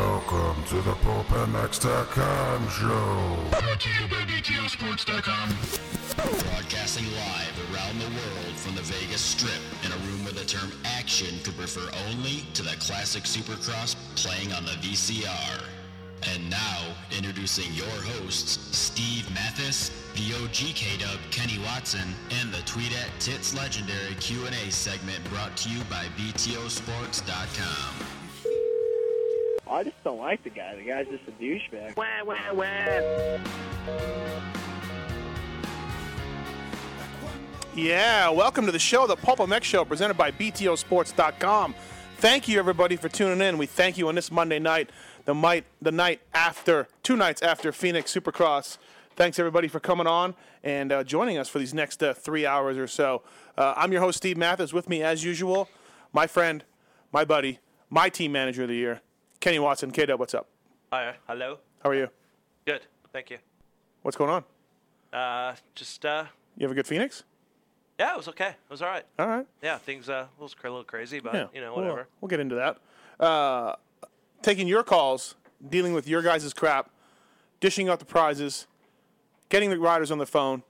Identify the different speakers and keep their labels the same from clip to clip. Speaker 1: to the PulpMX.com show.
Speaker 2: Brought to you by BTOsports.com. Broadcasting live around the world from the Vegas Strip in a room where the term action could refer only to the classic Supercross playing on the VCR. And now, introducing your hosts, Steve Mathis, the OG K-Dub Kenny Watson, and the Tweet at Tits Legendary Q&A segment brought to you by BTOsports.com.
Speaker 3: I just don't like the guy. The guy's just a douchebag.
Speaker 4: Yeah, welcome to the show, the Pulp MX Show, presented by BTOsports.com. Thank you, everybody, for tuning in. We thank you on this Monday night, the night, the night after, two nights after Phoenix Supercross. Thanks, everybody, for coming on and uh, joining us for these next uh, three hours or so. Uh, I'm your host, Steve Mathis. With me, as usual, my friend, my buddy, my team manager of the year, Kenny Watson. K-Dub, what's up?
Speaker 5: Hi, Oh, hello.
Speaker 4: How are you?
Speaker 5: Good, thank you.
Speaker 4: What's going on?
Speaker 5: Uh, just uh,
Speaker 4: You have a good Phoenix?
Speaker 5: yeah, it was okay. It was all right.
Speaker 4: All right.
Speaker 5: Yeah, things uh, was a little crazy, but you know,
Speaker 4: we'll-
Speaker 5: whatever.
Speaker 4: We'll, get into that. Uh, taking your calls, dealing with your guys' crap, dishing out the prizes, getting the riders on the phone,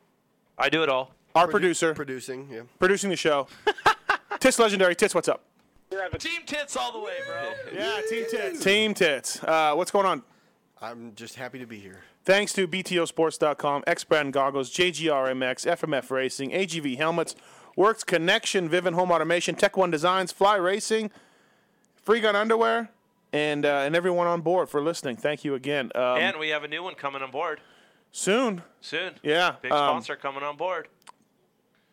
Speaker 5: I do it all.
Speaker 4: our producer,
Speaker 6: producing. Yeah.
Speaker 4: producing the show. Tits Legendary. Tits, what's up?
Speaker 5: Team tits all the way, bro.
Speaker 4: Yeah, Team Tits. Team Tits. Uh, what's going on?
Speaker 6: I'm just happy to be here.
Speaker 4: Thanks to BTOsports.com, X Brand Goggles, JGRMX, FMF Racing, AGV Helmets, Works Connection, Vivin Home Automation, Tech One Designs, Fly Racing, Free Gun Underwear, and uh, and everyone on board for listening. Thank you again. Um,
Speaker 5: and we have a new one coming on board
Speaker 4: soon,
Speaker 5: soon.
Speaker 4: yeah.
Speaker 5: Big
Speaker 4: um,
Speaker 5: sponsor coming on board.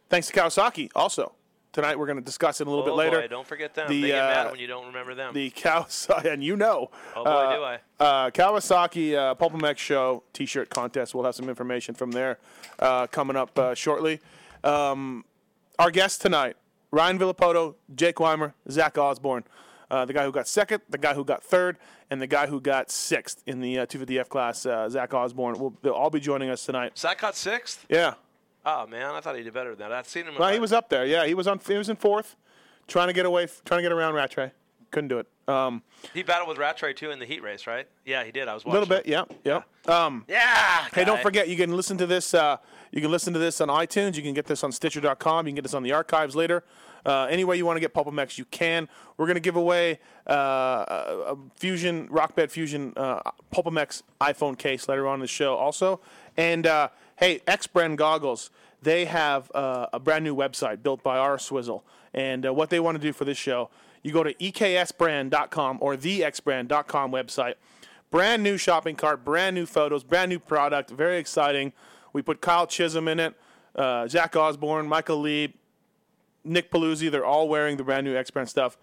Speaker 4: thanks to Kawasaki. Also tonight we're going to discuss it a little
Speaker 5: oh
Speaker 4: bit later.
Speaker 5: boy, don't forget them.
Speaker 4: the,
Speaker 5: they get
Speaker 4: uh,
Speaker 5: mad when you don't remember them.
Speaker 4: the Kawasaki, and you know.
Speaker 5: Oh, boy,
Speaker 4: uh,
Speaker 5: do I.
Speaker 4: Uh, Kawasaki uh, Pulp MX Show t shirt contest. We'll have some information from there uh, coming up uh, shortly. Um, our guests tonight Ryan Villapoto, Jake Weimer, Zach Osborne. Uh, the guy who got second, the guy who got third, and the guy who got sixth in the uh, 250F class, uh, Zach Osborne, will they'll all be joining us tonight.
Speaker 5: Zach got sixth.
Speaker 4: Yeah,
Speaker 5: Oh man, I thought he did better than that. I've seen him.
Speaker 4: Well, he was up there. Yeah, he was on. He was in fourth, trying to get away, trying to get around Rattray. Couldn't do it. Um,
Speaker 5: He battled with Rattray too in the heat race, right? Yeah, he did. I was
Speaker 4: a
Speaker 5: watching.
Speaker 4: little bit. Yeah, yeah. Um,
Speaker 5: Yeah.
Speaker 4: hey, don't
Speaker 5: guy.
Speaker 4: forget you can listen to this. Uh, you can listen to this on iTunes. You can get this on Stitcher.com. You can get this on the archives later. Uh, any way you want to get Pulpamex, you can. We're going to give away uh, a a Fusion Rockbed Fusion uh, Pulpamex iPhone case later on in the show, also. And uh, hey, X Brand goggles. They have uh, a brand new website built by R Swizzle, and uh, what they want to do for this show, you go to E eksbrand.com or thexbrand.com website brand new shopping cart, brand new photos, brand new product. Very exciting. We put Kyle Chisholm in it, uh, Zach Osborne, Michael Lee, Nick Paluzzi. They're all wearing the brand new X Brand stuff.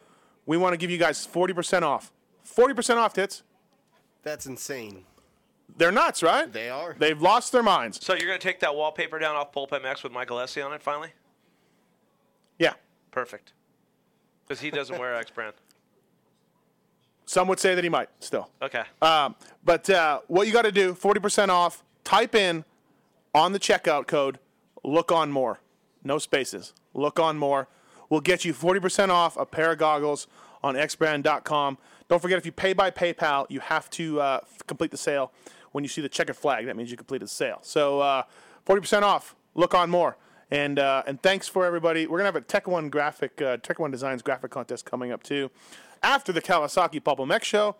Speaker 4: We want to give you guys 40% off. 40% off, tits.
Speaker 6: That's insane.
Speaker 4: They're nuts, right?
Speaker 6: They are.
Speaker 4: They've lost their minds.
Speaker 5: So you're gonna take that wallpaper down off Pulp MX with Michael Essie on it finally?
Speaker 4: Yeah.
Speaker 5: Perfect. Because he doesn't wear X brand.
Speaker 4: Some would say that he might still.
Speaker 5: Okay.
Speaker 4: Um, but uh, what you got to do, 40% off, type in on the checkout code, look on more. No spaces. Look on more. We'll get you 40% off a pair of goggles on xbrand.com. Don't forget, if you pay by PayPal, you have to uh, f- complete the sale. When you see the checkered flag, that means you completed the sale. So uh, 40% off, look on more. And, uh, and thanks for everybody. We're going to have a Tech One graphic, uh, Tech One Designs graphic contest coming up too. After the Kawasaki Pulp Mech show,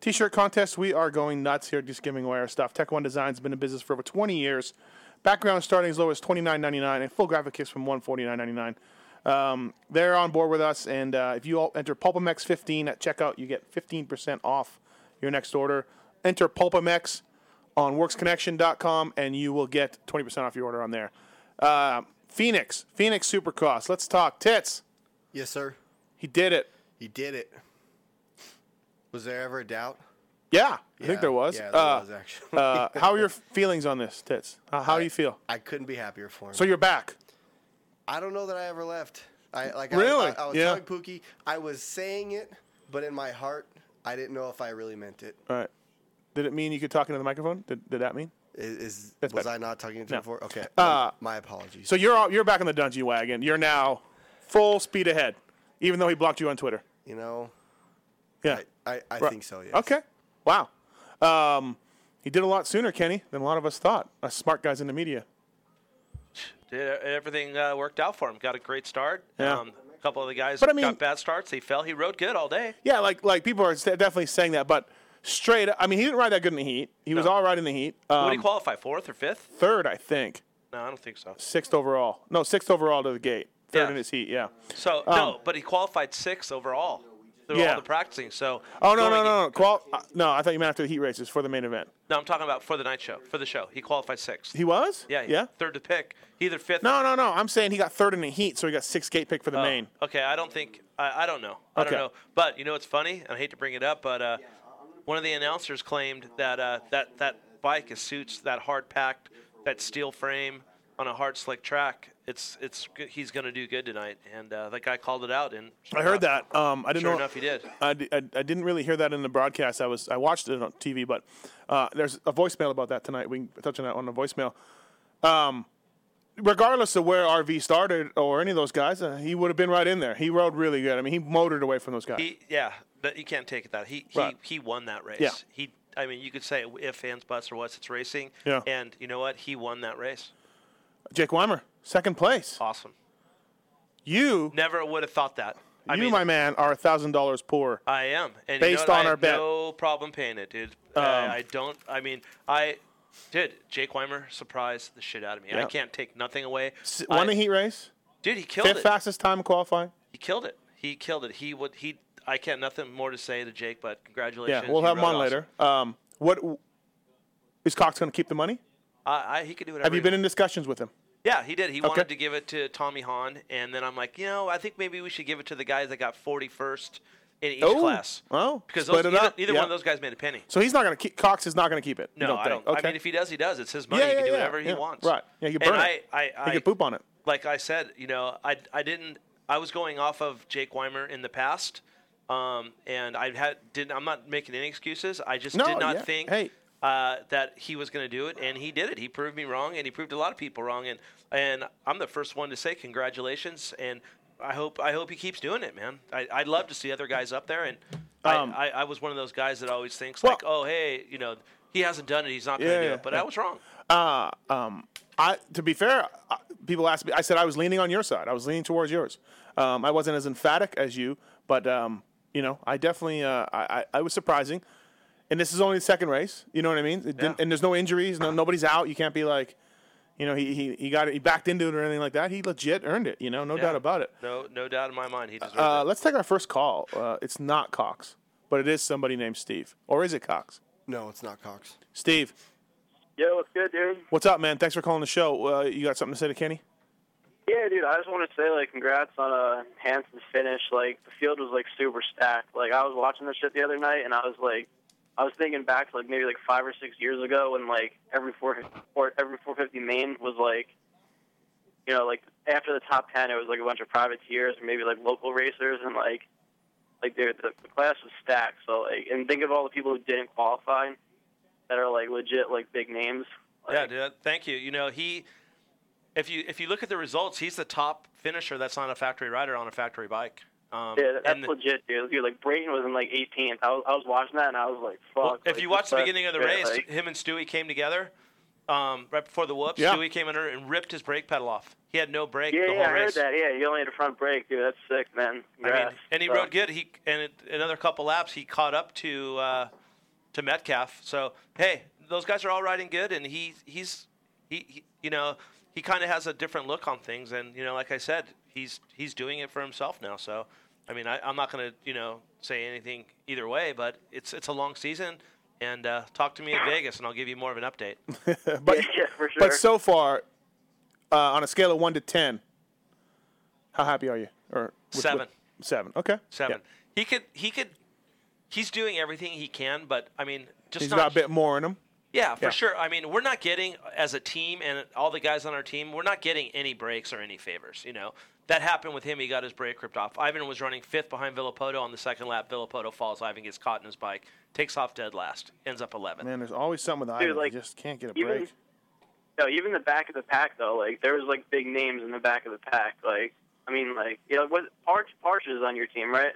Speaker 4: T-shirt contest. We are going nuts here, just giving away our stuff. Tech One Design's been in business for over 20 years. Background starting as low as 29.99, and full graphic kits from 149.99. Um, they're on board with us, and uh, if you all enter Pulpamex 15 at checkout, you get 15% off your next order. Enter Pulpamex on WorksConnection.com, and you will get 20% off your order on there. Uh, Phoenix, Phoenix Supercross. Let's talk tits.
Speaker 6: Yes, sir.
Speaker 4: He did it.
Speaker 6: He did it. Was there ever a doubt?
Speaker 4: Yeah, I
Speaker 6: Yeah,
Speaker 4: think there was.
Speaker 6: Yeah, there
Speaker 4: Uh,
Speaker 6: was actually.
Speaker 4: uh, how are your feelings on this, Tits? Uh, how do you feel?
Speaker 6: I couldn't be happier for him.
Speaker 4: So you're back.
Speaker 6: I don't know that I ever left. I like.
Speaker 4: Really?
Speaker 6: I, I, I was
Speaker 4: Yeah.
Speaker 6: telling Pookie. I was saying it, but in my heart, I didn't know if I really meant it.
Speaker 4: All right. Did it mean you could talk into the microphone? Did, did that mean?
Speaker 6: Is, is
Speaker 4: That's
Speaker 6: was
Speaker 4: better.
Speaker 6: I not talking to
Speaker 4: No.
Speaker 6: you before? Okay. Oh,
Speaker 4: Uh,
Speaker 6: my apologies.
Speaker 4: So you're all, you're back on the dungeon wagon. You're now full speed ahead, even though he blocked you on Twitter.
Speaker 6: you know,
Speaker 4: Yeah.
Speaker 6: I I, I
Speaker 4: Right.
Speaker 6: think so. Yeah.
Speaker 4: Okay. Wow. Um, He did a lot sooner, Kenny, than a lot of us thought. Us smart guys in the media.
Speaker 5: Did everything uh, worked out for him. Got a great start.
Speaker 4: Yeah.
Speaker 5: a couple of the guys
Speaker 4: But I mean-
Speaker 5: got bad starts. He fell. He rode good all day.
Speaker 4: Yeah, like like people are st- definitely saying that, but straight. I mean, he didn't ride that good in the heat. He was
Speaker 5: No.
Speaker 4: all right in the heat.
Speaker 5: what
Speaker 4: Um,
Speaker 5: did he qualify? Fourth or fifth?
Speaker 4: third, I think.
Speaker 5: No, I don't think so.
Speaker 4: Sixth overall. No, sixth overall to the gate. Third
Speaker 5: Oh. Yeah.
Speaker 4: in his heat. Yeah.
Speaker 5: So no, but he qualified sixth overall through
Speaker 4: Um, Yeah.
Speaker 5: all the practicing. So
Speaker 4: Oh no no
Speaker 5: going-
Speaker 4: no no. Qual- uh, no, I thought you meant after the heat races for the main event.
Speaker 5: No, I'm talking about for the night show, for the show. He qualified sixth.
Speaker 4: He was.
Speaker 5: yeah,
Speaker 4: Yeah.
Speaker 5: Third to pick, either fifth.
Speaker 4: No no no. I'm saying he got third in the heat, so he got sixth gate pick for the
Speaker 5: Oh,
Speaker 4: main.
Speaker 5: Okay, I don't think I, I don't know. I
Speaker 4: Okay.
Speaker 5: don't know. But you know what's funny? And I hate to bring it up, but uh, one of the announcers claimed that uh, that that bike is suits that hard packed, that steel frame on a hard slick track. It's it's g- he's going to do good tonight, and uh, that guy called it out. And
Speaker 4: I heard that. Um, I didn't
Speaker 5: Sure
Speaker 4: know.
Speaker 5: enough, he did.
Speaker 4: I, di- I, I didn't really hear that in the broadcast. I was I watched it on TV, but uh, there's a voicemail about that tonight. We can touch on that on the voicemail. Um, regardless of where RV started or any of those guys, uh, he would have been right in there. He rode really good. I mean, he motored away from those guys.
Speaker 5: He, yeah, that you can't take it that he
Speaker 4: Right.
Speaker 5: he, he won that race.
Speaker 4: Yeah.
Speaker 5: He, I mean, you could say if ands, buts, or what's it's racing.
Speaker 4: Yeah.
Speaker 5: And you know what? He won that race.
Speaker 4: Jake Weimer, second place.
Speaker 5: Awesome.
Speaker 4: You,
Speaker 5: Never would have thought that. I
Speaker 4: you,
Speaker 5: mean,
Speaker 4: my man, are thousand dollars poor.
Speaker 5: I am. And you know
Speaker 4: Based
Speaker 5: what?
Speaker 4: on
Speaker 5: I
Speaker 4: our
Speaker 5: have
Speaker 4: bet. Um,
Speaker 5: no problem paying it, dude. I, I don't. I mean, I did. Jake Weimer surprised the shit out of me. I
Speaker 4: Yeah.
Speaker 5: can't take nothing away.
Speaker 4: S-
Speaker 5: I-
Speaker 4: Won the heat race,
Speaker 5: dude, he killed
Speaker 4: fifth
Speaker 5: it.
Speaker 4: fastest time qualifying.
Speaker 5: He killed it. He killed it. He would. He. I can't nothing more to say to Jake, but congratulations.
Speaker 4: Yeah, we'll
Speaker 5: You
Speaker 4: have him
Speaker 5: rode
Speaker 4: on
Speaker 5: awesome.
Speaker 4: later. Um, what is Cox going to keep the money?
Speaker 5: I, I, he could do whatever.
Speaker 4: Have you
Speaker 5: he
Speaker 4: been in discussions with him?
Speaker 5: Yeah, he did. He wanted
Speaker 4: Okay.
Speaker 5: to give it to Tommy Hahn, and then I'm like, you know, I think maybe we should give it to the guys that got 41st in each
Speaker 4: Oh,
Speaker 5: class.
Speaker 4: oh,
Speaker 5: because
Speaker 4: split
Speaker 5: those,
Speaker 4: it
Speaker 5: either,
Speaker 4: up,
Speaker 5: either
Speaker 4: yeah.
Speaker 5: one of those guys made a penny.
Speaker 4: So he's not going to keep. Cox is not going to keep it. you
Speaker 5: No, I don't.
Speaker 4: think? Okay.
Speaker 5: I mean, if he does, he does. It's his money.
Speaker 4: Yeah,
Speaker 5: he can
Speaker 4: yeah,
Speaker 5: do
Speaker 4: yeah,
Speaker 5: whatever
Speaker 4: yeah.
Speaker 5: he wants.
Speaker 4: Right. Yeah, you
Speaker 5: and
Speaker 4: burn
Speaker 5: I,
Speaker 4: it.
Speaker 5: I, I,
Speaker 4: he could poop on it.
Speaker 5: Like I said, you know, I, I didn't. I was going off of Jake Weimer in the past, um, and I had didn't. I'm not making any excuses. I just
Speaker 4: No,
Speaker 5: did not
Speaker 4: yeah.
Speaker 5: think
Speaker 4: Hey.
Speaker 5: uh, that he was going to do it, and he did it. He proved me wrong, and he proved a lot of people wrong. And and I'm the first one to say congratulations, and I hope I hope he keeps doing it, man. I, I'd love to see other guys up there, and
Speaker 4: Um,
Speaker 5: I, I, I was one of those guys that always thinks
Speaker 4: Well-
Speaker 5: like, oh hey, you know, he hasn't done it, he's not going to
Speaker 4: Yeah,
Speaker 5: do
Speaker 4: yeah,
Speaker 5: it. But
Speaker 4: yeah.
Speaker 5: I was wrong.
Speaker 4: Uh, um, I to be fair, uh, people asked me. I said I was leaning on your side. I was leaning towards yours. Um, I wasn't as emphatic as you, but um, you know, I definitely. Uh, I, I I was surprising, and this is only the second race. You know what I mean? It didn't,
Speaker 5: Yeah.
Speaker 4: And there's no injuries. No, nobody's out. You can't be like, you know, he he, he got it. He backed into it or anything like that. He legit earned it. You know, no doubt about it.
Speaker 5: No, no doubt in my mind, he deserved
Speaker 4: Uh,
Speaker 5: it.
Speaker 4: let's take our first call. Uh, it's not Cox, but it is somebody named Steve, or is it Cox?
Speaker 6: No, it's not Cox.
Speaker 4: Steve,
Speaker 7: Yo, what's good, dude?
Speaker 4: what's up, man? Thanks for calling the show. Uh, you got something to say to Kenny?
Speaker 7: Yeah, dude, I just want to say, like, congrats on a handsome finish. Like, the field was, like, super stacked. Like, I was watching this shit the other night, and I was, like, I was thinking back to, like, maybe, like, five or six years ago when, like, every four, four every 450 main was, like, you know, like, after the top 10, it was, like, a bunch of privateers or maybe, like, local racers, and, like, like, dude, the, the class was stacked. So, like, and think of all the people who didn't qualify that are, like, legit, like, big names. Like,
Speaker 5: yeah, dude, thank you. You know, he, if you if you look at the results, he's the top finisher that's on a factory rider on a factory bike. Um,
Speaker 7: Yeah, that- that's
Speaker 5: and the-
Speaker 7: legit, dude. Dude, Like Brayton was in like 18th. I was, I was watching that and I was like, fuck.
Speaker 5: well, if
Speaker 7: like,
Speaker 5: you watch the
Speaker 7: this
Speaker 5: beginning of the
Speaker 7: sucks, dude.
Speaker 5: race,
Speaker 7: like,
Speaker 5: him and Stewie came together um, right before the whoops.
Speaker 4: Yeah.
Speaker 5: Stewie came under and ripped his brake pedal off. He had no brake
Speaker 7: yeah,
Speaker 5: the
Speaker 7: yeah, I
Speaker 5: whole
Speaker 7: heard
Speaker 5: race.
Speaker 7: that. Yeah, he only had a front brake, dude. That's sick, man.
Speaker 5: I
Speaker 7: Congrats.
Speaker 5: mean, and he
Speaker 7: So,
Speaker 5: rode good. He and it, another couple laps, he caught up to uh, to Metcalf. So hey, those guys are all riding good, and he he's he, he you know he kind of has a different look on things, and you know, like I said, he's he's doing it for himself now. So I mean, I, I'm not gonna you know say anything either way, but it's it's a long season. And uh, talk to me in Vegas, and I'll give you more of an update.
Speaker 4: But,
Speaker 7: Yeah, for sure.
Speaker 4: but so far, uh, on a scale of one to ten, how happy are you? Or with-
Speaker 5: Seven.
Speaker 4: with- seven. Okay.
Speaker 5: Seven.
Speaker 4: Yeah.
Speaker 5: He could. He could. He's doing everything he can, but I mean, just
Speaker 4: He's
Speaker 5: not
Speaker 4: got a bit more in him.
Speaker 5: Yeah, for
Speaker 4: Yeah.
Speaker 5: sure. I mean, we're not getting as a team and all the guys on our team, we're not getting any breaks or any favors. You know that happened with him. He got his brake ripped off. Ivan was running fifth behind Villapoto on the second lap. Villapoto falls. Ivan gets caught in his bike, takes off dead last, ends up 11th.
Speaker 4: Man, there's always something with Ivan.
Speaker 7: like,
Speaker 4: you just can't get a
Speaker 7: even-
Speaker 4: break.
Speaker 7: No, even the back of the pack though, like there was like big names in the back of the pack. Like, I mean, like you know, what Parch Parch is on your team, right?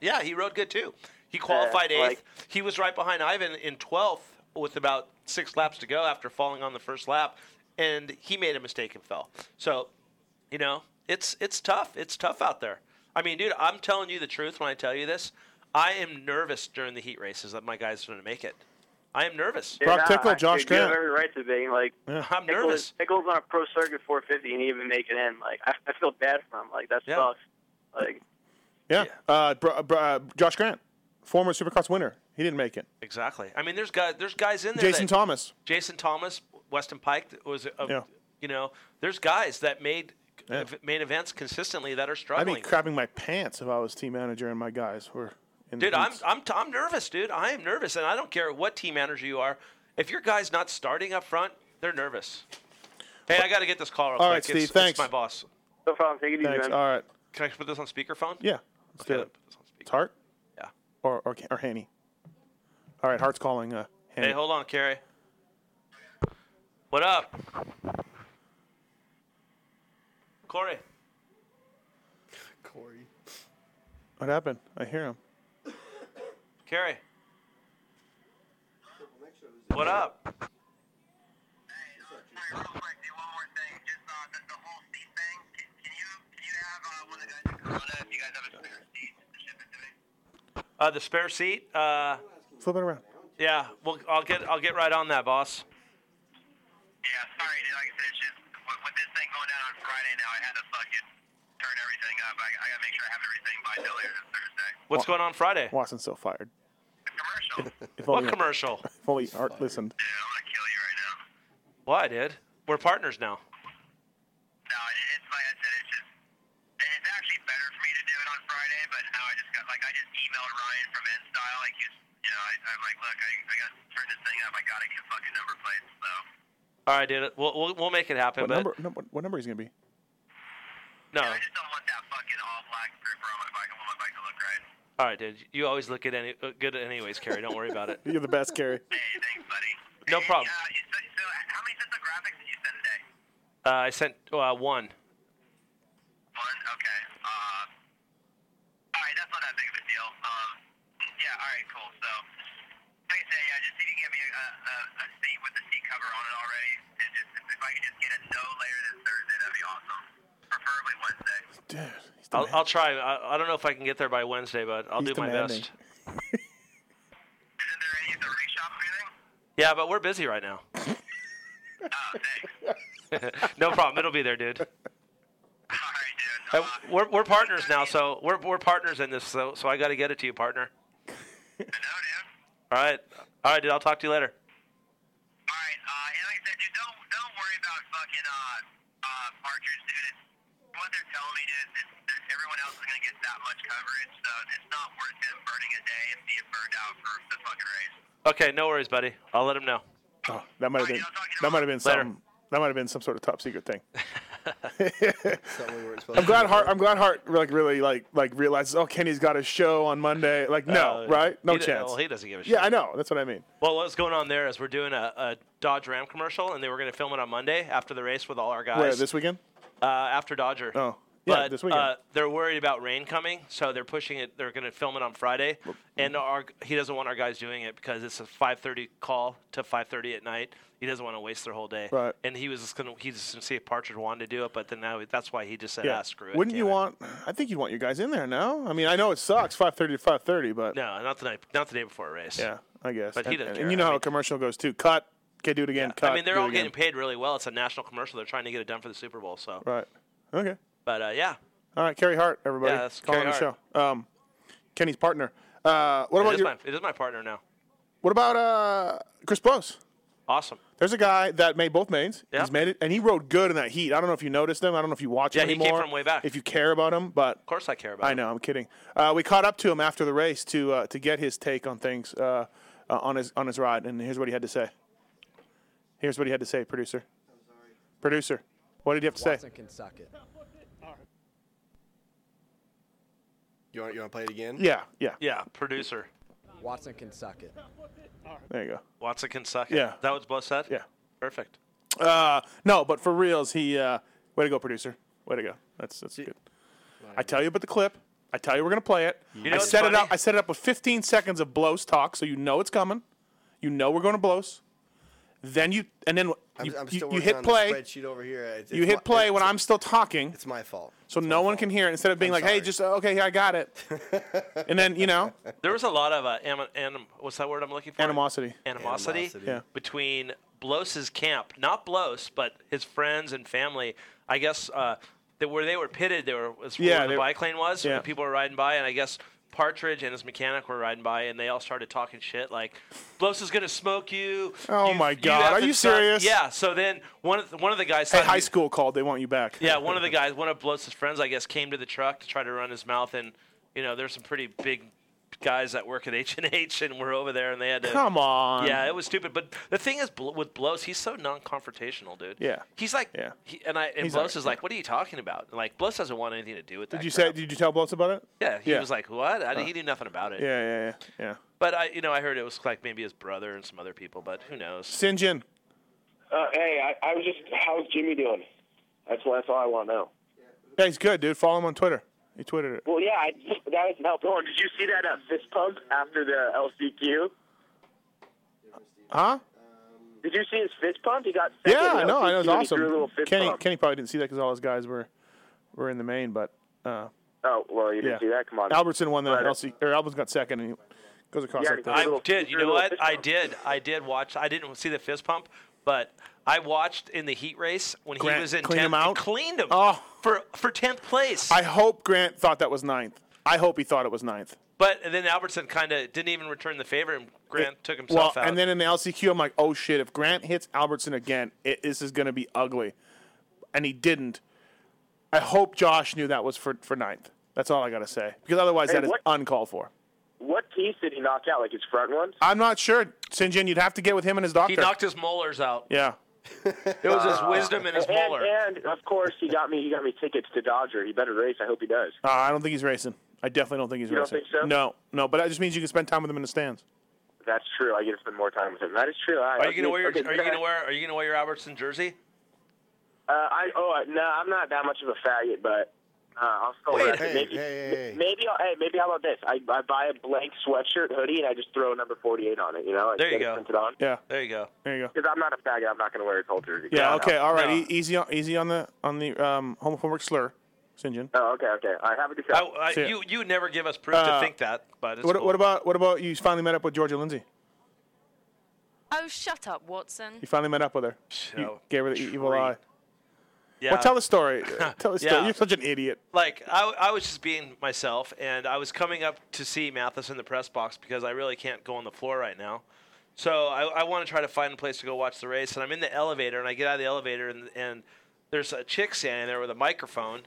Speaker 5: Yeah, he rode good too. He qualified
Speaker 7: Yeah,
Speaker 5: eighth.
Speaker 7: like-
Speaker 5: he was right behind Ivan in twelfth with about six laps to go after falling on the first lap, and he made a mistake and fell. So, you know, it's it's tough. It's tough out there. I mean, dude, I'm telling you the truth when I tell you this. I am nervous during the heat races that my guys are going to make it. I am nervous.
Speaker 4: Brock
Speaker 7: Yeah,
Speaker 4: Tickle,
Speaker 7: I-
Speaker 4: Josh
Speaker 7: dude, You have
Speaker 4: Grant.
Speaker 7: every right to be. Like,
Speaker 5: I'm
Speaker 7: Tickle
Speaker 5: nervous.
Speaker 7: is- Tickle's on a pro circuit 450 and he even make it in. Like, I, I feel bad for him. Like, that
Speaker 5: Yeah.
Speaker 7: sucks. Like,
Speaker 4: Yeah.
Speaker 5: Yeah.
Speaker 4: Uh, br- br- uh, Josh Grant, former Supercross winner. He didn't make it.
Speaker 5: Exactly. I mean, there's guys there's guys in there.
Speaker 4: Jason
Speaker 5: that-
Speaker 4: Thomas.
Speaker 5: Jason Thomas, Weston Pike that was, a,
Speaker 4: Yeah.
Speaker 5: you know, there's guys that made
Speaker 4: Yeah.
Speaker 5: v- main events consistently that are
Speaker 4: I'd
Speaker 5: struggling.
Speaker 4: be crapping my pants if I was team manager and my guys were in
Speaker 5: dude,
Speaker 4: the
Speaker 5: I'm,
Speaker 4: heats.
Speaker 5: I'm t- I'm nervous, dude. I am nervous, and I don't care what team manager you are. If your guy's not starting up front, they're nervous. Hey, I got to get this call. Real
Speaker 4: All
Speaker 5: quick.
Speaker 4: right,
Speaker 5: It's-
Speaker 4: Steve,
Speaker 5: It's,
Speaker 4: thanks.
Speaker 5: my boss.
Speaker 7: no problem. Take it easy,
Speaker 4: Thanks.
Speaker 7: man.
Speaker 4: All right.
Speaker 5: Can I put this on speakerphone?
Speaker 4: Yeah. Let's do
Speaker 5: Okay,
Speaker 4: it.
Speaker 5: put this on speaker.
Speaker 4: It's Hart
Speaker 5: Yeah.
Speaker 4: or, or, or Haney. All right. Hart's calling uh, Haney.
Speaker 5: Hey, hold on, Carrie. What up, Corey?
Speaker 6: Corey.
Speaker 4: what happened? I hear him.
Speaker 5: Carrie. What up? Uh, the spare seat. Uh,
Speaker 4: Flip it around.
Speaker 5: yeah, well, I'll get I'll get right on that, boss.
Speaker 8: Yeah, sorry, dude. Like I said, it's just with, with this thing going down on Friday now, I had to fucking turn everything up. I, I gotta make sure I have everything by no later than Thursday.
Speaker 5: What's going on Friday?
Speaker 4: Watson's so fired.
Speaker 8: The commercial. yeah,
Speaker 4: If
Speaker 5: What
Speaker 4: only,
Speaker 5: commercial?
Speaker 4: if only Hart listened.
Speaker 8: I'm gonna kill you right now.
Speaker 5: Why, dude? We're partners now.
Speaker 8: No, it, it's like I said, it's just. It's actually better for me to do it on Friday, but now I just got like I just emailed Ryan from N Style, like just you know, I, I'm like, look, I, I gotta turn this thing up. I gotta get fucking number plates. So
Speaker 5: All right, dude. We'll we'll, we'll make it happen.
Speaker 4: What
Speaker 5: but
Speaker 4: number, no, what, what number he's going to be?
Speaker 5: No.
Speaker 8: I just don't want that fucking all black stripper on my bike. I want my bike to look right.
Speaker 5: All right, dude. You always look at any uh, good anyways, Carrie. Don't worry about it.
Speaker 4: You're the best, Gary.
Speaker 8: Hey, thanks, buddy.
Speaker 5: No
Speaker 8: Hey,
Speaker 5: problem.
Speaker 8: Uh, so, so how many sets of graphics did you send today?
Speaker 5: Uh, I sent uh, one.
Speaker 8: One. Okay. Uh, all right, that's not that big of a deal. Um, yeah. All right. Cool. So, like I say, yeah, just if you can give me a, a, a seat with the seat cover on it already, and just if, if I could just get it no later than Thursday, that'd be awesome. Preferably Wednesday.
Speaker 4: Dude, he's the
Speaker 5: I'll,
Speaker 4: man.
Speaker 5: I'll try. I, I don't know if I can get there by Wednesday, but I'll
Speaker 4: He's
Speaker 5: do my
Speaker 4: demanding.
Speaker 5: best.
Speaker 8: Isn't there any at the race shop or anything?
Speaker 5: Yeah, but we're busy right now. no problem. It'll be there, dude.
Speaker 8: All right, dude.
Speaker 5: Uh,
Speaker 8: Uh,
Speaker 5: We're, we're partners now, so we're, we're partners in this. So so I got to get it to you, partner.
Speaker 8: I know, dude.
Speaker 5: All right, all right, dude. I'll talk to you later.
Speaker 8: All right, uh, and like I said, dude, don't don't worry about fucking uh uh Parker's, dude. It's, what they're telling me, dude, is that everyone else is gonna get that much coverage, so it's not worth him burning a day and being burned out for the fucking race.
Speaker 5: Okay, no worries, buddy. I'll let him know.
Speaker 4: Oh, that might have
Speaker 8: Alright,
Speaker 4: been
Speaker 8: I'll talk to you
Speaker 4: that might have been
Speaker 5: Later.
Speaker 4: some that might have been some sort of top secret thing.
Speaker 6: Something we weren't supposed
Speaker 4: I'm glad
Speaker 6: to
Speaker 4: Hart I'm glad Hart like really like like realizes oh Kenny's got a show on Monday like no
Speaker 5: Uh,
Speaker 4: right no
Speaker 5: he d-
Speaker 4: chance
Speaker 5: Well, he doesn't give a shit.
Speaker 4: yeah I know that's what I mean
Speaker 5: Well, what's going on there is we're doing a, a Dodge Ram commercial, and they were going to film it on Monday after the race with all our guys.
Speaker 4: where this weekend
Speaker 5: uh, after Dodger.
Speaker 4: Oh, yeah,
Speaker 5: but
Speaker 4: this weekend.
Speaker 5: Uh, they're worried about rain coming, so they're pushing it. They're going to film it on Friday, and our he doesn't want our guys doing it because it's a 5:30 call to 5:30 at night. He doesn't want to waste their whole day.
Speaker 4: Right.
Speaker 5: And he was just going to he just didn't see if Partridge wanted to do it, but then now that's why he just said,
Speaker 4: yeah
Speaker 5: ah, screw it.
Speaker 4: wouldn't
Speaker 5: can
Speaker 4: you
Speaker 5: it."
Speaker 4: want I think you'd want your guys in there no I mean I know it sucks 5:30 to 5:30 but
Speaker 5: No, not the night, not the day before a race.
Speaker 4: yeah I guess
Speaker 5: But he
Speaker 4: and,
Speaker 5: doesn't
Speaker 4: and,
Speaker 5: care.
Speaker 4: you know
Speaker 5: I
Speaker 4: how
Speaker 5: mean-
Speaker 4: a commercial goes too cut okay do it again cut
Speaker 5: I mean, they're
Speaker 4: do it
Speaker 5: all
Speaker 4: again.
Speaker 5: getting paid really well. It's a national commercial. They're trying to get it done for the Super Bowl. So,
Speaker 4: right okay
Speaker 5: but uh, yeah,
Speaker 4: all right Kerry Hart everybody
Speaker 5: Yeah, that's
Speaker 4: calling
Speaker 5: Kerry
Speaker 4: the
Speaker 5: Hart.
Speaker 4: show um Kenny's partner uh what
Speaker 5: it
Speaker 4: about
Speaker 5: is,
Speaker 4: your,
Speaker 5: my, it is my partner now.
Speaker 4: what about uh Chris Bose
Speaker 5: Awesome.
Speaker 4: There's a guy that made both mains.
Speaker 5: Yeah.
Speaker 4: He's made it, and he rode good in that heat. I don't know if you noticed him. I don't know if you watch
Speaker 5: Yeah,
Speaker 4: him
Speaker 5: he came
Speaker 4: anymore.
Speaker 5: from way back.
Speaker 4: If you care about him, but
Speaker 5: Of course, I care about.
Speaker 4: I
Speaker 5: him.
Speaker 4: know I'm kidding. Uh, we caught up to him after the race to uh, to get his take on things uh, uh, on his on his ride, and here's what he had to say. Here's what he had to say, producer. Producer, what did you have to say?
Speaker 9: Watson can suck it.
Speaker 6: You want you want to play it again?
Speaker 4: Yeah, yeah,
Speaker 5: Yeah, producer
Speaker 9: Watson can suck it.
Speaker 4: There you go.
Speaker 5: Watson can suck it.
Speaker 4: Yeah.
Speaker 5: that was both said.
Speaker 4: Yeah.
Speaker 5: perfect.
Speaker 4: Uh, no, but for reals, he uh, way to go, producer. Way to go. That's that's good. I tell you about the clip. I tell you we're gonna play it.
Speaker 5: know
Speaker 4: I
Speaker 5: what's
Speaker 4: set it
Speaker 5: funny?
Speaker 4: up. I set it up with 15 seconds of blows talk, so you know it's coming. You know we're going to blows. Then you and then
Speaker 6: I'm,
Speaker 4: you,
Speaker 6: I'm
Speaker 4: you-
Speaker 6: still
Speaker 4: you
Speaker 6: working
Speaker 4: hit
Speaker 6: on
Speaker 4: play.
Speaker 6: The spreadsheet over here. It's,
Speaker 4: You
Speaker 6: it's my-
Speaker 4: hit play when
Speaker 6: it's-
Speaker 4: I'm still talking,
Speaker 6: It's my fault.
Speaker 4: so no one can hear it. Instead of being
Speaker 6: I'm
Speaker 4: like, "Hey,
Speaker 6: sorry.
Speaker 4: just uh, okay, yeah, I got it," and then you know
Speaker 5: There was a lot of uh, anim- anim- what's that word I'm looking for?
Speaker 4: animosity.
Speaker 5: Animosity,
Speaker 6: Animosity. Yeah.
Speaker 5: between Blos's camp, not Blos, but his friends and family. I guess uh, that where they were pitted, they were was
Speaker 4: Yeah,
Speaker 5: where the
Speaker 4: they-
Speaker 5: bike lane was.
Speaker 4: yeah.
Speaker 5: And people were riding by, and I guess Partridge and his mechanic were riding by, and they all started talking shit like, "Blos is gonna smoke you."
Speaker 4: Oh
Speaker 5: you-
Speaker 4: my
Speaker 5: you
Speaker 4: God, are
Speaker 5: effing
Speaker 4: you
Speaker 5: suck."
Speaker 4: serious?
Speaker 5: Yeah. So then one of the, one of the guys
Speaker 4: Hey,
Speaker 5: thought
Speaker 4: high
Speaker 5: he-
Speaker 4: school called. They want you back.
Speaker 5: yeah, one of the guys, one of Blos's friends, I guess, came to the truck to try to run his mouth, and you know, there's some pretty big guys that work at H and H, and we're over there, and they had to.
Speaker 4: Come on.
Speaker 5: Yeah, it was stupid. But the thing is, Bl- with Blos, he's so non-confrontational, dude.
Speaker 4: Yeah.
Speaker 5: He's like,
Speaker 4: Yeah.
Speaker 5: he, and I and
Speaker 4: He's
Speaker 5: Blos
Speaker 4: all right,
Speaker 5: is like, what are you talking about? And like, Blos doesn't want anything to do with that.
Speaker 4: Did you say?
Speaker 5: crap.
Speaker 4: Did you tell Bloats about it?
Speaker 5: Yeah, he
Speaker 4: yeah. Uh,
Speaker 5: was like, what? I, he knew nothing about it.
Speaker 4: Yeah, yeah, yeah, yeah.
Speaker 5: But I, you know, I heard it was like maybe his brother and some other people, but who knows?
Speaker 4: Sinjin.
Speaker 7: Uh, hey, I, I was just, how's Jimmy doing? That's that's all I want to know.
Speaker 4: Yeah, he's good, dude. Follow him on Twitter. He tweeted it.
Speaker 7: Well, yeah, I, that doesn't help. Oh, did you see that uh, fist pump after the LCQ?
Speaker 4: Huh?
Speaker 7: Did you see his fist pump? He got second
Speaker 4: Yeah, I
Speaker 7: in
Speaker 4: know. I know. It's
Speaker 7: LCQ, and he drew a
Speaker 4: awesome.
Speaker 7: little fist
Speaker 4: Kenny,
Speaker 7: pump.
Speaker 4: Kenny probably didn't see that because all his guys were were in the main, but uh,
Speaker 7: oh, well, you didn't
Speaker 4: yeah.
Speaker 7: see that? Come on.
Speaker 4: Albertson won the
Speaker 7: Right.
Speaker 4: LC, or Albertson got second, and he goes across
Speaker 7: Yeah,
Speaker 4: like that.
Speaker 7: I-
Speaker 5: I
Speaker 7: little-
Speaker 5: did. You
Speaker 7: your
Speaker 5: know
Speaker 7: little
Speaker 5: what?
Speaker 7: fist
Speaker 5: I
Speaker 7: pump.
Speaker 5: did. I did watch. I didn't see the fist pump, but I watched in the heat race when
Speaker 4: Grant
Speaker 5: he was in
Speaker 4: cleaned
Speaker 5: tenth.
Speaker 4: him
Speaker 5: and
Speaker 4: out?
Speaker 5: Cleaned him.
Speaker 4: Oh.
Speaker 5: For for tenth place.
Speaker 4: I hope Grant thought that was ninth. I hope he thought it was ninth.
Speaker 5: but and then Albertson kind of didn't even return the favor, and Grant took
Speaker 4: Well,
Speaker 5: himself out.
Speaker 4: and then in the LCQ, I'm like, oh shit! If Grant hits Albertson again, it, this is going to be ugly, and he didn't. I hope Josh knew that was for for ninth. That's all I gotta say because otherwise
Speaker 7: Hey,
Speaker 4: that is
Speaker 7: what-
Speaker 4: uncalled for.
Speaker 7: What piece did he knock out? Like his front ones?
Speaker 4: I'm not sure, Sinjin. You'd have to get with him and his doctor.
Speaker 5: he knocked his molars out.
Speaker 4: yeah,
Speaker 5: It was his wisdom and his
Speaker 7: and,
Speaker 5: molar.
Speaker 7: and of course, he got me. He got me tickets to Dodger. He better race. I hope he does.
Speaker 4: Uh, I don't think he's racing. I definitely don't think he's
Speaker 7: You don't
Speaker 4: racing.
Speaker 7: think so?
Speaker 4: No, no. But that just means you can spend time with him in the stands.
Speaker 7: That's true. I get to spend more time with him. That is true. I,
Speaker 5: Are you gonna wear?
Speaker 7: okay,
Speaker 5: Your, are you
Speaker 7: can I-
Speaker 5: gonna wear? Are you gonna wear your Albertson jersey?
Speaker 7: Uh, I oh uh, no, I'm not that much of a faggot, but uh, I'll still
Speaker 5: Wait,
Speaker 7: wear it.
Speaker 6: hey,
Speaker 7: maybe,
Speaker 6: hey, hey, hey.
Speaker 7: maybe I'll, hey, maybe how about this? I, I buy a blank sweatshirt hoodie and I just throw a number 48 on it. You know,
Speaker 5: There you
Speaker 7: instead of
Speaker 5: go.
Speaker 7: printed on.
Speaker 4: Yeah,
Speaker 5: There you go.
Speaker 4: there you go.
Speaker 7: Because I'm not a faggot, I'm not going to wear a cold jersey.
Speaker 4: Yeah.
Speaker 7: No,
Speaker 4: okay.
Speaker 7: no.
Speaker 4: All right. E-
Speaker 5: No.
Speaker 4: easy on easy on the on the um, homophobic slur, Sinjin.
Speaker 7: Oh, okay, okay. All right, have a good show.
Speaker 5: I, I,
Speaker 4: See ya.
Speaker 5: you you would never give us proof
Speaker 4: Uh,
Speaker 5: to think that, but it's
Speaker 4: What,
Speaker 5: cool.
Speaker 4: what about what about you? Finally met up with Georgia Lindsay.
Speaker 10: Oh, shut up, Watson.
Speaker 4: You finally met up with her. You
Speaker 5: So,
Speaker 4: gave her the e-, evil
Speaker 5: treat.
Speaker 4: eye.
Speaker 5: Yeah.
Speaker 4: Well, tell the story. tell the story.
Speaker 5: Yeah.
Speaker 4: You're such an idiot.
Speaker 5: like I, I was just being myself and i was coming up to see mathis in the press box because i really can't go on the floor right now so i, I want to try to find a place to go watch the race and i'm in the elevator and i get out of the elevator and, and there's a chick standing there with a microphone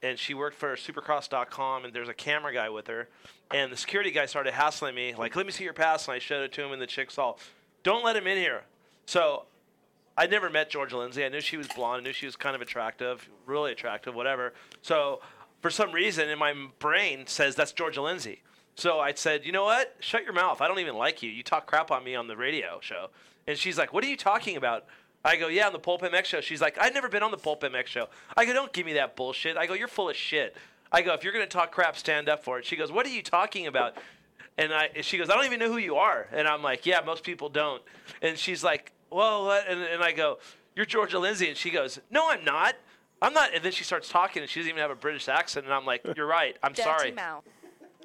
Speaker 5: and she worked for supercross.com and there's a camera guy with her and the security guy started hassling me like let me see your pass and i showed it to him and the chick's all don't let him in here so I never met Georgia Lindsay. I knew she was blonde. I knew she was kind of attractive, really attractive, whatever. So for some reason in my m- brain says that's Georgia Lindsay. So I said, you know what? Shut your mouth. I don't even like you. You talk crap on me on the radio show. And she's like, what are you talking about? I go, yeah, on the Pulp MX show. She's like, I've never been on the Pulp MX show. I go, don't give me that bullshit. I go, you're full of shit. I go, if you're going to talk crap, stand up for it. She goes, what are you talking about? And I, and she goes, I don't even know who you are. And I'm like, yeah, most people don't. And she's like, well, what? And, and I go, you're Georgia Lindsay. And she goes, no, I'm not. I'm not. And then she starts talking and she doesn't even have a British accent. And I'm like, you're right. I'm
Speaker 10: Dirty
Speaker 5: sorry.
Speaker 10: mouth.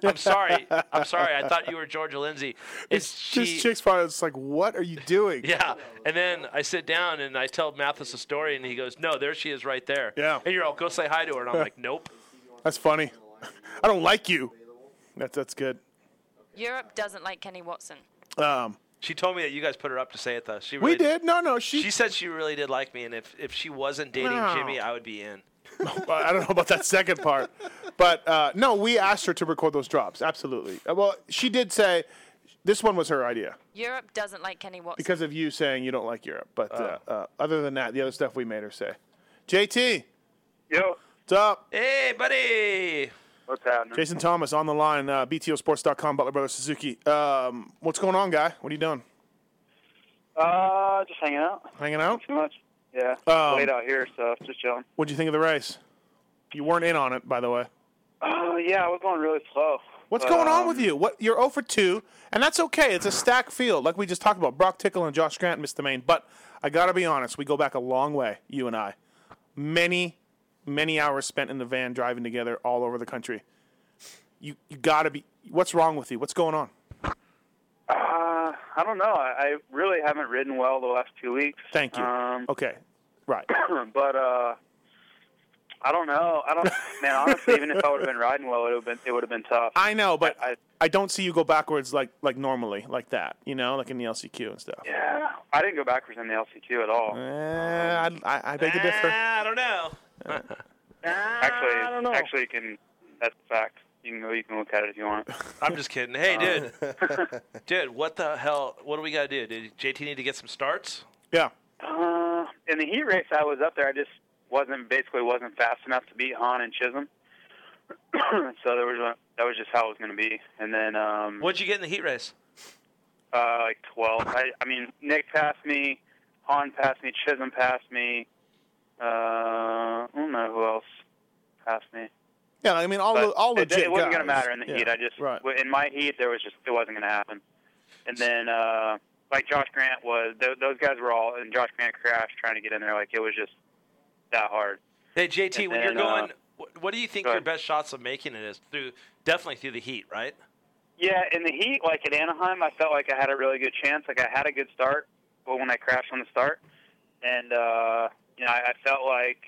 Speaker 5: I'm sorry. I'm sorry. I thought you were Georgia Lindsay. It's she.
Speaker 4: this chick's probably just like, what are you doing?
Speaker 5: yeah. And then I sit down and I tell Mathis a story and he goes, no, there she is right there.
Speaker 4: Yeah.
Speaker 5: And you're all, go say hi to her. And I'm like, nope.
Speaker 4: That's funny. I don't like you. That's that's good.
Speaker 10: Europe doesn't like Kenny Watson.
Speaker 4: Um,
Speaker 5: She told me that you guys put her up to say it though. She really
Speaker 4: we did. No, no. She.
Speaker 5: She said she really did like me, and if, if she wasn't dating
Speaker 4: No.
Speaker 5: Jimmy, I would be in.
Speaker 4: I don't know about that second part, but uh, no, we asked her to record those drops. Absolutely. Uh, Well, she did say this one was her idea
Speaker 10: Europe doesn't like Kenny Watson.
Speaker 4: because of you saying you don't like Europe. But uh, uh, other than that, the other stuff we made her say. JT,
Speaker 7: Yo,
Speaker 4: what's up?
Speaker 5: Hey, buddy!
Speaker 7: what's happening?
Speaker 4: Jason Thomas on the line, uh, BTOsports.com, Butler Brothers Suzuki. Um, what's going on, guy? What are you doing?
Speaker 7: Uh, just hanging out.
Speaker 4: Hanging out?
Speaker 7: Too much. Yeah.
Speaker 4: Um,
Speaker 7: Late out here, so just chilling.
Speaker 4: What'd you think of the race? You weren't in on it, by the way.
Speaker 11: Uh,
Speaker 7: Oh yeah, I was going really slow.
Speaker 4: What's going
Speaker 11: Um,
Speaker 4: on with you? What you're 0 for 2, and that's okay. It's a stack field, like we just talked about. Brock Tickle and Josh Grant missed the main, but I gotta be honest, we go back a long way, you and I. Many, many hours spent in the van driving together all over the country. You you gotta be. What's wrong with you? What's going on?
Speaker 11: Uh, I don't know. I, I really haven't ridden well the last two weeks.
Speaker 4: Thank you.
Speaker 11: Um,
Speaker 4: okay, right.
Speaker 11: but uh, I don't know. I don't. man, honestly, even if I would have been riding well, it would have been it would have been tough.
Speaker 4: I know, but I, don't see you go backwards like like normally, like that. You know, like in the LCQ and stuff.
Speaker 11: Yeah, I didn't go backwards in the LCQ at all.
Speaker 4: Eh, I, I, I beg to differ.
Speaker 5: I don't know.
Speaker 11: Eh. actually,
Speaker 5: I don't know.
Speaker 11: actually, you can. That's a fact. You can go. You can look at it if you want.
Speaker 5: I'm just kidding. Hey, dude, dude, what the hell? What do we gotta do? Did JT need to get some starts?
Speaker 4: Yeah.
Speaker 11: Uh, in the heat race, I was up there. I just wasn't basically wasn't fast enough to beat Han and Chisholm. so there was a, that was just how it was going to be. And then um,
Speaker 5: What'd you get in the heat race?
Speaker 11: uh, like 12. I, I mean, Nick passed me, Han passed me, Chisholm passed me. Uh, I don't know who else passed me.
Speaker 4: Yeah, I mean, all
Speaker 11: But
Speaker 4: the all
Speaker 11: it,
Speaker 4: legit
Speaker 11: it wasn't gonna
Speaker 4: guys.
Speaker 11: matter in the
Speaker 4: Yeah,
Speaker 11: heat. I just
Speaker 4: right.
Speaker 11: w in my heat there was just it wasn't gonna happen. And then uh, like Josh Grant was th- those guys were all and Josh Grant crashed trying to get in there. Like it was just that hard.
Speaker 5: Hey, JT,
Speaker 11: And
Speaker 5: when you're
Speaker 11: then, uh,
Speaker 5: going, wh- what do you think your best shots of making it is? Through definitely through the heat, right?
Speaker 11: Yeah, in the heat, like at Anaheim, I felt like I had a really good chance. Like I had a good start, but when I crashed on the start, and uh, you know, I, I felt like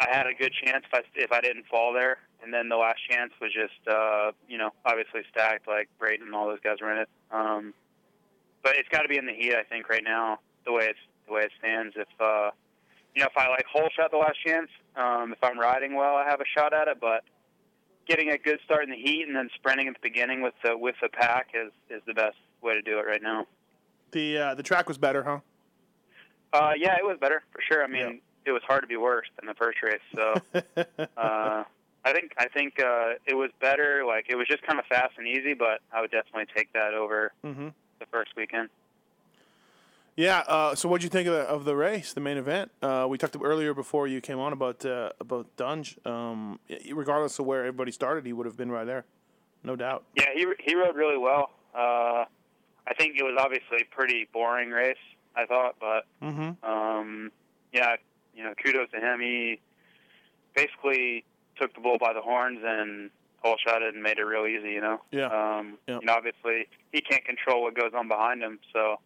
Speaker 11: I had a good chance if I if I didn't fall there. And then the last chance was just uh, you know obviously stacked like Brayton and all those guys were in it. Um, but it's got to be in the heat, I think, right now the way it's the way it stands. If uh, you know, if I like hole shot the last chance, um, if I'm riding well, I have a shot at it. But getting a good start in the heat and then sprinting at the beginning with the with the pack is is the best way to do it right now.
Speaker 4: The uh, the track was better, huh?
Speaker 11: Uh, yeah, it was better for sure. I mean, it was hard to be worse than the first race. So uh, I think I think uh, it was better. Like it was just kind of fast and easy, but I would definitely take that over
Speaker 4: Mm-hmm.
Speaker 11: the first weekend.
Speaker 4: Yeah. Uh, so, what'd you think of the, of the race, the main event? Uh, we talked earlier before you came on about uh, about Dunge. Um, y- regardless of where everybody started, he would have been right there, no doubt.
Speaker 11: Yeah, he he rode really well. Uh, I think it was obviously a pretty boring race. I thought, but
Speaker 4: Mm-hmm.
Speaker 11: Um, yeah, you know, kudos to him. He basically took the bull by the horns and hole shot it and made it real easy. You know.
Speaker 4: Yeah.
Speaker 11: Um, You know, obviously he can't control what goes on behind him, so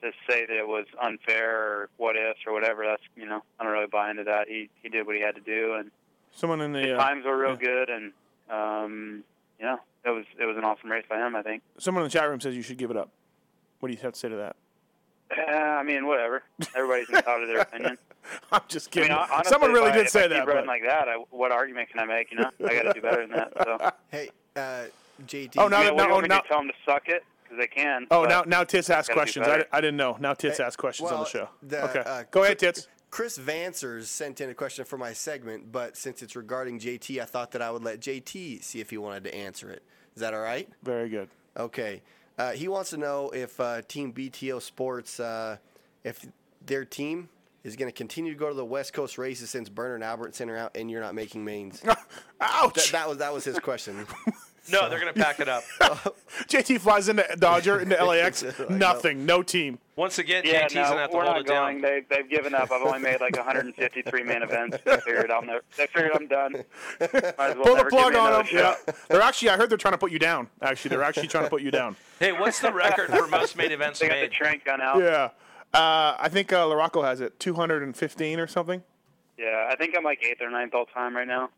Speaker 11: to say that it was unfair or what ifs or whatever, that's you know, I don't really buy into that. He he did what he had to do, and
Speaker 4: Someone in the uh,
Speaker 11: times were real good, and um, you know, it was it was an awesome race by him. I think.
Speaker 4: someone in the chat room says you should give it up. What do you have to say to that?
Speaker 11: Eh, I mean, whatever. Everybody's entitled to their opinion.
Speaker 4: I'm just
Speaker 11: I mean,
Speaker 4: kidding.
Speaker 11: hon- honestly,
Speaker 4: someone really
Speaker 11: if I,
Speaker 4: did
Speaker 11: if
Speaker 4: say
Speaker 11: I
Speaker 4: that.
Speaker 11: Keep running
Speaker 4: but-
Speaker 11: like that, I, what argument can I make? You know, I got to do better than that. So.
Speaker 6: Hey, uh, JD.
Speaker 4: Oh, now
Speaker 11: you know, what
Speaker 4: that- now-
Speaker 11: do you want
Speaker 4: oh,
Speaker 11: me
Speaker 4: now-
Speaker 11: to tell them to suck it because they can.
Speaker 4: oh,
Speaker 11: but
Speaker 4: now now Tits asked
Speaker 11: gotta do
Speaker 4: questions. I,
Speaker 11: better.
Speaker 4: di- I didn't know. Now Tits
Speaker 6: Hey,
Speaker 4: asked questions on
Speaker 6: well,
Speaker 4: the show.
Speaker 6: the,
Speaker 4: okay,
Speaker 6: uh,
Speaker 4: go ahead, Tits.
Speaker 6: Chris Vansers sent in a question for my segment, but since it's regarding JT, I thought that I would let JT see if he wanted to answer it. Is that all right?
Speaker 4: Very good.
Speaker 6: Okay. Uh, he wants to know if uh, Team BTO Sports, uh, if their team is going to continue to go to the West Coast races since Berner and Albertson are out and you're not making mains.
Speaker 4: Ouch!
Speaker 6: That, that was that was his question.
Speaker 5: No, they're gonna pack it up.
Speaker 4: JT flies into Dodger into LAX. Nothing. No team.
Speaker 5: Once again,
Speaker 11: Yeah,
Speaker 5: JT's
Speaker 11: no,
Speaker 5: gonna have to
Speaker 11: we're
Speaker 5: hold
Speaker 11: not
Speaker 5: it down.
Speaker 11: going. They, they've given up. I've only made like 153 man events. They figured I'm never, They figured I'm done. Might as well
Speaker 4: Pull the
Speaker 11: never give
Speaker 4: plug
Speaker 11: me
Speaker 4: on
Speaker 11: another
Speaker 4: them. Yeah.
Speaker 11: shot.
Speaker 4: They're actually. I heard they're trying to put you down. Actually, they're actually trying to put you down.
Speaker 5: Hey, what's the record for most main events
Speaker 11: They got
Speaker 5: made?
Speaker 11: the trank gun out. Yeah.
Speaker 4: Yeah. Uh, I think uh, Larocco has it. 215 or something.
Speaker 11: I think I'm like eighth or ninth all time right now.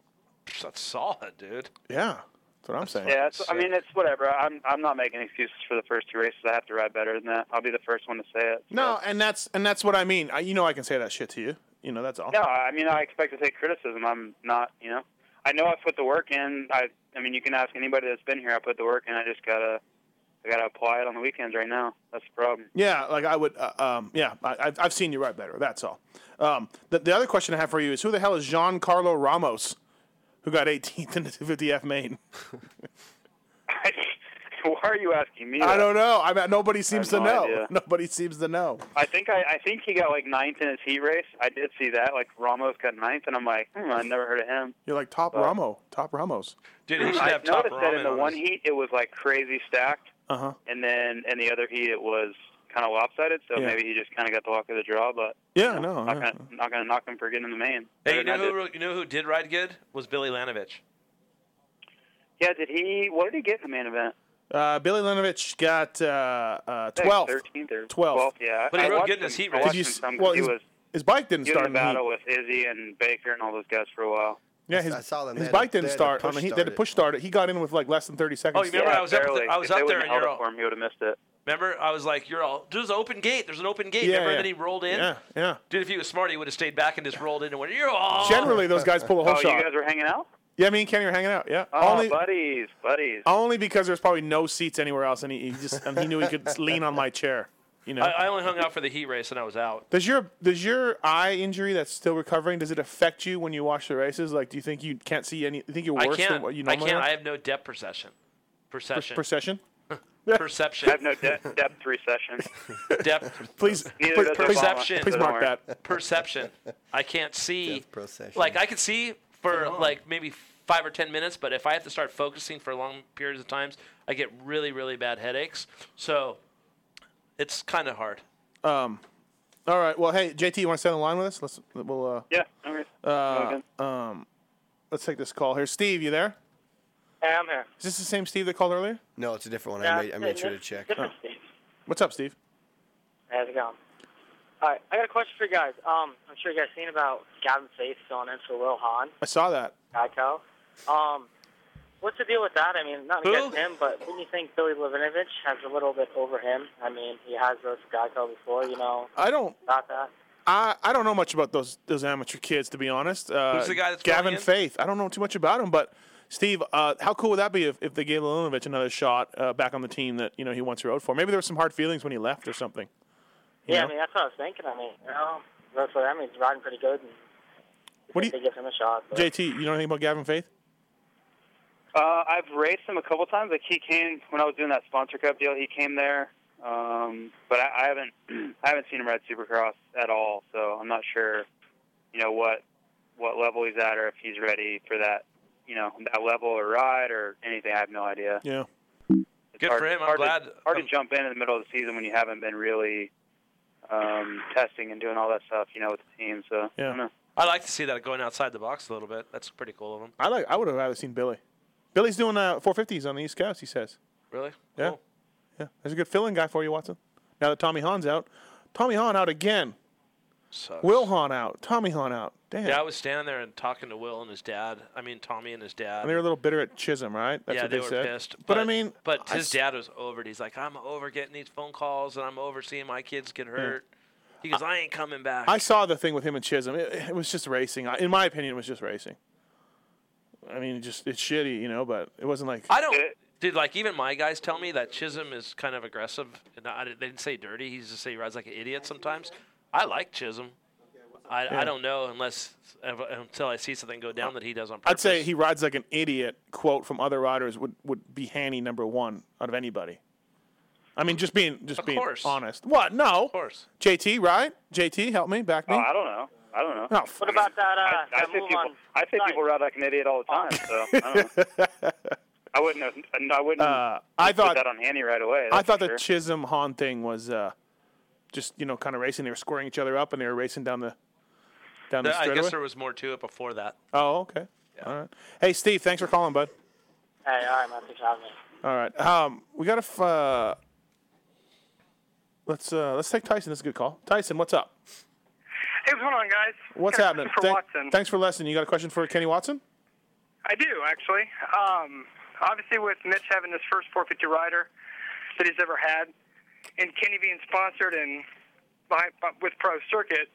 Speaker 5: That's solid, dude.
Speaker 4: Yeah. That's what I'm saying.
Speaker 11: Yeah, it's, I mean it's whatever. I'm I'm not making excuses for the first two races. I have to ride better than that. I'll be the first one to say it.
Speaker 4: No, and that's and that's what I mean. I, you know, I can say that shit to you. You know, that's all.
Speaker 11: No, I mean I expect to take criticism. I'm not, you know. I know I put the work in. I I mean you can ask anybody that's been here. I put the work in. I just gotta I gotta apply it on the weekends right now. That's the problem.
Speaker 4: Yeah, like I would. Uh, um, yeah, I, I've, I've seen you write better. That's all. Um, the, the other question I have for you is who the hell is Giancarlo Ramos, who got 18th in the 50F main?
Speaker 11: Why are you asking me?
Speaker 4: I
Speaker 11: that?
Speaker 4: don't know. I mean, nobody seems to
Speaker 11: no
Speaker 4: know.
Speaker 11: idea.
Speaker 4: Nobody seems to know.
Speaker 11: I think I, I think he got like ninth in his heat race. I did see that. Like Ramos got ninth, and I'm like, hmm, I never heard of him.
Speaker 4: You're like top
Speaker 11: But-
Speaker 4: Ramo, top Ramos.
Speaker 11: Uh, I noticed that in the one heat it was like crazy stacked,
Speaker 4: Uh huh.
Speaker 11: and then in the other heat it was kind of lopsided. So
Speaker 4: Yeah.
Speaker 11: maybe he just kind of got the luck of the draw. But
Speaker 4: Yeah, no.
Speaker 11: I'm not gonna, not gonna knock him for getting in the main.
Speaker 5: Hey,
Speaker 11: Better
Speaker 5: you
Speaker 11: than I
Speaker 5: know
Speaker 11: did.
Speaker 5: who re- you know who did ride good was Billy Lanovich.
Speaker 11: Yeah, did he? What did he get in the main event?
Speaker 4: Uh, Billy Lenovich got uh, uh,
Speaker 11: Like
Speaker 4: 12.
Speaker 11: 13th or
Speaker 4: 12.
Speaker 11: 12th, yeah. But he I rode watched good in his him- heat I race. watched
Speaker 4: Did you
Speaker 11: him
Speaker 4: s-
Speaker 11: some 'cause
Speaker 4: well,
Speaker 11: he
Speaker 4: his,
Speaker 11: was-
Speaker 4: his bike didn't
Speaker 11: he was
Speaker 4: start in
Speaker 11: in
Speaker 4: the heat.
Speaker 11: battle with Izzy and Baker and all those guys for a while.
Speaker 4: Yeah, his,
Speaker 11: I saw them.
Speaker 4: his
Speaker 11: They had
Speaker 4: bike
Speaker 11: to-
Speaker 4: didn't
Speaker 11: they had to
Speaker 4: start. on
Speaker 11: push
Speaker 4: the heat. They had to
Speaker 11: start it.
Speaker 4: push start it. He got in with like less than 30 seconds.
Speaker 5: Oh, you remember I was up
Speaker 11: barely.
Speaker 5: I was
Speaker 11: If they
Speaker 5: up there
Speaker 11: wouldn't
Speaker 5: and
Speaker 11: have
Speaker 5: you're
Speaker 11: held it
Speaker 5: all.
Speaker 11: for him, he would have missed it.
Speaker 5: Remember, I was like, "You're all there's an open gate. There's an open gate."
Speaker 4: Yeah,
Speaker 5: remember?
Speaker 4: yeah.
Speaker 5: And then he rolled in.
Speaker 4: Yeah, yeah.
Speaker 5: Dude, if he was smart, he would have stayed back and just rolled in and went, "You're all."
Speaker 4: Generally, those guys pull a whole
Speaker 11: oh,
Speaker 4: shot.
Speaker 11: you guys were hanging out?
Speaker 4: yeah, me and Kenny were hanging out. Yeah.
Speaker 11: Oh,
Speaker 4: only,
Speaker 11: buddies, buddies.
Speaker 4: only because there's probably no seats anywhere else, and he, he just and he knew he could lean on my chair. You know.
Speaker 5: I, I only hung out for the heat race and I was out.
Speaker 4: Does your does your eye injury that's still recovering does it affect you when you watch the races? Like, do you think you can't see any? Think you're
Speaker 5: I
Speaker 4: worse
Speaker 5: can't.
Speaker 4: than what you
Speaker 5: I
Speaker 4: normally
Speaker 5: can't. I
Speaker 4: are?
Speaker 5: have no depth perception. Perception.
Speaker 4: Procession.
Speaker 5: perception. I have
Speaker 11: no de- depth recession.
Speaker 5: depth.
Speaker 4: Please,
Speaker 5: Neither
Speaker 4: please,
Speaker 5: does
Speaker 4: please-
Speaker 5: perception.
Speaker 4: please mark that.
Speaker 5: Perception. I can't see. Like I can see for like maybe five or ten minutes, but if I have to start focusing for long periods of times, I get really, really bad headaches. So it's kind of hard.
Speaker 4: Um, all right. Well, hey, JT, you want to stay on the line with us? Let's. We'll. Uh,
Speaker 11: Yeah. All right.
Speaker 4: Uh, um, let's take this call here. Steve, you there?
Speaker 12: Hey, I'm here.
Speaker 4: Is this the same Steve that called earlier? Oh.
Speaker 6: No, it's a different one.
Speaker 12: Yeah,
Speaker 6: I made, I made sure to
Speaker 12: it's
Speaker 6: check.
Speaker 12: different Steve.
Speaker 4: What's up, Steve?
Speaker 12: How's it going? All right, I got a question for you guys. Um, I'm sure you guys seen about Gavin Faith filling in for Will Hahn,
Speaker 4: I saw that.
Speaker 12: Geico. Um, what's the deal with that? I mean, not
Speaker 4: Who?
Speaker 12: against him, but wouldn't you think Billy Levinovich has a little bit over him? I mean, he has roasted Geico before, you know.
Speaker 4: I don't.
Speaker 12: About that.
Speaker 4: I, I don't know much about those those amateur kids to be honest. Uh,
Speaker 5: Who's the guy that's
Speaker 4: Gavin
Speaker 5: filling in?
Speaker 4: Faith? I don't know too much about him, but Steve, uh, how cool would that be if, if they gave Lilinovich another shot uh, back on the team that you know he once rode for? Maybe there were some hard feelings when he left or something. You
Speaker 12: yeah,
Speaker 4: know?
Speaker 12: I mean, that's what I was thinking. I mean, you know, that's what I mean. He's riding pretty good, and
Speaker 4: What do
Speaker 12: they give him a shot. But.
Speaker 4: JT, you know anything about Gavin Faith?
Speaker 11: Uh, I've raced him a couple times. Like he came when I was doing that sponsor cup deal. He came there, um, but I, I haven't I haven't seen him ride Supercross at all. So I'm not sure, you know what what level he's at or if he's ready for that, you know that level or ride or anything. I have no idea.
Speaker 4: Yeah.
Speaker 11: It's
Speaker 5: Good
Speaker 11: hard,
Speaker 5: for him. I'm
Speaker 11: hard
Speaker 5: glad-
Speaker 11: To, hard to jump in in the middle of the season when you haven't been really um, testing and doing all that stuff, you know, with the team. So I don't know.
Speaker 5: I like to see that going outside the box a little bit. That's pretty cool of him.
Speaker 4: I like. I would have rather seen Billy. Billy's doing uh, 450s on the East Coast. He says.
Speaker 5: Really?
Speaker 4: Yeah. Yeah. There's a good filling guy for you, Watson. Now that Tommy Hahn's out, Tommy Hahn out again.
Speaker 5: Sucks.
Speaker 4: Will Hahn out. Tommy Hahn out. Damn.
Speaker 5: Yeah, I was standing there and talking to Will and his dad. I mean, Tommy and his dad.
Speaker 4: and they were a little bitter at Chisholm, right? That's
Speaker 5: Uh, yeah,
Speaker 4: what
Speaker 5: they,
Speaker 4: they,
Speaker 5: were
Speaker 4: said.
Speaker 5: pissed.
Speaker 4: But, I mean,
Speaker 5: but
Speaker 4: I
Speaker 5: his
Speaker 4: s-
Speaker 5: dad was over it. He's like, I'm over getting these phone calls, and I'm over seeing my kids get hurt. He goes, I, ain't coming back.
Speaker 4: I saw the thing with him and Chisholm. It, it was just racing. I- In my opinion, it was just racing. I mean, it just it's shitty, you know. But it wasn't like
Speaker 5: I don't. Dude, like even my guys tell me that Chisholm is kind of aggressive, and I, didn't- they didn't say dirty. He's just say he rides like an idiot sometimes. I like Chisholm. I,
Speaker 4: Yeah.
Speaker 5: I don't know unless until I see something go down that he does on purpose.
Speaker 4: I'd say he rides like an idiot. Quote from other riders would would be Hanny number one out of anybody. I mean, just being just
Speaker 5: Of
Speaker 4: being
Speaker 5: course.
Speaker 4: honest. What? No. Of
Speaker 5: course.
Speaker 4: JT, right? JT, help me, back me. Oh,
Speaker 11: Oh, I don't know. I don't know.
Speaker 4: No, f- What about
Speaker 12: that? Uh,
Speaker 11: I, I say people, I say people ride like an idiot all the
Speaker 4: Oh.
Speaker 11: time. So I don't know. I wouldn't. Have, I wouldn't.
Speaker 4: Uh, I
Speaker 11: put
Speaker 4: thought-
Speaker 11: that on Handy right away.
Speaker 4: I
Speaker 11: that's
Speaker 4: thought
Speaker 11: for
Speaker 4: the
Speaker 11: sure.
Speaker 4: Chisholm Hahn thing was uh, just you know kind of racing. They were squaring each other up and they were racing down the down the,
Speaker 5: Th- I
Speaker 4: straightaway.
Speaker 5: guess there was more to it before that.
Speaker 4: Oh, okay. All right. Hey, Steve, thanks for calling, bud.
Speaker 12: Hey, all right, man. Thanks for having me.
Speaker 4: All right. Um, we got to. F- uh, let's uh, let's take Tyson. This is a good call. Tyson, what's up?
Speaker 13: Hey, what's going on, guys?
Speaker 4: What's
Speaker 13: Got a
Speaker 4: happening?
Speaker 13: question For
Speaker 4: Thank-
Speaker 13: Watson.
Speaker 4: Thanks for listening. You got a question for Kenny Watson?
Speaker 13: I do actually. Um, obviously, with Mitch having this first 450 rider that he's ever had, and Kenny being sponsored and by, by- with Pro Circuit,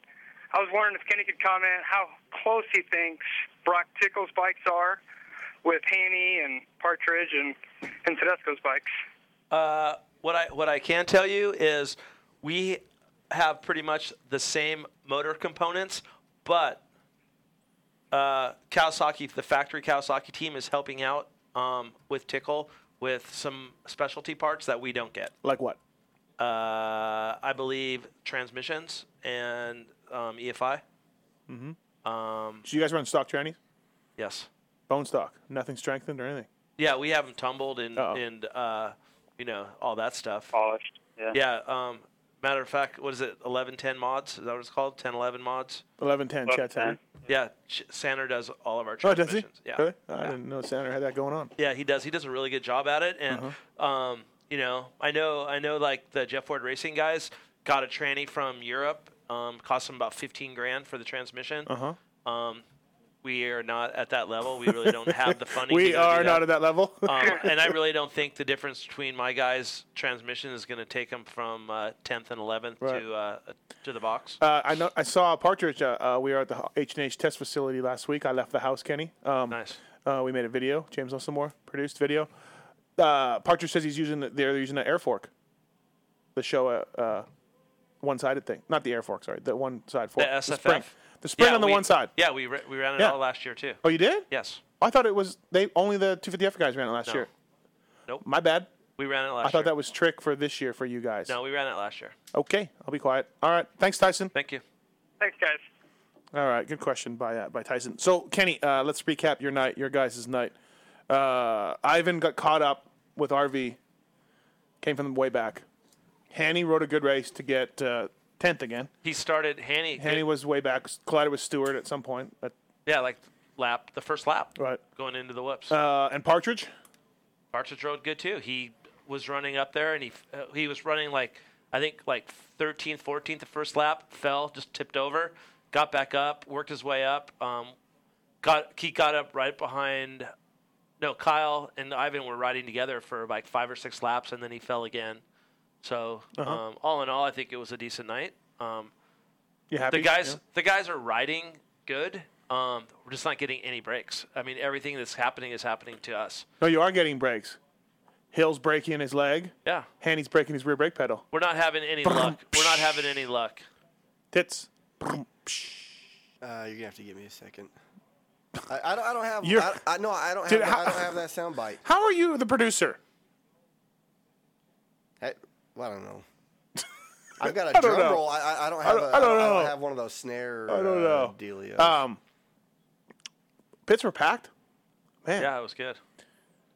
Speaker 13: I was wondering if Kenny could comment how close he thinks Brock Tickle's bikes are with Haney and Partridge and and Tedesco's bikes.
Speaker 5: Uh, what I what I can tell you is we have pretty much the same motor components, but uh, Kawasaki, the factory Kawasaki team, is helping out um, with Tickle with some specialty parts that we don't get.
Speaker 4: Like what?
Speaker 5: Uh, I believe transmissions and um, EFI.
Speaker 4: Mm-hmm.
Speaker 5: Um,
Speaker 4: So you guys run stock trannies?
Speaker 5: Yes.
Speaker 4: Bone stock. Nothing strengthened or anything.
Speaker 5: Yeah, we have them tumbled and
Speaker 4: Uh-oh.
Speaker 5: and uh, you know all that stuff.
Speaker 11: Polished. Yeah.
Speaker 5: Yeah. Um, matter of fact, what is it? Eleven ten mods? Is that what it's called? Ten eleven mods?
Speaker 4: Eleven ten. Chat's happy.
Speaker 5: Yeah. Ch- Sander does all of our
Speaker 4: Oh, does
Speaker 5: transmissions.
Speaker 4: he?
Speaker 5: Yeah.
Speaker 4: Really? I didn't know Sander had that going on.
Speaker 5: Yeah, he does. He does a really good job at it, and
Speaker 4: Uh-huh.
Speaker 5: um, you know, I know, I know, like the Jeff Ford Racing guys got a tranny from Europe. Um, cost them about fifteen grand for the transmission.
Speaker 4: Uh huh.
Speaker 5: Um, we are not at that level. We really don't have the funding. to
Speaker 4: we
Speaker 5: go do
Speaker 4: are
Speaker 5: that.
Speaker 4: not at that level.
Speaker 5: um, and I really don't think the difference between my guy's transmission is going to take him from uh, 10th and 11th
Speaker 4: Right.
Speaker 5: to uh, to the box.
Speaker 4: Uh, I know. I saw a partridge. Uh, uh, we were at the H and H test facility last week. I left the house, Kenny. Um,
Speaker 5: nice.
Speaker 4: Uh, we made a video. James Elsomore produced video. Uh, partridge says he's using. They're using an air fork. The show, uh, uh, one-sided thing. Not the air fork. Sorry, the one-side fork.
Speaker 5: The SFF.
Speaker 4: spring. The spring
Speaker 5: Yeah,
Speaker 4: on the
Speaker 5: we-
Speaker 4: one side.
Speaker 5: Yeah, we ra- we ran it
Speaker 4: Yeah.
Speaker 5: all last year too.
Speaker 4: Oh, you did?
Speaker 5: Yes.
Speaker 4: I thought it was they only the 250F guys ran it last
Speaker 5: No.
Speaker 4: year.
Speaker 5: Nope.
Speaker 4: My bad.
Speaker 5: We ran it
Speaker 4: I
Speaker 5: last
Speaker 4: thought
Speaker 5: year.
Speaker 4: that was trick for this year for you guys.
Speaker 5: No, we ran it last year.
Speaker 4: Okay, I'll be quiet. All right, thanks, Tyson.
Speaker 5: Thank you.
Speaker 13: Thanks, guys.
Speaker 4: All right, good question by uh, by Tyson. So Kenny, uh, let's recap your night, your guys' night. Uh, Ivan got caught up with RV, came from the way back. Hanny rode a good race to get uh, tenth again.
Speaker 5: He started Hanny.
Speaker 4: Hanny was way back, collided with Stewart at some point, but-
Speaker 5: Yeah, like lap the first lap.
Speaker 4: Right.
Speaker 5: Going into the whoops.
Speaker 4: uh, and Partridge.
Speaker 5: Partridge rode good too. He was running up there, and he uh, he was running like I think like 13th, 14th the first lap. Fell, just tipped over, got back up, worked his way up. Um, got he got up right behind. No, Kyle and Ivan were riding together for like five or six laps, and then he fell again. So
Speaker 4: Uh-huh.
Speaker 5: um, all in all, I think it was a decent night. Um,
Speaker 4: You happy?
Speaker 5: the guys,
Speaker 4: Yeah.
Speaker 5: the guys are riding good. Um, we're just not getting any breaks. I mean, everything that's happening is happening to us.
Speaker 4: No, you are getting breaks. Hill's breaking his leg.
Speaker 5: Yeah.
Speaker 4: Hanny's breaking his rear brake pedal.
Speaker 5: We're not having any luck. We're not having any luck.
Speaker 4: Tits.
Speaker 6: Uh, you're gonna have to give me a second. I, I, don't, I don't have.
Speaker 4: You're-
Speaker 6: I, I, no, I don't have.
Speaker 4: Dude,
Speaker 6: that-
Speaker 4: how-
Speaker 6: I don't have that sound bite.
Speaker 4: How are you the producer?
Speaker 6: I, well, I don't know. I've got a
Speaker 4: I don't
Speaker 6: drum
Speaker 4: know.
Speaker 6: roll. I, I, I don't
Speaker 4: I
Speaker 6: have.
Speaker 4: don't-
Speaker 6: a,
Speaker 4: I don't
Speaker 6: I
Speaker 4: know.
Speaker 6: don't have one of those snare.
Speaker 4: I don't
Speaker 6: uh,
Speaker 4: know.
Speaker 6: Dealio.
Speaker 4: Um, pits were packed. Man.
Speaker 5: Yeah, it was good.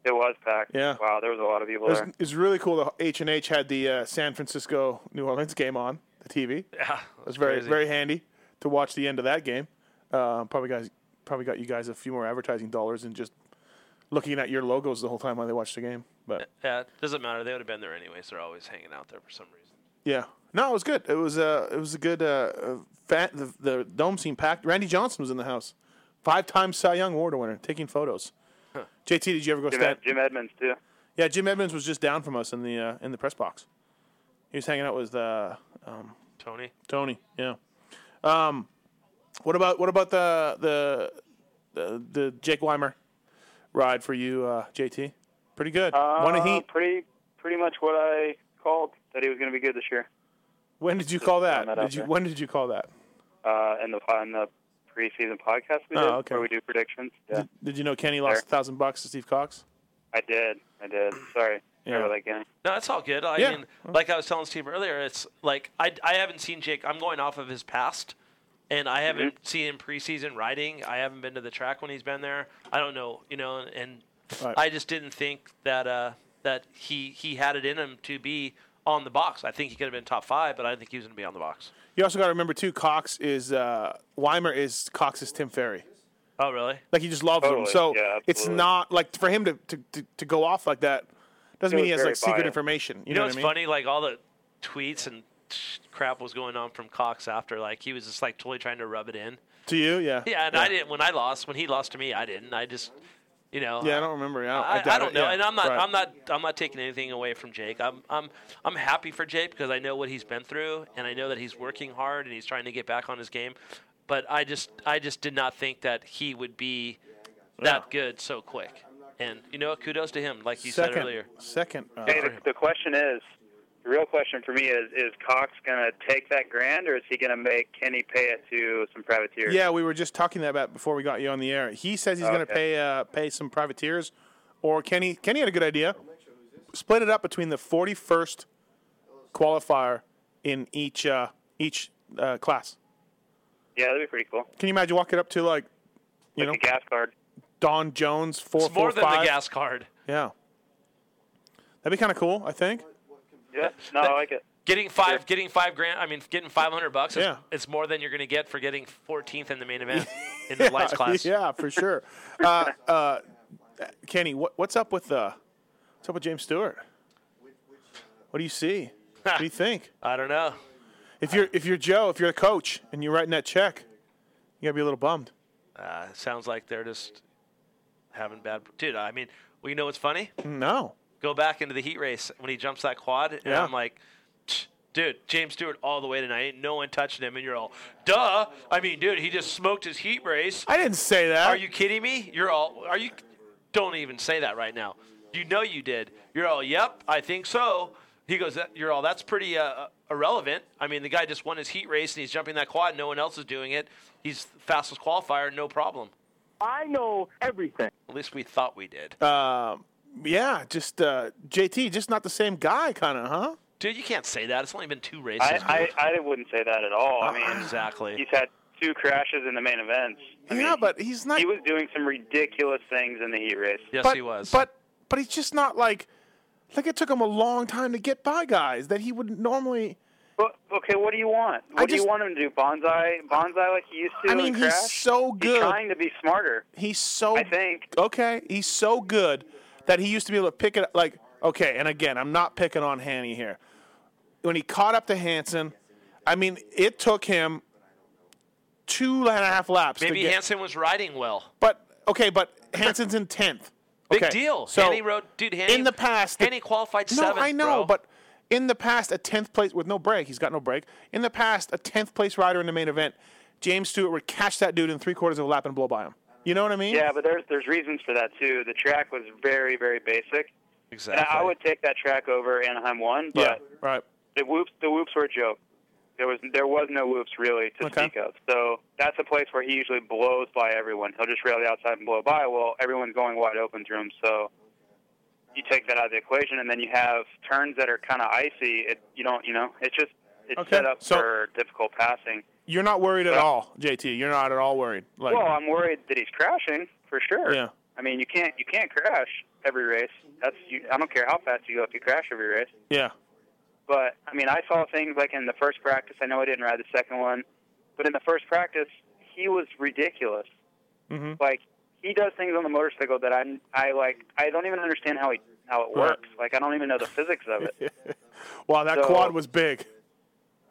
Speaker 11: It was packed.
Speaker 4: Yeah.
Speaker 11: Wow, there was a lot of people
Speaker 4: It was,
Speaker 11: there.
Speaker 4: it was really cool. The H and H had the uh, San Francisco New Orleans game on the TV.
Speaker 5: Yeah,
Speaker 4: it was very
Speaker 5: crazy.
Speaker 4: very handy to watch the end of that game. Uh, probably guys probably got you guys a few more advertising dollars than just looking at your logos the whole time while they watched the game. But
Speaker 5: Yeah, it doesn't matter. They would have been there anyways. They're always hanging out there for some reason.
Speaker 4: yeah, no, it was good. It was uh, it was a good. Uh, uh, fat, the, the dome seemed packed. Randy Johnson was in the house, five time Cy Young Award winner, taking photos.
Speaker 11: Huh.
Speaker 4: JT, did you ever go
Speaker 11: Jim,
Speaker 4: stand?
Speaker 11: Ed- Jim Edmonds too.
Speaker 4: Yeah, Jim Edmonds was just down from us in the uh, in the press box. He was hanging out with uh, um,
Speaker 5: Tony.
Speaker 4: Tony, yeah. Um, what about what about the the the, the Jake Weimer ride for you, uh, JT? Pretty good. Won a
Speaker 11: Uh,
Speaker 4: heat.
Speaker 11: Pretty, pretty much what I called that he was going to be good this year.
Speaker 4: When did you call that?
Speaker 11: throwing that out
Speaker 4: Did you,
Speaker 11: there.
Speaker 4: when did you call that?
Speaker 11: Uh, in the on the preseason podcast we
Speaker 4: Oh,
Speaker 11: did,
Speaker 4: okay.
Speaker 11: where we do predictions. Yeah,
Speaker 4: Did, did you know Kenny lost a thousand bucks to Steve Cox?
Speaker 11: I did. I did. Sorry.
Speaker 4: Yeah.
Speaker 11: Sorry about that game.
Speaker 5: No, that's all good. I
Speaker 4: Yeah.
Speaker 5: mean, like I was telling Steve earlier, it's like I, I haven't seen Jake. I'm going off of his past, and I haven't seen him preseason riding. I haven't been to the track when he's been there. I don't know, you know, and
Speaker 4: Right.
Speaker 5: I just didn't think that uh, that he he had it in him to be on the box. I think he could have been top five, but I didn't think he was going to be on the box.
Speaker 4: You also got to remember too. Cox is uh, Weimer is Cox's Tim Ferry.
Speaker 5: Oh, really?
Speaker 4: Like he just loves him.
Speaker 5: Totally.
Speaker 4: So
Speaker 5: Yeah,
Speaker 4: it's
Speaker 5: absolutely.
Speaker 4: not like for him to, to, to, to go off like that doesn't
Speaker 5: It
Speaker 4: mean
Speaker 5: was
Speaker 4: he has
Speaker 5: very
Speaker 4: like secret
Speaker 5: biased.
Speaker 4: information. You,
Speaker 5: know,
Speaker 4: know,
Speaker 5: it's
Speaker 4: what I mean?
Speaker 5: funny, like all the tweets and crap was going on from Cox after. Like he was just like totally trying to rub it in.
Speaker 4: To you, yeah.
Speaker 5: Yeah, and I didn't when I lost. When he lost to me, I didn't. I just, you know.
Speaker 4: Yeah, I don't remember. Yeah, I,
Speaker 5: I,
Speaker 4: doubt
Speaker 5: I don't
Speaker 4: it.
Speaker 5: know,
Speaker 4: Yeah,
Speaker 5: and I'm not,
Speaker 4: right.
Speaker 5: I'm not, I'm not taking anything away from Jake. I'm, I'm, I'm happy for Jake because I know what he's been through, and I know that he's working hard and he's trying to get back on his game. But I just, I just did not think that he would be that good so quick. And you know, what? kudos to him, like you
Speaker 4: second,
Speaker 5: said earlier.
Speaker 4: Second. uh,
Speaker 11: Hey, the, the question is, the real question for me is: Is Cox going to take that grand, or is he going to make Kenny pay it to some privateers?
Speaker 4: yeah, we were just talking that about before we got you on the air. He says he's going to
Speaker 11: Okay.
Speaker 4: pay uh, pay some privateers, or Kenny. Kenny had a good idea. split it up between the 41st qualifier in each uh, each uh, class.
Speaker 11: Yeah, that'd be pretty cool.
Speaker 4: Can you imagine walking up to like, you know,
Speaker 11: The gas card.
Speaker 4: Don Jones four
Speaker 5: It's more
Speaker 4: four,
Speaker 5: than the
Speaker 4: five?
Speaker 5: gas card.
Speaker 4: Yeah, that'd be kind of cool. I think.
Speaker 11: Yeah. No, I like it.
Speaker 5: Getting five, getting five grand. I mean, getting five hundred bucks. Is,
Speaker 4: Yeah.
Speaker 5: it's more than you're going to get for getting 14th in the main event in the lights class.
Speaker 4: Yeah, for sure. uh, uh, Kenny, what, what's up with uh, what's up with James Stewart? What do you see? what do you think?
Speaker 5: I don't know.
Speaker 4: If you're if you're Joe, if you're a coach and you're writing that check, you gotta be a little bummed.
Speaker 5: Uh, it sounds like they're just having bad. Dude, I mean, well, you know what's funny?
Speaker 4: Mm, No.
Speaker 5: Go back into the heat race when he jumps that quad, and
Speaker 4: Yeah.
Speaker 5: I'm like, "Tch, dude, James Stewart all the way tonight. Ain't no one touching him, and you're all, duh. I mean, dude, he just smoked his heat race.
Speaker 4: I didn't say that.
Speaker 5: Are you kidding me? You're all, are you? Don't even say that right now. You know you did. You're all, yep, I think so. He goes, "That- you're all, that's pretty uh, irrelevant. I mean, the guy just won his heat race and he's jumping that quad. No one else is doing it. He's the fastest qualifier, no problem.
Speaker 14: I
Speaker 11: Oh,
Speaker 14: know everything.
Speaker 5: At least we thought we did.
Speaker 4: Um, yeah, just uh, JT, just not the same guy, kind of, huh?
Speaker 5: Dude, you can't say that. It's only been two races.
Speaker 11: I, I, I wouldn't say that at all. I mean,
Speaker 5: Uh, exactly.
Speaker 11: He's had two crashes in the main events. I
Speaker 4: yeah, but he's not.
Speaker 11: He was doing some ridiculous things in the heat race.
Speaker 5: Yes,
Speaker 4: but, But but he's just not like like it took him a long time to get by guys that he would normally.
Speaker 11: But okay, what do you want? What do you want him to do? Bonsai, bonsai like he used to.
Speaker 4: I mean,
Speaker 11: and
Speaker 4: he's
Speaker 11: crash?
Speaker 4: so good.
Speaker 11: He's trying to be smarter.
Speaker 4: He's so I think okay. He's so good that he used to be able to pick it up. Like okay, and again, I'm not picking on Hanny here. When he caught up to Hanson, I mean, it took him two and a half laps.
Speaker 5: Maybe
Speaker 4: to get,
Speaker 5: Hansen was riding well.
Speaker 4: But okay, but Hanson's in tenth.
Speaker 5: Big
Speaker 4: Okay,
Speaker 5: deal.
Speaker 4: So
Speaker 5: Hanny rode, dude, Hanny,
Speaker 4: in the past, the-
Speaker 5: Hanny qualified
Speaker 4: no,
Speaker 5: seventh.
Speaker 4: I know,
Speaker 5: bro.
Speaker 4: but in the past, a tenth place with no break. He's got no break. In the past, a tenth place rider in the main event, James Stewart would catch that dude in three quarters of a lap and blow by him. You know what I mean?
Speaker 11: Yeah, but there's there's reasons for that too. The track was very very basic.
Speaker 5: Exactly.
Speaker 11: And I would take that track over Anaheim one, but
Speaker 4: yeah, right.
Speaker 11: the whoops the whoops were a joke. There was there was no whoops really to
Speaker 4: Okay.
Speaker 11: speak of. So that's a place where he usually blows by everyone. He'll just rail the outside and blow by. Well, everyone's going wide open through him, so you take that out of the equation, and then you have turns that are kind of icy. It you don't you know it's just it's
Speaker 4: Okay,
Speaker 11: set up
Speaker 4: so-
Speaker 11: for difficult passing.
Speaker 4: You're not worried at all, JT. You're not at all worried. Like,
Speaker 11: well, I'm worried that he's crashing for sure.
Speaker 4: Yeah.
Speaker 11: I mean, you can't you can't crash every race. That's you, I don't care how fast you go if you crash every race.
Speaker 4: yeah.
Speaker 11: But I mean, I saw things like in the first practice. I know I didn't ride the second one, but in the first practice, he was ridiculous.
Speaker 4: Mm-hmm.
Speaker 11: Like he does things on the motorcycle that I I like I don't even understand how he how it
Speaker 4: Right.
Speaker 11: works. Like I don't even know the physics of it.
Speaker 4: Wow, that
Speaker 11: So-
Speaker 4: quad was big.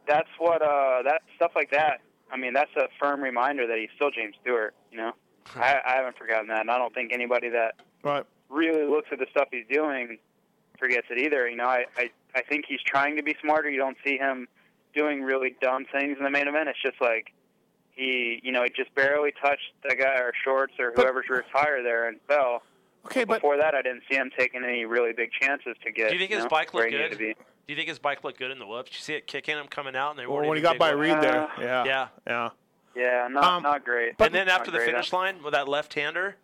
Speaker 11: That's what uh that stuff like that. I mean, that's a firm reminder that he's still James Stewart. You know, I, I haven't forgotten that, and I don't think anybody that
Speaker 4: Right.
Speaker 11: really looks at the stuff he's doing forgets it either. You know, I, I, I think he's trying to be smarter. You don't see him doing really dumb things in the main event. It's just like he, you know, he just barely touched the guy or shorts or whoever's rear tire there and fell.
Speaker 4: Okay,
Speaker 11: but before that, I didn't see him taking any really big chances to get.
Speaker 5: Do you think
Speaker 11: you
Speaker 5: his
Speaker 11: know,
Speaker 5: bike
Speaker 11: where
Speaker 5: looked
Speaker 11: he needed
Speaker 5: good?
Speaker 11: to be.
Speaker 5: Do you think his bike looked good in the whoops? You see it kicking him coming out, and they
Speaker 4: Or
Speaker 5: weren't
Speaker 4: when he
Speaker 5: even
Speaker 4: got
Speaker 5: big
Speaker 4: by
Speaker 5: whoops?
Speaker 4: Reed there.
Speaker 11: Uh,
Speaker 4: Yeah. Yeah.
Speaker 11: Yeah, not
Speaker 4: Um,
Speaker 11: not great.
Speaker 5: and then after
Speaker 11: Not
Speaker 5: the
Speaker 11: great.
Speaker 5: finish line with that left hander,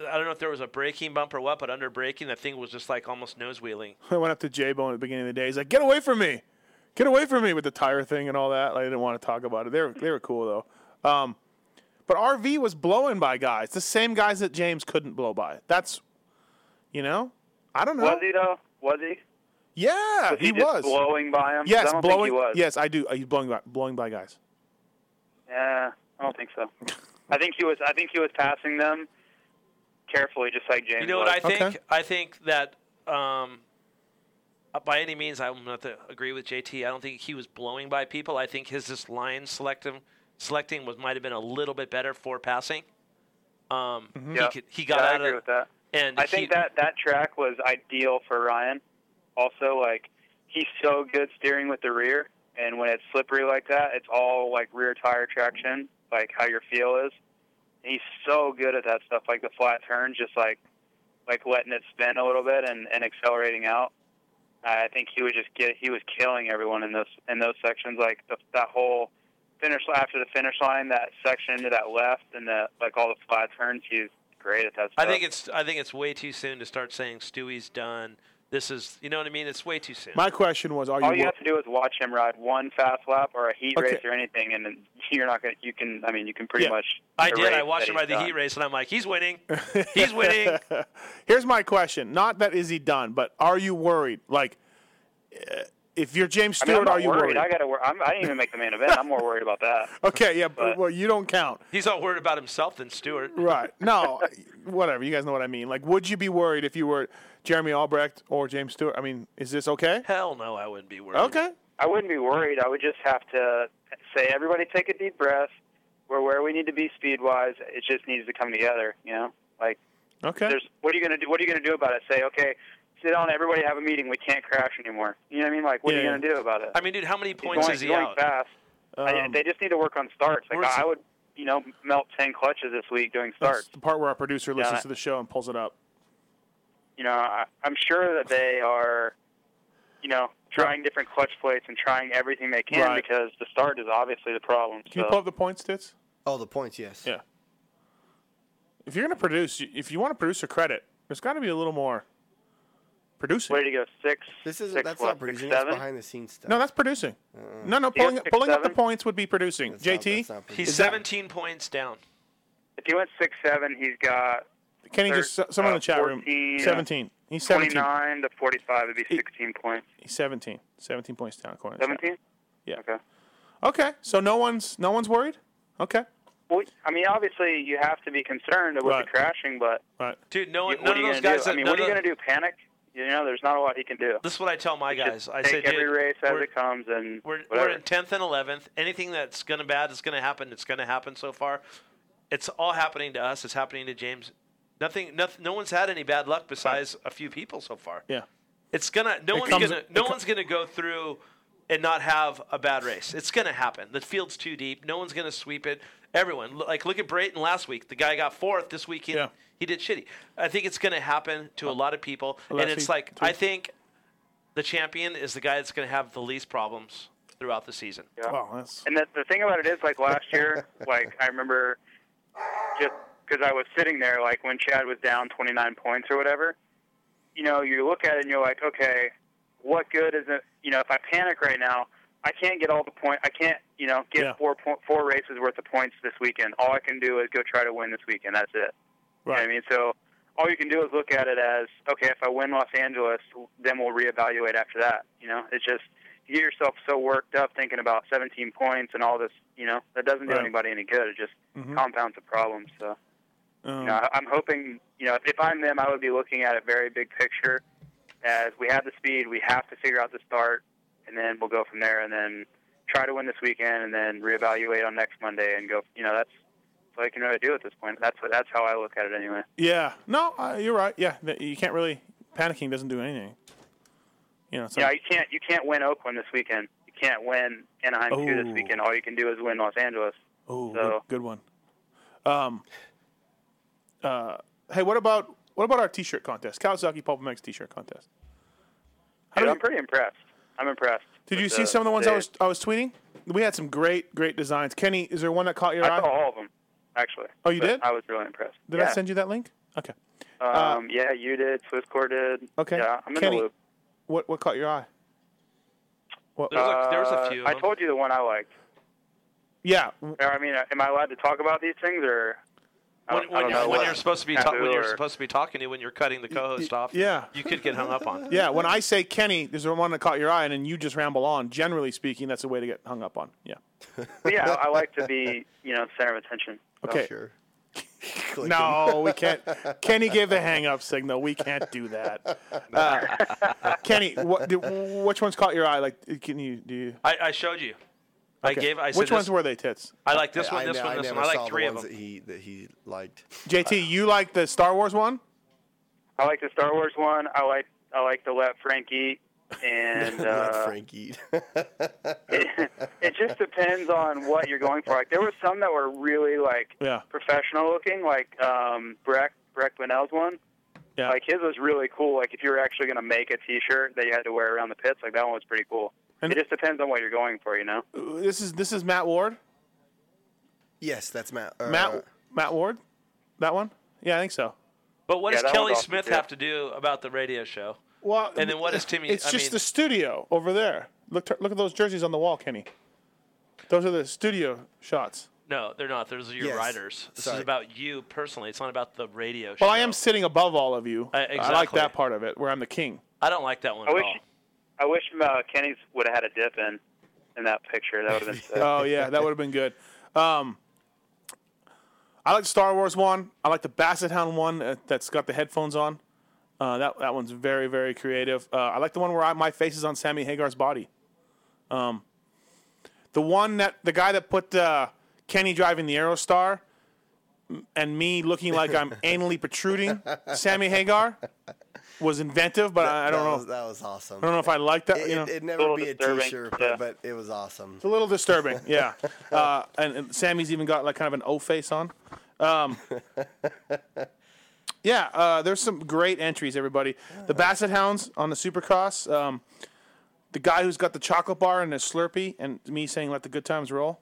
Speaker 5: I don't know if there was a braking bump or what, but under braking, that thing was just like almost nose wheeling.
Speaker 4: I went up to J Bone at the beginning of the day. He's like, "Get away from me! Get away from me!" With the tire thing and all that. Like, I didn't want to talk about it. They were they were cool though. Um, but RV was blowing by guys, the same guys that James couldn't blow by. That's, you know, I don't know.
Speaker 11: Was he though? Was he?
Speaker 4: Yeah,
Speaker 11: Was he just
Speaker 4: was
Speaker 11: blowing by 'em? 'Cause
Speaker 4: Yes,
Speaker 11: I don't think he
Speaker 4: blowing.
Speaker 11: was.
Speaker 4: Yes, I do. He's blowing by, blowing by guys.
Speaker 11: Yeah, I don't think so. I think he was. I think he was passing them carefully, just like James.
Speaker 5: You know what I
Speaker 11: was.
Speaker 5: think? I think that um, uh, by any means, I'm not to agree with JT. I don't think he was blowing by people. I think his this line selecting selecting was might have been a little bit better for passing. Um,
Speaker 11: Mm-hmm. Yeah.
Speaker 5: he, could, he got
Speaker 11: Yeah,
Speaker 5: out
Speaker 11: I agree
Speaker 5: of
Speaker 11: with that.
Speaker 5: and
Speaker 11: I think
Speaker 5: he-
Speaker 11: that that track was ideal for Ryan. Also, like he's so good steering with the rear, and when it's slippery like that, it's all like rear tire traction, like how your feel is. And he's so good at that stuff, like the flat turns, just like like letting it spin a little bit and, and accelerating out. I think he was just get he was killing everyone in those in those sections, like the, that whole finish after the finish line, that section to that left, and the like all the flat turns. He's great at that stuff.
Speaker 5: I think it's I think it's way too soon to start saying Stewie's done. This is you know what I mean. It's way too soon.
Speaker 4: My question was, are
Speaker 11: all
Speaker 4: you?
Speaker 11: you have to do is watch him ride one fast lap or a heat
Speaker 5: Okay.
Speaker 11: race or anything, and then you're not gonna. You can. I mean, you can pretty
Speaker 4: Yeah.
Speaker 11: much.
Speaker 5: I did.
Speaker 11: erase
Speaker 5: I watched
Speaker 11: that
Speaker 5: him ride the
Speaker 11: he's
Speaker 5: heat
Speaker 11: done.
Speaker 5: race, and I'm like, he's winning. He's winning.
Speaker 4: Here's my question: Not that is he done, but are you worried? Like, eh, if you're James
Speaker 11: I mean,
Speaker 4: Stewart,
Speaker 11: I'm not
Speaker 4: are you
Speaker 11: worried.
Speaker 4: worried?
Speaker 11: I gotta. wor- I'm, I didn't even make the main event. I'm more worried about that.
Speaker 4: okay, yeah, but, well, you don't count,
Speaker 5: He's all worried about himself than Stewart.
Speaker 4: right? No, whatever. You guys know what I mean. Like, would you be worried if you were Jeremy Albrecht or James Stewart? I mean, is this okay?
Speaker 5: Hell no, I wouldn't be worried.
Speaker 4: Okay.
Speaker 11: I wouldn't be worried. I would just have to say, everybody take a deep breath. We're where we need to be speed wise. It just needs to come together. You know, like
Speaker 4: Oh, okay.
Speaker 11: there's what are you gonna do? What are you gonna do about it? Say, okay, sit down. Everybody have a meeting. We can't crash anymore. You know what I mean? Like, what are you
Speaker 5: Yeah.
Speaker 11: gonna do about it?
Speaker 5: I mean, dude, how many
Speaker 11: He's
Speaker 5: points
Speaker 11: going,
Speaker 5: is he
Speaker 11: he's going
Speaker 5: out?
Speaker 11: Fast.
Speaker 4: Um,
Speaker 11: I, they just need to work on starts. Like
Speaker 4: Where's-
Speaker 11: I would, you know, melt ten clutches this week doing
Speaker 4: That's
Speaker 11: starts.
Speaker 4: the part where our producer
Speaker 11: Yeah,
Speaker 4: listens
Speaker 11: I-
Speaker 4: to the show and pulls it up.
Speaker 11: You know, I, I'm sure that they are, you know, trying different clutch plates and trying everything they can
Speaker 4: Right.
Speaker 11: because the start is obviously the problem.
Speaker 4: Can
Speaker 11: so.
Speaker 4: you pull up the points, Tits?
Speaker 6: Oh, the points, yes.
Speaker 4: Yeah. If you're gonna produce, if you want to produce a credit, there's got to be a little more producing.
Speaker 11: Where did he go? Six.
Speaker 6: This isn't.
Speaker 11: six,
Speaker 6: that's
Speaker 11: what,
Speaker 6: not
Speaker 11: six,
Speaker 6: producing. That's
Speaker 11: seven?
Speaker 6: behind the scenes stuff.
Speaker 4: No, that's producing. No, no,
Speaker 11: You got
Speaker 4: pulling,
Speaker 11: Mm. six,
Speaker 4: pulling up the
Speaker 11: seven?
Speaker 4: points would be producing. JT,
Speaker 5: He's
Speaker 4: is that-
Speaker 5: 17 points down.
Speaker 11: If he went six seven, he's got
Speaker 4: Kenny, just
Speaker 11: thir-
Speaker 4: someone in
Speaker 11: uh,
Speaker 4: the chat
Speaker 11: 14,
Speaker 4: room. Seventeen. He's seventeen.
Speaker 11: 29 to forty five. It'd be sixteen points.
Speaker 4: He's seventeen. Seventeen points down. According to the chat.
Speaker 11: Seventeen.
Speaker 4: Yeah.
Speaker 11: Okay.
Speaker 4: Okay. So no one's no one's worried. Okay.
Speaker 11: Well, I mean, obviously you have to be concerned with
Speaker 4: Right.
Speaker 11: the crashing, but
Speaker 4: Right.
Speaker 5: Dude, no one, none
Speaker 11: you- what
Speaker 5: of
Speaker 11: are you
Speaker 5: those
Speaker 11: going to do?
Speaker 5: guys.
Speaker 11: I mean,
Speaker 5: none
Speaker 11: what are you
Speaker 5: of-
Speaker 11: going to do? Panic? You know, there's not a lot he can do.
Speaker 5: This is what I tell my guys. I
Speaker 11: Take
Speaker 5: say,
Speaker 11: every
Speaker 5: dude,
Speaker 11: race as it comes, and
Speaker 5: we're,
Speaker 11: whatever.
Speaker 5: we're in 10th and 11th. Anything that's going to bad is going to happen. It's going to happen so far. It's all happening to us. It's happening to James. Nothing, nothing. No one's had any bad luck besides a few people so far.
Speaker 4: Yeah.
Speaker 5: It's gonna. No
Speaker 4: It
Speaker 5: one's
Speaker 4: comes-
Speaker 5: gonna.
Speaker 4: it
Speaker 5: No
Speaker 4: co-
Speaker 5: one's gonna go through and not have a bad race. It's gonna happen. The field's too deep. No one's gonna sweep it. Everyone, l- like look at Brayton last week. The guy got fourth. This week he, he did shitty. I think it's gonna happen to a lot of people.
Speaker 4: Well,
Speaker 5: and
Speaker 4: Oh. that's
Speaker 5: it's
Speaker 4: who-
Speaker 5: like I think the champion is the guy that's gonna have the least problems throughout the season.
Speaker 11: Yeah.
Speaker 4: Wow, that's...
Speaker 11: And the, the thing about it is, like last year, like I remember, just because I was sitting there, like when Chad was down 29 points or whatever, you know, you look at it and you're like, okay, what good is it? You know, if I panic right now, I can't get all the point. I can't, you know, get four point four races worth of points this weekend. All I can do is go try to win this weekend. That's it.
Speaker 4: Right.
Speaker 11: You know what I mean, so all you can do is look at it as, okay, if I win Los Angeles, then we'll reevaluate after that. You know, it's just you get yourself so worked up thinking about 17 points and all this. You know, that doesn't do
Speaker 4: Right.
Speaker 11: anybody any good. It just
Speaker 15: Mm-hmm.
Speaker 4: Mhm.
Speaker 11: compounds the problem. So,
Speaker 4: Um,
Speaker 11: you know, I- I'm hoping, you know, if I'm them, I would be looking at it very big picture. As we have the speed, we have to figure out the start, and then we'll go from there, and then try to win this weekend, and then reevaluate on next Monday, and go. You know, that's that's all I can really do at this point. That's what that's how I look at it anyway.
Speaker 4: yeah. No, uh, you're right. Yeah, that- you can't really. Panicking doesn't do anything. You know. It's
Speaker 11: yeah,
Speaker 4: like,
Speaker 11: you can't you can't win Oakland this weekend. You can't win Anaheim two
Speaker 4: Ooh.
Speaker 11: this weekend. All you can do is win Los Angeles.
Speaker 4: Oh, good,
Speaker 11: So-
Speaker 4: good one. Um, uh, hey, what about what about our T-shirt contest? Kawasaki Pulp Mix T-shirt contest.
Speaker 11: Dude, I'm pretty impressed. I'm impressed.
Speaker 4: Did
Speaker 11: with
Speaker 4: you see some of the ones I
Speaker 11: the-
Speaker 4: was I was tweeting? We had some great great designs. Kenny, is there one that caught your
Speaker 11: I
Speaker 4: eye?
Speaker 11: saw all of them, actually.
Speaker 4: Oh, you
Speaker 11: But
Speaker 4: did?
Speaker 11: I was really impressed.
Speaker 4: Did
Speaker 11: yeah.
Speaker 4: I send uh, you that link? Okay.
Speaker 11: Um, yeah, you did. Swisscore did.
Speaker 4: Okay.
Speaker 11: Yeah, I'm in
Speaker 4: Kenny,
Speaker 11: the loop.
Speaker 4: What what caught your eye? What?
Speaker 11: Uh, I told you the one I liked.
Speaker 4: yeah.
Speaker 11: Or, I mean, uh, am I allowed to talk about these things or? I
Speaker 5: When,
Speaker 11: don't- I
Speaker 5: when,
Speaker 11: don't
Speaker 5: you,
Speaker 11: know
Speaker 5: when
Speaker 11: what
Speaker 5: you're supposed to be ta-
Speaker 11: taboo
Speaker 5: when you're
Speaker 11: or-
Speaker 5: supposed to be talking to when you're cutting the co-host off,
Speaker 4: yeah.
Speaker 5: you could get hung up on.
Speaker 4: Yeah, when I say Kenny, there's one that caught your eye, and then you just ramble on. Generally speaking, that's a way to get hung up on. Yeah.
Speaker 11: But yeah, I I like to be, you know, center of attention. So.
Speaker 4: Okay. No, we can't. Kenny gave the hang up signal. We can't do that. Uh, Kenny, what, did, which ones caught your eye? Like, can you do? You,
Speaker 5: I, I showed you. I
Speaker 4: Okay.
Speaker 5: gave. I said
Speaker 4: which
Speaker 5: this-
Speaker 4: ones were they? Tits.
Speaker 5: I like this one,
Speaker 6: I
Speaker 5: this
Speaker 6: ne-
Speaker 5: one,
Speaker 6: I
Speaker 5: this
Speaker 6: never
Speaker 5: one. I
Speaker 6: saw
Speaker 5: like three
Speaker 6: the
Speaker 5: of
Speaker 6: ones
Speaker 5: them.
Speaker 6: That he that he liked.
Speaker 4: JT, you like the Star Wars one?
Speaker 11: I like the Star Wars one. I like I like the Let Frank Eat, and
Speaker 6: Let
Speaker 11: uh,
Speaker 6: Frank eat.
Speaker 11: it, it just depends on what you're going for. Like there were some that were really like
Speaker 4: Yeah.
Speaker 11: professional looking, like um, Breck Breck Linnell's one.
Speaker 4: Yeah.
Speaker 11: Like his was really cool. Like if you were actually going to make a T-shirt that you had to wear around the pits, like that one was pretty cool. it just depends on what you're going for, you know.
Speaker 4: Uh, This is this is Matt Ward.
Speaker 6: yes, that's Matt. uh,
Speaker 4: Matt Matt Ward, that one. Yeah, I think so.
Speaker 5: But what does
Speaker 4: Yeah, that
Speaker 5: Kelly
Speaker 4: one's awesome,
Speaker 5: Smith
Speaker 4: yeah.
Speaker 5: have to do about the radio show?
Speaker 4: Well,
Speaker 5: and then what does Timmy?
Speaker 4: It's
Speaker 5: I
Speaker 4: just
Speaker 5: mean,
Speaker 4: the studio over there. Look, look at those jerseys on the wall, Kenny. Those are the studio shots.
Speaker 5: no, they're not. Those are your
Speaker 4: Yes.
Speaker 5: writers. This
Speaker 4: Sorry.
Speaker 5: is about you personally. It's not about the radio show.
Speaker 4: Well, I am sitting above all of you.
Speaker 5: Uh,
Speaker 4: I like
Speaker 5: exactly.
Speaker 4: that part of it, where I'm the king.
Speaker 5: I don't like that one
Speaker 11: I
Speaker 5: at
Speaker 11: wish-
Speaker 5: all.
Speaker 11: I wish uh, Kenny's would have had a dip in in that picture. That would have been sick.
Speaker 4: oh yeah, that would have been good. Um, I like the Star Wars one. I like the Basset Hound one uh, that's got the headphones on. Uh, that that one's very very creative. Uh, I like the one where I, my face is on Sammy Hagar's body. Um, the one that the guy that put uh, Kenny driving the Aerostar m- and me looking like I'm anally protruding, Sammy Hagar was inventive, but I, I don't
Speaker 6: that
Speaker 4: know.
Speaker 6: Was, that was awesome.
Speaker 4: I don't know if I like that.
Speaker 6: It,
Speaker 4: you know,
Speaker 6: it, would never be a T-shirt, but- but it was awesome.
Speaker 4: It's a little disturbing, yeah. Uh, and, and Sammy's even got like kind of an O face on. Um, yeah, uh, there's some great entries, everybody. The Basset Hounds on the Supercross. Um, the guy who's got the chocolate bar and his Slurpee, and me saying "Let the good times roll."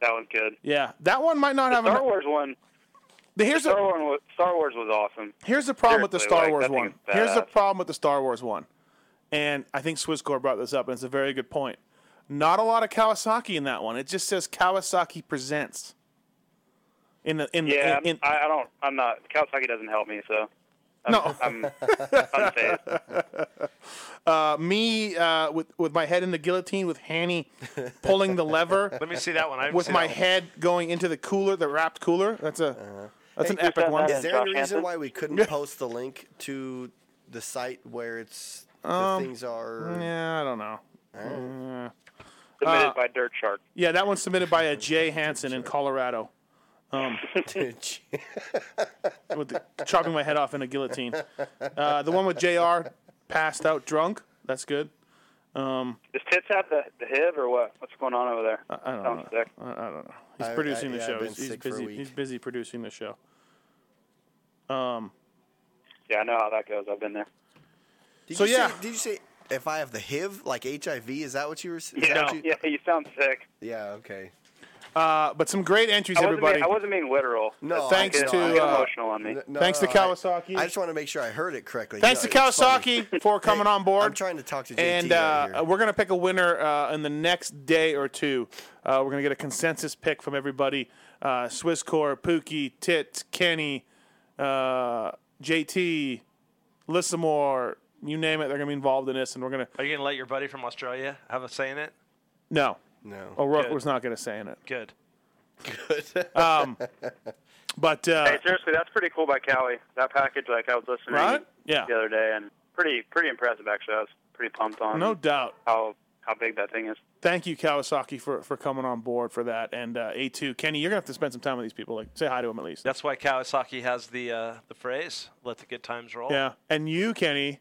Speaker 11: That one's good.
Speaker 4: Yeah, that one might not
Speaker 11: The
Speaker 4: have.
Speaker 11: Star
Speaker 4: an-
Speaker 11: Wars one.
Speaker 4: The- here's
Speaker 11: the
Speaker 4: the-
Speaker 11: Star, Wars was, Star Wars was awesome.
Speaker 4: Here's the problem with the
Speaker 11: Seriously,
Speaker 4: Star
Speaker 11: like,
Speaker 4: Wars
Speaker 11: that thing
Speaker 4: one.
Speaker 11: is
Speaker 4: Here's the
Speaker 11: badass.
Speaker 4: problem with the Star Wars one, and I think Swisscore brought this up, and it's a very good point. Not a lot of Kawasaki in that one. It just says Kawasaki presents. In the in
Speaker 11: yeah,
Speaker 4: the, in, in,
Speaker 11: I, I don't. I'm not. Kawasaki doesn't help me, so I'm,
Speaker 4: No.
Speaker 11: I'm, I'm safe.
Speaker 4: uh, me uh, with with my head in the guillotine with Hanny pulling the lever.
Speaker 5: Let me see that one. I haven't
Speaker 4: with
Speaker 5: seen
Speaker 4: my
Speaker 5: that one. Uh-huh.
Speaker 4: head going into the cooler, the wrapped cooler. That's a that's an
Speaker 6: Hey,
Speaker 4: epic one.
Speaker 6: Is there any reason why we couldn't post the link to the site where it's the
Speaker 4: Um,
Speaker 6: things are?
Speaker 4: Yeah, I don't know. Yeah.
Speaker 11: Submitted
Speaker 4: Uh,
Speaker 11: by Dirt Shark.
Speaker 4: yeah, that one's submitted by a Jay Hansen in Colorado. Um, with the, chopping my head off in a guillotine. Uh, the one with Jr. passed out drunk. That's good. Um,
Speaker 11: Is Tits at the, the hiv or what? What's going on over there?
Speaker 4: I don't
Speaker 11: Sounds
Speaker 4: know.
Speaker 11: sick.
Speaker 4: I, I don't know. He's
Speaker 11: I-
Speaker 4: producing
Speaker 11: I-
Speaker 4: the
Speaker 11: yeah, I've
Speaker 4: show.
Speaker 11: been
Speaker 4: He's, he's
Speaker 11: sick for a
Speaker 4: busy.
Speaker 11: week.
Speaker 4: He's busy producing the show. Um,
Speaker 11: Yeah, I know how that goes. I've been there.
Speaker 6: Did
Speaker 11: So,
Speaker 6: you
Speaker 11: yeah.
Speaker 6: Say, did you say if I have the HIV, like HIV, is that what you were? Is
Speaker 11: Yeah,
Speaker 6: that what you,
Speaker 11: yeah, you sound sick.
Speaker 6: yeah. Okay.
Speaker 4: uh, but some great entries,
Speaker 6: I wasn't
Speaker 4: everybody.
Speaker 6: being- I
Speaker 11: wasn't being literal.
Speaker 6: No,
Speaker 4: thanks
Speaker 6: I- no,
Speaker 4: to
Speaker 6: I-
Speaker 4: uh,
Speaker 6: No, no,
Speaker 4: thanks
Speaker 6: no,
Speaker 4: to
Speaker 6: I-
Speaker 4: Kawasaki.
Speaker 6: I, just want to make sure I heard it correctly.
Speaker 4: Thanks
Speaker 6: No,
Speaker 4: to
Speaker 6: it's funny.
Speaker 4: Kawasaki for coming on board.
Speaker 6: I'm trying to talk to JT.
Speaker 4: and
Speaker 6: over
Speaker 4: uh, we're gonna pick a winner uh, in the next day or two. Uh, we're gonna get a consensus pick from everybody: uh, Swisscore, Pookie, Tit, Kenny, uh, JT, Lissamore. You name it, they're gonna be involved in this, and we're gonna.
Speaker 5: Are you gonna let your buddy from Australia have a say in it?
Speaker 4: No,
Speaker 6: no.
Speaker 4: O'Rourke
Speaker 5: Good.
Speaker 4: was not gonna say in it.
Speaker 5: Good.
Speaker 6: Good.
Speaker 4: um, but uh,
Speaker 11: hey, seriously, that's pretty cool by Cali. That package, like I was listening
Speaker 4: Right? Yeah.
Speaker 11: the other day, and pretty pretty impressive actually. I was pretty pumped on
Speaker 4: no doubt.
Speaker 11: how how big that thing is.
Speaker 4: Thank you, Kawasaki, for, for coming on board for that. And uh, A2, Kenny, you're gonna have to spend some time with these people. Like, say hi to them at least.
Speaker 5: That's why Kawasaki has the uh, the phrase "Let the good times roll."
Speaker 4: Yeah, and you, Kenny,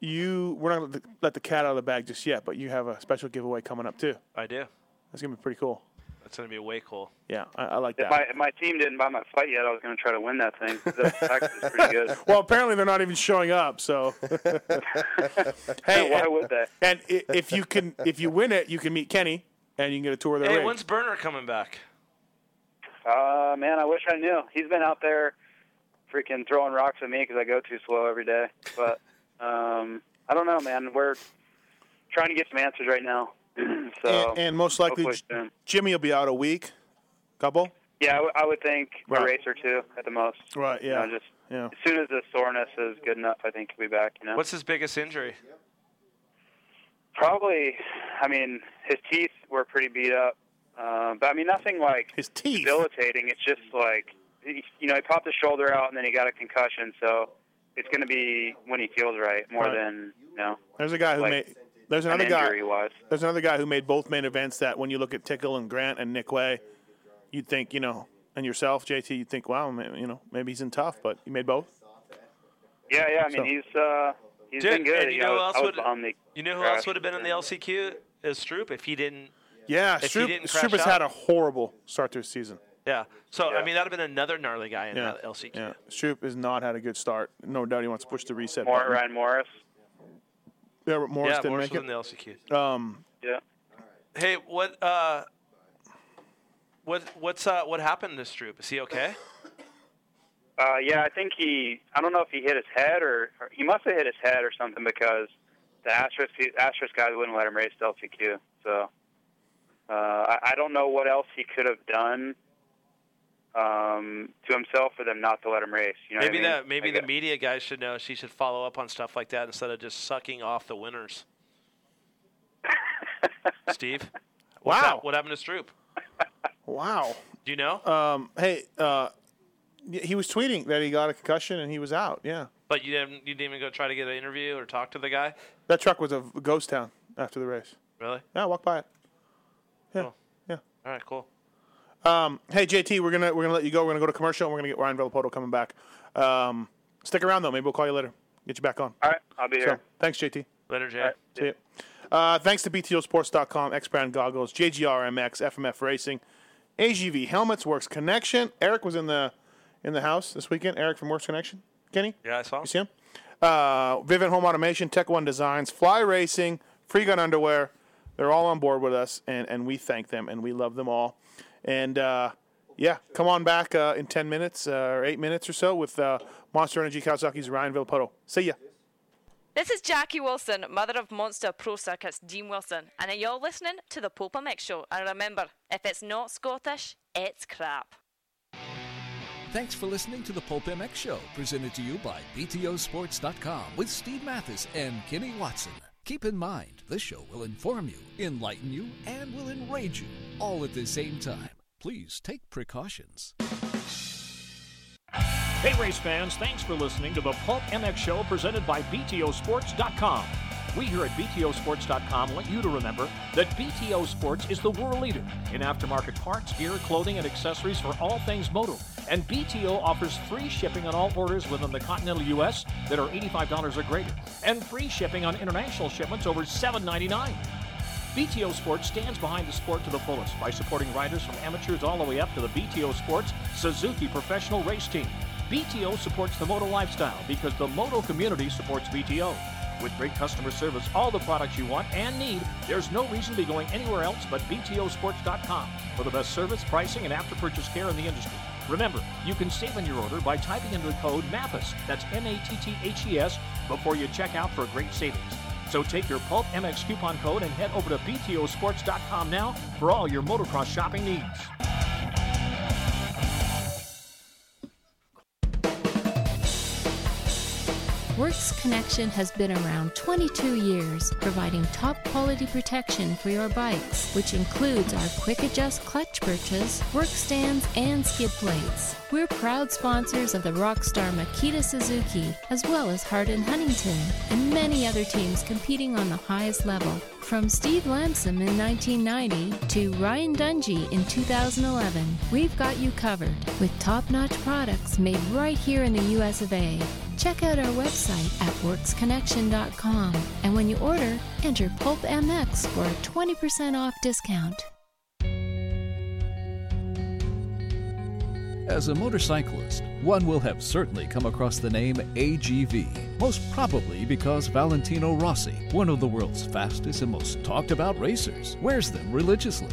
Speaker 4: you we're not gonna let the- let the cat out of the bag just yet, but you have a special giveaway coming up too.
Speaker 5: I do.
Speaker 4: That's gonna be pretty cool.
Speaker 5: That's gonna be way cool.
Speaker 4: Yeah, I, I like
Speaker 11: If my
Speaker 4: that.
Speaker 11: if my team didn't buy my fight yet, I was going to try to win that thing. The package is pretty good.
Speaker 4: Well, apparently they're not even showing up. So, hey,
Speaker 11: why
Speaker 4: and,
Speaker 11: would they?
Speaker 4: and i- if you can, if you win it, you can meet Kenny, and you can get a tour of their
Speaker 5: Hey,
Speaker 4: rig.
Speaker 5: when's Burner coming back?
Speaker 11: Uh, man, I wish I knew. He's been out there freaking throwing rocks at me because I go too slow every day. But um, I don't know, man. We're trying to get some answers right now. so
Speaker 4: and, and most likely,
Speaker 11: hopefully
Speaker 4: J-
Speaker 11: soon.
Speaker 4: Jimmy will be out a week. Couple.
Speaker 11: yeah, I, w- I would think
Speaker 4: Right.
Speaker 11: a race or two at the most.
Speaker 4: Right. Yeah.
Speaker 11: You know, just
Speaker 4: yeah.
Speaker 11: as soon as the soreness is good enough, I think he'll be back. You know,
Speaker 5: What's his biggest injury?
Speaker 11: probably? I mean, his teeth were pretty beat up, uh, but I mean, nothing like
Speaker 4: his teeth
Speaker 11: debilitating. It's just like he- you know, he popped his shoulder out and then he got a concussion. So it's going to be when he feels right more
Speaker 4: Right.
Speaker 11: than you know.
Speaker 4: There's a guy who
Speaker 11: like,
Speaker 4: made. There's
Speaker 11: an
Speaker 4: another guy.
Speaker 11: injury wise.
Speaker 4: There's another guy who made both main events that when you look at Tickle and Grant and Nick Way, you'd think, you know, and yourself, JT, you'd think, wow, ma- you know, maybe he's in tough, but he made both.
Speaker 11: Yeah, yeah. I
Speaker 4: So-
Speaker 11: mean, he's uh, he's
Speaker 5: Dude,
Speaker 11: been good.
Speaker 5: and you know
Speaker 11: I
Speaker 5: who
Speaker 11: was-
Speaker 5: else
Speaker 11: I was
Speaker 5: would-
Speaker 11: on the
Speaker 5: You know who
Speaker 11: crash.
Speaker 5: else would have been in the LCQ is Stroop if he didn't.
Speaker 4: Yeah,
Speaker 5: If he
Speaker 4: Stroop,
Speaker 5: didn't
Speaker 4: Stroop
Speaker 5: crash
Speaker 4: has had a
Speaker 5: out.
Speaker 4: horrible start to his season.
Speaker 5: Yeah. So
Speaker 4: Yeah.
Speaker 5: I mean, that'd have been another gnarly guy in
Speaker 4: yeah,
Speaker 5: the LCQ.
Speaker 4: yeah. Stroop has not had a good start. No doubt he wants to push the reset
Speaker 11: Mor-
Speaker 4: button.
Speaker 11: Ryan Morris.
Speaker 4: Yeah, but Morris
Speaker 5: yeah,
Speaker 4: didn't
Speaker 5: Morris
Speaker 4: make
Speaker 5: was in the LCQ.
Speaker 4: it. Um,
Speaker 11: Yeah.
Speaker 5: Hey, what uh, what what's uh, what happened to Stroop? Is he okay?
Speaker 11: Uh, yeah, I think he. I don't know if he hit his head or, or he must have hit his head or something because the Astros Astros guys wouldn't let him race to LPQ. So uh, I, I don't know what else he could have done um, to himself for them not to let him race. You know
Speaker 5: maybe
Speaker 11: what I mean?
Speaker 5: the maybe
Speaker 11: I
Speaker 5: the
Speaker 11: guess.
Speaker 5: media guys should know. She should follow up on stuff like that instead of just sucking off the winners. Steve, what's
Speaker 4: Wow.
Speaker 5: hap- what happened to Stroop?
Speaker 4: Wow.
Speaker 5: Do you know?
Speaker 4: Um, hey, uh, y- he was tweeting that he got a concussion and he was out. Yeah,
Speaker 5: But you didn't you didn't even go try to get an interview or talk to the guy.
Speaker 4: that truck was a v- ghost town after the race.
Speaker 5: Really?
Speaker 4: Yeah, I walked by it. Yeah,
Speaker 5: Oh.
Speaker 4: yeah.
Speaker 5: All right, cool.
Speaker 4: Um, hey JT, we're gonna we're gonna let you go. We're gonna go to commercial. and We're gonna get Ryan Villapoto coming back. Um, stick around though. Maybe we'll call you later. Get you back on.
Speaker 11: All right, I'll be here.
Speaker 4: So, thanks, JT.
Speaker 5: Later, Jay.
Speaker 4: See ya. Uh, thanks to BTOsports.com, X Brand Goggles, JGRMX, FMF Racing, AGV Helmets, Works Connection. Eric was in the in the house this weekend. Eric from Works Connection. Kenny,
Speaker 5: Yeah, I saw.
Speaker 4: you see him? Uh, Vivint Home Automation, Tech One Designs, Fly Racing, Free Gun Underwear. They're all on board with us, and, and we thank them, and we love them all. And uh, yeah, come on back uh, in 10 minutes uh, or 8 minutes or so with uh, Monster Energy Kawasaki's Ryan Villapoto. See ya.
Speaker 16: This is Jackie Wilson, mother of Monster Pro Circuits Dean Wilson, and are y'all listening to the Popa Mix Show? And remember, if it's not Scottish, it's crap.
Speaker 17: Thanks for listening to the Pulp MX Show, presented to you by BTOsports.com with Steve Mathis and Kenny Watson. Keep in mind, this show will inform you, enlighten you, and will enrage you all at the same time. Please take precautions.
Speaker 18: Hey, race fans, thanks for listening to the Pulp MX Show presented by BTOsports.com. We here at BTOsports.com want you to remember that BTO Sports is the world leader in aftermarket parts, gear, clothing, and accessories for all things moto. And BTO offers free shipping on all orders within the continental U.S. that are $85 or greater, and free shipping on international shipments over $7.99. BTO Sports stands behind the sport to the fullest by supporting riders from amateurs all the way up to the BTO Sports Suzuki Professional Race Team. BTO supports the moto lifestyle because the moto community supports BTO. With great customer service, all the products you want and need, there's no reason to be going anywhere else but BTOsports.com for the best service, pricing, and after purchase care in the industry. Remember, you can save on your order by typing in the code MATHES, that's M A T T H E S, before you check out for great savings. So take your Pulp MX coupon code and head over to BTOsports.com now for all your motocross shopping needs.
Speaker 19: Works Connection has been around 22 years, providing top quality protection for your bikes, which includes our quick adjust clutch perches, work stands, and skid plates. We're proud sponsors of the rockstar Makita Suzuki, as well as Hardin Huntington, and many other teams competing on the highest level. From Steve Lamson in 1990 to Ryan Dungey in 2011, we've got you covered with top notch products made right here in the US of A. Check out our website at worksconnection.com and when you order, enter Pulp MX for a 20% off discount.
Speaker 17: As a motorcyclist, one will have certainly come across the name AGV, most probably because Valentino Rossi, one of the world's fastest and most talked about racers, wears them religiously.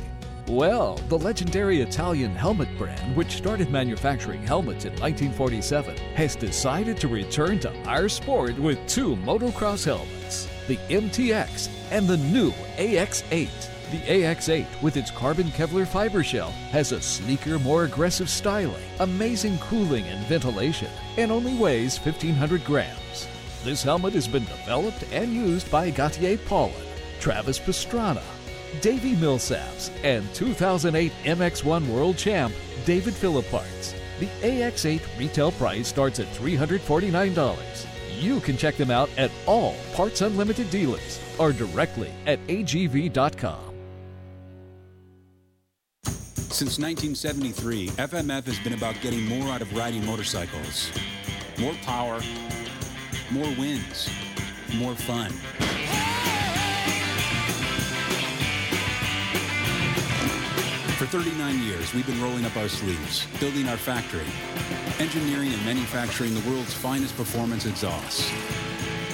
Speaker 17: Well, the legendary Italian helmet brand, which started manufacturing helmets in 1947, has decided to return to our sport with two motocross helmets the MTX and the new AX8. The AX8, with its carbon Kevlar fiber shell, has a sleeker, more aggressive styling, amazing cooling and ventilation, and only weighs 1,500 grams. This helmet has been developed and used by Gautier Paulin, Travis Pastrana, Davey Millsaps, and 2008 MX1 World Champ David Philipparts. The AX8 retail price starts at $349. You can check them out at all Parts Unlimited dealers or directly at agv.com.
Speaker 20: Since 1973, FMF has been about getting more out of riding motorcycles. More power, more wins, more fun. For 39 years, we've been rolling up our sleeves, building our factory, engineering and manufacturing the world's finest performance exhausts.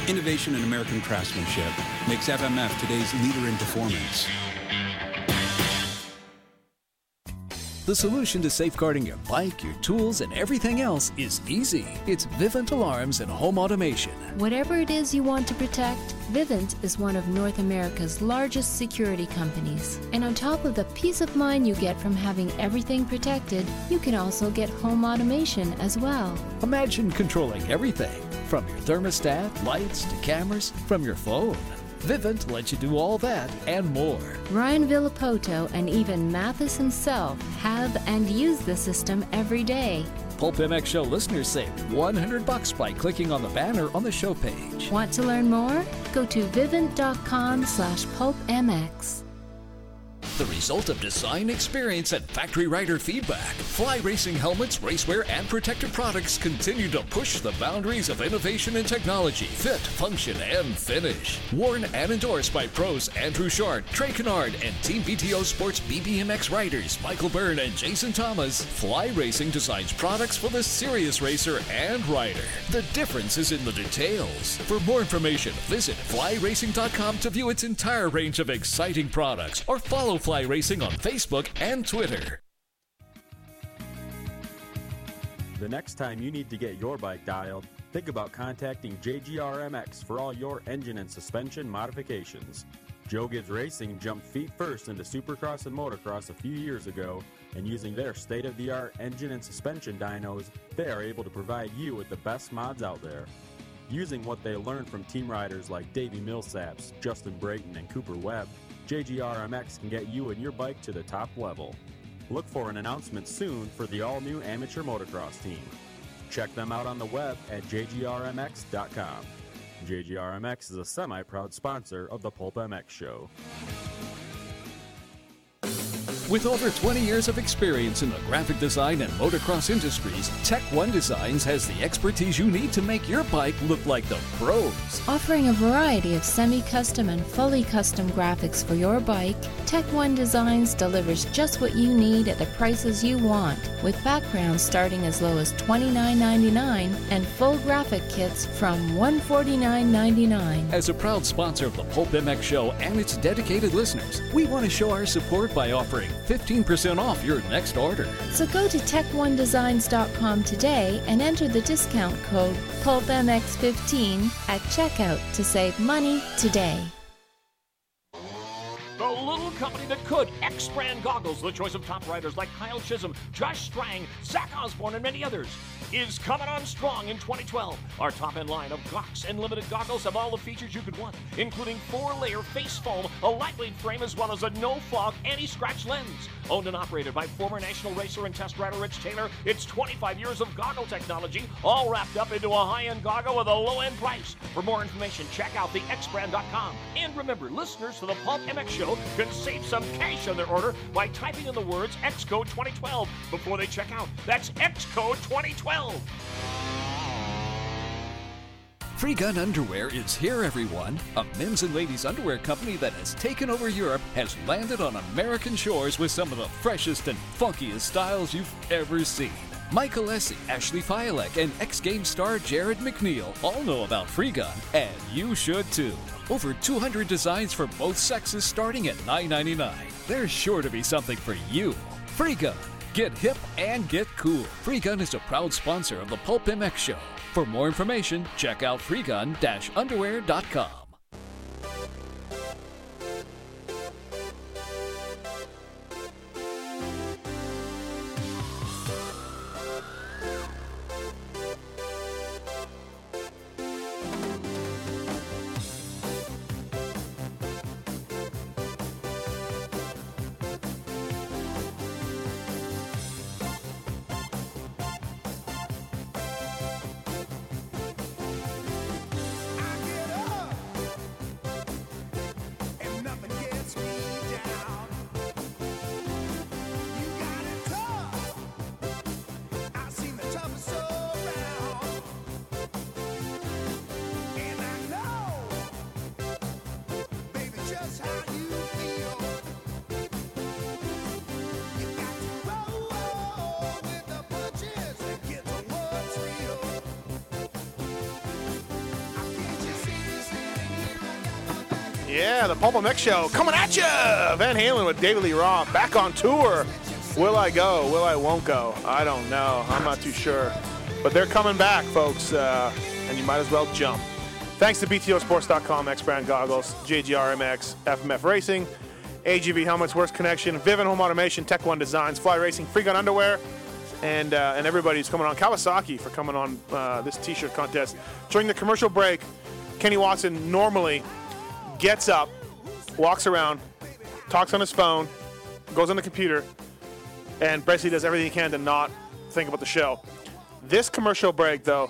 Speaker 20: Innovation and American craftsmanship makes FMF today's leader in performance.
Speaker 17: The solution to safeguarding your bike, your tools, and everything else is easy. It's Vivint Alarms and Home Automation.
Speaker 19: Whatever it is you want to protect, Vivint is one of North America's largest security companies. And on top of the peace of mind you get from having everything protected, you can also get home automation as well.
Speaker 17: Imagine controlling everything from your thermostat, lights, to cameras, from your phone. Vivint lets you do all that and more.
Speaker 19: Ryan Villapoto and even Mathis himself have and use the system every day.
Speaker 17: Pulp MX Show listeners save 100 bucks by clicking on the banner on the show page.
Speaker 19: Want to learn more? Go to vivint.com slash pulpmx.
Speaker 17: The result of design experience and factory rider feedback, Fly Racing helmets, racewear, and protective products continue to push the boundaries of innovation and technology, fit, function, and finish. Worn and endorsed by pros Andrew Short, Trey Kennard, and Team BTO Sports BBMX riders Michael Byrne and Jason Thomas, Fly Racing designs products for the serious racer and rider. The difference is in the details. For more information, visit flyracing.com to view its entire range of exciting products or follow Fly Racing on Facebook and Twitter.
Speaker 21: The next time you need to get your bike dialed, think about contacting JGRMX for all your engine and suspension modifications. Joe Gibbs Racing jumped feet first into supercross and motocross a few years ago, and using their state of the art engine and suspension dynos, they are able to provide you with the best mods out there. Using what they learned from team riders like Davey Millsaps, Justin Brayton, and Cooper Webb, JGRMX can get you and your bike to the top level. Look for an announcement soon for the all new amateur motocross team. Check them out on the web at jgrmx.com. JGRMX is a semi proud sponsor of the Pulp MX show.
Speaker 17: With over 20 years of experience in the graphic design and motocross industries, Tech One Designs has the expertise you need to make your bike look like the pros.
Speaker 19: Offering a variety of semi custom and fully custom graphics for your bike, Tech One Designs delivers just what you need at the prices you want, with backgrounds starting as low as $29.99 and full graphic kits from $149.99.
Speaker 17: As a proud sponsor of the Pulp MX Show and its dedicated listeners, we want to show our support by offering 15% off your next order.
Speaker 19: So go to tech1designs.com today and enter the discount code PulpMX15 at checkout to save money today.
Speaker 18: The little company that could. X brand goggles, the choice of top riders like Kyle Chisholm, Josh Strang, Zach Osborne, and many others, is coming on strong in 2012. Our top end line of Gox and limited goggles have all the features you could want, including four layer face foam, a lightweight frame, as well as a no fog anti scratch lens. Owned and operated by former national racer and test rider Rich Taylor, it's 25 years of goggle technology, all wrapped up into a high end goggle with a low end price. For more information, check out the xbrand.com. And remember, listeners to the Pulp MX Show can save some cash on their order by typing in the words Xcode 2012 before they check out. That's Xcode 2012.
Speaker 17: Free Gun Underwear is here, everyone. A men's and ladies' underwear company that has taken over Europe has landed on American shores with some of the freshest and funkiest styles you've ever seen. Michael Essie, Ashley Fialek, and ex game star Jared McNeil all know about Free Gun, and you should too. Over 200 designs for both sexes starting at $9.99. There's sure to be something for you. Free Gun. Get hip and get cool. Free Gun is a proud sponsor of the Pulp MX Show. For more information, check out freegun-underwear.com.
Speaker 15: Yeah, the Pulp MX Show coming at you. Van Halen with David Lee Roth back on tour.
Speaker 4: Will I go? Will I won't go? I don't know. I'm not too sure. But they're coming back, folks, uh, and you might as well jump. Thanks to BTOsports.com, X Brand Goggles, JGRMX, FMF Racing, AGV Helmets, Worst Connection, Vivin Home Automation, Tech One Designs, Fly Racing, Free Gun Underwear, and uh, and everybody who's coming on. Kawasaki for coming on uh, this T-shirt contest during the commercial break. Kenny Watson normally gets up, walks around, talks on his phone, goes on the computer, and basically does everything he can to not think about the show. This commercial break, though,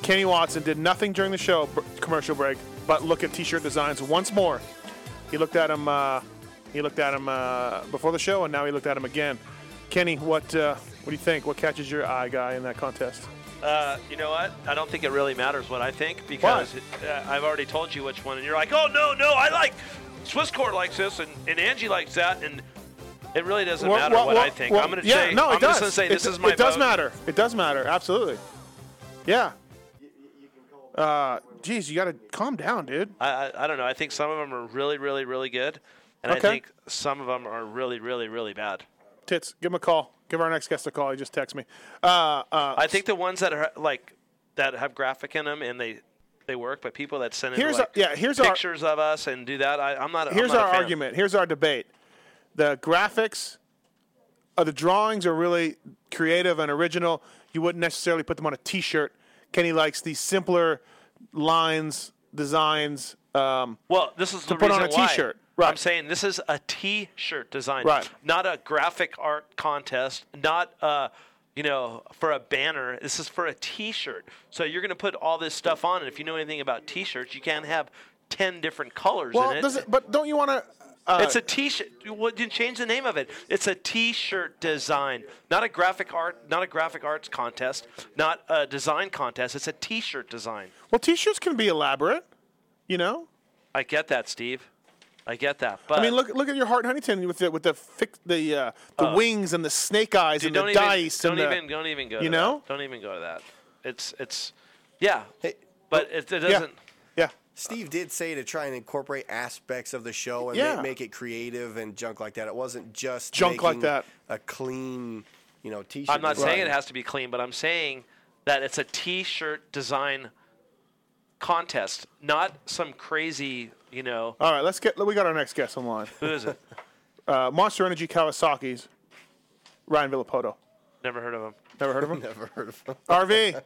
Speaker 4: Kenny Watson did nothing during the show br- commercial break, but look at T-shirt designs once more. He looked at him. Uh, he looked at him uh, before the show, and now he looked at him again. Kenny, what uh, what do you think? What catches your eye, guy, in that contest?
Speaker 5: Uh, you know what? I don't think it really matters what I think because uh, I've already told you which one, and you're like, oh no, no, I like Swiss Court likes this, and, and Angie likes that, and it really doesn't
Speaker 4: Well,
Speaker 5: matter
Speaker 4: well,
Speaker 5: what
Speaker 4: well,
Speaker 5: I think.
Speaker 4: well,
Speaker 5: I'm gonna
Speaker 4: yeah,
Speaker 5: say,
Speaker 4: no, it
Speaker 5: I'm
Speaker 4: does.
Speaker 5: just gonna say
Speaker 4: It
Speaker 5: this
Speaker 4: d-
Speaker 5: is my
Speaker 4: It does
Speaker 5: vote.
Speaker 4: matter. It does matter. Absolutely. Yeah. Uh, geez, you gotta calm down, dude.
Speaker 5: I, I I don't know. I think some of them are really, really, really good, and
Speaker 4: Okay.
Speaker 5: I think some of them are really, really, really bad.
Speaker 4: Tits, give him a call. Give our next guest a call. He just texted me. Uh, uh,
Speaker 5: I think the ones that are like that have graphic in them and they they work, but people that send in
Speaker 4: Here's
Speaker 5: like,
Speaker 4: a- yeah, here's our-
Speaker 5: pictures of us and do that, I, I'm not.
Speaker 4: here's
Speaker 5: I'm not
Speaker 4: our
Speaker 5: a fan.
Speaker 4: argument. Here's our debate. The graphics, uh, the drawings are really creative and original. You wouldn't necessarily put them on a T-shirt. Kenny likes the simpler lines, designs. Um,
Speaker 5: Well, this is
Speaker 4: to
Speaker 5: the
Speaker 4: put on
Speaker 5: reason
Speaker 4: a
Speaker 5: why.
Speaker 4: T-shirt.
Speaker 5: I'm saying this is a T-shirt design,
Speaker 4: Right.
Speaker 5: Not a graphic art contest, not uh, you know, for a banner. This is for a T-shirt. So you're going to put all this stuff on, and if you know anything about T-shirts, you can't have ten different colors
Speaker 4: Well,
Speaker 5: in it.
Speaker 4: does it, but don't you want to? Uh,
Speaker 5: it's a T-shirt. Well, you change the name of it. It's a T-shirt design, not a graphic art, not a graphic arts contest, not a design contest. It's a T-shirt design.
Speaker 4: well, T-shirts can be elaborate. You know,
Speaker 5: I get that, Steve. I get that. But
Speaker 4: I mean, look look at your Hart and Huntington with the with the fix, the uh, the
Speaker 5: Oh.
Speaker 4: wings and the snake eyes
Speaker 5: Dude,
Speaker 4: and
Speaker 5: don't
Speaker 4: the
Speaker 5: even,
Speaker 4: dice.
Speaker 5: Don't
Speaker 4: and the-
Speaker 5: even. Don't even go.
Speaker 4: You
Speaker 5: to
Speaker 4: know,
Speaker 5: That. Don't even go to that. It's it's. Yeah. but it, it
Speaker 4: yeah.
Speaker 5: doesn't.
Speaker 4: Yeah.
Speaker 6: oh, Steve did say to try and incorporate aspects of the show and
Speaker 4: Yeah.
Speaker 6: ma- make it creative and junk like that. It wasn't just
Speaker 5: Junk like
Speaker 6: making
Speaker 5: that.
Speaker 6: A clean, you know, t-shirt.
Speaker 5: I'm not
Speaker 6: design.
Speaker 5: saying it has to be clean, but I'm saying that it's a T-shirt design contest, not some crazy. You know.
Speaker 4: All right, let's get. We got our next guest online.
Speaker 5: Who is it?
Speaker 4: Uh, Monster Energy Kawasaki's Ryan Villapoto.
Speaker 5: Never heard of him.
Speaker 4: Never heard of him.
Speaker 6: Never heard of him.
Speaker 4: RV,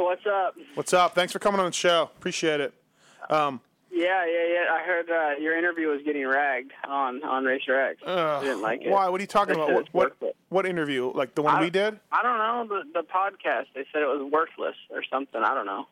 Speaker 12: What's up?
Speaker 4: what's up? Thanks for coming on the show. Appreciate it. Um,
Speaker 12: Yeah, yeah, yeah. I heard uh, your interview was getting ragged on on Racer X.
Speaker 4: uh,
Speaker 12: I didn't like it.
Speaker 4: Why? What are you talking
Speaker 12: They
Speaker 4: about?
Speaker 12: said
Speaker 4: What
Speaker 12: it's
Speaker 4: what,
Speaker 12: worthless.
Speaker 4: what interview? Like the one we did?
Speaker 12: I don't know the the podcast. They said it was worthless or something. I don't know.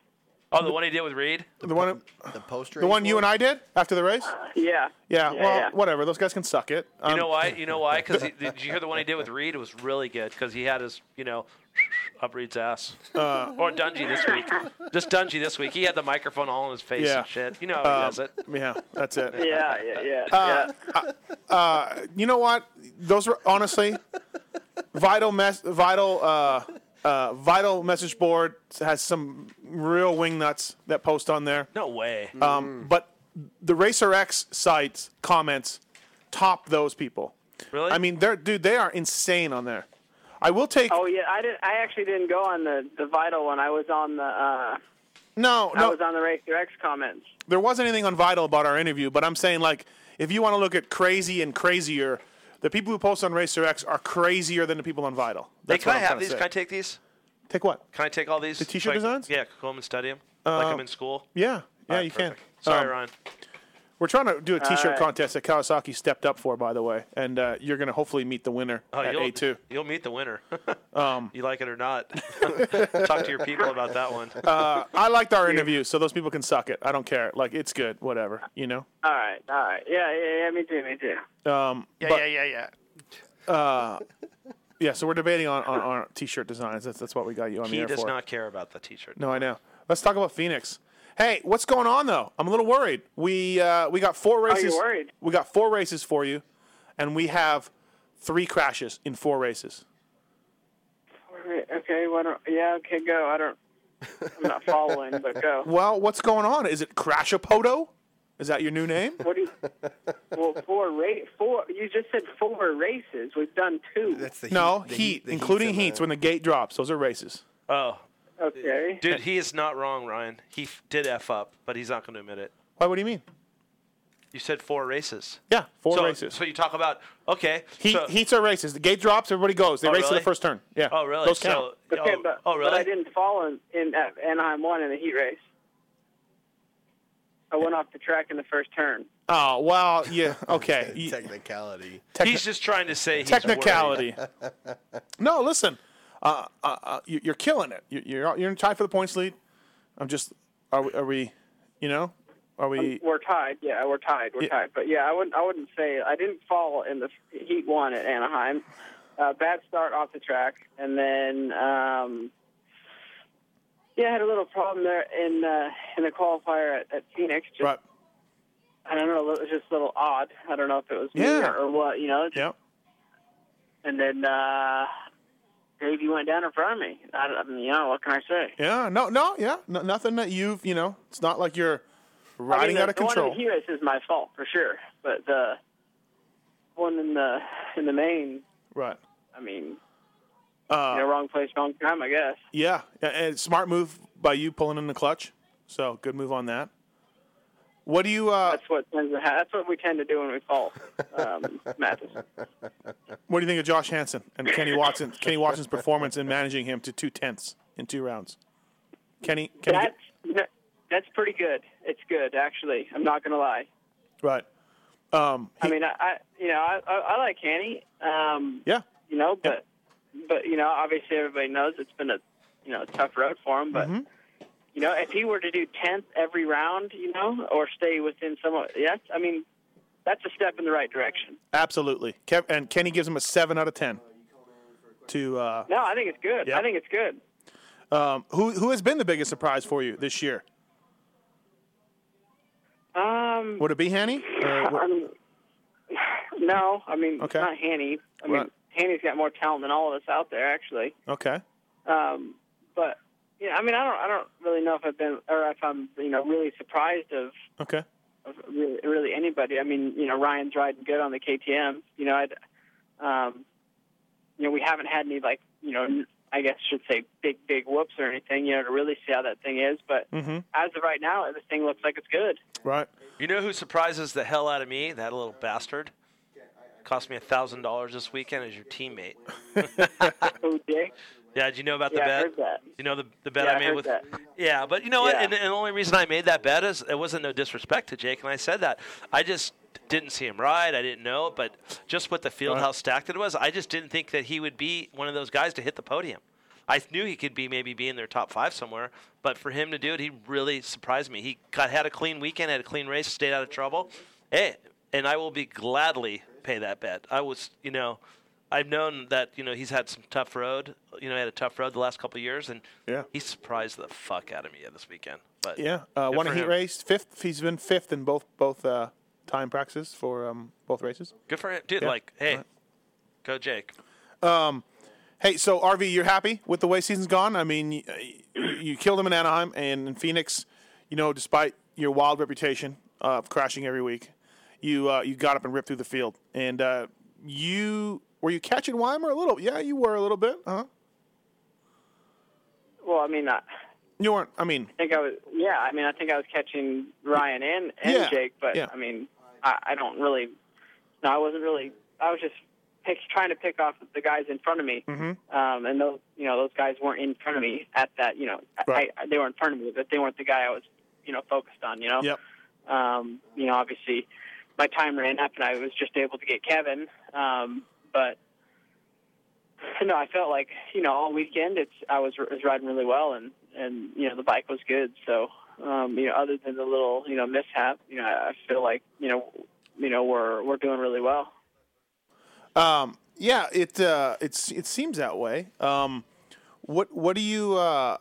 Speaker 5: Oh, the one he did with Reed.
Speaker 4: The one
Speaker 6: the poster.
Speaker 4: the one you and I did after the race?
Speaker 12: Yeah.
Speaker 4: Yeah. well,
Speaker 5: yeah.
Speaker 4: whatever. Those guys can suck it.
Speaker 5: You
Speaker 4: Um,
Speaker 5: know why? You know why? Because did you hear the one he did with Reed? It was really good because he had his, you know, up Reed's ass.
Speaker 4: Uh,
Speaker 5: or Dungy this week. Just Dungy this week. He had the microphone all in his face
Speaker 4: Yeah.
Speaker 5: and shit. You know how he
Speaker 4: Um,
Speaker 5: does it.
Speaker 4: Yeah, that's it.
Speaker 12: Yeah, yeah, yeah.
Speaker 4: Uh, Uh, you know what? Those were honestly vital. Mes- vital. Uh, uh, vital message board has some real wingnuts that post on there.
Speaker 5: No way.
Speaker 12: Mm.
Speaker 4: Um, But the Racer X sites comments top those people.
Speaker 5: Really?
Speaker 4: I mean, they're dude, they are insane on there. I will take.
Speaker 12: Oh yeah, I did. I actually didn't go on the the vital one. I was on the. Uh,
Speaker 4: No,
Speaker 12: I was on the Racer X comments.
Speaker 4: there wasn't anything unvital about our interview, but I'm saying like if you want to look at crazy and crazier, the people who post on Racer X are crazier than the people on Vital.
Speaker 5: Hey,
Speaker 4: That's
Speaker 5: can
Speaker 4: what
Speaker 5: I
Speaker 4: I'm
Speaker 5: have
Speaker 4: trying to
Speaker 5: these?
Speaker 4: say.
Speaker 5: Can I take these?
Speaker 4: Take what?
Speaker 5: Can I take all these?
Speaker 4: The t-shirt
Speaker 5: Like-
Speaker 4: designs?
Speaker 5: Yeah, go home and study them. Like
Speaker 4: Um,
Speaker 5: I'm in school.
Speaker 4: Yeah, yeah,
Speaker 5: Alright,
Speaker 4: you
Speaker 5: perfect.
Speaker 4: can.
Speaker 5: Sorry,
Speaker 4: Um,
Speaker 5: Ryan.
Speaker 4: We're trying to do a T-shirt
Speaker 5: Alright.
Speaker 4: contest that Kawasaki stepped up for, by the way, and uh, you're going to hopefully meet the winner
Speaker 5: Oh,
Speaker 4: at
Speaker 5: you'll,
Speaker 4: A2.
Speaker 5: you'll meet the winner.
Speaker 4: Um,
Speaker 5: you like it or not? Talk to your people about that one.
Speaker 4: uh, I liked our interview, so those people can suck it. I don't care. Like it's good, whatever, you know.
Speaker 12: All right, all right. Yeah, yeah, yeah. Me too, me too.
Speaker 4: Um,
Speaker 12: Yeah,
Speaker 4: but-
Speaker 12: yeah, yeah,
Speaker 4: Uh, yeah, so we're debating on, on, on T-shirt designs. That's that's what we got you on the
Speaker 5: he
Speaker 4: air
Speaker 5: does
Speaker 4: for.
Speaker 5: not care about the t-shirt.
Speaker 4: No, I know. Let's talk about Phoenix. Hey, what's going on though? I'm a little worried. We uh, we got four
Speaker 12: you're
Speaker 4: races.
Speaker 12: worried?
Speaker 4: We got four races for you, and we have three crashes in four races.
Speaker 12: yeah. Okay, why don't? Yeah, okay, go. I don't. I'm not following, but go.
Speaker 4: Well, what's going on? Is it Crashapoto? Is that your new name?
Speaker 22: What do you? Well, four ra- four. You just said four races. We've done two. That's
Speaker 4: no, heat, including heats when the gate drops. Those are races.
Speaker 5: Oh,
Speaker 22: Okay.
Speaker 5: dude, he is not wrong, Ryan. He f- did f up, but he's not going to admit it.
Speaker 4: Why? What do you mean?
Speaker 5: You said four races.
Speaker 4: Yeah, four
Speaker 5: So-
Speaker 4: races.
Speaker 5: So you talk about okay.
Speaker 4: Heat,
Speaker 5: so,
Speaker 4: heats are races. The gate drops, everybody goes. They
Speaker 5: Oh,
Speaker 4: race to
Speaker 5: really?
Speaker 4: the first turn. Yeah.
Speaker 5: Oh, really?
Speaker 4: Those count.
Speaker 5: So,
Speaker 22: Okay,
Speaker 5: oh,
Speaker 22: but,
Speaker 5: oh, really?
Speaker 22: but I didn't fall in, in uh, Anaheim one in the heat race. I went off the track in the first turn.
Speaker 4: Oh, well, yeah. Okay.
Speaker 6: Technicality.
Speaker 5: he's just trying to say he's
Speaker 4: Technicality.
Speaker 5: worried.
Speaker 4: no, listen. Uh, uh, uh, you- you're killing it. You- You're you're tied for the points lead. I'm just. Are we? Are we? You know? Are
Speaker 22: Um,
Speaker 4: we?
Speaker 22: we're tied. Yeah, we're tied. We're
Speaker 4: Yeah.
Speaker 22: tied. But yeah, I wouldn't. I wouldn't say I didn't fall in the heat one at Anaheim. Uh, bad start off the track, and then um, yeah, I had a little problem there in uh, in the qualifier at, at Phoenix. Just,
Speaker 4: Right.
Speaker 22: I don't know. It was just a little odd. I don't know if it was me
Speaker 4: Yeah.
Speaker 22: or, or what. You know.
Speaker 4: Yeah.
Speaker 22: And then uh, Davey went down in front of me. I, don't- you know what can I say?
Speaker 4: Yeah. No. No. Yeah. No, nothing that you've. You know. It's not like you're
Speaker 22: I mean,
Speaker 4: riding
Speaker 22: the,
Speaker 4: out of
Speaker 22: the one in
Speaker 4: control.
Speaker 22: The Helios is my fault for sure, but the one in the in the main,
Speaker 4: Right.
Speaker 22: I mean,
Speaker 4: Uh,
Speaker 22: you know, wrong place, wrong time, I guess.
Speaker 4: Yeah, a- and smart move by you pulling in the clutch. So good move on that. What do you? Uh,
Speaker 22: That's what tends to ha- that's what we tend to do when we fall, um, Mathis.
Speaker 4: what do you think of Josh Hansen and Kenny Watson? Kenny Watson's performance in managing him to two tenths in two rounds. Kenny, Kenny
Speaker 22: That's you know, that's pretty good. It's good actually. I'm not gonna lie.
Speaker 4: right. Um,
Speaker 22: I mean, I, I you know I, I, I like Hanny. Um,
Speaker 4: yeah.
Speaker 22: You know, but but you know, obviously everybody knows it's been a you know tough road for him, but.
Speaker 4: Mhm.
Speaker 22: You know, if he were to do tenth every round, you know, or stay within some, yes, I mean, that's a step in the right direction.
Speaker 4: absolutely. Kev- and Kenny gives him a seven out of ten. To uh,
Speaker 22: No, I think it's good.
Speaker 4: Yeah.
Speaker 22: I think it's good.
Speaker 4: um, who who has been the biggest surprise for you this year?
Speaker 22: Um,
Speaker 4: Would it be Hanny? Or would-
Speaker 22: I mean, no, I mean,
Speaker 4: Okay.
Speaker 22: not Hanny. I mean,
Speaker 4: Right.
Speaker 22: Hanny's got more talent than all of us out there, actually.
Speaker 4: Okay.
Speaker 22: Um, but yeah, I mean, I don't, I don't really know if I've been or if I'm, you know, really surprised of,
Speaker 4: Okay.
Speaker 22: of really, really anybody. I mean, you know, Ryan's riding good on the KTM. You know, I'd, um, you know, we haven't had any like, you know, I guess should say big, big whoops or anything, you know, to really see how that thing is. But
Speaker 4: Mm-hmm.
Speaker 22: as of right now, this thing looks like it's good.
Speaker 4: Right.
Speaker 5: You know who surprises the hell out of me? That little bastard. Cost me a thousand dollars this weekend as your teammate.
Speaker 22: Oh, Dick.
Speaker 5: Yeah, did you know about the
Speaker 22: Yeah, I
Speaker 5: bet?
Speaker 22: heard that.
Speaker 5: You know the the bet
Speaker 22: Yeah,
Speaker 5: I
Speaker 22: I
Speaker 5: made
Speaker 22: heard
Speaker 5: with.
Speaker 22: that.
Speaker 5: Yeah, but you know what?
Speaker 22: Yeah.
Speaker 5: And, and the only reason I made that bet is it wasn't no disrespect to Jake, and I said that I just didn't see him ride. I didn't know, but just with the field
Speaker 4: Right.
Speaker 5: how stacked it was, I just didn't think that he would be one of those guys to hit the podium. I knew he could be maybe be in their top five somewhere, but for him to do it, he really surprised me. He got had a clean weekend, had a clean race, stayed out of trouble. Hey, and I will be gladly pay that bet. I was, you know, I've known that you know he's had some tough road. You know, he had a tough road the last couple of years, and
Speaker 4: Yeah.
Speaker 5: he surprised the fuck out of me this weekend. But
Speaker 4: Yeah, uh,
Speaker 5: good
Speaker 4: won
Speaker 5: for
Speaker 4: a heat
Speaker 5: him.
Speaker 4: race, fifth. He's been fifth in both both uh, time practices for um, both races.
Speaker 5: Good for him, dude.
Speaker 4: Yeah.
Speaker 5: Like, hey, go Jake.
Speaker 4: Um, hey, so RV, you're happy with the way season's gone? I mean, you, you killed him in Anaheim and in Phoenix. You know, despite your wild reputation of crashing every week, you uh, you got up and ripped through the field. And uh, you were you catching Weimer a little? Yeah, you were a little bit, huh?
Speaker 22: Well, I mean, I,
Speaker 4: You weren't. I mean,
Speaker 22: I think I was. Yeah, I mean, I think I was catching Ryan and and
Speaker 4: Yeah,
Speaker 22: Jake, but
Speaker 4: yeah.
Speaker 22: I mean, I, I don't really. No, I wasn't really. I was just pick, trying to pick off the guys in front of me,
Speaker 4: Mhm.
Speaker 22: um, and those you know those guys weren't in front of me at that. You know,
Speaker 4: Right.
Speaker 22: I, I, they were in front of me, but they weren't the guy I was you know focused on. You know.
Speaker 4: Yep.
Speaker 22: Um, you know, obviously, my time ran up, and I was just able to get Kevin. Um, but no, I felt like you know all weekend it's I was, was riding really well, and and you know the bike was good. So um, you know, other than the little you know mishap, you know, I I feel like you know you know we're we're doing really well.
Speaker 4: Um, yeah, it uh, it's it seems that way. Um, what what do you uh,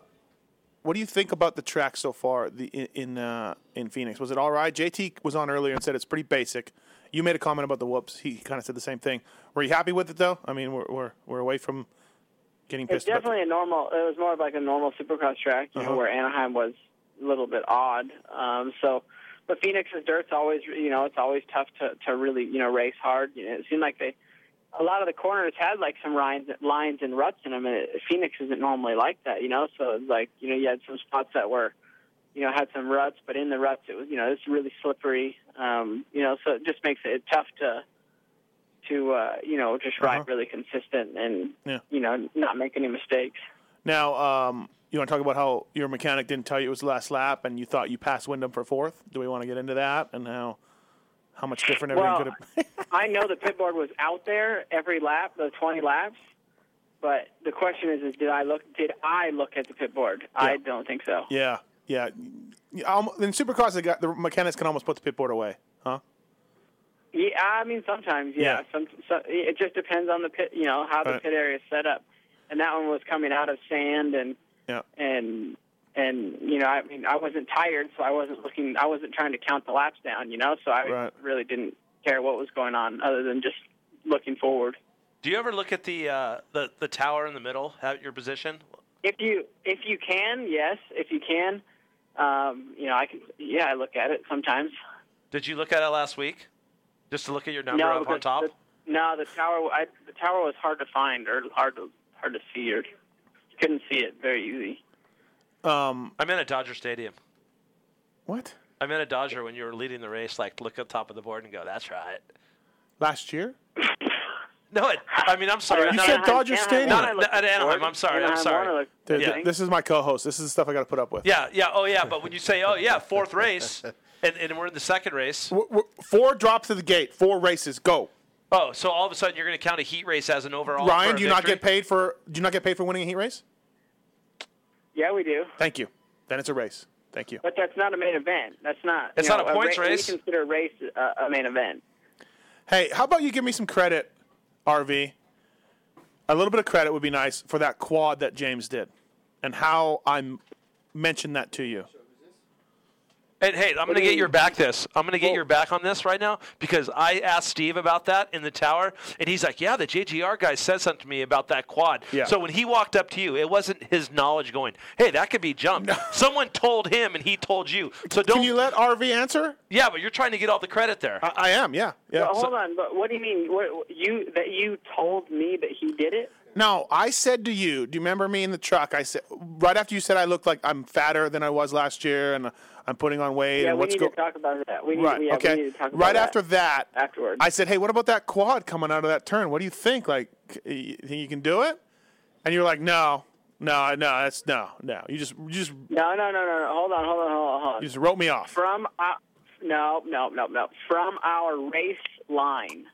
Speaker 4: what do you think about the track so far the, in in, uh, in Phoenix? Was it all right? JT was on earlier and said it's pretty basic. You made a comment about the whoops. He kind of said the same thing. Were you happy with it though? I mean, we're we're, we're away from getting
Speaker 22: It's
Speaker 4: pissed. about
Speaker 22: definitely a normal. It was more of like a normal Supercross track, you
Speaker 4: Uh-huh.
Speaker 22: know, where Anaheim was a little bit odd. Um, so, but Phoenix's dirt's always you know it's always tough to to really you know race hard. You know, it seemed like they a lot of the corners had like some lines, lines and ruts in them, and it, Phoenix isn't normally like that, you know. So it's like you know you had some spots that were you know had some ruts, but in the ruts it was you know it's really slippery, um, you know. So it just makes it tough to to uh, you know just ride really consistent and
Speaker 4: Yeah.
Speaker 22: you know not make any mistakes.
Speaker 4: Now, um, you want to talk about how your mechanic didn't tell you it was the last lap, and you thought you passed Wyndham for fourth. Do we want to get into that and how how much different everything
Speaker 22: Well,
Speaker 4: could have?
Speaker 22: I know the pit board was out there every lap, the 20 laps. But the question is, is did I look? Did I look at the pit board? I don't think so.
Speaker 4: Yeah, yeah. Yeah, almo- In Supercross, the, guy, the mechanics can almost put the pit board away, huh?
Speaker 22: Yeah, I mean sometimes, yeah.
Speaker 4: Yeah.
Speaker 22: Some, so it just depends on the pit, you know, how the
Speaker 4: Right.
Speaker 22: pit area is set up. And that one was coming out of sand and
Speaker 4: Yeah.
Speaker 22: and and you know, I mean, I wasn't tired, so I wasn't looking. I wasn't trying to count the laps down, you know. So I
Speaker 5: Right.
Speaker 22: really didn't care what was going on, other than just looking forward.
Speaker 5: Do you ever look at the uh, the the tower in the middle at your position?
Speaker 22: If you if you can, yes, if you can, um, you know, I can. Yeah, I look at it sometimes.
Speaker 5: Did you look at it last week? Just to look at your number
Speaker 22: No,
Speaker 5: up on
Speaker 22: because
Speaker 5: top?
Speaker 22: No, the tower. I, the tower was hard to find or hard to hard to see or couldn't see it very easy.
Speaker 4: Um,
Speaker 5: I'm in a Dodger Stadium.
Speaker 4: What?
Speaker 5: I'm in a Dodger when you were leading the race, like look at the top of the board and go, That's right.
Speaker 4: Last year?
Speaker 5: No, it, I mean I'm sorry.
Speaker 4: You
Speaker 5: not-
Speaker 4: said Dodger Stadium.
Speaker 5: Not, not at Anaheim. I'm sorry. I'm sorry.
Speaker 4: Dude,
Speaker 5: yeah.
Speaker 4: th- This is my co-host. This is the stuff I got to put up with.
Speaker 5: yeah, yeah, oh yeah. But when you say, Oh yeah, fourth race and, and we're in the second race.
Speaker 4: W- w- Four drops to the gate. Four races. Go.
Speaker 5: Oh, so all of a sudden you're gonna count a heat race as an overall.
Speaker 4: Ryan,
Speaker 5: for a
Speaker 4: do you not
Speaker 5: victory?
Speaker 4: get paid for? Do you not get paid for winning a heat race?
Speaker 22: Yeah, we do,
Speaker 4: Thank you. Then it's a race. Thank you.
Speaker 22: but that's not a main event. That's not.
Speaker 4: It's
Speaker 22: you
Speaker 4: not
Speaker 22: know,
Speaker 4: a points
Speaker 22: ra-
Speaker 4: race.
Speaker 22: We consider a race a, a main event.
Speaker 4: Hey, how about you give me some credit, RV? A little bit of credit would be nice for that quad that James did, and how I m- mentioned that to you.
Speaker 5: And hey, I'm going to get your back this. I'm going to get your back on this right now because I asked Steve about that in the tower, and he's like, "Yeah, the JGR guy said something to me about that quad."
Speaker 4: Yeah.
Speaker 5: So when he walked up to you, it wasn't his knowledge going, "Hey, that could be jumped." Someone told him, and he told you. So don't. Can you
Speaker 4: let RV answer?
Speaker 5: Yeah, but you're trying to get all the credit there.
Speaker 4: I, I am. Yeah. Yeah.
Speaker 22: Well, hold on, but what do you mean? What, you that you told me that he did it?
Speaker 4: No, I said to you, do you remember me in the truck? I said right after you said I looked like I'm fatter than I was last year and I'm putting on weight
Speaker 22: yeah,
Speaker 4: and
Speaker 22: we
Speaker 4: what's
Speaker 22: need
Speaker 4: going
Speaker 22: to talk about that. We need,
Speaker 4: Right,
Speaker 22: yeah,
Speaker 4: okay.
Speaker 22: we need to talk about
Speaker 4: Right
Speaker 22: that
Speaker 4: after that,
Speaker 22: afterwards.
Speaker 4: I said, "Hey, what about that quad coming out of that turn? What do you think? Like you think you can do it?" And you're like, "No. No, no, that's no. No. You just you just
Speaker 22: No, no, no, no, no. Hold on, hold on, hold on, hold on.
Speaker 4: You just wrote me off.
Speaker 22: From uh, no, no, no, no. From our race line,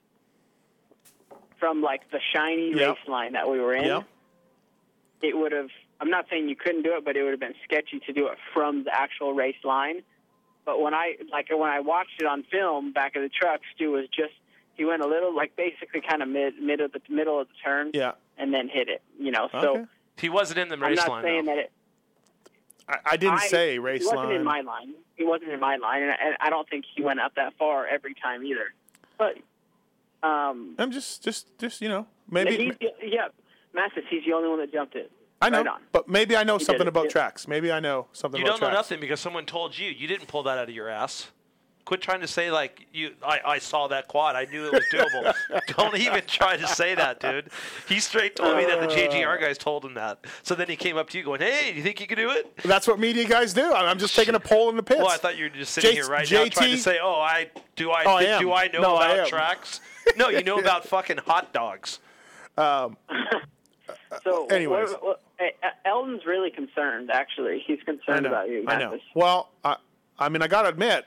Speaker 22: from like the shiny
Speaker 4: Yep.
Speaker 22: race line that we were in,
Speaker 4: Yep.
Speaker 22: it would have. I'm not saying you couldn't do it, but it would have been sketchy to do it from the actual race line. But when I like when I watched it on film back of the truck, Stu was just he went a little like basically kind of mid mid of the middle of the turn,
Speaker 4: Yeah.
Speaker 22: and then hit it. You know, so
Speaker 4: Okay.
Speaker 5: He wasn't in the
Speaker 22: I'm
Speaker 5: race
Speaker 22: not
Speaker 5: line.
Speaker 22: saying
Speaker 5: though.
Speaker 22: that it.
Speaker 4: I, I didn't say race
Speaker 22: He wasn't
Speaker 4: line.
Speaker 22: in my line. He wasn't in my line, and I, and I don't think he went up that far every time either. But um,
Speaker 4: I'm just just just, you know, maybe
Speaker 22: he's the- yeah, Mathis. He's the only one that jumped it.
Speaker 4: I know,
Speaker 22: Right on.
Speaker 4: but maybe I know
Speaker 22: He did
Speaker 4: something
Speaker 22: it,
Speaker 4: about
Speaker 22: yeah.
Speaker 4: tracks. Maybe I know something
Speaker 5: You
Speaker 4: about
Speaker 5: don't know
Speaker 4: tracks.
Speaker 5: nothing because someone told you. You didn't pull that out of your ass. Quit trying to say like you. I, I saw that quad. I knew it was doable. don't even try to say that, dude. He straight told me that the
Speaker 4: Uh.
Speaker 5: JGR guys told him that. So then he came up to you going, "Hey, you think you could do it?"
Speaker 4: That's what media guys do. I'm I'm just taking a poll in the pits.
Speaker 5: Well, Oh, I thought you were just sitting
Speaker 4: J-
Speaker 5: here right now
Speaker 4: JT
Speaker 5: trying to say, "Oh, I do. I,
Speaker 4: Oh, I am.
Speaker 5: do. I know
Speaker 4: No, I
Speaker 5: about
Speaker 4: am.
Speaker 5: tracks." No, you know about fucking hot dogs.
Speaker 4: Um,
Speaker 22: So,
Speaker 4: anyways.
Speaker 22: what- what- eh, eh, Eldon's really concerned. Actually, he's concerned about you,
Speaker 4: I
Speaker 22: Mathis.
Speaker 4: know. Well, I, I mean, I gotta admit,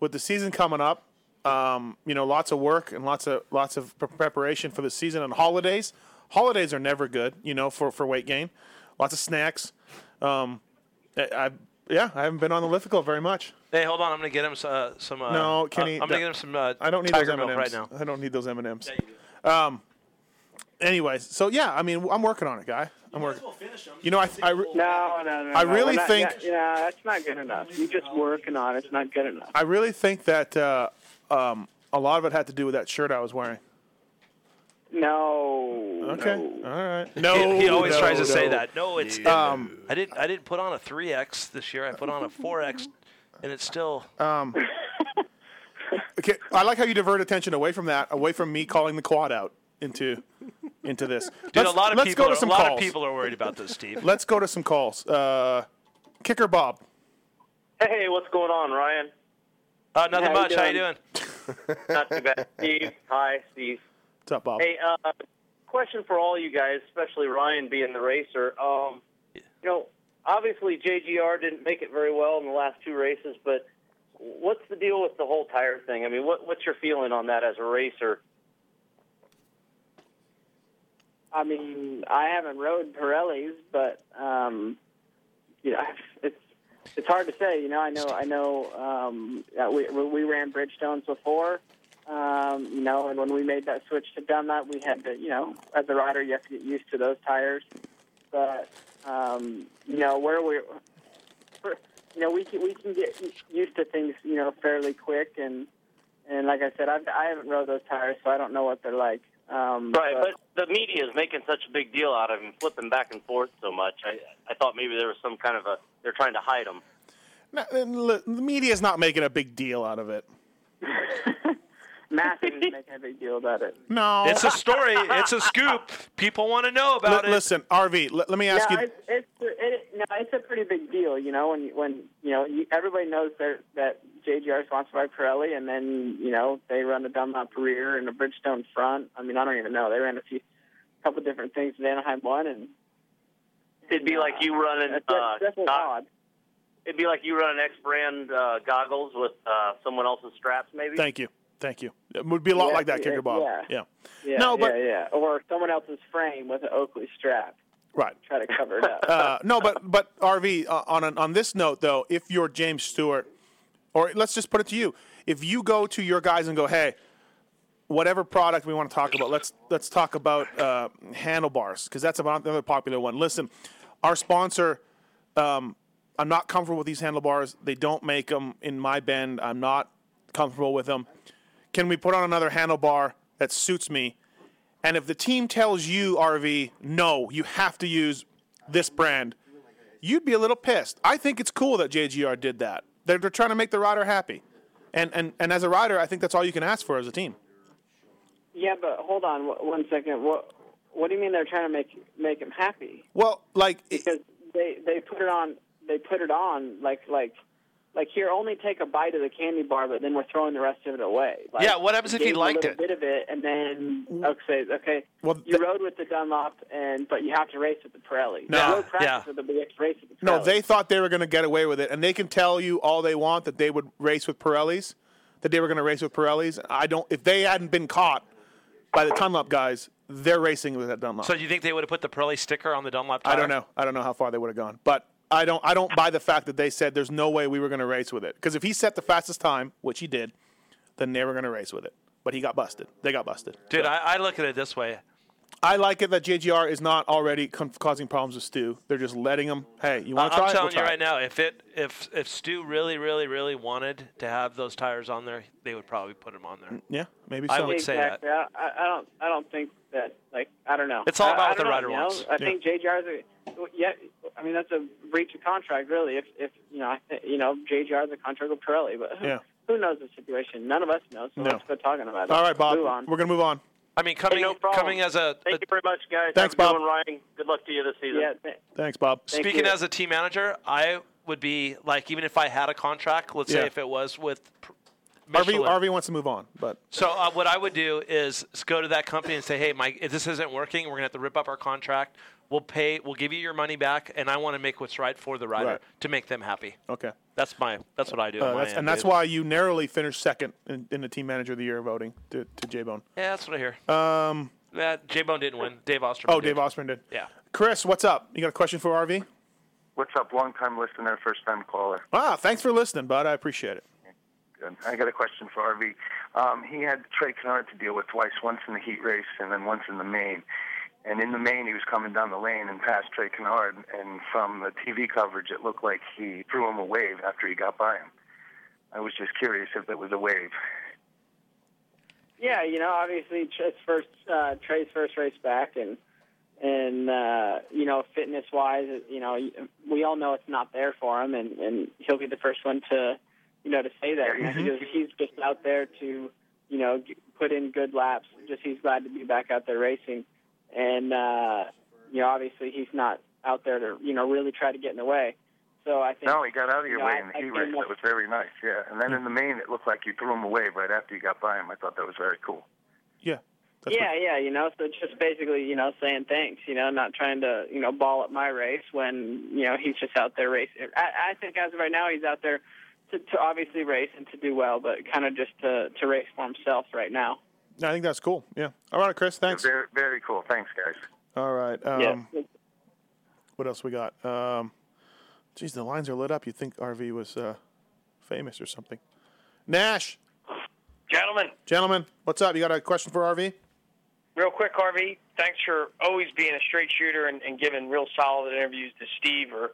Speaker 4: with the season coming up, um, you know, lots of work and lots of lots of pre- preparation for the season and holidays. Holidays are never good, you know, for for weight gain. Lots of snacks. Um, I, I yeah, I haven't been on the lithical very much.
Speaker 5: Hey, hold on. I'm gonna get him uh, some. Uh,
Speaker 4: No, Kenny.
Speaker 5: I'm gonna
Speaker 4: no.
Speaker 5: get him some. Uh,
Speaker 4: I don't need
Speaker 5: Tiger
Speaker 4: those
Speaker 5: Milk
Speaker 4: M&Ms.
Speaker 5: right now.
Speaker 4: I don't need those M and M's. Um. Anyways, so yeah, I mean, I'm working on it, guy. I'm working. You know, I, I re-
Speaker 22: No, no, no.
Speaker 4: I
Speaker 22: no,
Speaker 4: really
Speaker 22: we're not-
Speaker 4: think-
Speaker 22: Yeah, yeah, that's not good enough. You're just working on it. It's not good enough.
Speaker 4: I really think that uh, um, a lot of it had to do with that shirt I was wearing.
Speaker 22: No.
Speaker 4: Okay.
Speaker 22: no.
Speaker 4: All right. No.
Speaker 5: he, he always
Speaker 4: no,
Speaker 5: tries to
Speaker 4: no.
Speaker 5: say that. No, it's
Speaker 4: Um,
Speaker 5: I didn't I didn't put on a 3x this year. I put on a 4x, and it's still
Speaker 4: Um, Okay, I like how you divert attention away from that, away from me calling the quad out into into this.
Speaker 5: Dude, a lot of
Speaker 4: let's
Speaker 5: people.
Speaker 4: go to
Speaker 5: are,
Speaker 4: some
Speaker 5: a lot
Speaker 4: calls.
Speaker 5: of people are worried about this, Steve.
Speaker 4: Let's go to some calls. Uh, Kicker Bob.
Speaker 15: Hey, what's going on, Ryan?
Speaker 5: Uh, nothing much. How you doing?
Speaker 15: Not too bad. Steve, hi, Steve.
Speaker 4: What's up, Bob?
Speaker 15: Hey, uh, question for all you guys, especially Ryan being the racer. Um, you know, obviously JGR didn't make it very well in the last two races, but what's the deal with the whole tire thing? I mean, what, what's your feeling on that as a racer?
Speaker 22: I mean, I haven't rode Pirellis, but um, you know, it's it's hard to say. You know, I know I know um, that we we ran Bridgestones before. Um, you know, and when we made that switch to Dunlop, we had to, you know, as a rider, you have to get used to those tires. But um, you know, where we, for, you know, we can we can get used to things, you know, fairly quick. And and like I said, I've, I haven't rode those tires, so I don't know what they're like. Um,
Speaker 15: Right, but the media is making such a big deal out of him, flipping back and forth so much. I, I thought maybe there was some kind of a they're trying to hide him.
Speaker 4: No, the the media's not making a big deal out of it.
Speaker 22: Matthew is making a big deal about it.
Speaker 4: No,
Speaker 5: It's a story. It's a scoop. People want to know about
Speaker 4: Li-
Speaker 5: it.
Speaker 4: Listen, RV. Let, let me ask
Speaker 22: no,
Speaker 4: you.
Speaker 22: It's, it's, it, no, it's a pretty big deal, you know, when you- when you know you, everybody knows that that JGR is sponsored by Pirelli, and then you know they run a Dunlop rear and a Bridgestone front. I mean, I don't even know. They ran a few, couple different things at Anaheim one, and
Speaker 15: It'd be like you running
Speaker 22: that's,
Speaker 15: uh,
Speaker 22: that's what's
Speaker 15: not-
Speaker 22: odd.
Speaker 15: It'd be like you running X brand uh, goggles with uh, someone else's straps, maybe.
Speaker 4: Thank you. Thank you. It would be a lot
Speaker 22: Yeah,
Speaker 4: like that,
Speaker 22: yeah,
Speaker 4: Kicker Bob.
Speaker 22: yeah. Yeah,
Speaker 4: no, but
Speaker 22: yeah, yeah, or someone else's frame with an Oakley strap.
Speaker 4: Right.
Speaker 22: Try to cover it up.
Speaker 4: uh, no, but but RV uh, on an, on this note though, if you're James Stewart, or let's just put it to you, if you go to your guys and go, hey, whatever product we want to talk about, let's let's talk about uh, handlebars because that's about another popular one. Listen, our sponsor, um, I'm not comfortable with these handlebars. They don't make them in my bend. I'm not comfortable with them. Can we put on another handlebar that suits me? And if the team tells you, RV, no, you have to use this brand, you'd be a little pissed. I think it's cool that JGR did that. They're, they're trying to make the rider happy. And, and, and as a rider, I think that's all you can ask for as a team.
Speaker 22: Yeah, but hold on wh- one second. What what do you mean they're trying to make make him happy?
Speaker 4: Well, like
Speaker 22: because they they put it on they put it on like like like here only take a bite of the candy bar, but then we're throwing the rest of it away. Like,
Speaker 5: Yeah, what happens if
Speaker 22: you
Speaker 5: he
Speaker 22: gave
Speaker 5: liked
Speaker 22: a
Speaker 5: it?
Speaker 22: little bit of it, and then okay, okay, you rode with the Dunlop, and but you have to race with the Pirelli.
Speaker 4: No,
Speaker 22: you rode practice
Speaker 4: yeah.
Speaker 22: with them, but you have to race with the Pirelli.
Speaker 4: No, they thought they were going to get away with it, and they can tell you all they want that they would race with Pirellis, that they were going to race with Pirellis. I don't. If they hadn't been caught by the Dunlop guys, they're racing with that Dunlop.
Speaker 5: So uh, do you think they would have put the Pirelli sticker on the Dunlop tire?
Speaker 4: I don't know. I don't know how far they would have gone, but I don't. I don't buy the fact that they said there's no way we were going to race with it because if he set the fastest time, which he did, then they were going to race with it. But he got busted. They got busted.
Speaker 5: Dude, I, I look at it this way.
Speaker 4: I like it that JGR is not already con- causing problems with Stu. They're just letting him. Hey, you want to
Speaker 5: I-
Speaker 4: try?
Speaker 5: I'm
Speaker 4: it?
Speaker 5: telling
Speaker 4: We'll
Speaker 5: you
Speaker 4: try it.
Speaker 5: right now, if it if if Stu really, really, really wanted to have those tires on there, they would probably put them on there.
Speaker 4: Mm, Yeah, maybe.
Speaker 5: I
Speaker 4: so.
Speaker 5: would say that.
Speaker 22: exactly. I, I- I don't. I don't think that. Like, I don't know.
Speaker 5: It's all
Speaker 22: I-
Speaker 5: about
Speaker 22: I
Speaker 5: what the
Speaker 22: don't know,
Speaker 5: rider
Speaker 22: you know?
Speaker 5: wants.
Speaker 22: I think JGR is a. Yeah, I mean that's a breach of contract, really. If if you know, I th- you know, JGR is a contract with Pirelli, but who,
Speaker 4: Yeah.
Speaker 22: who knows the situation? None of us know. So
Speaker 4: No.
Speaker 22: let's quit talking about it.
Speaker 4: All right, Bob.
Speaker 22: Move on.
Speaker 4: We're gonna move on.
Speaker 5: I mean, coming coming as a,
Speaker 15: Thank you very much, guys.
Speaker 4: Thanks,
Speaker 15: Have a good
Speaker 4: Bob.
Speaker 15: one, Ryan. Good luck to you this season.
Speaker 22: Yeah,
Speaker 4: Thanks, Bob.
Speaker 5: Speaking as a team manager, I would be like, even if I had a contract, let's
Speaker 4: Yeah.
Speaker 5: say if it was with P-
Speaker 4: RV,
Speaker 5: Michelin.
Speaker 4: RV wants to move on, but
Speaker 5: So uh, what I would do is s- go to that company and say, "Hey, Mike, if this isn't working, we're gonna have to rip up our contract. We'll pay. We'll give you your money back, and I want to make what's right for the rider
Speaker 4: Right.
Speaker 5: to make them happy."
Speaker 4: okay.
Speaker 5: That's my. That's what I do.
Speaker 4: Uh,
Speaker 5: on my
Speaker 4: that's,
Speaker 5: end,
Speaker 4: and that's
Speaker 5: dude.
Speaker 4: why you narrowly finished second in, in the team manager of the year voting to, to J Bone.
Speaker 5: Yeah, that's what I hear.
Speaker 4: Um,
Speaker 5: That J Bone didn't win. Dave Osterman.
Speaker 4: oh,
Speaker 5: did.
Speaker 4: Dave Osborne did.
Speaker 5: Yeah.
Speaker 4: Chris, what's up? You got a question for RV?
Speaker 23: What's up, long time listener, first time caller?
Speaker 4: Ah, thanks for listening, bud. I appreciate it.
Speaker 23: Good. I got a question for RV. Um, he had Trey Kennard to deal with twice, once in the heat race and then once in the main. And in the main, he was coming down the lane and passed Trey Kennard. And from the TV coverage, it looked like he threw him a wave after he got by him. I was just curious if it was a wave.
Speaker 22: Yeah, you know, obviously it's first uh, Trey's first race back, and and uh, you know, fitness wise, you know, we all know it's not there for him, and and he'll be the first one to you know, to say that. you know,
Speaker 4: Mm-hmm.
Speaker 1: Mhm.
Speaker 22: because he's just out there to, you know, g- put in good laps. Just he's glad to be back out there racing, and uh, you know, obviously he's not out there to, you know, really try to get in the way. So I think
Speaker 23: No, he got out of your
Speaker 22: you know,
Speaker 23: way
Speaker 22: I-
Speaker 23: in the
Speaker 22: I
Speaker 23: heat
Speaker 22: think
Speaker 23: race. That was very nice, yeah. And then in the main, it looked like you threw him away right after you got by him. I thought that was very cool.
Speaker 22: yeah, yeah, you know, so just basically, you know, saying thanks, you know, not trying to, you know, ball up my race when, you know, he's just out there racing. I, I think as of right now, he's out there to, to obviously race and to do well, but kind of just to, to race for himself right now.
Speaker 4: I think that's cool. Yeah. All right, Chris. Thanks.
Speaker 23: Very, very cool. Thanks, guys.
Speaker 4: All right. Um,
Speaker 23: Yeah.
Speaker 4: What else we got? Um, geez, the lines are lit up. You would think RV was uh, famous or something? Nash,
Speaker 2: Gentlemen,
Speaker 4: gentlemen, what's up? You got a question for RV?
Speaker 2: real quick, Harvey, thanks for always being a straight shooter and, and giving real solid interviews to Steve or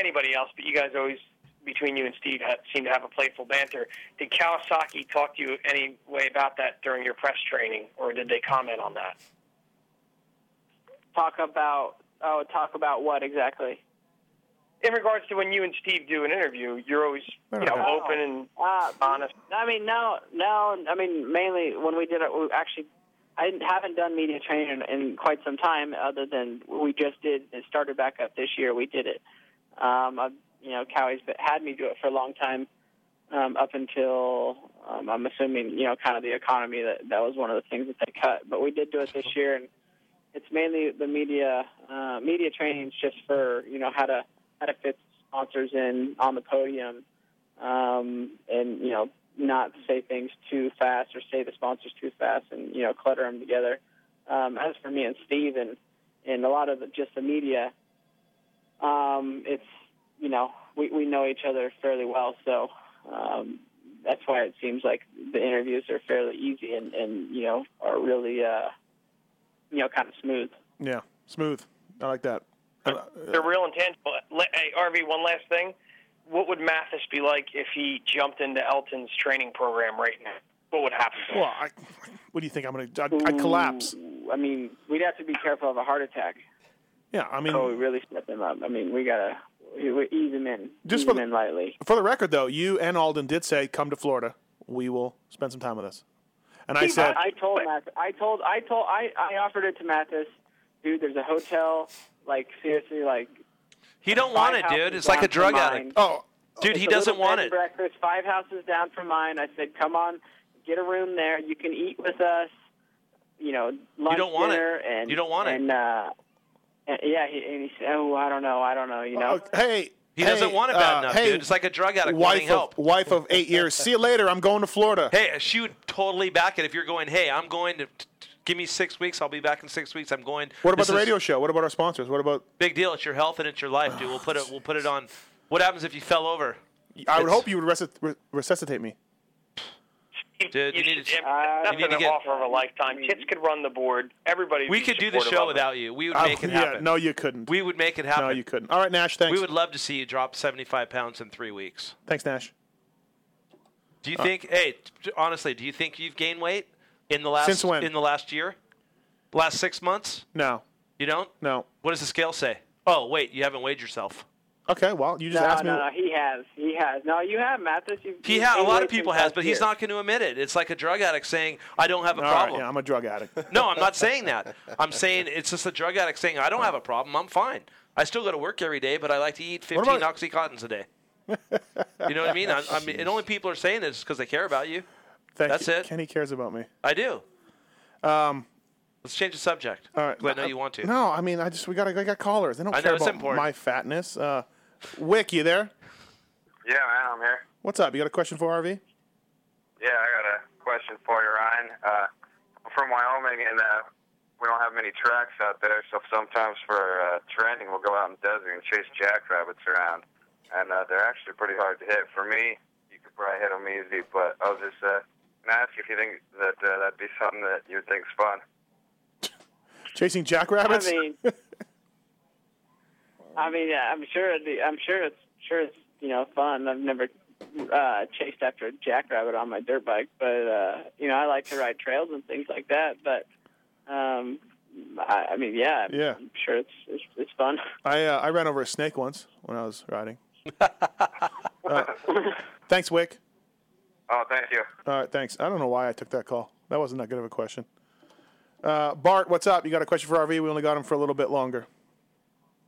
Speaker 2: anybody else. But you guys always, between you and Steve, ha- seem to have a playful banter. Did Kawasaki talk to you any way about that during your press training, or did they comment on that?
Speaker 22: Talk about, oh, talk about what exactly?
Speaker 2: In regards to when you and Steve do an interview, you're always you know
Speaker 22: Oh.
Speaker 2: open and
Speaker 22: Uh,
Speaker 2: honest.
Speaker 22: I mean, no, no. I mean, mainly when we did it, we actually, I didn't- haven't done media training in, in quite some time, other than we just did. It started back up this year. We did it. Um, I've, you know, Cowie's been- had me do it for a long time, um, up until um, I'm assuming you know, kind of the economy that that was one of the things that they cut. But we did do it this year, and it's mainly the media uh, media trainings just for you know how to how to fit sponsors in on the podium um, and you know not say things too fast or say the sponsors too fast and you know clutter them together. Um, as for me and Steve and and a lot of the, just the media, um, it's you know we we know each other fairly well, so um, that's why it seems like the interviews are fairly easy and and you know are really uh, you know kind of smooth.
Speaker 4: Yeah, smooth. I like that. Uh,
Speaker 2: They're real intangible. Le- Hey, RV, one last thing. What would Mathis be like if he jumped into Elton's training program right now? What would happen? to him?
Speaker 4: uh, Well, I, what do you think? I'm gonna. I'd, I'd collapse.
Speaker 22: I mean, we'd have to be careful of a heart attack.
Speaker 4: Yeah, I mean,
Speaker 22: oh, we really step him up. I mean, we gotta we, we ease him in,
Speaker 4: Just
Speaker 22: ease
Speaker 4: for
Speaker 22: him
Speaker 4: the-
Speaker 22: in lightly.
Speaker 4: For the record, though, you and Alden did say, "Come to Florida. We will spend some time with us." And I said,
Speaker 22: I told Mathis, I told, I told, I, I offered it to Mathis. Dude, there's a hotel. Like seriously, like
Speaker 5: He don't want it, dude. It's like a drug addict.
Speaker 4: Oh,
Speaker 5: dude,
Speaker 22: it's
Speaker 5: he
Speaker 22: a little
Speaker 5: doesn't want
Speaker 22: bed and
Speaker 5: it.
Speaker 22: Breakfast five houses down from mine. I said, come on, get a room there. You can eat with us. You know, lunch,
Speaker 5: don't want it.
Speaker 22: dinner, and
Speaker 5: You don't want it.
Speaker 22: And uh, and- yeah, he, and he said, oh, I don't know, I don't know. You know,
Speaker 4: Oh, hey,
Speaker 5: He doesn't
Speaker 4: hey,
Speaker 5: want it bad
Speaker 4: uh,
Speaker 5: enough,
Speaker 4: hey,
Speaker 5: dude. It's like a drug addict
Speaker 4: wife
Speaker 5: wanting
Speaker 4: of
Speaker 5: help.
Speaker 4: wife of eight years. See you later. I'm going to Florida.
Speaker 5: Hey, she would totally back it if you're going. Hey, I'm going to t- t- give me six weeks. I'll be back in six weeks. I'm going.
Speaker 4: What about
Speaker 5: This
Speaker 4: the
Speaker 5: is-
Speaker 4: radio show? What about our sponsors? What about?
Speaker 5: Big deal. It's your health and it's your life, dude. We'll put it. We'll put it on. What happens if you fell over?
Speaker 4: I would
Speaker 5: It's-
Speaker 4: hope you would resusc- re- resuscitate me.
Speaker 5: dude. You, need to.
Speaker 2: That's
Speaker 5: you need
Speaker 2: an
Speaker 5: to get.
Speaker 2: offer of a
Speaker 1: Mm-hmm.
Speaker 2: lifetime. Kids could run the board. Everybody. would
Speaker 5: We
Speaker 14: be
Speaker 5: could do the
Speaker 14: supportive
Speaker 5: show
Speaker 14: of it.
Speaker 5: without you. We would
Speaker 4: I-
Speaker 5: make it
Speaker 4: yeah,
Speaker 5: happen.
Speaker 4: no, you couldn't.
Speaker 5: We would make it happen.
Speaker 4: No, you couldn't. All right, Nash. Thanks.
Speaker 5: We would love to see you drop 75 pounds in three weeks.
Speaker 4: Thanks, Nash.
Speaker 5: Do you
Speaker 4: Uh,
Speaker 5: think? Hey, t- honestly, do you think you've gained weight in the last
Speaker 4: Since when?
Speaker 5: in the last year, last six months?
Speaker 4: No,
Speaker 5: You don't.
Speaker 4: no.
Speaker 5: What does the scale say? Oh, wait, you haven't weighed yourself.
Speaker 4: Okay, well, you just
Speaker 22: no,
Speaker 4: asked me.
Speaker 22: no, no, he has, he has. No, you have Mathis. You,
Speaker 5: He
Speaker 22: you
Speaker 5: ha- a
Speaker 22: gained
Speaker 5: lot
Speaker 22: weight
Speaker 5: of people
Speaker 22: since
Speaker 5: has,
Speaker 22: last
Speaker 5: but he's
Speaker 22: year.
Speaker 5: not going to admit it. It's like a drug addict saying, "I don't have a
Speaker 4: All right,
Speaker 5: problem."
Speaker 4: yeah, I'm a drug addict.
Speaker 5: No, I'm not saying that. I'm saying it's just a drug addict saying, "I don't have a problem. I'm fine. I still go to work every day, but I like to eat 15 oxycontins a day." You know what I mean? I, I mean, and only people are saying this because they care about you.
Speaker 4: Thank
Speaker 5: That's
Speaker 4: you.
Speaker 5: it.
Speaker 4: Kenny cares about me.
Speaker 5: I do.
Speaker 4: Um,
Speaker 5: Let's change the subject.
Speaker 4: all right.
Speaker 5: Well, I know you want to.
Speaker 4: No, I mean, I just we got I got callers. They don't
Speaker 5: I know,
Speaker 4: care
Speaker 5: it's
Speaker 4: about
Speaker 5: important.
Speaker 4: my fatness. Uh, Wick, you there?
Speaker 1: Yeah, man, I'm here.
Speaker 4: What's up? You got a question for RV?
Speaker 1: Yeah, I got a question for you, Ryan. Uh, I'm from Wyoming, and uh, we don't have many tracks out there, so sometimes for uh, training, we'll go out in the desert and chase jackrabbits around. And uh, they're actually pretty hard to hit. For me, you could probably hit them easy, but I was just uh, going to ask if you think that uh, that'd be something that you think's fun.
Speaker 4: Chasing jackrabbits?
Speaker 22: I mean, I mean, yeah, I'm sure. it'd be- I'm sure it's sure it's you know fun. I've never uh, chased after a jackrabbit on my dirt bike, but uh, you know, I like to ride trails and things like that. But um, I, I mean, yeah, I'm
Speaker 4: Yeah.
Speaker 22: sure it's it's, it's fun.
Speaker 4: I uh, I ran over a snake once when I was riding. Uh, thanks, Wick.
Speaker 9: Oh, thank you.
Speaker 4: All right, thanks. I don't know why I took that call. That wasn't that good of a question. Uh, Bart, what's up? You got a question for RV? We only got him for a little bit longer.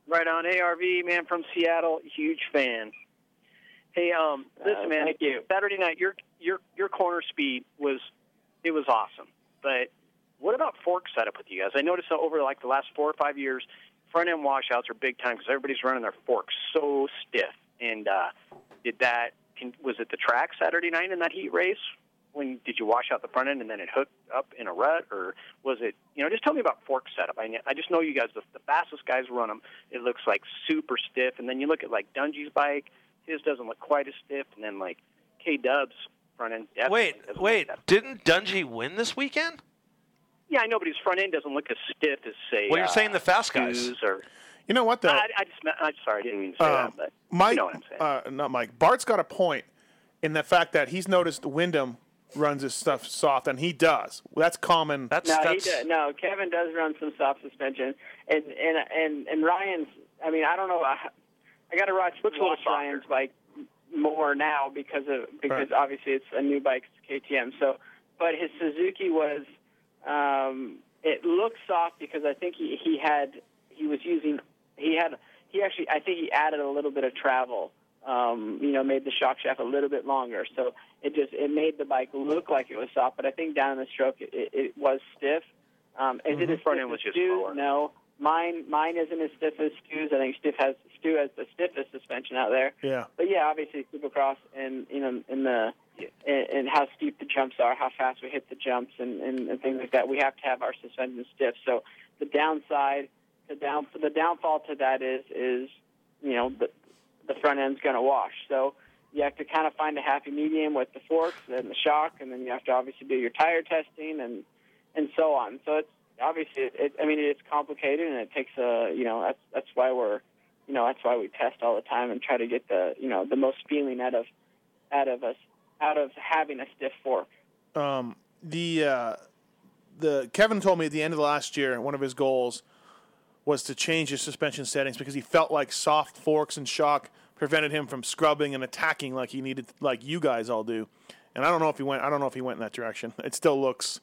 Speaker 14: Right on. ARV, man from Seattle, huge fan. Hey, um, listen, man.
Speaker 24: Uh, thank you.
Speaker 14: Saturday night, your your your corner speed was it was awesome. But what about fork setup with you guys? I noticed that over like the last four or five years, front end washouts are big time because everybody's running their forks so stiff. And uh, did that? Can, was it the track Saturday night in that heat race? When did you wash out the front end and then it hooked up in a rut, or was it? You know, just tell me about fork setup. I, kn- I just know you guys, the, the fastest guys run them. It looks like super stiff, and then you look at like Dungy's bike. His doesn't look quite as stiff, and then like K Dub's front end. definitely
Speaker 5: Wait,
Speaker 14: doesn't look
Speaker 5: wait.
Speaker 14: that-
Speaker 5: Didn't Dungy win this weekend?
Speaker 14: Yeah, I know, but his front end doesn't look as stiff as say.
Speaker 5: Well, you're
Speaker 14: uh,
Speaker 5: saying the fast guys.
Speaker 14: Or,
Speaker 4: You know what, though?
Speaker 14: I, I just, meant- I'm sorry, I didn't mean to say
Speaker 4: Uh,
Speaker 14: that, but
Speaker 4: Mike,
Speaker 14: you know what I'm saying.
Speaker 4: uh, not Mike. Bart's got a point in the fact that he's noticed Wyndham runs his stuff soft, and he does. That's common. That's
Speaker 22: no, he does, no. Kevin does run some soft suspension, and and and and Ryan's. I mean, I don't know. I, I got to watch, watch Ryan's bike more now because of because obviously it's a new bike, it's KTM. So, but his Suzuki was. Um, it looked soft because I think he he had he was using he had he actually I think he added a little bit of travel. Um, you know, made the shock shaft a little bit longer, so it just it made the bike look like it was soft. But I think down in the stroke it, it, it was stiff. Um, is it
Speaker 14: Mhm.
Speaker 22: as
Speaker 14: Front
Speaker 22: stiff
Speaker 14: end was
Speaker 22: as
Speaker 14: just
Speaker 22: Stu's?
Speaker 14: lower.
Speaker 22: No, mine mine isn't as stiff as Stu's. I think Stu has Stu has the stiffest suspension out there.
Speaker 4: Yeah.
Speaker 22: But yeah, obviously Supercross and you know and the and, and how steep the jumps are, how fast we hit the jumps, and, and, and things like that. We have to have our suspension stiff. So the downside, the down the downfall to that is is you know the the front end's going to wash. So you have to kind of find a happy medium with the forks and the shock, and then you have to obviously do your tire testing and and so on. So it's obviously it, it I mean it's complicated and it takes a you know that's that's why we're you know that's why we test all the time and try to get the you know the most feeling out of out of us out of having a stiff fork.
Speaker 4: um, the uh, the Kevin told me at the end of the last year one of his goals was to change his suspension settings because he felt like soft forks and shock prevented him from scrubbing and attacking like he needed like you guys all do. And I don't know if he went I don't know if he went in that direction. It still looks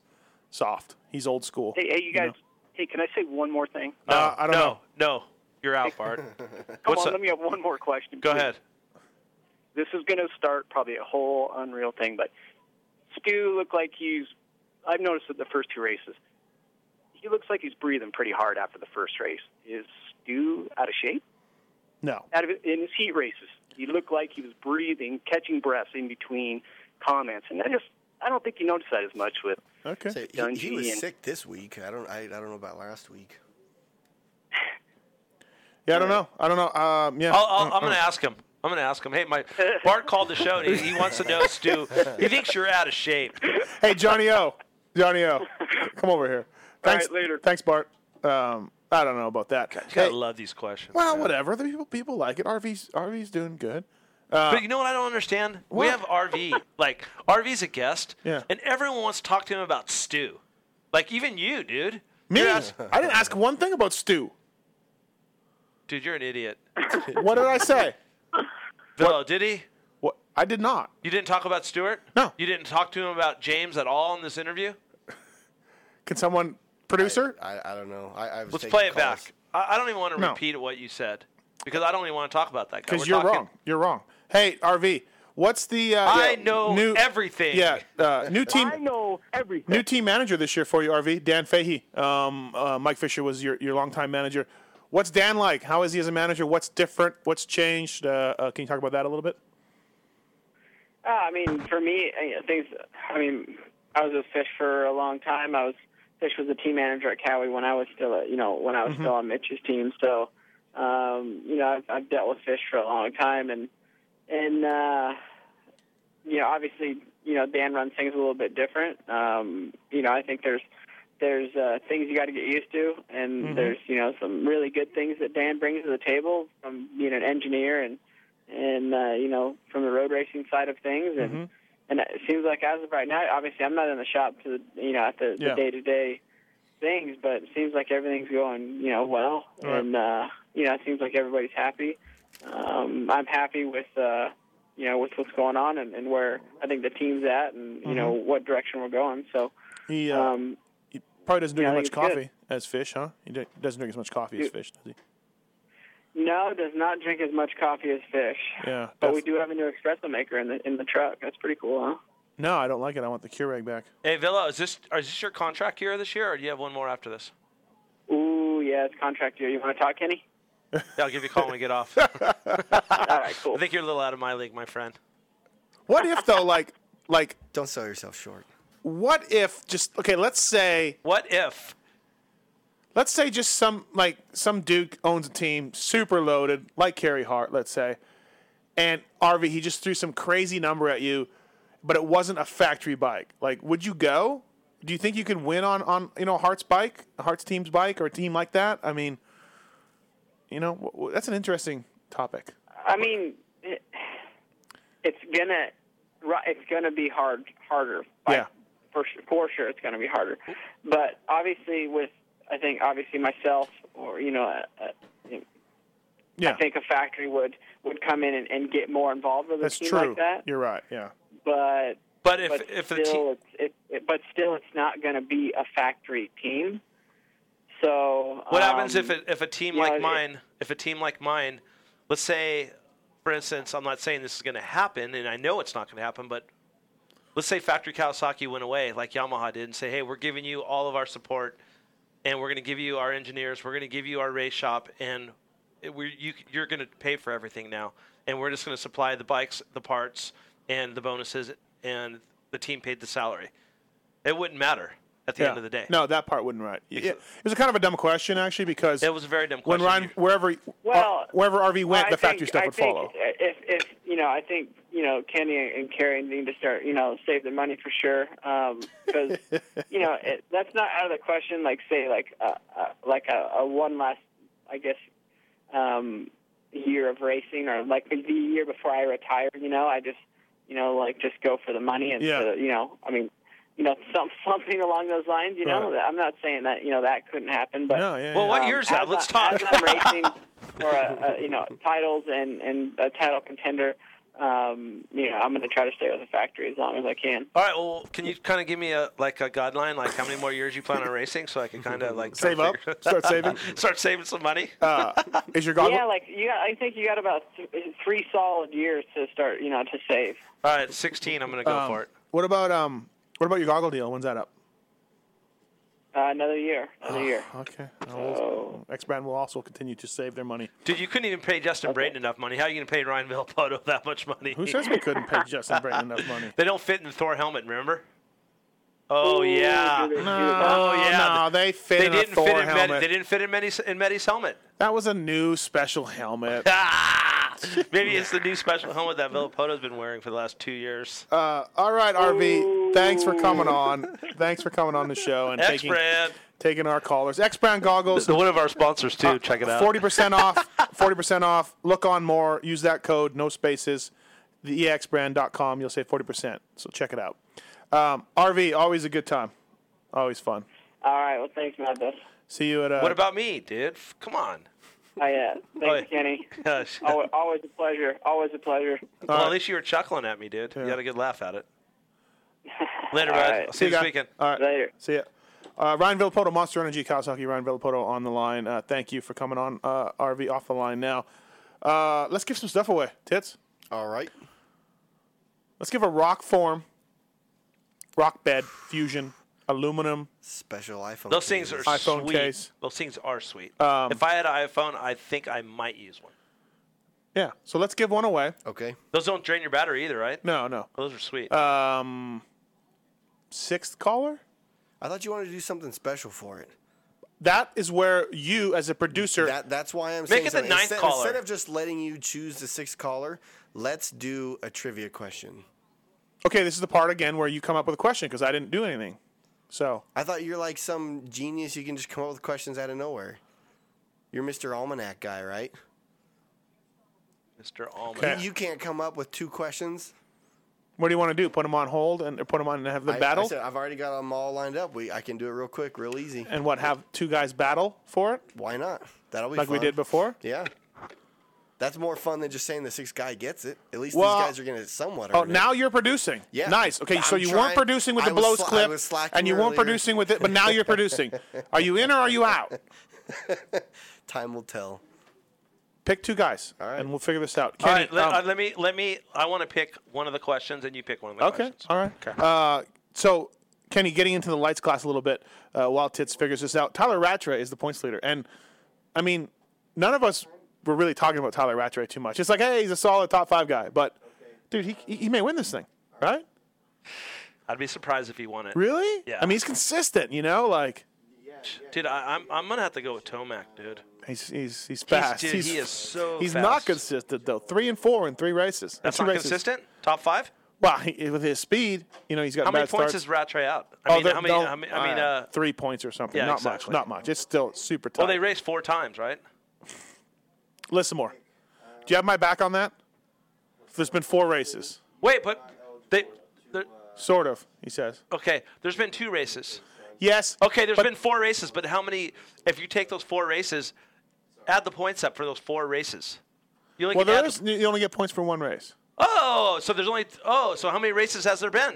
Speaker 4: soft. He's old school.
Speaker 14: Hey, hey, you guys. Hey, can I say one more thing?
Speaker 4: know? Uh, I don't know.
Speaker 5: No, you're out, Bart.
Speaker 14: Come
Speaker 5: What's
Speaker 14: on,
Speaker 5: up?
Speaker 14: let me have one more question.
Speaker 5: Go
Speaker 14: please.
Speaker 5: ahead.
Speaker 14: This is going to start probably a whole unreal thing, but Stu looked like he's. I've noticed that the first two races, he looks like he's breathing pretty hard after the first race. Is Stu out of shape?
Speaker 4: No.
Speaker 14: Out of in his heat races, he looked like he was breathing, catching breaths in between comments, and I just. I don't think you notice that as much with
Speaker 4: Okay.
Speaker 14: Dungy
Speaker 6: He, he was
Speaker 14: and-
Speaker 6: sick this week. I don't. I, I don't know about last week.
Speaker 4: Yeah, I don't know. I don't know. Um, yeah.
Speaker 5: I'll, I'll, I'm going to ask him. I'm going to ask him. Hey, my Bart called the show and he, he wants to know, Stu. He thinks you're out of shape.
Speaker 4: hey, Johnny O. Johnny O. Come over here. Thanks. later. Thanks, Bart. Um, I don't know about that.
Speaker 5: You gotta
Speaker 4: Hey,
Speaker 5: love these questions.
Speaker 4: well,
Speaker 5: man.
Speaker 4: whatever. The people people like it. RV's RV's doing good. Uh,
Speaker 5: but you know what I don't understand? We have RV. like RV's a guest,
Speaker 4: Yeah.
Speaker 5: and everyone wants to talk to him about Stu. Like even you, dude.
Speaker 4: me, I didn't ask one thing about Stu.
Speaker 5: Dude, you're an idiot.
Speaker 4: What did I say?
Speaker 5: Villo, did he?
Speaker 4: What? I did not.
Speaker 5: You didn't talk about Stewart? No. You didn't talk to him about James at all in this interview?
Speaker 4: Can someone producer?
Speaker 6: I, I don't know. I, I was
Speaker 5: Let's
Speaker 6: taking
Speaker 5: play it
Speaker 6: calls.
Speaker 5: back. I, I don't even want to
Speaker 4: No.
Speaker 5: repeat what you said because I don't even want to talk about that guy. We're
Speaker 4: Because you're
Speaker 5: talking-
Speaker 4: wrong. You're wrong. Hey, RV. What's the? Uh,
Speaker 5: I
Speaker 4: yeah,
Speaker 5: know
Speaker 4: new,
Speaker 5: everything.
Speaker 4: Yeah. Uh, new team.
Speaker 25: I know everything.
Speaker 4: New team manager this year for you, RV. Dan Fahey. Um, uh, Mike Fisher was your your longtime manager. What's Dan like? How is he as a manager? What's different? What's changed? Uh, uh, can you talk about that a little bit?
Speaker 22: Uh, I mean, for me, I- things. I mean, I was with Fish for a long time. I was Fish was the team manager at Cowie when I was still, at, you know, when I was still on Mitch's team. So, um, you know, I've, I've dealt with Fish for a long time, and and uh, you know, obviously, you know, Dan runs things a little bit different. Um, you know, I think there's there's uh, things you got to get used to, and
Speaker 7: Mhm.
Speaker 22: there's you know some really good things that Dan brings to the table from being an engineer and and uh, you know from the road racing side of things and and it seems like as of right now obviously i'm not in the shop to the, you know at the
Speaker 7: Yeah.
Speaker 22: the day to day things but it seems like everything's going you know well
Speaker 7: Right.
Speaker 22: and uh you know it seems like everybody's happy um i'm happy with uh you know, with what's going on and, and where I think the team's at and, you know,
Speaker 4: Mhm.
Speaker 22: what direction we're going. So,
Speaker 4: He, uh,
Speaker 22: um,
Speaker 4: he probably doesn't drink
Speaker 22: yeah, I
Speaker 4: as much
Speaker 22: think it's
Speaker 4: coffee
Speaker 22: good.
Speaker 4: as fish, huh? He d- doesn't drink as much coffee as
Speaker 22: You-
Speaker 4: fish, does
Speaker 22: no, does not drink as much coffee as fish.
Speaker 4: he? Yeah.
Speaker 22: But we do have a new espresso maker in the in the truck. That's pretty cool, huh?
Speaker 4: No, I don't like it. I want the Keurig back.
Speaker 5: Hey Villa, is this is this your contract year this year, or do you have one more after this?
Speaker 22: Ooh, yeah, it's contract year. You want to talk, Kenny?
Speaker 5: Yeah, I'll give you a call when we get off.
Speaker 22: All right, cool.
Speaker 5: I think you're a little out of my league, my friend.
Speaker 4: What if though, like, like?
Speaker 6: Don't sell yourself short.
Speaker 4: What if just okay? Let's say.
Speaker 5: What if?
Speaker 4: Let's say just some like some dude owns a team super loaded, like Carey Hart, let's say, and RV he just threw some crazy number at you, but it wasn't a factory bike. Like, would you go? Do you think you could win on on you know Hart's bike, Hart's team's bike, or a team like that? I mean, you know, w- w- that's an interesting topic.
Speaker 22: I mean, it, it's gonna ri- it's gonna be hard harder
Speaker 4: Yeah.
Speaker 22: for sure, for sure it's going to be harder. But obviously, with I think obviously myself or you know, uh, uh, you know,
Speaker 4: Yeah.
Speaker 22: I think a factory would would come in and, and get more involved with a
Speaker 4: That's
Speaker 22: team
Speaker 4: true.
Speaker 22: like that.
Speaker 4: You're right. Yeah.
Speaker 22: But
Speaker 5: But if- if
Speaker 22: still
Speaker 5: the team-
Speaker 22: it's, it, it, but still it's not going to be a factory team. So
Speaker 5: What happens
Speaker 22: um,
Speaker 5: if a, if a team
Speaker 22: you
Speaker 5: like
Speaker 22: know, it-
Speaker 5: mine, if a team like mine, let's say, for instance, I'm not saying this is going to happen, and I know it's not going to happen, but let's say Factory Kawasaki went away, like Yamaha did, and say, hey, we're giving you all of our support, and we're going to give you our engineers, we're going to give you our race shop, and it- we're, you, you're going to pay for everything now, and we're just going to supply the bikes, the parts, and the bonuses, and the team paid the salary. It wouldn't matter at the
Speaker 4: Yeah.
Speaker 5: end of the day.
Speaker 4: No, that part wouldn't right. Yeah. It was a kind of a dumb question actually because
Speaker 5: It was a very dumb
Speaker 4: when
Speaker 5: question.
Speaker 4: Ryan wherever
Speaker 22: Well,
Speaker 4: wherever RV went,
Speaker 22: I
Speaker 4: the factory
Speaker 22: think-
Speaker 4: stuff
Speaker 22: I
Speaker 4: would
Speaker 22: think
Speaker 4: follow.
Speaker 22: If, if you know, I think you know Kenny and Carrie need to start, you know, save their money for sure, because you know it, that's not out of the question. Like say, like uh, uh, like a, a one last, I guess, um, year of racing, or like the year before I retire. You know, I just, you know, like just go for the money and
Speaker 7: Yeah.
Speaker 22: uh, you know, I mean. You know, some, something along those lines. You know,
Speaker 7: Right.
Speaker 22: I'm not saying that you know that couldn't happen, but
Speaker 5: Well, what year is that?
Speaker 22: as
Speaker 5: Let's
Speaker 22: I-
Speaker 5: talk.
Speaker 22: As I'm racing for a, a, you know titles and and a title contender, um, you know I'm going to try to stay with the factory as long as I can.
Speaker 5: All right. Well, can you kind of give me a like a guideline, like how many more years you plan on racing, so I can kind of like try
Speaker 4: Save
Speaker 5: to
Speaker 4: up?
Speaker 5: figure-
Speaker 4: Start saving?
Speaker 5: start saving some money.
Speaker 4: Uh, is your goggle?
Speaker 22: Yeah, like you, got- I think you got about th- three solid years to start, you know, to save.
Speaker 5: All right, sixteen. I'm gonna go
Speaker 4: Um,
Speaker 5: for it.
Speaker 4: What about um? What about your goggle deal? When's that up?
Speaker 22: Uh, another year, another year.
Speaker 4: Okay. Oh. X Brand will also continue to save their money.
Speaker 5: Dude, you couldn't even pay Justin Brayton enough money. How are you gonna pay Ryan Villapoto that much money?
Speaker 4: Who says we couldn't pay Justin Brayton enough money?
Speaker 5: They don't fit in the Thor helmet. Remember? Oh yeah.
Speaker 4: No,
Speaker 5: oh yeah.
Speaker 4: no, they fit in a
Speaker 5: didn't
Speaker 4: Thor
Speaker 5: fit in Med-
Speaker 4: helmet.
Speaker 5: they didn't fit in Medi's, in Medi's helmet.
Speaker 4: That was a new special helmet. Uh, Ah,
Speaker 5: Maybe it's the new special helmet that Villapoto's been wearing for the last two years.
Speaker 4: Uh, all right, RV. Thanks for coming on. Thanks for coming on the show and taking
Speaker 5: X-Brand.
Speaker 4: taking our callers. X Brand goggles.
Speaker 5: The- one of our sponsors too. check it out.
Speaker 4: uh, Forty percent off. Forty percent off. Look on more. Use that code. No spaces. The E exbrand.com. You'll save forty percent. So check it out. Um, RV. Always a good time. Always fun.
Speaker 22: All right. Well, thanks, Mathis.
Speaker 4: See you at. Uh,
Speaker 5: what about me, dude? F- Come on.
Speaker 22: I, uh, thanks, Kenny.
Speaker 5: Gosh.
Speaker 22: Always, always a pleasure. Always a pleasure.
Speaker 5: Well, at least you were chuckling at me, dude. You had a good laugh at it. Later,
Speaker 4: All
Speaker 5: bud.
Speaker 4: right.
Speaker 5: I'll see you this
Speaker 4: guys.
Speaker 5: weekend.
Speaker 4: All right. See ya. Uh, Ryan Villapoto, Monster Energy, Kawasaki. Ryan Villapoto on the line. Uh, thank you for coming on. Uh, RV off the line now. Uh, let's give some stuff away. Tits.
Speaker 6: All right.
Speaker 4: Let's give a rock form, rock bed, fusion, aluminum.
Speaker 6: Special iPhone.
Speaker 5: Those things are
Speaker 4: iPhone
Speaker 5: sweet.
Speaker 4: case.
Speaker 5: Those things are sweet.
Speaker 4: Um,
Speaker 5: if I had an iPhone, I think I might use one.
Speaker 4: Yeah. So let's give one away.
Speaker 6: Okay.
Speaker 5: Those don't drain your battery either, right?
Speaker 4: No, no.
Speaker 5: Those are sweet.
Speaker 4: Um, sixth caller.
Speaker 6: I thought you wanted to do something special for it.
Speaker 4: That is where you, as a producer,
Speaker 6: that, that's why I'm
Speaker 4: Make
Speaker 6: saying
Speaker 4: it the
Speaker 6: something.
Speaker 4: ninth
Speaker 6: instead,
Speaker 4: caller.
Speaker 6: Instead of just letting you choose the sixth caller, let's do a trivia question.
Speaker 4: Okay, this is the part again where you come up with a question because I didn't do anything. So
Speaker 6: I thought you're like some genius. You can just come up with questions out of nowhere. You're Mr. Almanac guy, right?
Speaker 5: Mr. Almanac.
Speaker 6: You, you can't come up with two questions.
Speaker 4: what do you want to do? Put them on hold and or put them on and have the
Speaker 6: I-
Speaker 4: battle.
Speaker 6: I said, I've already got them all lined up. We I can do it real quick, real easy.
Speaker 4: and what have two guys battle for it?
Speaker 6: Why not? That'll be
Speaker 4: like we
Speaker 6: fun.
Speaker 4: did before.
Speaker 6: Yeah. That's more fun than just saying the sixth guy gets it. At least
Speaker 4: Well-
Speaker 6: these guys are going to somewhat.
Speaker 4: Oh,
Speaker 6: earn it.
Speaker 4: now you're producing.
Speaker 6: Yeah.
Speaker 4: Nice. Okay, so
Speaker 6: I'm
Speaker 4: you
Speaker 6: trying-
Speaker 4: weren't producing with
Speaker 6: I
Speaker 4: the
Speaker 6: was
Speaker 4: blows
Speaker 6: sla- I
Speaker 4: clip,
Speaker 6: was slacking
Speaker 4: and you weren't
Speaker 6: earlier.
Speaker 4: producing with it, but now you're producing. Are you in or are you out?
Speaker 6: Time will tell.
Speaker 4: Pick two guys, and we'll figure this out.
Speaker 5: All
Speaker 4: Kenny,
Speaker 5: right, let,
Speaker 4: um,
Speaker 5: uh, let me let me. I want to pick one of the questions, and you pick one of the
Speaker 4: Okay.
Speaker 5: questions.
Speaker 4: All right. Uh, so, Kenny, getting into the lights class a little bit uh, while Tits figures this out. Tyler Rattray is the points leader, and I mean, none of us were really talking about Tyler Rattray too much. It's like, hey, he's a solid top five guy, but dude, he he, he may win this thing, right?
Speaker 5: I'd be surprised if he won it.
Speaker 4: Really?
Speaker 5: Yeah.
Speaker 4: I mean, he's consistent. You know, like
Speaker 5: dude, I, I'm I'm gonna have to go with Tomac, dude.
Speaker 4: he's he's he's fast.
Speaker 5: dude, he is so
Speaker 4: He's
Speaker 5: fast.
Speaker 4: not consistent though. Three and four in three races.
Speaker 5: That's
Speaker 4: two
Speaker 5: not
Speaker 4: races.
Speaker 5: consistent. Top five.
Speaker 4: Well, he, with his speed, you know, he's got
Speaker 5: How many
Speaker 4: bad
Speaker 5: points
Speaker 4: starts.
Speaker 5: is Rattray out? I mean,
Speaker 4: Oh, they're-
Speaker 5: how many?
Speaker 4: no,
Speaker 5: How many I mean,
Speaker 4: uh,
Speaker 5: uh,
Speaker 4: three points or something.
Speaker 5: yeah,
Speaker 4: not
Speaker 5: exactly.
Speaker 4: much. Not much. It's still super tight.
Speaker 5: well, they raced four times, right?
Speaker 4: Listen more. Do you have my back on that? There's been four races.
Speaker 5: Wait, but they. they're-
Speaker 4: Sort of, he says.
Speaker 5: Okay, there's been two races.
Speaker 4: Yes.
Speaker 5: Okay, there's been four races, but how many? If you take those four races, add the points up for those four races. You only
Speaker 4: well,
Speaker 5: can
Speaker 4: there
Speaker 5: add
Speaker 4: is, you only get points for one race.
Speaker 5: Oh, so there's only oh, so how many races has there been?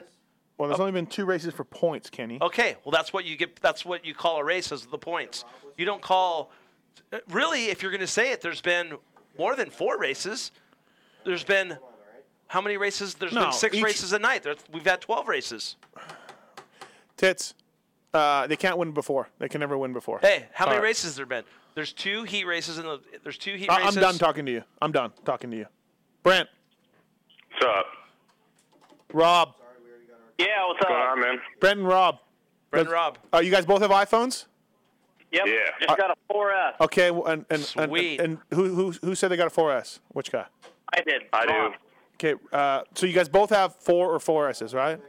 Speaker 4: Well,
Speaker 5: Oh.
Speaker 4: there's only been two races for points, Kenny.
Speaker 5: Okay, well that's what you get. That's what you call a race is the points. You don't call really if you're going to say it. There's been more than four races. There's been how many races? There's
Speaker 4: No,
Speaker 5: been six
Speaker 4: each-
Speaker 5: races a night. There's, we've had twelve races.
Speaker 4: Tits. Uh, they can't win before. They can never win before.
Speaker 5: Hey, how many
Speaker 4: All right.
Speaker 5: races has there been? There's two heat races in the. There's two heat
Speaker 4: I- I'm
Speaker 5: races.
Speaker 4: done talking to you. I'm done talking to you. Brent,
Speaker 7: What's up?
Speaker 4: Rob,
Speaker 7: Yeah, what's up? Going on, man?
Speaker 4: Brent and Rob.
Speaker 5: Brent and Rob.
Speaker 4: Uh, you guys both have iPhones?
Speaker 7: Yep. Yeah.
Speaker 4: Just
Speaker 7: got a 4S.
Speaker 4: Okay, w- and and, and,
Speaker 7: Sweet.
Speaker 4: and who who who said they got a 4S? Which guy?
Speaker 7: I did. I do.
Speaker 4: Okay, uh, so you guys both have four or four S's, right?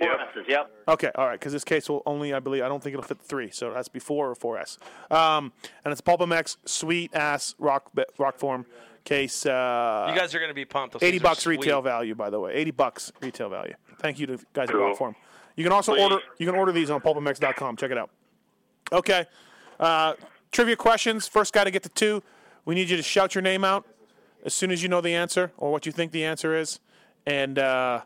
Speaker 7: Yep. Yep.
Speaker 4: Okay, all right, because this case will only, I believe, I don't think it'll fit the three, so it has to be four or four S. Um, and it's Pulpamex sweet ass rock rock form case. Uh,
Speaker 5: You guys are going to be pumped. Those
Speaker 4: eighty
Speaker 5: things are
Speaker 4: bucks
Speaker 5: sweet.
Speaker 4: retail value, by the way. Eighty bucks retail value. Thank you to the guys
Speaker 5: Cool.
Speaker 4: at rock form. You can also
Speaker 5: Please.
Speaker 4: order. You can order these on pulpamex.com. Check it out. Okay, uh, trivia questions. First guy to get to two. We need you to shout your name out as soon as you know the answer or what you think the answer is, and uh,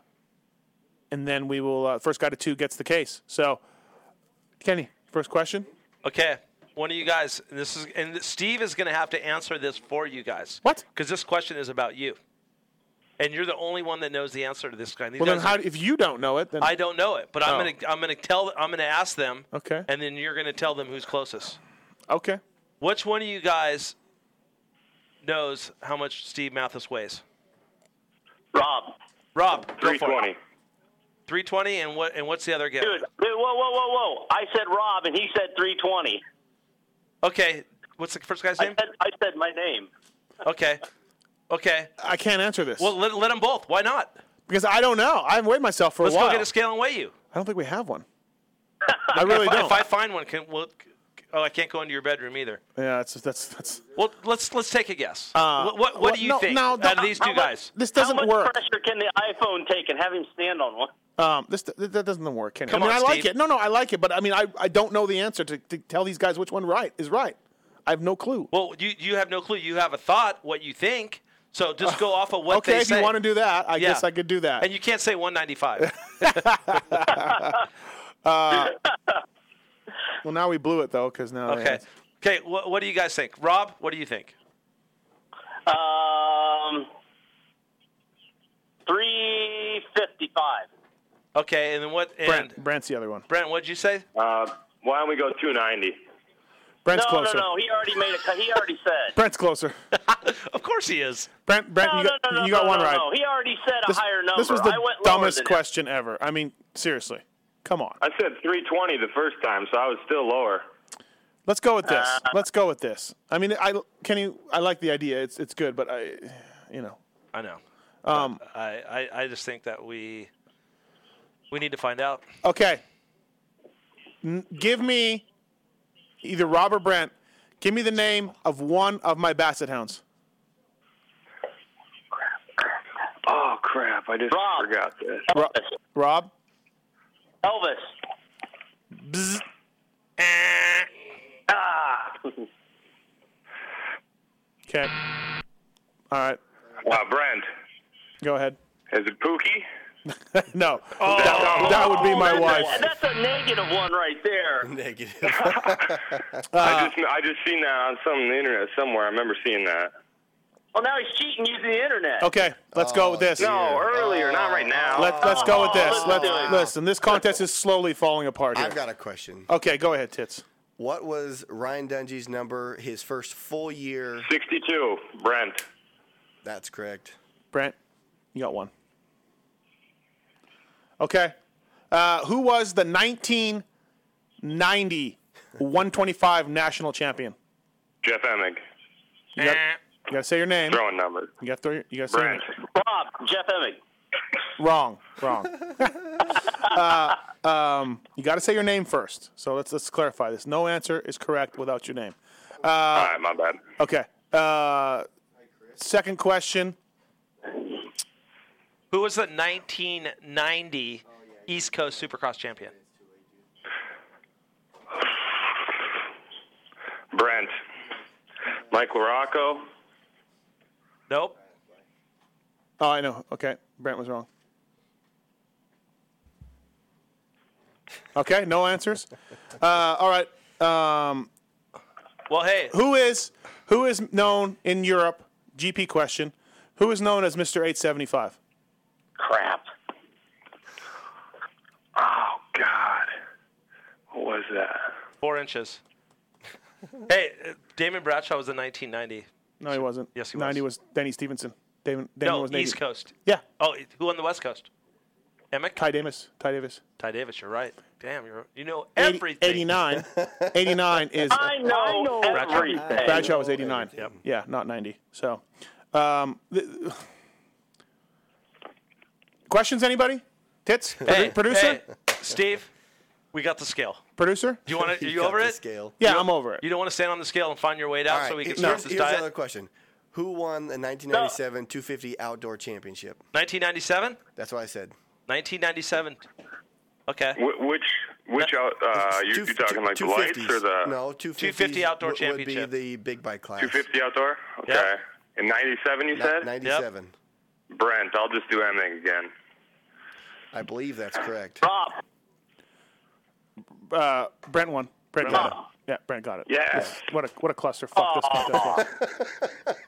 Speaker 4: and then we will. Uh, first guy to two gets the case. So, Kenny, first question.
Speaker 5: Okay, one of you guys. and This is and Steve is going to have to answer this for you guys.
Speaker 4: What?
Speaker 5: Because this question is about you, and you're the only one that knows the answer to this guy. These
Speaker 4: well, then,
Speaker 5: guys
Speaker 4: how,
Speaker 5: are-
Speaker 4: if you don't know it, then
Speaker 5: I don't know it, but I'm
Speaker 4: Oh.
Speaker 5: gonna I'm gonna tell I'm gonna ask them,
Speaker 4: Okay.
Speaker 5: and then you're gonna tell them who's closest.
Speaker 4: Okay.
Speaker 5: Which one of you guys knows how much Steve Mathis weighs?
Speaker 7: Rob.
Speaker 5: Rob.
Speaker 7: Three twenty.
Speaker 5: Three twenty, and what and what's the other guy?
Speaker 7: Dude, dude, whoa, whoa, whoa, whoa! I said Rob, and he said three twenty.
Speaker 5: Okay, what's the first guy's name?
Speaker 7: I said, I said my name.
Speaker 5: Okay, okay.
Speaker 4: I can't answer this
Speaker 5: Well, let, let them both. Why not?
Speaker 4: because I don't know. I haven't weighed myself for
Speaker 5: Let's
Speaker 4: a while.
Speaker 5: go get a scale and weigh you.
Speaker 4: I don't think we have one. I really
Speaker 5: if, I-
Speaker 4: don't.
Speaker 5: If I find one, can well, oh, I can't go into your bedroom either.
Speaker 4: yeah, that's that's that's.
Speaker 5: Well, let's let's take a guess.
Speaker 4: Uh,
Speaker 5: what, what what do you
Speaker 4: no,
Speaker 5: think
Speaker 4: no,
Speaker 5: out of these two
Speaker 7: How much-
Speaker 5: guys?
Speaker 4: This doesn't
Speaker 7: How much
Speaker 4: work.
Speaker 7: pressure can the iPhone take and have him stand on one?
Speaker 4: Um, this th- that doesn't work, Kenny.
Speaker 7: Come
Speaker 4: I mean,
Speaker 7: on,
Speaker 4: I like
Speaker 7: Steve.
Speaker 4: it. No, no, I like it, but I mean, I, I don't know the answer to, to tell these guys which one right is right. I have no clue.
Speaker 5: Well, you you have no clue. You have a thought, what you think. So just go off of what
Speaker 4: okay,
Speaker 5: they
Speaker 4: if
Speaker 5: say.
Speaker 4: you want to do that, I
Speaker 5: Yeah.
Speaker 4: guess I could do that.
Speaker 5: And you can't say 195.
Speaker 4: uh, well, now we blew it though, because now they
Speaker 5: okay.
Speaker 4: asked.
Speaker 5: Okay. What, what do you guys think, Rob? What do you think?
Speaker 7: Um, three fifty-five.
Speaker 5: Okay. And then what? And Brent.
Speaker 4: Brent, Brent's the other one.
Speaker 5: what'd you say?
Speaker 7: Uh, why don't we go two ninety?
Speaker 4: Brent's
Speaker 7: no,
Speaker 4: closer.
Speaker 7: no, no. He already made a. cut. He already said.
Speaker 4: Brent's closer.
Speaker 5: of course he is.
Speaker 4: Brent, Brent,
Speaker 7: no,
Speaker 4: you got
Speaker 7: no, no,
Speaker 4: you got
Speaker 7: no,
Speaker 4: one
Speaker 7: no,
Speaker 4: right.
Speaker 7: No, he already said a
Speaker 4: this,
Speaker 7: higher number.
Speaker 4: This was the
Speaker 7: I went lower
Speaker 4: dumbest
Speaker 7: than him.
Speaker 4: question ever. I mean, seriously, come on.
Speaker 7: I said 320 the first time, so I was still lower.
Speaker 4: Let's go with this.
Speaker 7: Uh,
Speaker 4: Let's go with this. I mean, I Kenny, I like the idea. It's it's good, but I, you know,
Speaker 5: I know.
Speaker 4: um,
Speaker 5: I, I I just think that we we need to find out.
Speaker 4: Okay. N- give me either Rob or Brent. Give me the name of one of my Basset Hounds.
Speaker 7: Oh crap! I just forgot this.
Speaker 4: Ro- Rob?
Speaker 7: Elvis.
Speaker 4: Bzz.
Speaker 7: Ah.
Speaker 4: Okay. All right.
Speaker 9: Wow, Brent,
Speaker 4: Go ahead.
Speaker 9: is it Pookie?
Speaker 4: no. that, that would be my
Speaker 14: Oh,
Speaker 9: that's
Speaker 4: wife.
Speaker 9: a- that's
Speaker 7: a negative one right there.
Speaker 6: Negative.
Speaker 9: I just I just seen that on some the internet somewhere. I remember seeing that.
Speaker 7: Well, now he's cheating using the internet.
Speaker 4: Okay, let's go
Speaker 6: Oh,
Speaker 4: with this.
Speaker 9: No, earlier, not right now. Oh,
Speaker 4: Let, let's go with this. Let's listen. This contest is slowly falling apart. Here.
Speaker 6: I've got a question.
Speaker 4: Okay, go ahead, tits.
Speaker 6: What was Ryan Dungy's number his first full year?
Speaker 9: 62, Brent.
Speaker 6: That's correct.
Speaker 4: Brent, you got one. Okay. Uh, who was the 1990 125 national champion?
Speaker 9: Jeff Emig.
Speaker 4: You got, you got to say your name.
Speaker 9: Eh. Throwing numbers.
Speaker 4: You got to throw. your- You got to say. your
Speaker 9: Brent.
Speaker 4: name.
Speaker 7: Rob, Jeff Emig.
Speaker 4: Wrong. Wrong. uh, um, you got to say your name first. So let's let's clarify this. No answer is correct without your name. Uh,
Speaker 9: All right, my bad.
Speaker 4: Okay. Uh, second question.
Speaker 5: Who was the 1990 East Coast Supercross champion?
Speaker 9: Brent. Mike LaRocco.
Speaker 5: Nope.
Speaker 4: Oh, I know. Okay, Brent was wrong. Okay, no answers. Uh, all right. Um,
Speaker 5: well, hey,
Speaker 4: who is who is known in Europe? GP question. Who is known as Mister Eight Seventy Five?
Speaker 9: Crap. Oh God. What was that?
Speaker 5: Four inches. hey, uh, Damon Bradshaw was in 1990.
Speaker 4: No, he wasn't.
Speaker 5: Yes, he was.
Speaker 4: Ninety was, Danny Stevenson. Damon, Damon
Speaker 5: no,
Speaker 4: was 90.
Speaker 5: East Coast.
Speaker 4: Yeah.
Speaker 5: Oh, it- who on the West Coast? Emick?
Speaker 4: Ty Davis. Ty Davis.
Speaker 5: Ty Davis, you're right. Damn, you're, you know
Speaker 4: 80
Speaker 5: everything.
Speaker 4: 89. 89 is.
Speaker 5: I know I know
Speaker 4: Bradshaw.
Speaker 5: everything.
Speaker 4: Bradshaw was 89.
Speaker 5: Yep.
Speaker 4: Yeah, not 90. So, um, th- questions, anybody? Tits? Produ-
Speaker 5: Hey,
Speaker 4: Producer?
Speaker 5: hey, Steve, we got the scale.
Speaker 4: Producer?
Speaker 5: Do you want to? Are you over it?
Speaker 4: Yeah, I'm over it.
Speaker 5: You don't want to stand on the scale and find your weight out so we can
Speaker 6: here's,
Speaker 5: start
Speaker 6: here's
Speaker 5: this diet.
Speaker 6: another question. Who won the 1997 250 outdoor championship?
Speaker 5: 1997.
Speaker 6: That's what I said.
Speaker 5: 1997. Okay.
Speaker 9: Wh- which which out? Uh, you you talking like the lights or the
Speaker 6: no 250
Speaker 9: 250 outdoor
Speaker 6: would, would
Speaker 9: championship.
Speaker 6: be the big bike class.
Speaker 9: 250 outdoor? Okay. In 97, you
Speaker 6: Ni-
Speaker 9: said?
Speaker 6: 97.
Speaker 9: Brent, I'll just do Emig again.
Speaker 6: I believe that's correct.
Speaker 7: Rob.
Speaker 4: Uh, Brent won. Brent got it. Yeah, Brent got it.
Speaker 9: Yeah.
Speaker 4: What a what a clusterfuck this contest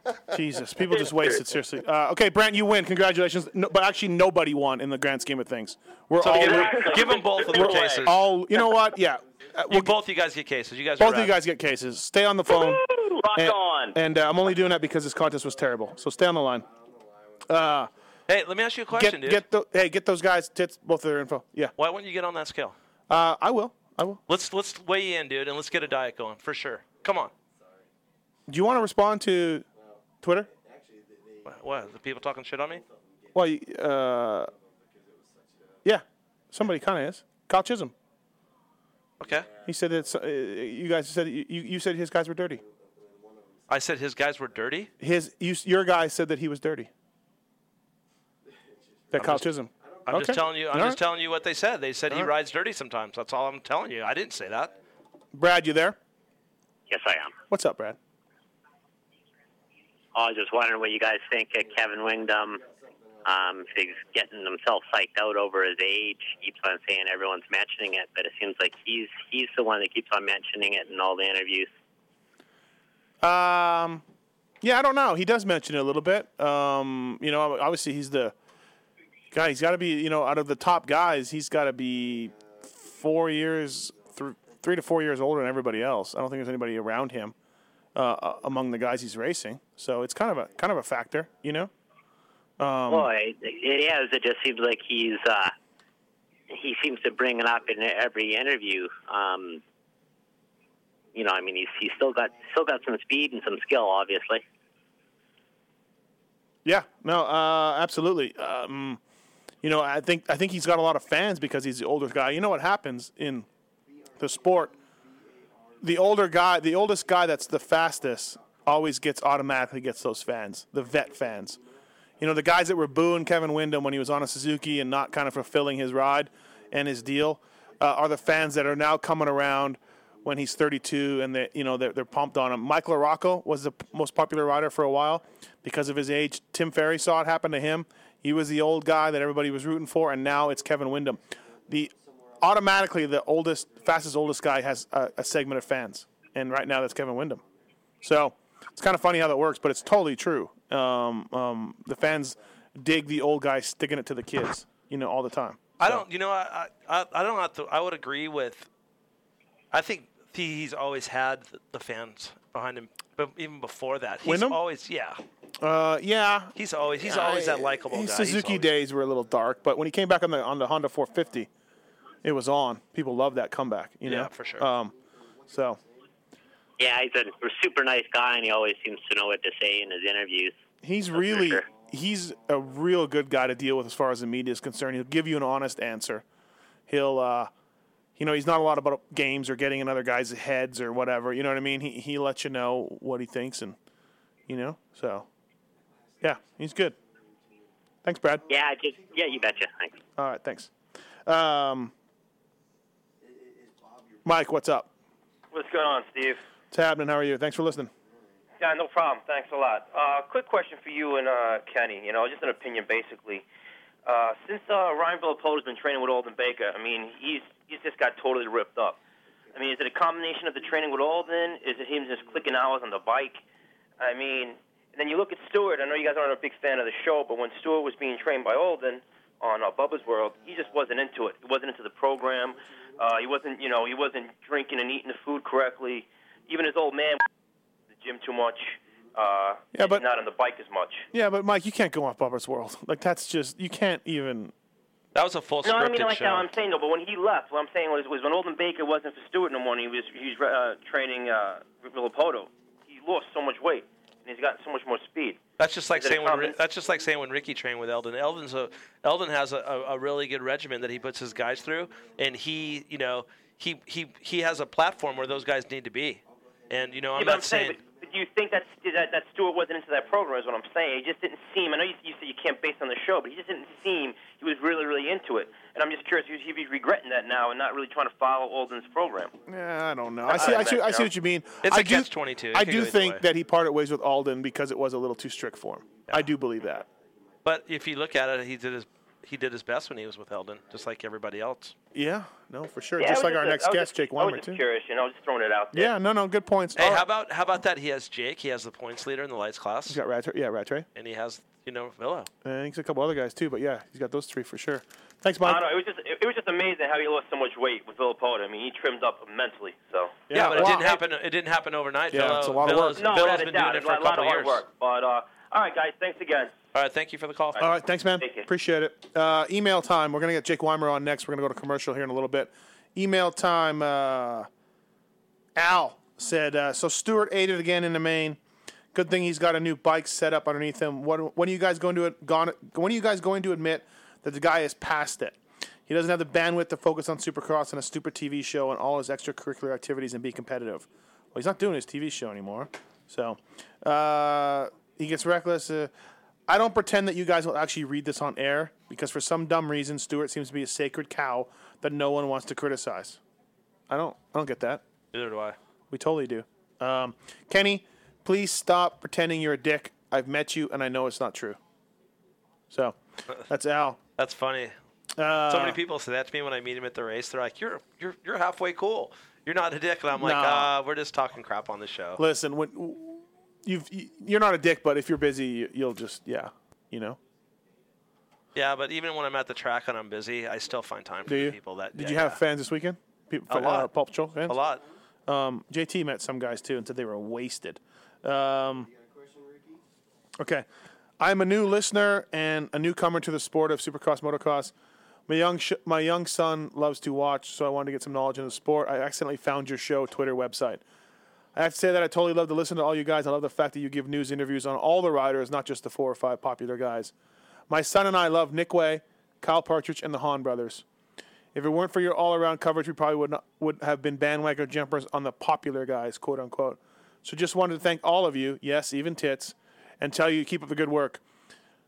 Speaker 4: was. Jesus, people just wasted seriously. Uh, okay, Brent, you win. Congratulations. No, but actually, nobody won in the grand scheme of things. We're
Speaker 5: So
Speaker 4: all
Speaker 5: give-
Speaker 4: we're-
Speaker 5: give 'em both of their
Speaker 4: we're
Speaker 5: cases.
Speaker 4: All you know what? Yeah, Uh,
Speaker 5: you, both you guys get cases. You guys.
Speaker 4: both
Speaker 5: are
Speaker 4: of you
Speaker 5: rad.
Speaker 4: guys get cases. Stay on the phone.
Speaker 5: Rock
Speaker 4: and,
Speaker 5: on.
Speaker 4: And uh, I'm only doing that because this contest was terrible. So stay on the line. Uh,
Speaker 5: Hey, let me ask you a question,
Speaker 4: get,
Speaker 5: dude.
Speaker 4: get the, hey, get those guys tits both of their info. Yeah,
Speaker 5: Why wouldn't you get on that scale?
Speaker 4: uh, I will. I will.
Speaker 5: Let's let's weigh you in, dude, and let's get a diet going for sure. Come on.
Speaker 4: Do you want to respond to Twitter?
Speaker 5: What? what the people talking shit on me?
Speaker 4: Well, you- uh, yeah, somebody kind of is. Kyle Chisholm.
Speaker 5: Okay.
Speaker 4: He said that uh, you guys said you, you said his guys were dirty.
Speaker 5: I said his guys were dirty.
Speaker 4: His you, your guy said that he was dirty. That
Speaker 5: I'm
Speaker 4: Kyle
Speaker 5: just-
Speaker 4: Chisholm.
Speaker 5: I'm
Speaker 4: Okay.
Speaker 5: just telling you. I'm
Speaker 4: All
Speaker 5: just
Speaker 4: right.
Speaker 5: telling you what they said. They said he
Speaker 4: All right.
Speaker 5: rides dirty sometimes. That's all I'm telling you. I didn't say that.
Speaker 4: Brad, you there?
Speaker 7: Yes, I am.
Speaker 4: What's up, Brad?
Speaker 13: I was just wondering what you guys think of Kevin Wingdom. Um, if he's getting himself psyched out over his age, he keeps on saying everyone's mentioning it, but it seems like he's he's the one that keeps on mentioning it in all the interviews.
Speaker 4: Um, yeah, I don't know. He does mention it a little bit. Um, you know, obviously he's the guy. He's got to be, you know, out of the top guys, he's got to be four years, thr three to four years older than everybody else. I don't think there's anybody around him uh, uh, among the guys he's racing. So it's kind of a kind of a factor, you know. Um,
Speaker 13: Boy, it, it is. It just seems like he's uh, he seems to bring it up in every interview. Um, you know, I mean, he's he's still got still got some speed and some skill, obviously.
Speaker 4: Yeah, no, uh, absolutely. Um, you know, I think I think he's got a lot of fans because he's the older guy. You know what happens in the sport? The older guy, the oldest guy that's the fastest, always gets automatically gets those fans, the vet fans. You know, the guys that were booing Kevin Windham when he was on a Suzuki and not kind of fulfilling his ride and his deal uh, are the fans that are now coming around when he's 32 and they you know they're, they're pumped on him. Michael Rocco was the p- most popular rider for a while because of his age. Tim Ferry saw it happen to him. He was the old guy that everybody was rooting for, and now it's Kevin Windham. The automatically the oldest, fastest, oldest guy has a, a segment of fans, and right now that's Kevin Windham. So it's kind of funny how that works, but it's totally true. Um, um, the fans dig the old guy sticking it to the kids, you know, all the time.
Speaker 5: I don't. You know, I I, I don't have to. I would agree with. I think he's always had the fans behind him, but even before that, he's
Speaker 4: Wyndham?
Speaker 5: always yeah.
Speaker 4: Uh, yeah.
Speaker 5: He's always he's always that likable guy.
Speaker 4: His
Speaker 5: He's
Speaker 4: Suzuki
Speaker 5: always-
Speaker 4: days were a little dark, but when he came back on the on the Honda 450, it was on. People loved that comeback. You know,
Speaker 26: Yeah, for sure.
Speaker 4: Um, so
Speaker 26: Yeah, he's a super nice guy, and he always seems to know what to say in his interviews.
Speaker 4: he's really he's a real good guy to deal with as far as the media is concerned. He'll give you an honest answer. He'll uh, you know, he's not a lot about games or getting in other guys' heads or whatever. You know what I mean? He he lets you know what he thinks and you know. So yeah, he's good. Thanks, Brad.
Speaker 26: Yeah, I just yeah, you betcha. Thanks.
Speaker 4: All right, thanks. Um, Mike, what's up?
Speaker 27: What's going on, Steve?
Speaker 4: It's happening. How are you? Thanks for listening.
Speaker 27: Yeah, no problem. Thanks a lot. Uh, quick question for you and uh, Kenny. You know, just an opinion, basically. Uh, since uh, Ryan Villapoto's been training with Alden Baker, I mean, he's he's just got totally ripped up. I mean, is it a combination of the training with Alden? Is it him just clicking hours on the bike? I mean, and then you look at Stewart. I know you guys aren't a big fan of the show, but when Stewart was being trained by Alden on uh, Bubba's World, he just wasn't into it. He wasn't into the program. Uh, he wasn't, you know, he wasn't drinking and eating the food correctly. Even his old man the gym too much. Uh,
Speaker 4: Yeah, but-
Speaker 27: not on the bike as much.
Speaker 4: Yeah, but Mike, you can't go off Bubba's world. Like that's just you can't even.
Speaker 5: That was a full
Speaker 27: no, I mean like how I'm saying though. But when he left, what I'm saying was, was when Olden Baker wasn't for Stewart no more, and he was he was uh, training uh, Villapoto. He lost so much weight, and he's gotten so much more speed.
Speaker 5: That's just like
Speaker 27: Is it a
Speaker 5: saying when, Ri-
Speaker 27: combin-
Speaker 5: that's just like saying when Ricky trained with Eldon. Eldon's a Eldon has a, a, a really good regimen that he puts his guys through, and he you know he he he has a platform where those guys need to be, and you know I'm
Speaker 27: yeah, but
Speaker 5: not
Speaker 27: I'm saying, but, but do you think that, that that Stewart wasn't into that program? Is what I'm saying. He just didn't seem. I know you, you said you can't base it on the show, but he just didn't seem he was really really into it. And I'm just curious, would he be regretting that now and not really trying to follow Olden's program?
Speaker 4: Yeah, I don't know.
Speaker 27: I-
Speaker 4: I see.
Speaker 27: I
Speaker 4: I see. I
Speaker 27: bet,
Speaker 4: see
Speaker 27: yeah.
Speaker 4: what you mean.
Speaker 27: It's
Speaker 4: I
Speaker 27: a
Speaker 4: do-
Speaker 27: catch-22. It can go
Speaker 4: I do
Speaker 27: either way.
Speaker 4: think that he parted ways with Alden because it was a little too strict for him. I do believe that.
Speaker 5: But if you look at it, he did his he did his best when he was with Eldon, just like everybody else.
Speaker 4: Yeah, no, for sure.
Speaker 5: Yeah,
Speaker 4: just
Speaker 5: I was
Speaker 4: like our
Speaker 5: just-
Speaker 4: next
Speaker 5: I was
Speaker 4: guest,
Speaker 5: just-
Speaker 4: Jake
Speaker 5: I was
Speaker 4: Weimer,
Speaker 5: just
Speaker 4: too.
Speaker 27: Curious, you know, just throwing it out there.
Speaker 4: Yeah, no, no, good points. Oh,
Speaker 5: Hey,
Speaker 4: All
Speaker 5: how
Speaker 4: right.
Speaker 5: about how about that? He has Jake, he has the points leader in the lights class,
Speaker 4: He's got Rattray. Yeah, Rattray.
Speaker 5: and he has you know Villa.
Speaker 4: And he's got a couple other guys too, but yeah, he's got those three for sure. Thanks, Mike.
Speaker 27: I don't know. It was just it, it was just amazing how he lost so much weight with Villapoto. I mean, he trimmed up immensely. So
Speaker 5: Yeah, but it didn't happen. It didn't happen overnight.
Speaker 4: Yeah,
Speaker 5: Villa,
Speaker 4: it's a lot of
Speaker 5: Villa's,
Speaker 4: work.
Speaker 27: No,
Speaker 5: Villa's
Speaker 27: without a
Speaker 5: been
Speaker 27: doubt,
Speaker 5: doing it
Speaker 27: it's
Speaker 5: for a
Speaker 27: lot- lot
Speaker 5: couple
Speaker 27: of hard
Speaker 5: years.
Speaker 27: work. But uh, all right, guys, thanks again.
Speaker 5: All right, thank you for the call.
Speaker 4: All right, thanks, man. Appreciate it. Uh, email time. We're gonna get Jake Weimer on next. We're gonna go to commercial here in a little bit. Email time. Uh, Al said uh, so. Stewart aided again in the main. Good thing he's got a new bike set up underneath him. When, when are you guys going to ad- gone, When are you guys going to admit that the guy is past it? He doesn't have the bandwidth to focus on Supercross and a stupid TV show and all his extracurricular activities and be competitive. Well, he's not doing his TV show anymore, so uh, he gets reckless. Uh, I don't pretend that you guys will actually read this on air because for some dumb reason, Stewart seems to be a sacred cow that no one wants to criticize. I don't. I don't get that.
Speaker 5: Neither do I.
Speaker 4: We totally do. Um, Kenny, please stop pretending you're a dick. I've met you, and I know it's not true. So, that's Al.
Speaker 5: That's funny.
Speaker 4: Uh,
Speaker 5: so many people say that to me when I meet him at the race. They're like, "You're you're you're halfway cool. You're not a dick." And I'm like,
Speaker 4: Nah.
Speaker 5: uh, "We're just talking crap on the show."
Speaker 4: Listen, when you've you- you're not a dick, but if you're busy, you- you'll just yeah, you know.
Speaker 5: Yeah, but even when I'm at the track and I'm busy, I still find time for
Speaker 4: Do you?
Speaker 5: the people that
Speaker 4: Did
Speaker 5: yeah,
Speaker 4: you have
Speaker 5: yeah.
Speaker 4: fans this weekend? People,
Speaker 5: A
Speaker 4: Uh,
Speaker 5: lot.
Speaker 4: Paw Patrol fans.
Speaker 5: A lot.
Speaker 4: Um, JT met some guys too and said they were wasted. Um, okay, I'm a new listener and a newcomer to the sport of Supercross motocross. My young sh- my young son loves to watch, so I wanted to get some knowledge in the sport. I accidentally found your show Twitter website. I have to say that I totally love to listen to all you guys. I love the fact that you give news interviews on all the riders, not just the four or five popular guys. My son and I love Nick Way, Kyle Partridge, and the Hahn brothers. If it weren't for your all-around coverage, we probably would not, would have been bandwagon jumpers on the popular guys, quote unquote. So just wanted to thank all of you, yes, even tits, and tell you keep up the good work.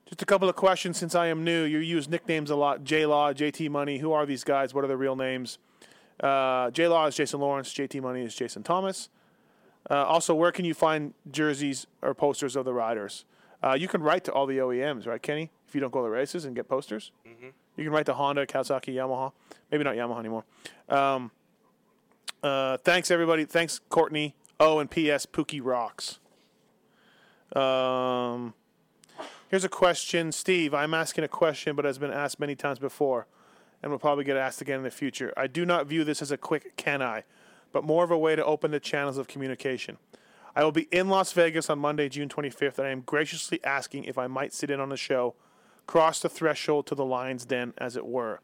Speaker 4: Just a couple of questions since I am new. You use nicknames a lot, J Law, JT Money. Who are these guys? What are their real names? Uh, Uh, J Law is Jason Lawrence. JT Money is Jason Thomas. Uh, also, where can you find jerseys or posters of the riders? Uh, you can write to all the OEMs, right, Kenny? If you don't go to the races and get posters, you can write to Honda, Kawasaki, Yamaha. Maybe not Yamaha anymore. Um, uh, thanks everybody. Thanks Courtney. Oh, and P.S. Pookie rocks. Um, here's a question, Steve. I'm asking a question, but has been asked many times before, and will probably get asked again in the future. I do not view this as a quick can I, but more of a way to open the channels of communication. I will be in Las Vegas on Monday, June 25th, and I am graciously asking if I might sit in on the show, cross the threshold to the lion's den, as it were.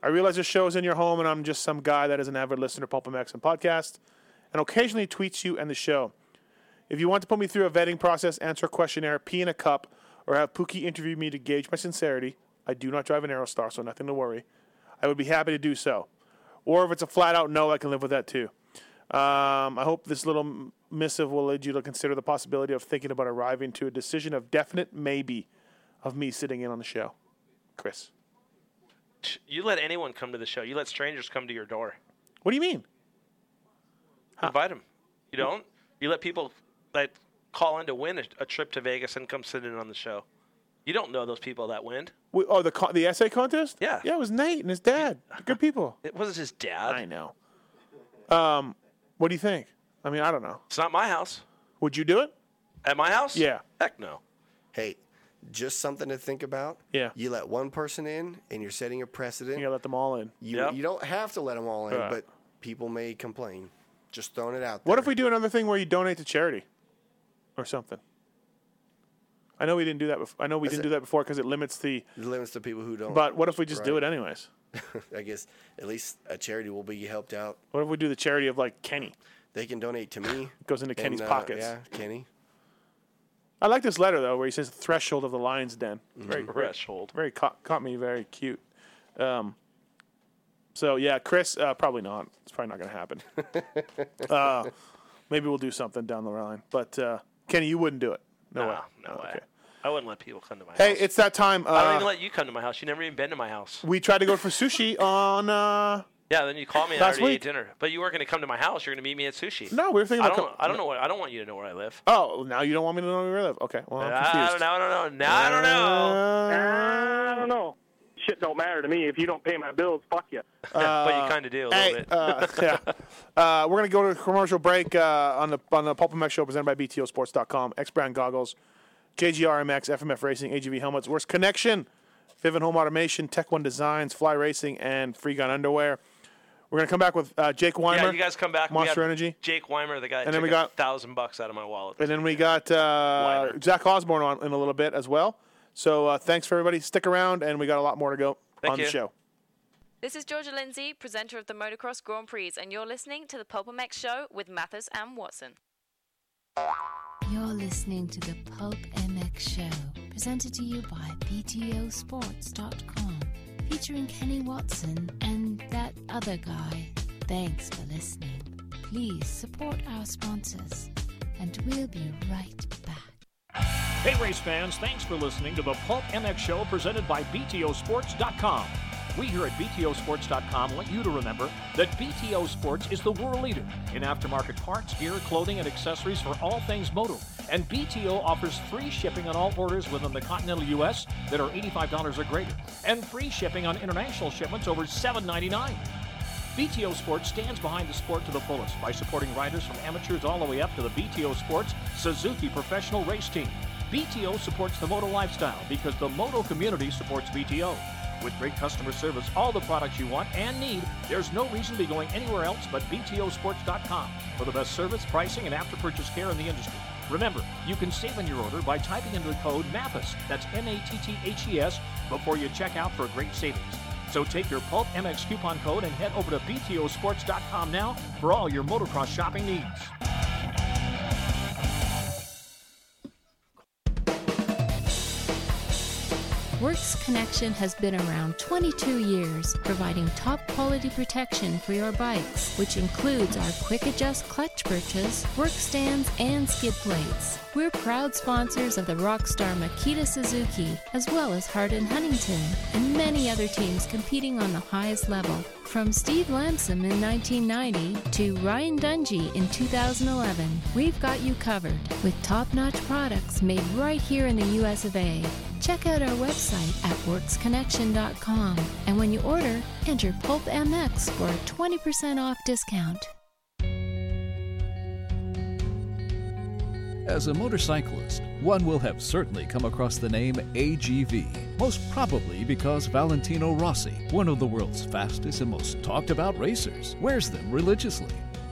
Speaker 4: I realize this show is in your home, and I'm just some guy that is an avid listener to Pulp MX and podcast, and occasionally tweets you and the show. If you want to put me through a vetting process, answer a questionnaire, pee in a cup, or have Pookie interview me to gauge my sincerity, I do not drive an Aerostar, so nothing to worry. I would be happy to do so. Or if it's a flat out no, I can live with that too. Um, I hope this little m- missive will lead you to consider the possibility of thinking about arriving to a decision of definite maybe of me sitting in on the show. Chris.
Speaker 5: You let anyone come to the show. You let strangers come to your door.
Speaker 4: What do you mean?
Speaker 5: Invite them. You don't. You let people that call in to win a, a trip to Vegas and come sit in on the show. You don't know those people that win.
Speaker 4: We, oh, the co- the essay contest?
Speaker 5: Yeah.
Speaker 4: Yeah, it was Nate and his dad. Good people.
Speaker 5: It wasn't his dad. I
Speaker 4: know. Um, what do you think? I mean, I don't know.
Speaker 5: It's not my house.
Speaker 4: Would you do it?
Speaker 5: At my house?
Speaker 4: Yeah.
Speaker 5: Heck no.
Speaker 6: Hey, just something to think about.
Speaker 4: Yeah.
Speaker 6: You let one person in, and you're setting a precedent.
Speaker 4: You let them all in.
Speaker 6: You,
Speaker 4: Yep.
Speaker 6: you don't have to let them all in,
Speaker 4: Right.
Speaker 6: but people may complain. Just throwing it out.
Speaker 4: What if we do another thing where you donate to charity or something? I know we didn't do that. Before. I know we
Speaker 6: That's
Speaker 4: didn't
Speaker 6: it.
Speaker 4: do that before because it limits the.
Speaker 6: It limits the people who don't.
Speaker 4: But what if we just do it
Speaker 6: Right.
Speaker 4: anyways?
Speaker 6: I guess at least a charity will be helped out.
Speaker 4: What if we do the charity of like Kenny?
Speaker 6: They can donate to me.
Speaker 4: Goes into Kenny's
Speaker 6: uh,
Speaker 4: pockets.
Speaker 6: Yeah, Kenny.
Speaker 4: I like this letter though, where he says "threshold of the lion's den." Very
Speaker 5: Mhm. Threshold.
Speaker 4: Very caught, caught me. Very cute. Um, so yeah, Chris, uh, probably not. It's probably not going to happen. uh, maybe we'll do something down the line. But uh, Kenny, you wouldn't do it. No
Speaker 5: Nah,
Speaker 4: way.
Speaker 5: No way. I wouldn't let people come to my house.
Speaker 4: Hey, it's that time. Uh,
Speaker 5: I don't even let you come to my house. You never even been to my house.
Speaker 4: we tried to go for sushi on. Uh,
Speaker 5: Yeah, then you call me and
Speaker 4: Last
Speaker 5: I already
Speaker 4: week.
Speaker 5: ate dinner. But you weren't going to come to my house. You're going to meet me at sushi.
Speaker 4: No, we were thinking
Speaker 5: I
Speaker 4: about
Speaker 5: don't.
Speaker 4: co-
Speaker 5: I don't know where. I don't want you to know where I live.
Speaker 4: oh, now you don't want me to know where you live? Okay, well I'm confused.
Speaker 5: I don't know. I don't know. Now I don't know.
Speaker 14: I don't know. Shit don't matter to me. If you don't pay my bills, fuck you.
Speaker 5: but you kind of do a little
Speaker 4: hey,
Speaker 5: bit.
Speaker 4: uh, yeah. Uh, we're gonna go to a commercial break uh, on the on the Pulp MX show presented by BTOsports.com. X Brand goggles, JGRMX, FMF Racing, AGV helmets, Worst Connection, Vivin Home Automation, Tech One Designs, Fly Racing, and Free Gun Underwear. We're gonna come back with uh, Jake Weimer.
Speaker 5: yeah, you guys come back. We
Speaker 4: Monster
Speaker 5: got
Speaker 4: Energy,
Speaker 5: Jake Weimer, the guy.
Speaker 4: And then we got-
Speaker 5: thousand bucks out of my wallet.
Speaker 4: and then we got uh, Zach Osborne on in a little bit as well. So uh, thanks for everybody. Stick around, and we got a lot more to go
Speaker 5: Thank
Speaker 4: on
Speaker 5: you.
Speaker 4: the show.
Speaker 16: This is Georgia Lindsay, presenter of the Motocross Grand Prix, and you're listening to the Pulpamex Show with Mathers and Watson.
Speaker 19: You're listening to the Pulp MX Show, presented to you by BTOsports.com, featuring Kenny Watson and that other guy. Thanks for listening. Please support our sponsors, and we'll be right back.
Speaker 18: Hey, race fans, thanks for listening to the Pulp MX Show presented by BTOsports.com. We here at BTOsports.com want you to remember that BTO Sports is the world leader in aftermarket parts, gear, clothing, and accessories for all things moto. And BTO offers free shipping on all orders within the continental U.S. that are $85 or greater, and free shipping on international shipments over $7.99. BTO Sports stands behind the sport to the fullest by supporting riders from amateurs all the way up to the BTO Sports Suzuki Professional Race Team. BTO supports the moto lifestyle because the moto community supports BTO. With great customer service, all the products you want and need, there's no reason to be going anywhere else but BTOsports.com for the best service, pricing, and after purchase care in the industry. Remember, you can save on your order by typing into the code MATHES, that's M A T T H E S, before you check out for great savings. So take your Pulp MX coupon code and head over to BTOsports.com now for all your motocross shopping needs.
Speaker 19: Works Connection has been around 22 years, providing top quality protection for your bikes, which includes our quick adjust clutch perches, work stands, and skid plates. We're proud sponsors of the rockstar Makita Suzuki, as well as Hardin Huntington, and many other teams competing on the highest level. From Steve Lamson in 1990 to Ryan Dungey in 2011, we've got you covered with top notch products made right here in the US of A. Check out our website at WorksConnection.com and when you order, enter Pulp MX for a 20% off discount.
Speaker 17: As a motorcyclist, one will have certainly come across the name AGV, most probably because Valentino Rossi, one of the world's fastest and most talked about racers, wears them religiously.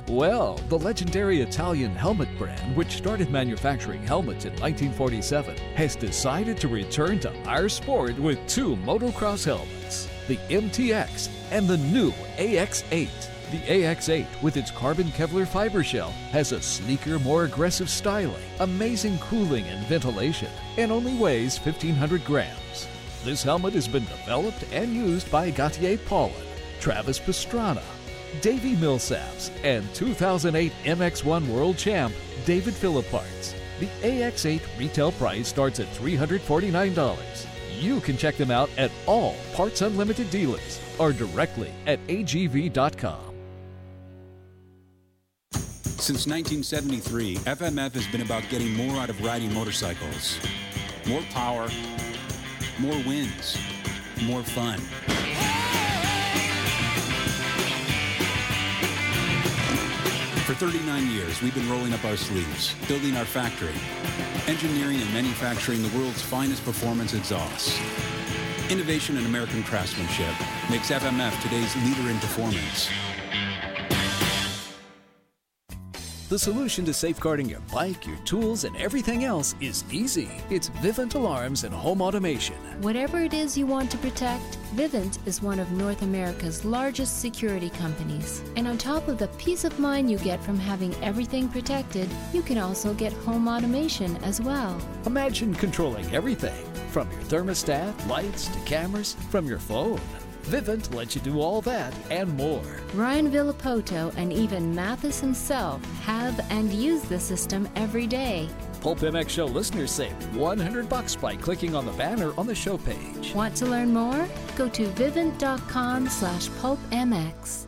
Speaker 17: Well, the legendary Italian helmet brand, which started manufacturing helmets in 1947, has decided to return to our sport with two motocross helmets the MTX and the new AX8. The AX8, with its carbon Kevlar fiber shell, has a sleeker, more aggressive styling, amazing cooling and ventilation, and only weighs 1,500 grams. This helmet has been developed and used by Gautier Paulin, Travis Pastrana, Davey Millsaps, and 2008 MX1 World Champ David Philipparts. The AX8 retail price starts at $349. You can check them out at all Parts Unlimited dealers or directly at agv.com.
Speaker 20: Since 1973, FMF has been about getting more out of riding motorcycles. More power, more wins, more fun. For 39 years, we've been rolling up our sleeves, building our factory, engineering and manufacturing the world's finest performance exhausts. Innovation and American craftsmanship makes FMF today's leader in performance.
Speaker 17: The solution to safeguarding your bike, your tools, and everything else is easy. It's Vivint Alarms and Home Automation.
Speaker 19: Whatever it is you want to protect, Vivint is one of North America's largest security companies. And on top of the peace of mind you get from having everything protected, you can also get home automation as well.
Speaker 17: Imagine controlling everything from your thermostat, lights, to cameras, from your phone. Vivint lets you do all that and more.
Speaker 19: Ryan Villapoto and even Mathis himself have and use the system every day.
Speaker 17: Pulp MX Show listeners save 100 bucks by clicking on the banner on the show page.
Speaker 19: Want to learn more? Go to vivint.com slash pulpmx.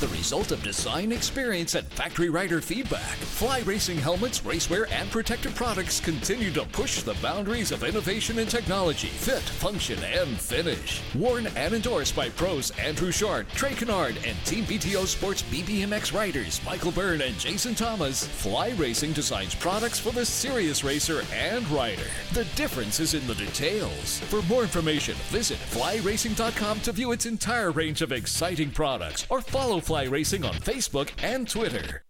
Speaker 17: The result of design experience and factory rider feedback, Fly Racing helmets, racewear, and protective products continue to push the boundaries of innovation and technology, fit, function, and finish. Worn and endorsed by pros Andrew Short, Trey Kennard, and Team BTO Sports BBMX riders Michael Byrne and Jason Thomas, Fly Racing designs products for the serious racer and rider. The difference is in the details. For more information, visit flyracing.com to view its entire range of exciting products or follow Fly Racing on Facebook and Twitter.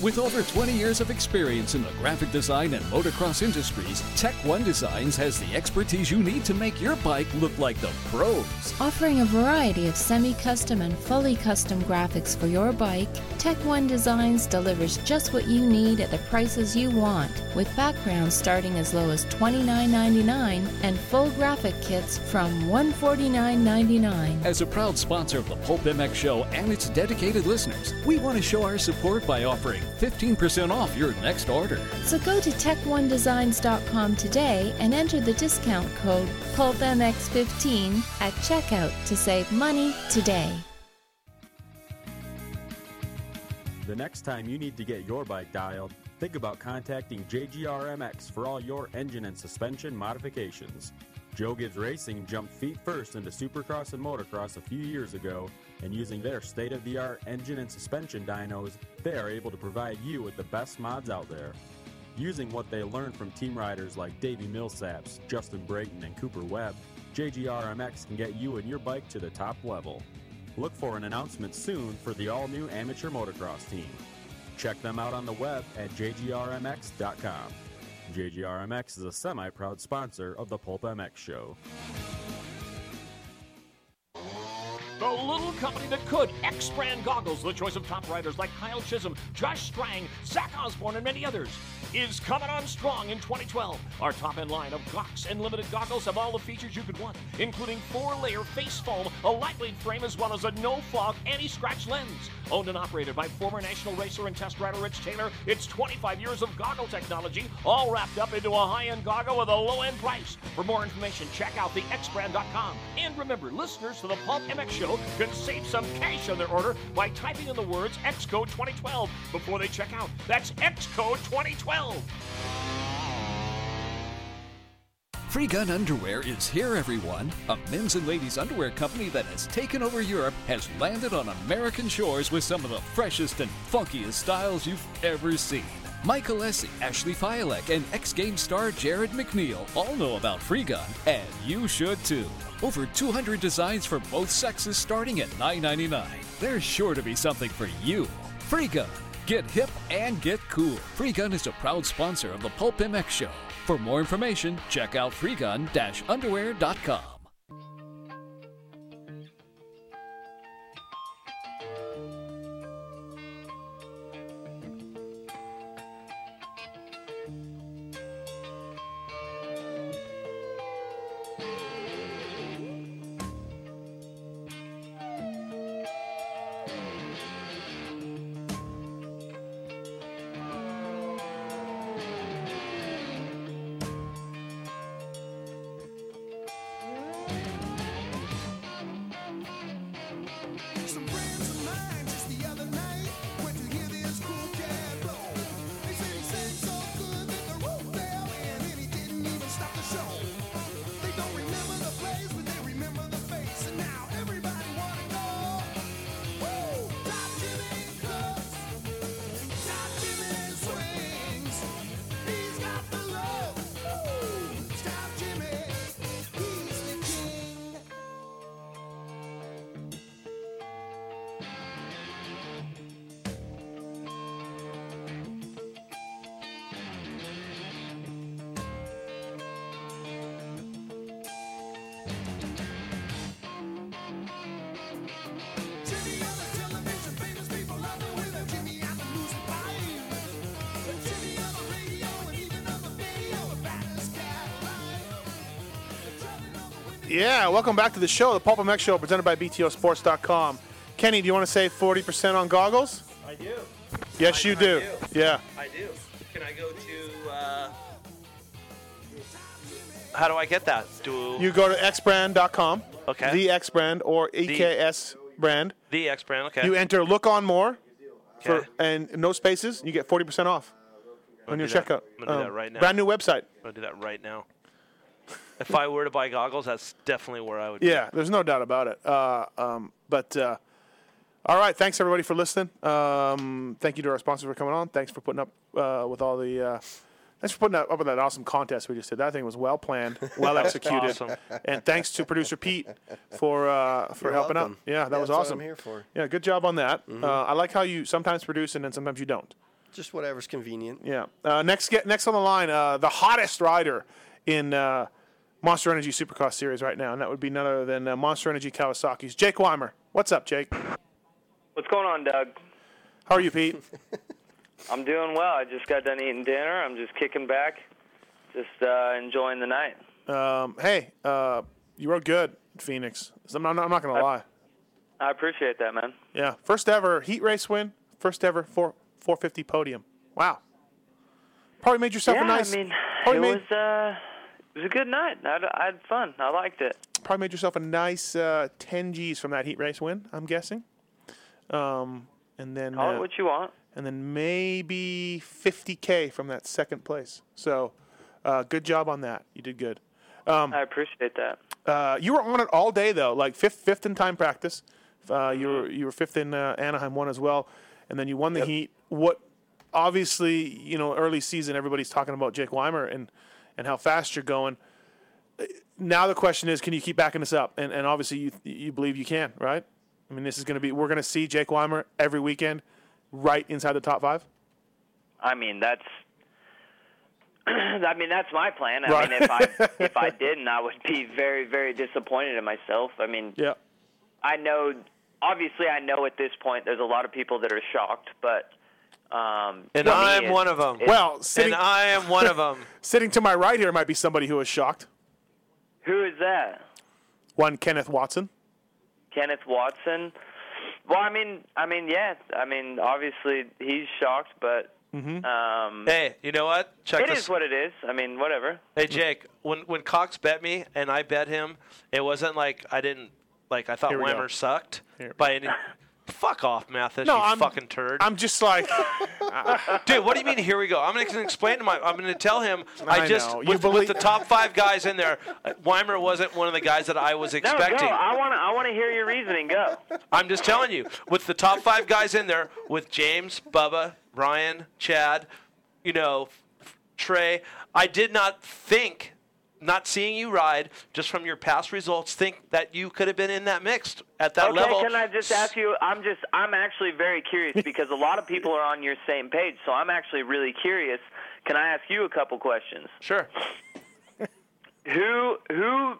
Speaker 17: With over 20 years of experience in the graphic design and motocross industries, Tech One Designs has the expertise you need to make your bike look like the pros.
Speaker 19: Offering a variety of semi custom and fully custom graphics for your bike, Tech One Designs delivers just what you need at the prices you want, with backgrounds starting as low as $29.99 and full graphic kits from $149.99.
Speaker 17: As a proud sponsor of the Pulp MX Show and its dedicated listeners, we want to show our support by offering 15% off your next order.
Speaker 19: So go to tech1designs.com today and enter the discount code PULPMX15 at checkout to save money today.
Speaker 21: The next time you need to get your bike dialed, think about contacting JGRMX for all your engine and suspension modifications. Joe Gibbs Racing jumped feet first into supercross and motocross a few years ago, and using their state of the art engine and suspension dynos, they are able to provide you with the best mods out there. Using what they learned from team riders like Davey Millsaps, Justin Brayton, and Cooper Webb, JGRMX can get you and your bike to the top level. Look for an announcement soon for the all new amateur motocross team. Check them out on the web at jgrmx.com. JGRMX is a semi proud sponsor of the Pulp MX show.
Speaker 25: The little company that could. X brand goggles, the choice of top riders like Kyle Chisholm, Josh Strang, Zach Osborne, and many others, is coming on strong in 2012. Our top end line of Gox and limited goggles have all the features you could want, including four layer face foam, a lightweight frame, as well as a no fog anti scratch lens. Owned and operated by former national racer and test rider Rich Taylor, it's 25 years of goggle technology, all wrapped up into a high end goggle with a low end price. For more information, check out thexbrand.com. And remember, listeners to the Pulp MX Show Steel can save some cash on their order by typing in the words Xcode 2012 before they check out. That's Xcode 2012.
Speaker 17: Free Gun Underwear is here, everyone. A men's and ladies' underwear company that has taken over Europe has landed on American shores with some of the freshest and funkiest styles you've ever seen. Michael Essie, Ashley Fialek, and ex game star Jared McNeil all know about Free Gun, and you should too. Over 200 designs for both sexes starting at $9.99. There's sure to be something for you. Free Gun. Get hip and get cool. Free Gun is a proud sponsor of the Pulp MX Show. For more information, check out freegun-underwear.com.
Speaker 15: Some friends of mine just the other night went to hear this cool cat blow. They said he sang so good that the roof fell in and he didn't even stop the show. They don't remember the place, but they remember the face. And now everybody wanna go. Woo! Top Jimmy clubs, Top Jimmy swings. He's got the love. Woo! Top Jimmy, he's the king. Jimmy on the television, famous people love him with him. Jimmy out the news and fame. Jimmy on the radio and even on the video, the baddest guy alive.
Speaker 4: Yeah, welcome back to the show, the Pulp MX Show, presented by BTOsports.com. Kenny, do you want to say 40% on goggles?
Speaker 5: I do.
Speaker 4: Yes,
Speaker 5: I-
Speaker 4: you
Speaker 5: I
Speaker 4: do. Yeah.
Speaker 5: I do. Can I go to? Uh, how do I get that? Do
Speaker 4: You go to xbrand.com,
Speaker 5: Okay.
Speaker 4: the X brand or EKS brand.
Speaker 5: the X brand? Okay.
Speaker 4: You enter look on more
Speaker 5: Okay.
Speaker 4: for, and no spaces, you get 40%
Speaker 5: I'm
Speaker 4: off on
Speaker 5: gonna
Speaker 4: your
Speaker 5: do that.
Speaker 4: checkout.
Speaker 5: I'm gonna do
Speaker 4: Um,
Speaker 5: that right now.
Speaker 4: Brand new website.
Speaker 5: I'm gonna do that right now. If I were to buy goggles, that's definitely where I would.
Speaker 4: Yeah, there's no doubt about it. Uh, um, but uh, all right, thanks everybody for listening. Um, thank you to our sponsors for coming on. Thanks for putting up uh, with all the. Uh, thanks for putting up, up with that awesome contest we just did. That thing was well planned, well
Speaker 6: That was
Speaker 4: executed,
Speaker 6: awesome.
Speaker 4: and thanks to producer Pete for uh, for
Speaker 6: You're
Speaker 4: helping
Speaker 6: welcome.
Speaker 4: out. Yeah, that
Speaker 6: Yeah,
Speaker 4: was
Speaker 6: that's what
Speaker 4: awesome.
Speaker 6: I'm here for. Mm-hmm.
Speaker 4: Yeah, good job on that. Uh, I like how you sometimes produce and then sometimes you don't.
Speaker 6: Just whatever's convenient.
Speaker 4: Yeah. Uh, next, get next on the line, uh, the hottest rider in uh, Monster Energy Supercross Series right now, and that would be none other than uh, Monster Energy Kawasaki's Jake Weimer. What's up, Jake?
Speaker 23: What's going on, Doug?
Speaker 4: How are you, Pete?
Speaker 23: I'm doing well. I just got done eating dinner. I'm just kicking back, just uh, enjoying the night.
Speaker 4: um, hey, uh, you rode good, at Phoenix. So I'm not, I'm not going to lie.
Speaker 23: I appreciate that, man.
Speaker 4: Yeah, first ever heat race win, first ever four 450 podium. Wow. Probably made yourself
Speaker 23: yeah,
Speaker 4: a nice.
Speaker 23: I mean,
Speaker 4: probably
Speaker 23: it
Speaker 4: made-
Speaker 23: was uh, it was a good night. I had, I had fun. I liked it.
Speaker 4: probably made yourself a nice uh, 10 G's from that heat race win. I'm guessing. Um, and then
Speaker 23: Call
Speaker 4: uh,
Speaker 23: it what you want.
Speaker 4: and then maybe 50k from that second place. So, uh, good job on that. You did good. Um,
Speaker 23: I appreciate that.
Speaker 4: Uh, you were on it all day though, like fifth, fifth in time practice. Uh,
Speaker 23: Mm-hmm.
Speaker 4: you were you were fifth in uh, Anaheim one as well, and then you won the heat. What obviously you know early season everybody's talking about Jake Weimer and and how fast you're going. Uh, Now the question is, can you keep backing this up? And and obviously you you believe you can, right? I mean, this is going to be we're going to see Jake Weimer every weekend, right inside the top five.
Speaker 23: I mean, that's. I mean, that's my plan. I
Speaker 4: Right.
Speaker 23: mean, if I if I didn't, I would be very very disappointed in myself. I mean,
Speaker 4: Yeah.
Speaker 23: I know. Obviously, I know at this point there's a lot of people that are shocked, but um,
Speaker 5: And
Speaker 23: for me,
Speaker 5: I am
Speaker 23: it's-
Speaker 5: one of them.
Speaker 23: it's-
Speaker 4: Well, sitting,
Speaker 5: I am one of 'em.
Speaker 4: sitting to my right here might be somebody who is shocked.
Speaker 23: Who is that?
Speaker 4: One Kenneth Watson.
Speaker 23: Kenneth Watson. Well, I mean, I mean, yes. I mean, obviously he's shocked, but
Speaker 4: Mm-hmm.
Speaker 5: Mhm.
Speaker 23: um,
Speaker 5: Hey, you know what? Check
Speaker 23: it
Speaker 5: this.
Speaker 23: is what it is. I mean, whatever.
Speaker 5: Hey Jake, when when Cox bet me and I bet him, it wasn't like I didn't Like I thought
Speaker 4: Here we go.
Speaker 5: Weimer sucked. By any, fuck off, Mathis.
Speaker 4: No,
Speaker 5: you
Speaker 4: I'm-
Speaker 5: fucking turd.
Speaker 4: I'm just like,
Speaker 5: Dude, what do you mean? Here we go. I'm going to explain to my. I'm going to tell him. I,
Speaker 4: I
Speaker 5: just
Speaker 4: know. You
Speaker 5: with, with
Speaker 4: believe-
Speaker 5: the top five guys in there, uh, Weimer wasn't one of the guys that I was
Speaker 23: No, no,
Speaker 5: expecting.
Speaker 23: I want to. I want to hear your reasoning. Go.
Speaker 5: I'm just telling you, with the top five guys in there, with James, Bubba, Brian, Chad, you know, Trey, I did not think, not seeing you ride, just from your past results, think that you could have been in that mix at that
Speaker 23: okay,
Speaker 5: level.
Speaker 23: can I just ask you? I'm just. I'm actually very curious because a lot of people are on your same page, so I'm actually really curious. Can I ask you a couple questions?
Speaker 5: Sure.
Speaker 23: who who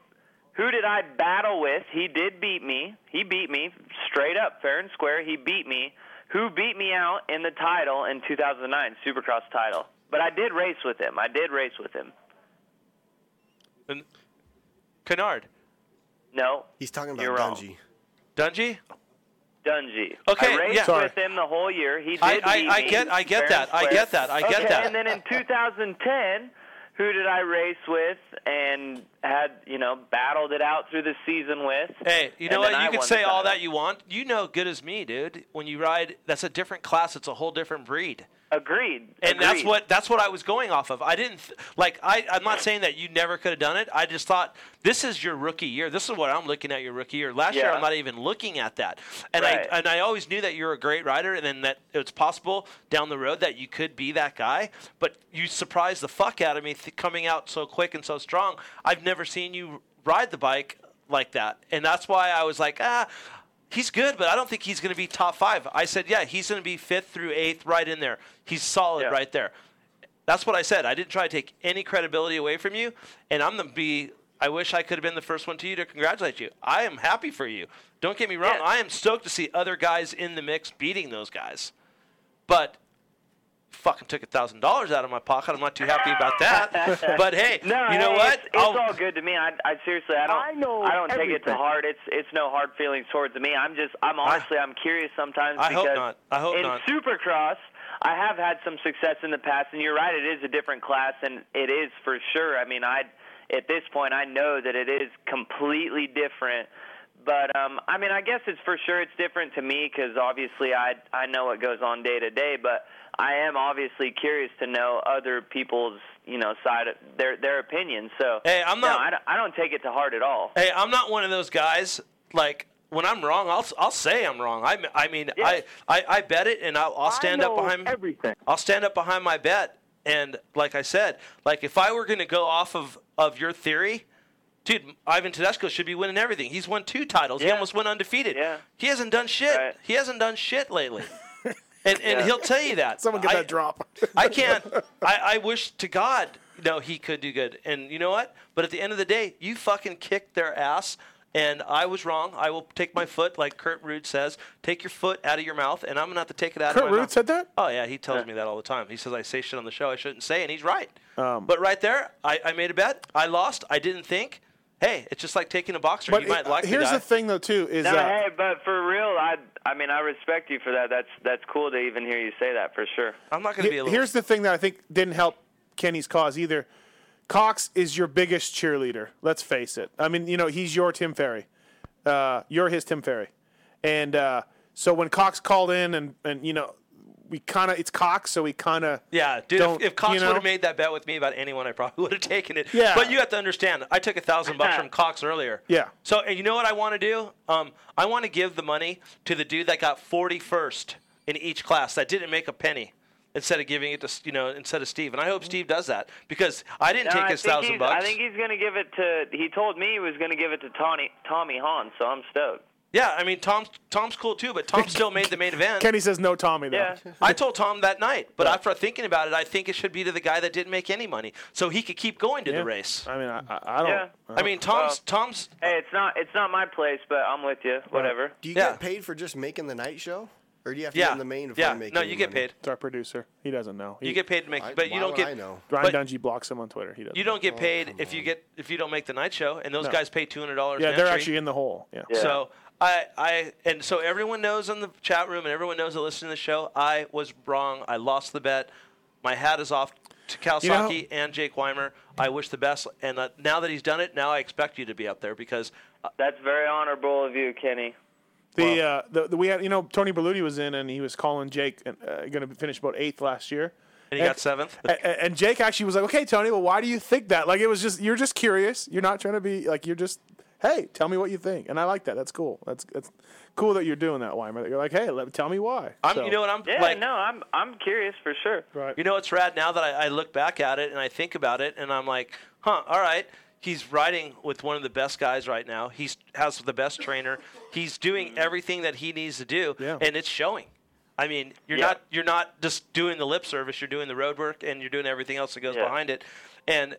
Speaker 23: who did I battle with? He did beat me. He beat me straight up, fair and square. He beat me. Who beat me out in the title in 2009 Supercross title? But I did race with him. I did race with him.
Speaker 5: And Kennard.
Speaker 23: No.
Speaker 6: He's talking
Speaker 23: You're wrong.
Speaker 6: Bungie.
Speaker 5: Dungy?
Speaker 23: Dungy.
Speaker 5: Okay,
Speaker 23: I raced
Speaker 5: yeah. Sorry.
Speaker 23: with him the whole year. He did
Speaker 5: I- I-
Speaker 23: beat
Speaker 5: I
Speaker 23: me,
Speaker 5: get- I get
Speaker 23: fair and
Speaker 5: that. I
Speaker 23: square.
Speaker 5: get that. I get
Speaker 23: Okay,
Speaker 5: that.
Speaker 23: And then in 2010, who did I race with and had you know battled it out through the season with?
Speaker 5: Hey, you know
Speaker 23: And then
Speaker 5: what?
Speaker 23: I
Speaker 5: You can
Speaker 23: won
Speaker 5: say
Speaker 23: the
Speaker 5: all
Speaker 23: title.
Speaker 5: that you want. You know good as me, dude. When you ride, that's a different class. It's a whole different breed.
Speaker 23: Agreed.
Speaker 5: And that's
Speaker 23: Agreed.
Speaker 5: what that's what I was going off of. I didn't th- like I I'm not saying that you never could have done it. I just thought this is your rookie year. This is what I'm looking at your rookie year. Last year
Speaker 23: Yeah.
Speaker 5: I'm not even looking at that. And
Speaker 23: Right.
Speaker 5: I and I always knew that you're a great rider and then that it's possible down the road that you could be that guy, but you surprised the fuck out of me th- coming out so quick and so strong. I've never seen you ride the bike like that. And that's why I was like, ah, He's good, but I don't think he's going to be top five. I said, yeah, he's going to be fifth through eighth, right in there. He's solid right there. That's what I said. I didn't try to take any credibility away from you, and I'm the be. I wish I could have been the first one to you to congratulate you. I am happy for you. Don't get me wrong. I am stoked to see other guys in the mix beating those guys, but fucking took a thousand dollars out of my pocket. I'm not too happy about that. but hey,
Speaker 23: no,
Speaker 5: you know
Speaker 23: hey,
Speaker 5: what?
Speaker 23: It's, it's all good to me. I, I seriously, I don't, I, don't take it to
Speaker 5: everything.
Speaker 23: heart. It's it's no hard feelings towards me. I'm just, I'm honestly, I'm curious sometimes.
Speaker 5: I hope
Speaker 23: because
Speaker 5: not. I hope
Speaker 23: in
Speaker 5: not.
Speaker 23: Supercross, I have had some success in the past, and you're right. It is a different class, and it is for sure. I mean, I at this point, I know that it is completely different. But um, I mean, I guess it's for sure it's different to me because obviously I I know what goes on day to day, but I am obviously curious to know other people's you know side of their their opinion. So
Speaker 5: Hey, I'm
Speaker 23: no,
Speaker 5: not-
Speaker 23: I don't, I don't take it to heart at all.
Speaker 5: Hey, I'm not one of those guys. Like when I'm wrong, I'll I'll say I'm wrong. I I mean I, I I bet it, and I'll, I'll stand up behind everything. I'll stand up behind my bet, and like I said, like if I were going to go off of of your theory. Dude, Ivan Tedesco should be winning everything. He's won two titles. He almost went undefeated. Yeah. He hasn't done shit. He hasn't done shit lately. and and
Speaker 4: Yeah.
Speaker 5: he'll tell you that.
Speaker 4: Someone get
Speaker 5: I-
Speaker 4: that drop.
Speaker 5: I can't. I, I wish to God, no, he could do good. And you know what? But at the end of the day, you fucking kicked their ass. And I was wrong. I will take my foot, like Kurt Rude says, take your foot out of your mouth, and I'm gonna have to take it out
Speaker 4: Kurt
Speaker 5: of my
Speaker 4: Rude
Speaker 5: mouth.
Speaker 4: said that?
Speaker 5: Oh yeah, he tells me that all the time. He says I say shit on the show I shouldn't say, and he's right.
Speaker 4: Um,
Speaker 5: but right there, I, I made a bet. I lost. I didn't think. Hey, it's just like taking a boxer.
Speaker 4: But
Speaker 5: you might
Speaker 4: it- uh,
Speaker 5: like
Speaker 4: here's
Speaker 5: the guy.
Speaker 4: the thing, though, too, is
Speaker 23: no,
Speaker 4: uh,
Speaker 23: hey, but for real, I I mean I respect you for that. That's that's cool to even hear you say that for sure.
Speaker 5: I'm not
Speaker 23: gonna
Speaker 4: Here- Here's the thing that I think didn't help Kenny's cause either. Cox is your biggest cheerleader. Let's face it. I mean, you know, he's your Tim Ferry. Uh, you're his Tim Ferry. And uh, so when Cox called in, and and you know, we kind of it's Cox, so we kind of
Speaker 5: Yeah, dude.
Speaker 4: Don't-
Speaker 5: If, if Cox
Speaker 4: you know?
Speaker 5: would have made that bet with me about anyone, I probably would have taken it.
Speaker 4: Yeah.
Speaker 5: But you have to understand, I took a thousand bucks from Cox earlier.
Speaker 4: yeah.
Speaker 5: So, and you know what I want to do? Um, I want to give the money to the dude that got 41st in each class that didn't make a penny. Instead of giving it to s- you know, instead of Steve, and I
Speaker 4: Mm-hmm.
Speaker 5: hope Steve does that because I didn't
Speaker 23: No,
Speaker 5: take
Speaker 23: I
Speaker 5: his
Speaker 23: think
Speaker 5: thousand
Speaker 23: he's-
Speaker 5: bucks.
Speaker 23: I think he's gonna give it to. He told me he was gonna give it to Tony Tommy Hahn, so I'm stoked.
Speaker 5: yeah, I mean Tom's Tom's cool too, but Tom still made the main event.
Speaker 4: Kenny says no, Tommy. Though.
Speaker 5: Yeah, I told Tom that night, but after thinking about it, I think it should be to the guy that didn't make any money, so he could keep going to the race.
Speaker 4: I mean, I, I don't.
Speaker 23: Yeah.
Speaker 5: I mean, Tom's Tom's.
Speaker 23: Hey, it's not it's not my place, but I'm with you. Whatever.
Speaker 6: Do you get paid for just making the night show, or do you have to be
Speaker 5: Yeah.
Speaker 6: on the main before
Speaker 5: Yeah.
Speaker 6: you make?
Speaker 5: No,
Speaker 6: any
Speaker 5: you get
Speaker 6: money?
Speaker 5: paid.
Speaker 4: It's our producer. He doesn't know. He,
Speaker 5: You get paid to make,
Speaker 6: I-
Speaker 5: but you
Speaker 6: why
Speaker 5: don't
Speaker 6: would
Speaker 5: get.
Speaker 6: I know? Oh,
Speaker 4: Ryan
Speaker 5: but
Speaker 4: Dungy blocks him on Twitter. He doesn't.
Speaker 5: You don't get paid if you get if you don't make the night show, and those
Speaker 4: Oh. No.
Speaker 5: guys pay two hundred dollars.
Speaker 4: yeah, they're actually in the hole. Yeah.
Speaker 5: So I I and so everyone knows in the chat room and everyone knows that listening to the show. I was wrong. I lost the bet. My hat is off to Kawasaki
Speaker 4: You know-
Speaker 5: and Jake Weimer. I wish the best. And uh, now that he's done it, now I expect you to be up there because uh,
Speaker 23: that's very honorable of you, Kenny.
Speaker 4: The, uh, the, the we had you know Tony Berluti was in and he was calling Jake and uh, going to finish about eighth last year.
Speaker 5: And he got seventh.
Speaker 4: a- a- And Jake actually was like, "Okay, Tony, well, why do you think that?" Like it was just you're just curious. You're not trying to be like you're just, "Hey, tell me what you think." And I like that. That's cool. That's that's cool that you're doing that, Weimer. That you're like, "Hey, let, tell me why."
Speaker 5: I'm,
Speaker 4: So-
Speaker 5: you know what I'm
Speaker 23: Yeah,
Speaker 5: like.
Speaker 23: no, I'm I'm curious for sure.
Speaker 4: Right.
Speaker 5: You know it's rad now that I, I look back at it and I think about it and I'm like, huh, all right. He's riding with one of the best guys right now. He's has the best trainer. He's doing everything that he needs to do, and it's showing. I mean, you're
Speaker 10: Yeah.
Speaker 5: not you're not just doing the lip service. You're doing the road work and you're doing everything else that goes
Speaker 10: Yeah.
Speaker 5: behind it. And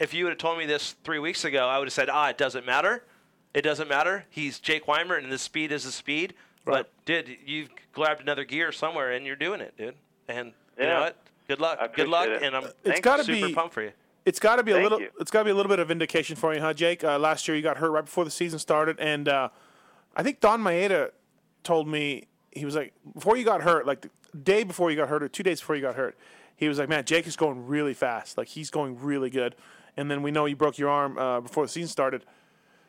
Speaker 5: if you would have told me this three weeks ago, I would have said, ah, it doesn't matter. It doesn't matter. He's Jake Weimer, and the speed is the speed. But dude, you've grabbed another gear somewhere, and you're doing it, dude. And you know
Speaker 4: Yeah.
Speaker 5: what? Good luck. Good luck, and I'm
Speaker 4: It's got to
Speaker 5: super
Speaker 4: be
Speaker 5: pumped for you.
Speaker 4: It's got to be a
Speaker 5: Thank
Speaker 4: little.
Speaker 5: you.
Speaker 4: It's got to be a little bit of vindication for you, huh, Jake? Uh, last year you got hurt right before the season started, and uh, I think Don Maeda told me he was like before you got hurt, like the day before you got hurt or two days before you got hurt, he was like, "Man, Jake is going really fast. Like he's going really good." And then we know you broke your arm uh, before the season started,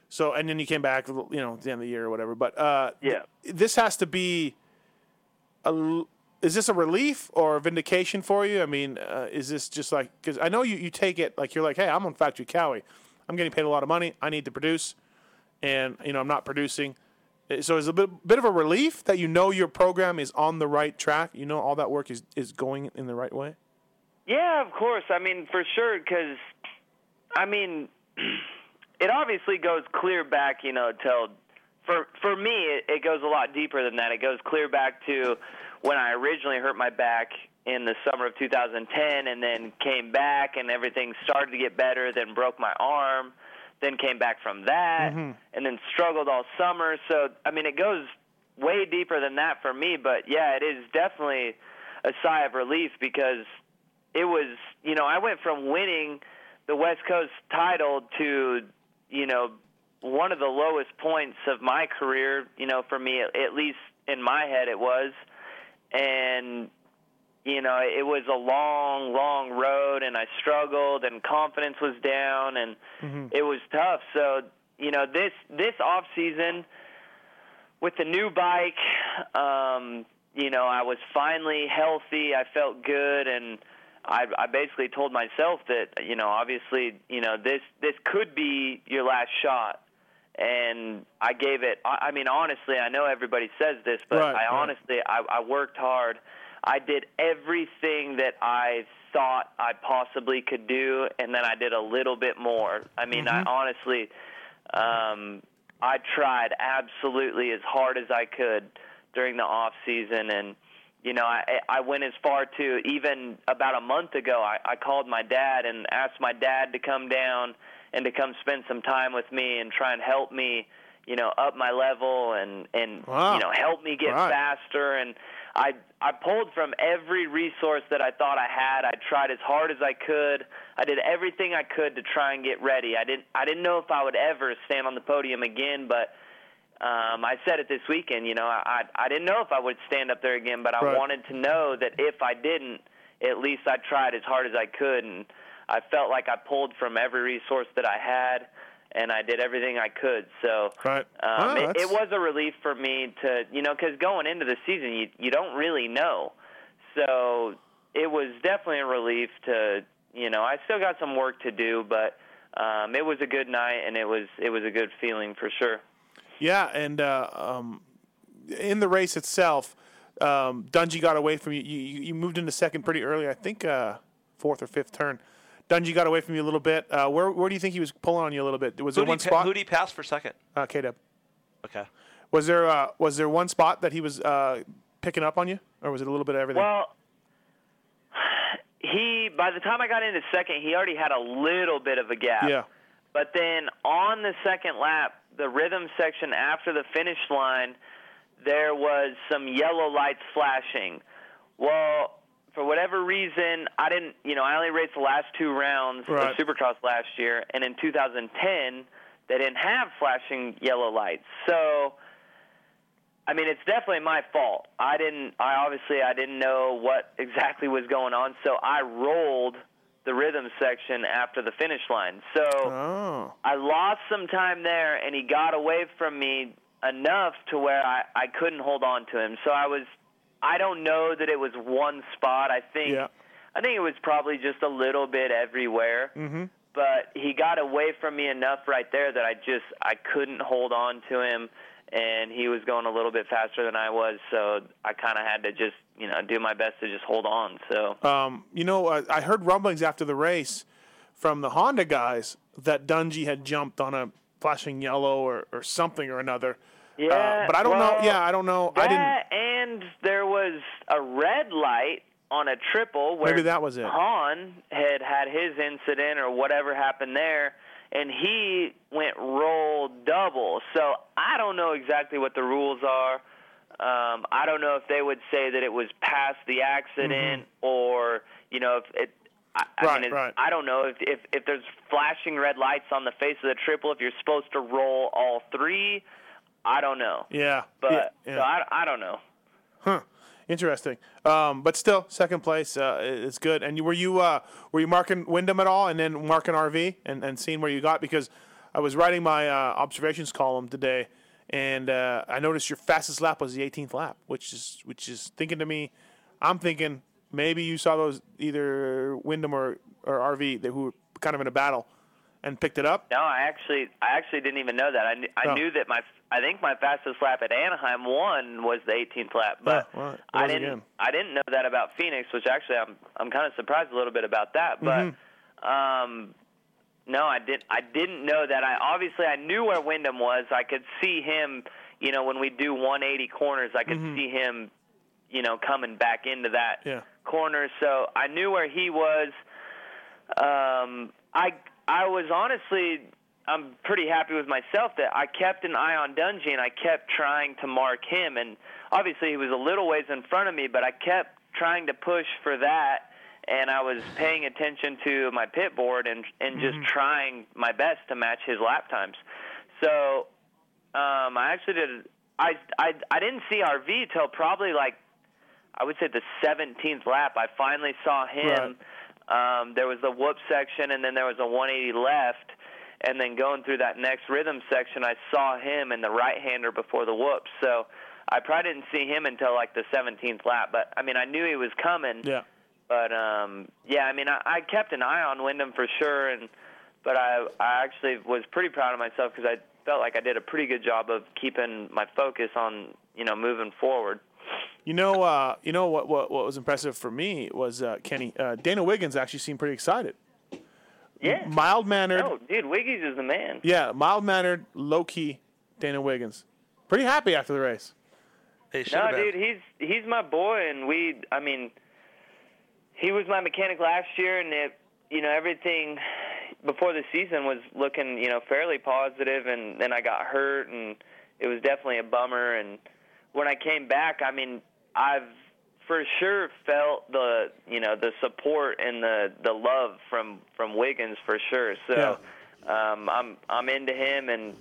Speaker 4: so and then you came back, you know, at the end of the year or whatever. But uh,
Speaker 23: Yeah.
Speaker 4: th- this has to be a l- is this a relief or a vindication for you? I mean, uh, is this just like because I know you, you take it like you're like, hey, I'm on Factory Cowie, I'm getting paid a lot of money, I need to produce, and you know I'm not producing, Uh, so it's a bit bit of a relief that you know your program is on the right track, you know all that work is is going in the right way.
Speaker 23: Yeah, of course. I mean, for sure, because I mean, it obviously goes clear back, you know, till for for me, it, it goes a lot deeper than that. It goes clear back to when I originally hurt my back in the summer of 2010, and then came back, and everything started to get better. Then broke my arm, then came back from that,
Speaker 4: Mm-hmm.
Speaker 23: and then struggled all summer. So, I mean, it goes way deeper than that for me. But yeah, it is definitely a sigh of relief because it was you know I went from winning the West Coast title to you know one of the lowest points of my career you know for me at, at least in my head it was and you know it was a long long road and I struggled and confidence was down and
Speaker 2: Mm-hmm.
Speaker 23: it was tough so you know this this off season with the new bike um you know I was finally healthy I felt good and I, I basically told myself that you know obviously you know this this could be your last shot and I gave it I, I mean honestly I know everybody says this but
Speaker 2: Right,
Speaker 23: I
Speaker 2: right.
Speaker 23: honestly I, I worked hard I did everything that I thought I possibly could do and then I did a little bit more I mean
Speaker 2: Mhm.
Speaker 23: I honestly um, I tried absolutely as hard as I could during the off season and you know, I I went as far to even about a month ago. I, I called my dad and asked my dad to come down and to come spend some time with me and try and help me, you know, up my level and and
Speaker 2: Wow.
Speaker 23: you know help me get
Speaker 2: Right.
Speaker 23: faster. And I I pulled from every resource that I thought I had. I tried as hard as I could. I did everything I could to try and get ready. I didn't I didn't know if I would ever stand on the podium again, but um, I said it this weekend. You know, I I didn't know if I would stand up there again, but I
Speaker 2: Right.
Speaker 23: wanted to know that if I didn't, at least I tried as hard as I could, and I felt like I pulled from every resource that I had, and I did everything I could. So
Speaker 4: Right.
Speaker 23: um,
Speaker 4: Ah,
Speaker 23: it, it
Speaker 4: that's-
Speaker 23: was a relief for me to, you know, because going into the season, you you don't really know. So it was definitely a relief to, you know, I still got some work to do, but um, it was a good night, and it was it was a good feeling for sure.
Speaker 4: Yeah, and uh, um, in the race itself, um, Dungy got away from you. You, you. you moved into second pretty early, I think uh, fourth or fifth turn. Dungy got away from you a little bit. Uh, where where do you think he was pulling on you a little bit? Was
Speaker 5: Who
Speaker 4: there
Speaker 5: do you
Speaker 4: one
Speaker 5: pa-
Speaker 4: spot?
Speaker 5: who do you pass for second?
Speaker 4: uh, K-Dub.
Speaker 5: Okay.
Speaker 4: Was there uh, was there one spot that he was uh, picking up on you, or was it a little bit of everything?
Speaker 23: Well, he by the time I got into second, he already had a little bit of a gap.
Speaker 4: yeah.
Speaker 23: But then on the second lap, the rhythm section after the finish line, there was some yellow lights flashing. Well, for whatever reason, I didn't, you know, I only raced the last two rounds
Speaker 2: Right.
Speaker 23: of Supercross last year, and in 2010, they didn't have flashing yellow lights. So, I mean, it's definitely my fault. I didn't. I obviously I didn't know what exactly was going on, so I rolled the rhythm section after the finish line. So
Speaker 4: Oh.
Speaker 23: I lost some time there, and he got away from me enough to where I, I couldn't hold on to him. So I was, I don't know that it was one spot. I think,
Speaker 2: Yeah.
Speaker 23: I think it was probably just a little bit everywhere.
Speaker 2: Mm-hmm.
Speaker 23: But he got away from me enough right there that I just I couldn't hold on to him, and he was going a little bit faster than I was. So I kind of had to just you know do my best to just hold on. So
Speaker 4: Um, you know, uh, I heard rumblings after the race from the Honda guys that Dungy had jumped on a flashing yellow or, or something or another. Uh,
Speaker 23: Yeah,
Speaker 4: but I don't know.
Speaker 23: well,
Speaker 4: Yeah, I don't know. I didn't.
Speaker 23: That and there was a red light on a triple where
Speaker 4: Maybe that was it.
Speaker 23: Han had had his incident or whatever happened there, and he went roll double. So I don't know exactly what the rules are. Um, I don't know if they would say that it was past the accident or you know if it. I, I,
Speaker 4: Mm-hmm. Right,
Speaker 23: mean, it's-
Speaker 4: right.
Speaker 23: I don't know if, if if there's flashing red lights on the face of the triple. If you're supposed to roll all three, I don't know.
Speaker 4: Yeah.
Speaker 23: But
Speaker 4: yeah, yeah.
Speaker 23: So I, I don't know.
Speaker 4: Huh. Interesting. Um, but still, second place uh, is good. And you, were you uh, were you marking Wyndham at all, and then marking RV, and, and seeing where you got? Because I was writing my uh, observations column today, and uh, I noticed your fastest lap was the 18th lap, which is which is thinking to me, I'm thinking maybe you saw those either Wyndham or, or RV that who were kind of in a battle, and picked it up.
Speaker 23: No, I actually I actually didn't even know that. I, kn- I
Speaker 4: Oh.
Speaker 23: knew that my I think my fastest lap at Anaheim one was the 18th lap, but
Speaker 4: Yeah, well, it
Speaker 23: I
Speaker 4: was
Speaker 23: didn't
Speaker 4: again.
Speaker 23: I didn't know that about Phoenix, which actually I'm I'm kind of surprised a little bit about that, but
Speaker 26: Mm-hmm.
Speaker 4: Mhm.
Speaker 23: um no, I didn't I didn't know that. I obviously I knew where Wyndham was. I could see him, you know, when we do 180 corners, I could
Speaker 4: Mhm.
Speaker 23: see him, you know, coming back into that
Speaker 4: Yeah.
Speaker 23: corner, so I knew where he was. Um, I I was honestly I'm pretty happy with myself that I kept an eye on Dungy and I kept trying to mark him, and obviously he was a little ways in front of me, but I kept trying to push for that. And I was paying attention to my pit board and and just
Speaker 22: Mhm.
Speaker 23: trying my best to match his lap times. So um, I actually did. I, I I didn't see RV till probably like I would say the 17th lap. I finally saw him. Um, there was the whoop section, and then there was a 180 left, and then going through that next rhythm section, I saw him in the right hander before the whoop. So I probably didn't see him until like the 17th lap. But I mean, I knew he was coming.
Speaker 4: Yeah.
Speaker 23: But um, yeah, I mean, I, I kept an eye on Wyndham for sure, and but I I actually was pretty proud of myself because I felt like I did a pretty good job of keeping my focus on you know moving forward.
Speaker 4: You know, uh, you know what, what what was impressive for me was uh, Kenny uh, Dana Wiggins actually seemed pretty excited.
Speaker 23: Yeah.
Speaker 4: mild mannered.
Speaker 23: Oh, dude, Wiggies is the man.
Speaker 4: Yeah, mild mannered, low key. Dana Wiggins, pretty happy after the race.
Speaker 23: No, dude, he's he's my boy, and we. I mean, he was my mechanic last year, and it, you know everything before the season was looking you know fairly positive, and then I got hurt, and it was definitely a bummer. And when I came back, I mean, I've for sure felt the you know the support and the the love from from Wiggins for sure. So
Speaker 8: uh,
Speaker 23: um, I'm I'm into him, and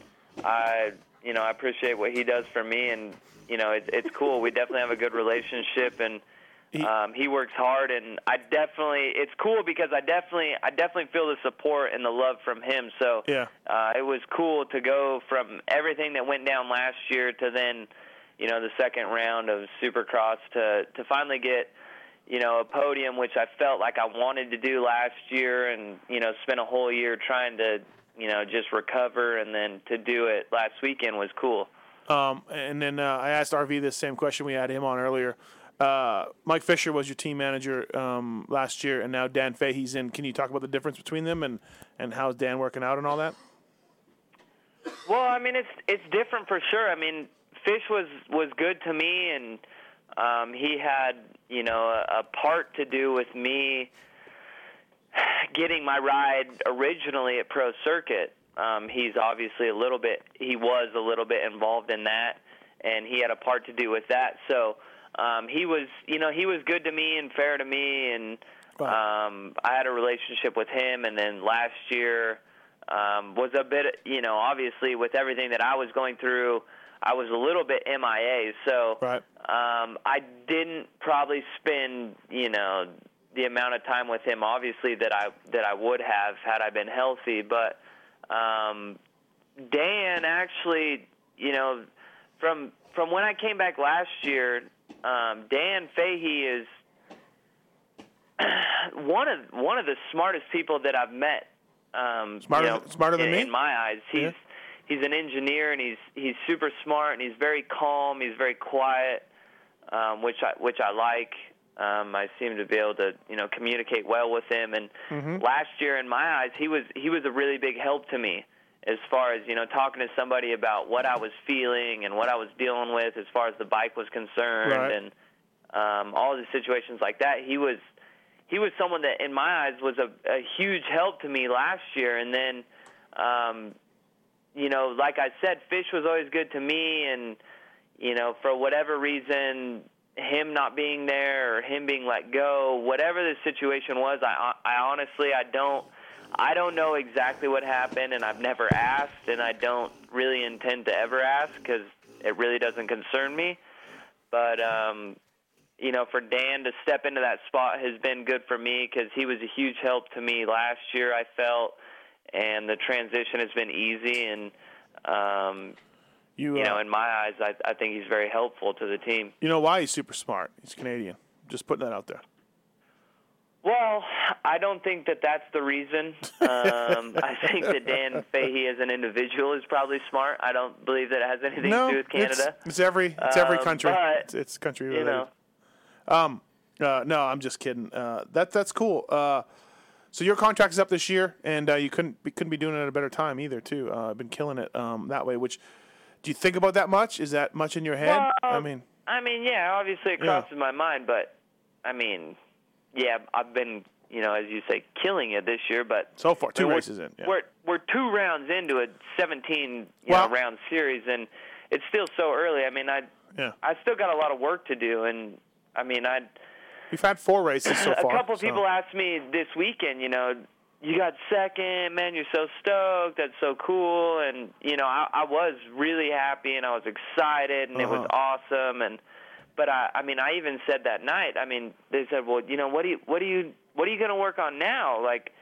Speaker 23: I you know I appreciate what he does for me, and you know it's it's cool. We definitely have a good relationship, and um, he works hard, and I definitely it's cool because I definitely I definitely feel the support and the love from him. So
Speaker 4: Yeah.
Speaker 23: uh, it was cool to go from everything that went down last year to then you know the second round of Supercross to to finally get you know a podium which I felt like I wanted to do last year and you know spent a whole year trying to you know just recover and then to do it last weekend was cool.
Speaker 4: Um, and then uh, I asked RV this same question we had him on earlier. Uh, Mike Fisher was your team manager um, last year, and now Dan Fahey's in. Can you talk about the difference between them and, and how's Dan working out and all that?
Speaker 23: Well, I mean, it's it's different for sure. I mean, Fish was was good to me, and um, he had you know a, a part to do with me getting my ride originally at Pro Circuit. Um, he's obviously a little bit he was a little bit involved in that, and he had a part to do with that. So um, he was you know he was good to me and fair to me, and um, I had a relationship with him. And then last year um, was a bit, you know, obviously with everything that I was going through, I was a little bit MIA. So
Speaker 4: Right.
Speaker 23: um, I didn't probably spend, you know, the amount of time with him, obviously that I that I would have had I been healthy. But um, Dan actually, you know, from from when I came back last year, um, Dan Fahey is one of one of the smartest people that I've met. Um,
Speaker 4: Smarter-
Speaker 23: you know,
Speaker 4: smarter than
Speaker 23: in,
Speaker 4: me?
Speaker 23: in my eyes. He's he's an engineer and he's he's super smart and he's very calm. He's very quiet, um, which I which I like. Um, I seem to be able to you know communicate well with him. And
Speaker 4: Mm-hmm.
Speaker 15: Mm-hmm.
Speaker 2: Mhm.
Speaker 23: last year, in my eyes, he was he was a really big help to me as far as you know talking to somebody about what I was feeling and what I was dealing with as far as the bike was concerned
Speaker 22: Right.
Speaker 23: and um, all the situations like that. He was he was someone that in my eyes was a, a huge help to me last year and then um, you know like I said fish was always good to me and you know for whatever reason him not being there or him being let go whatever the situation was I I honestly I don't I don't know exactly what happened, and I've never asked, and I don't really intend to ever ask because it really doesn't concern me. But um, you know, for Dan to step into that spot has been good for me because he was a huge help to me last year. I felt, and the transition has been easy, and um,
Speaker 4: You,
Speaker 23: you
Speaker 4: uh,
Speaker 23: know, in my eyes, I, I think he's very helpful to the team.
Speaker 4: You know why he's super smart? He's Canadian. Just putting that out there.
Speaker 23: Well, I don't think that that's the reason. Um, I think that Dan Fahey as an individual is probably smart. I don't believe that it has anything
Speaker 4: no,
Speaker 23: to do with
Speaker 4: it's-
Speaker 23: Canada.
Speaker 4: It's, every it's every
Speaker 23: Um,
Speaker 4: country.
Speaker 23: but,
Speaker 4: it's, it's country
Speaker 23: you
Speaker 4: related.
Speaker 23: know.
Speaker 4: Um, uh, no, I'm just kidding. Uh, that that's cool. Uh, so your contract is up this year, and uh, you couldn't be, couldn't be doing it at a better time either. Too, uh, I've been killing it um, that way. Which do you think about that much? Is that much in your head? I
Speaker 23: Well,
Speaker 4: mean,
Speaker 23: I mean, yeah, obviously it
Speaker 4: Yeah.
Speaker 23: crosses my mind, but I mean, yeah, I've been, you know, as you say, killing it this year, but
Speaker 4: so far two
Speaker 23: we're-
Speaker 4: races in. Yeah.
Speaker 23: We're we're two rounds into a 17 you
Speaker 4: Well-
Speaker 23: know, round series, and it's still so early. I mean, I
Speaker 4: Yeah.
Speaker 23: I still got a lot of work to do, and I mean, I
Speaker 4: We've had four races so
Speaker 23: a
Speaker 4: far.
Speaker 23: couple
Speaker 4: so-
Speaker 23: people asked me this weekend, you know, you got second, man, you're so stoked, that's so cool, and you know, I, I was really happy and I was excited and
Speaker 4: Uh-huh.
Speaker 23: it was awesome, and but I, I mean, I even said that night, I mean, they said, well, you know, what do you, what do you, what are you going to work on now, like.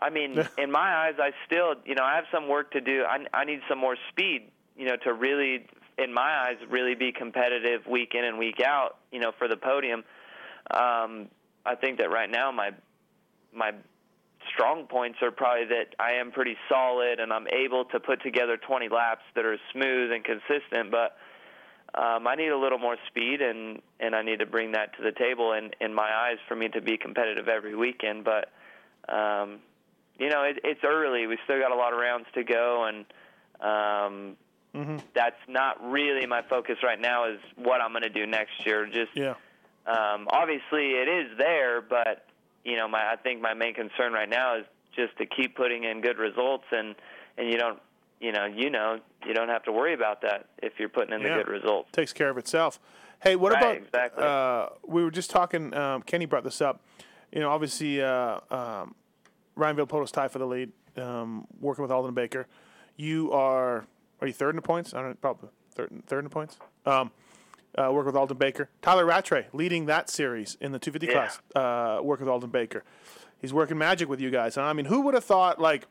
Speaker 23: I mean, in my eyes, I still, you know, I have some work to do. I, I need some more speed, you know, to really, in my eyes, really be competitive week in and week out, you know, for the podium. Um, I think that right now my my strong points are probably that I am pretty solid and I'm able to put together 20 laps that are smooth and consistent. But um, I need a little more speed and and I need to bring that to the table. And in my eyes, for me to be competitive every weekend, but um, you know it, it's early. We still got a lot of rounds to go and. Um,
Speaker 4: Mhm.
Speaker 23: that's not really my focus right now. Is what I'm going to do next year. Just
Speaker 4: Yeah.
Speaker 23: um, obviously it is there, but you know, my I think my main concern right now is just to keep putting in good results, and and you don't, you know, you know, you don't have to worry about that if you're putting in
Speaker 4: Yeah.
Speaker 23: the good results.
Speaker 4: Takes care of itself. Hey, what
Speaker 23: Right,
Speaker 4: about?
Speaker 23: exactly.
Speaker 4: Uh, we were just talking. Um, Kenny brought this up. You know, obviously, uh, um, Ryanville Poto's tied for the lead. Um, working with Alden Baker, you are are you third in the points? I don't know, probably third third in the points. Um, uh, work with Alden Baker. Tyler Rattray leading that series in the 250
Speaker 28: Yeah.
Speaker 4: class. Uh, work with Alden Baker. He's working magic with you guys. Huh? I mean, who would have thought like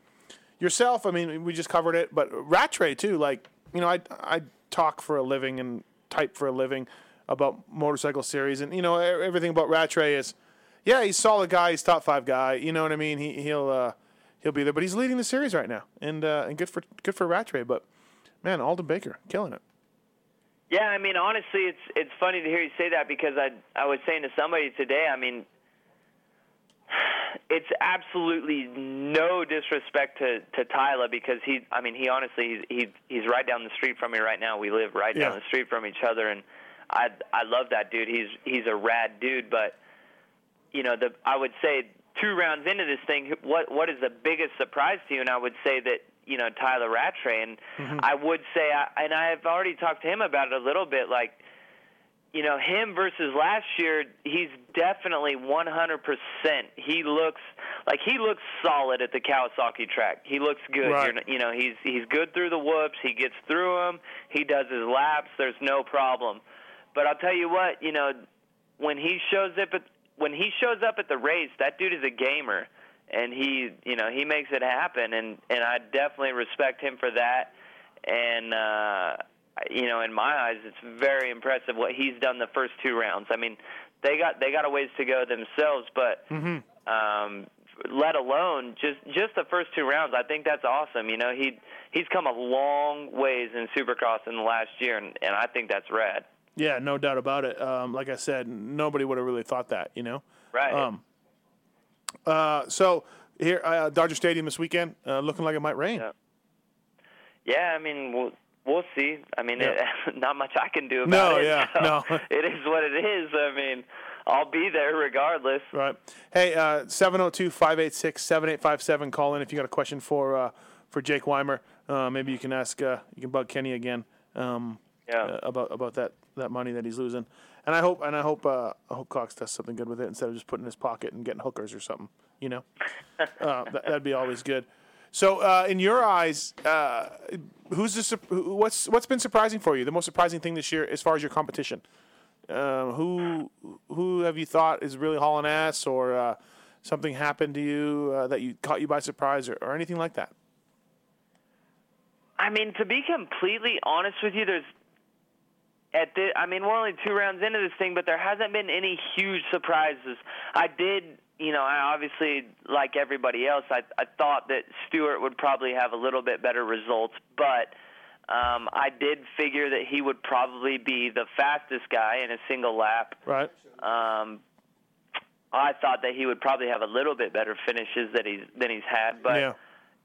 Speaker 4: yourself? I mean, we just covered it, but Rattray too. Like, you know, I I talk for a living and type for a living about motorcycle series, and you know e- everything about Rattray is, yeah, he's a solid guy. He's top five guy. You know what I mean? He he'll uh, he'll be there, but he's leading the series right now, and uh, and good for good for Rattray. But man, Alden Baker killing it.
Speaker 23: Yeah, I mean, honestly, it's it's funny to hear you say that because I I was saying to somebody today. I mean, it's absolutely no disrespect to to Tyler because he. I mean, he honestly he's he's, he's right down the street from me right now. We live right
Speaker 29: Yeah.
Speaker 23: down the street from each other, and I I love that dude. He's he's a rad dude, but you know the I would say two rounds into this thing, what what is the biggest surprise to you? And I would say that you know Tyler Rattray, and
Speaker 4: Mm-hmm.
Speaker 15: Mm-hmm.
Speaker 23: I would say, I, and I've already talked to him about it a little bit. Like, you know, him versus last year, he's definitely 100%. He looks like he looks solid at the Kawasaki track. He looks good.
Speaker 30: Right.
Speaker 23: You're n- you know, he's he's good through the whoops. He gets through them. He does his laps. There's no problem. But I'll tell you what, you know, when he shows up at when he shows up at the race, that dude is a gamer, and he you know he makes it happen, and and I definitely respect him for that. And uh, you know, in my eyes, it's very impressive what he's done the first two rounds. I mean, they got they got a ways to go themselves, but
Speaker 4: Mm-hmm.
Speaker 23: um, let alone just just the first two rounds. I think that's awesome. You know, he he's come a long ways in Supercross in the last year, and, and I think that's rad.
Speaker 4: Yeah, no doubt about it. Um, like I said, nobody would have really thought that, you know.
Speaker 23: Right.
Speaker 4: Um, uh, so here, uh, Dodger Stadium this weekend, uh, looking like it might rain.
Speaker 23: Yeah, I mean, we'll we'll see. I mean, it, not much I can do about
Speaker 4: No,
Speaker 23: it.
Speaker 4: yeah,
Speaker 23: so
Speaker 4: no.
Speaker 23: it is what it is. I mean, I'll be there regardless.
Speaker 4: Right. Hey, uh, 702 586 7857. Call in if you got a question for uh, for Jake Weimer. Uh, maybe you can ask, uh, you can bug Kenny again um,
Speaker 23: yeah.
Speaker 4: about about that, that money that he's losing. And I hope and I hope uh, I hope Cox does something good with it instead of just putting it in his pocket and getting hookers or something. You know, uh, that, that'd be always good. So, uh, in your eyes, uh, who's the sup- who- what's what's been surprising for you? The most surprising thing this year, as far as your competition, um, who who have you thought is really hauling ass, or uh, something happened to you uh, that you caught you by surprise, or, or anything like that?
Speaker 23: I mean, to be completely honest with you, there's at the. I mean, we're only two rounds into this thing, but there hasn't been any huge surprises. I did, you know, I obviously like everybody else. I I thought that Stewart would probably have a little bit better results, but um, I did figure that he would probably be the fastest guy in a single lap.
Speaker 4: Right.
Speaker 23: Um, I thought that he would probably have a little bit better finishes that he's than he's had, but
Speaker 4: yeah.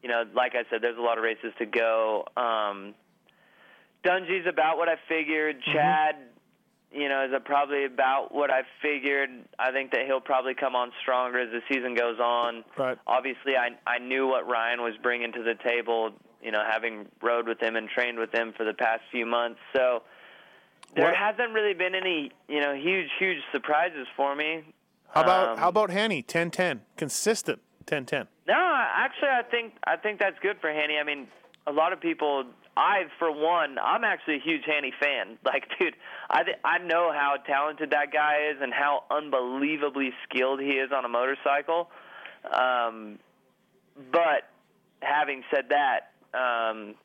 Speaker 23: you know, like I said, there's a lot of races to go. Um, Dungy's about what I figured. Chad, you know, is a, probably about what I figured. I think that he'll probably come on stronger as the season goes on.
Speaker 4: Right.
Speaker 23: Obviously, I I knew what Ryan was bringing to the table. You know, having rode with him and trained with him for the past few months, so there
Speaker 4: What-
Speaker 23: hasn't really been any you know huge huge surprises for me.
Speaker 4: How about
Speaker 23: Um,
Speaker 4: how about Hanny? 10-10. consistent 10-10.
Speaker 23: No, actually, I think I think that's good for Hanny. I mean, a lot of people. I, for one, I'm actually a huge Hanny fan. Like, dude, I th- I know how talented that guy is and how unbelievably skilled he is on a motorcycle. Um, but having said that, um,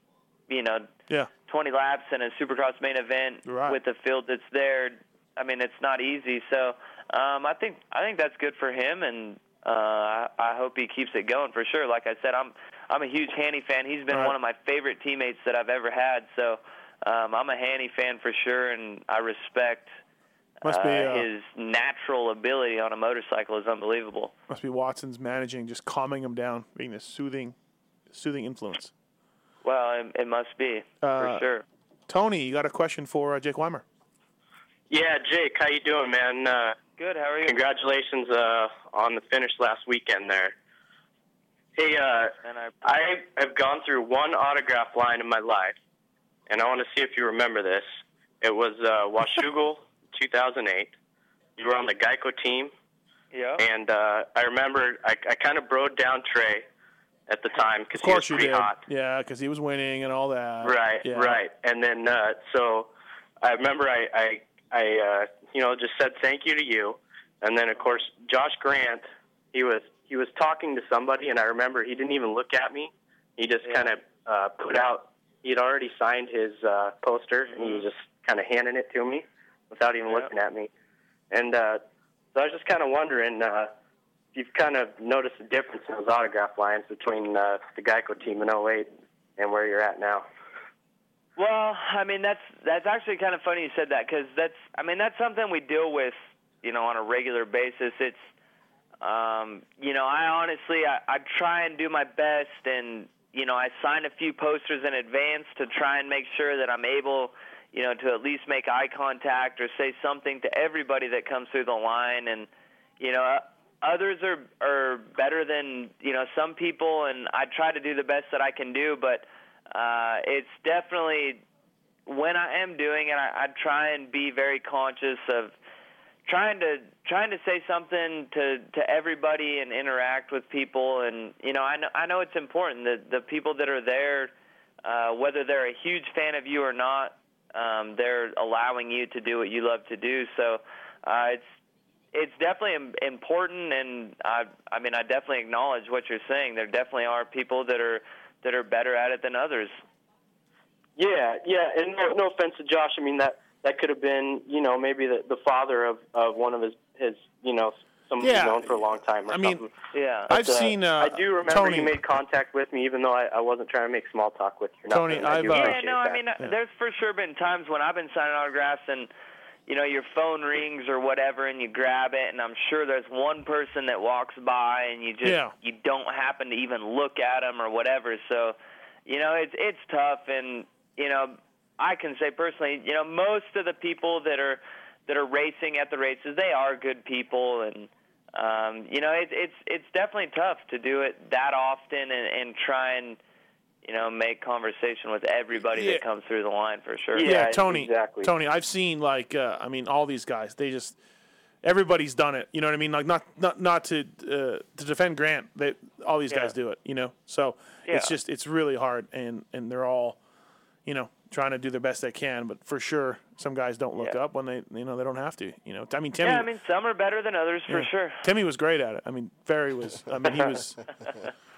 Speaker 23: you know,
Speaker 4: Yeah.
Speaker 23: 20 laps in a Supercross main event
Speaker 4: Right.
Speaker 23: with the field that's there. I mean, it's not easy. So um, I think I think that's good for him, and uh, I I hope he keeps it going for sure. Like I said, I'm I'm a huge Hanny fan. He's been
Speaker 4: Right.
Speaker 23: one of my favorite teammates that I've ever had. So um, I'm a Hanny fan for sure, and I respect.
Speaker 4: Must be,
Speaker 23: uh,
Speaker 4: uh,
Speaker 23: his natural ability on a motorcycle is unbelievable.
Speaker 4: Must be Watson's managing, just calming him down, being this soothing, soothing influence.
Speaker 23: Well, it, it must be for
Speaker 4: Uh,
Speaker 23: sure.
Speaker 4: Tony, you got a question for uh, Jake Weimer?
Speaker 2: Yeah, Jake, how you doing, man? Uh,
Speaker 23: Good. How are you?
Speaker 2: Congratulations uh, on the finish last weekend there. Hey, uh,
Speaker 23: And I
Speaker 2: I have gone through one autograph line in my life, and I want to see if you remember this. It was uh, Washougal, 2008. You were on the Geico team,
Speaker 23: yeah.
Speaker 2: and uh, I remember I, I kind of broed down Trey at the time because
Speaker 4: Of
Speaker 2: he was
Speaker 4: course you
Speaker 2: pretty
Speaker 4: did.
Speaker 2: hot.
Speaker 4: Yeah, because he was winning and all that.
Speaker 2: Right,
Speaker 4: Yeah.
Speaker 2: right. And then uh, so I remember I I, I uh, you know just said thank you to you, and then of course Josh Grant he was he was talking to somebody, and I remember he didn't even look at me. He just kind of uh, put out. He had already signed his uh, poster, and he was just kind of handing it to me without even looking at me. And uh, so I was just kind of wondering uh, if you've kind of noticed a difference in those autograph lines between uh, the Geico team in 08 and where you're at now.
Speaker 23: Well, I mean that's that's actually kind of funny you said that because that's I mean that's something we deal with you know on a regular basis. It's um, you know I honestly I, I try and do my best and you know I sign a few posters in advance to try and make sure that I'm able you know to at least make eye contact or say something to everybody that comes through the line and you know uh, others are are better than you know some people and I try to do the best that I can do but uh, it's definitely when I am doing it, I, I try and be very conscious of trying to trying to say something to to everybody and interact with people. And you know, I know I know it's important that the people that are there, uh, whether they're a huge fan of you or not, um, they're allowing you to do what you love to do. So uh, it's it's definitely im- important, and I, I mean, I definitely acknowledge what you're saying. There definitely are people that are that are better at it than others.
Speaker 2: Yeah, yeah, and no, no offense to Josh. I mean that that could have been, you know, maybe the, the father of, of one of his his, you know, someone
Speaker 4: Yeah.
Speaker 2: he's known for a long time. Or
Speaker 4: I mean,
Speaker 2: something.
Speaker 23: yeah,
Speaker 4: I've seen, uh,
Speaker 2: I do remember
Speaker 4: Tony-
Speaker 2: you made contact with me, even though I, I wasn't trying to make small talk with you. or
Speaker 4: Tony,
Speaker 2: nothing. I do
Speaker 4: I've, uh,
Speaker 2: appreciate
Speaker 23: yeah, no,
Speaker 2: that.
Speaker 23: I mean, uh there's for sure been times when I've been signing autographs and you know your phone rings or whatever, and you grab it, and I'm sure there's one person that walks by, and you just
Speaker 1: Yeah.
Speaker 23: you don't happen to even look at them or whatever. So, you know, it's it's tough, and you know, I can say personally, you know, most of the people that are that are racing at the races, they are good people, and um, you know, it, it's it's definitely tough to do it that often and, and try and you know make conversation with everybody
Speaker 4: Yeah.
Speaker 23: that comes through the line for sure.
Speaker 4: Yeah, Tony. Tony, I've seen like uh, I mean all these guys. They just everybody's done it. You know what I mean? Like not not not to uh, to defend Grant. That all these guys
Speaker 23: Yeah.
Speaker 4: do it. You know, so it's
Speaker 23: Yeah.
Speaker 4: just it's really hard, and and they're all you know trying to do their best they can. But for sure, some guys don't look
Speaker 23: Yeah.
Speaker 4: up when they you know they don't have to. You know, I mean Timmy.
Speaker 23: yeah, I mean some are better than others for
Speaker 4: yeah,
Speaker 23: sure.
Speaker 4: Timmy was great at it. I mean, Ferry was. I mean, he was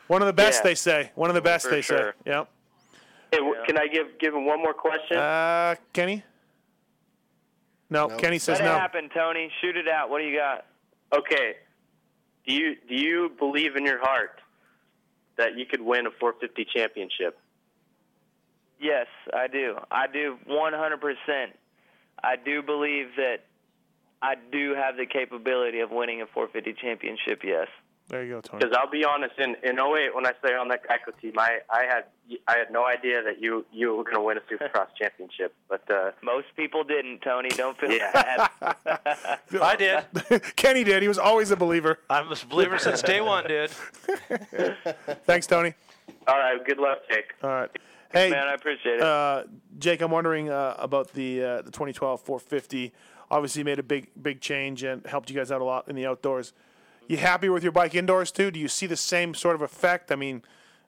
Speaker 4: one of the best.
Speaker 2: Yeah.
Speaker 4: They say one of the best.
Speaker 2: For
Speaker 4: they
Speaker 2: sure.
Speaker 4: say. Yep.
Speaker 2: Hey, w- can I give give him one more question?
Speaker 4: Uh, Kenny. No, Kenny says
Speaker 23: Let
Speaker 4: no.
Speaker 23: it happen, Tony. Shoot it out. What do you got?
Speaker 2: Okay. Do you do you believe in your heart that you could win a 450 championship?
Speaker 23: Yes, I do. I do 100%. I do believe that I do have the capability of winning a 450 championship. Yes.
Speaker 4: There you go, Tony.
Speaker 2: Because I'll be honest, in in 08, when I started on that Geico team, I I had I had no idea that you you were going to win a Supercross championship. But uh,
Speaker 23: most people didn't, Tony. Don't feel
Speaker 2: bad.
Speaker 5: I did.
Speaker 4: Kenny did. He was always a believer.
Speaker 5: I'm a believer since day one, dude.
Speaker 4: Thanks, Tony.
Speaker 2: All right. Good luck, Jake.
Speaker 4: All right. Hey,
Speaker 2: Man, I appreciate it.
Speaker 4: Uh, Jake, I'm wondering uh, about the uh, the 2012 450. Obviously, you made a big big change and helped you guys out a lot in the outdoors. You happy with your bike indoors too? Do you see the same sort of effect? I mean,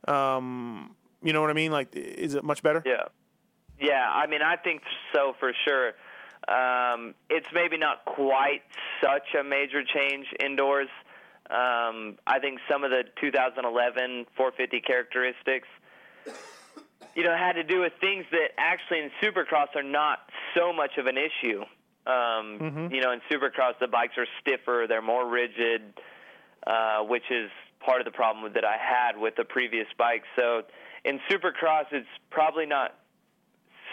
Speaker 4: um, you know what I mean? Like, is it much better?
Speaker 23: Yeah. Yeah, I mean, I think so for sure. Um, it's maybe not quite such a major change indoors. Um, I think some of the 2011 450 characteristics, you know, had to do with things that actually in Supercross are not so much of an issue. Um,
Speaker 4: Mm-hmm.
Speaker 23: You know, in Supercross, the bikes are stiffer, they're more rigid, uh, which is part of the problem that I had with the previous bike. So in Supercross, it's probably not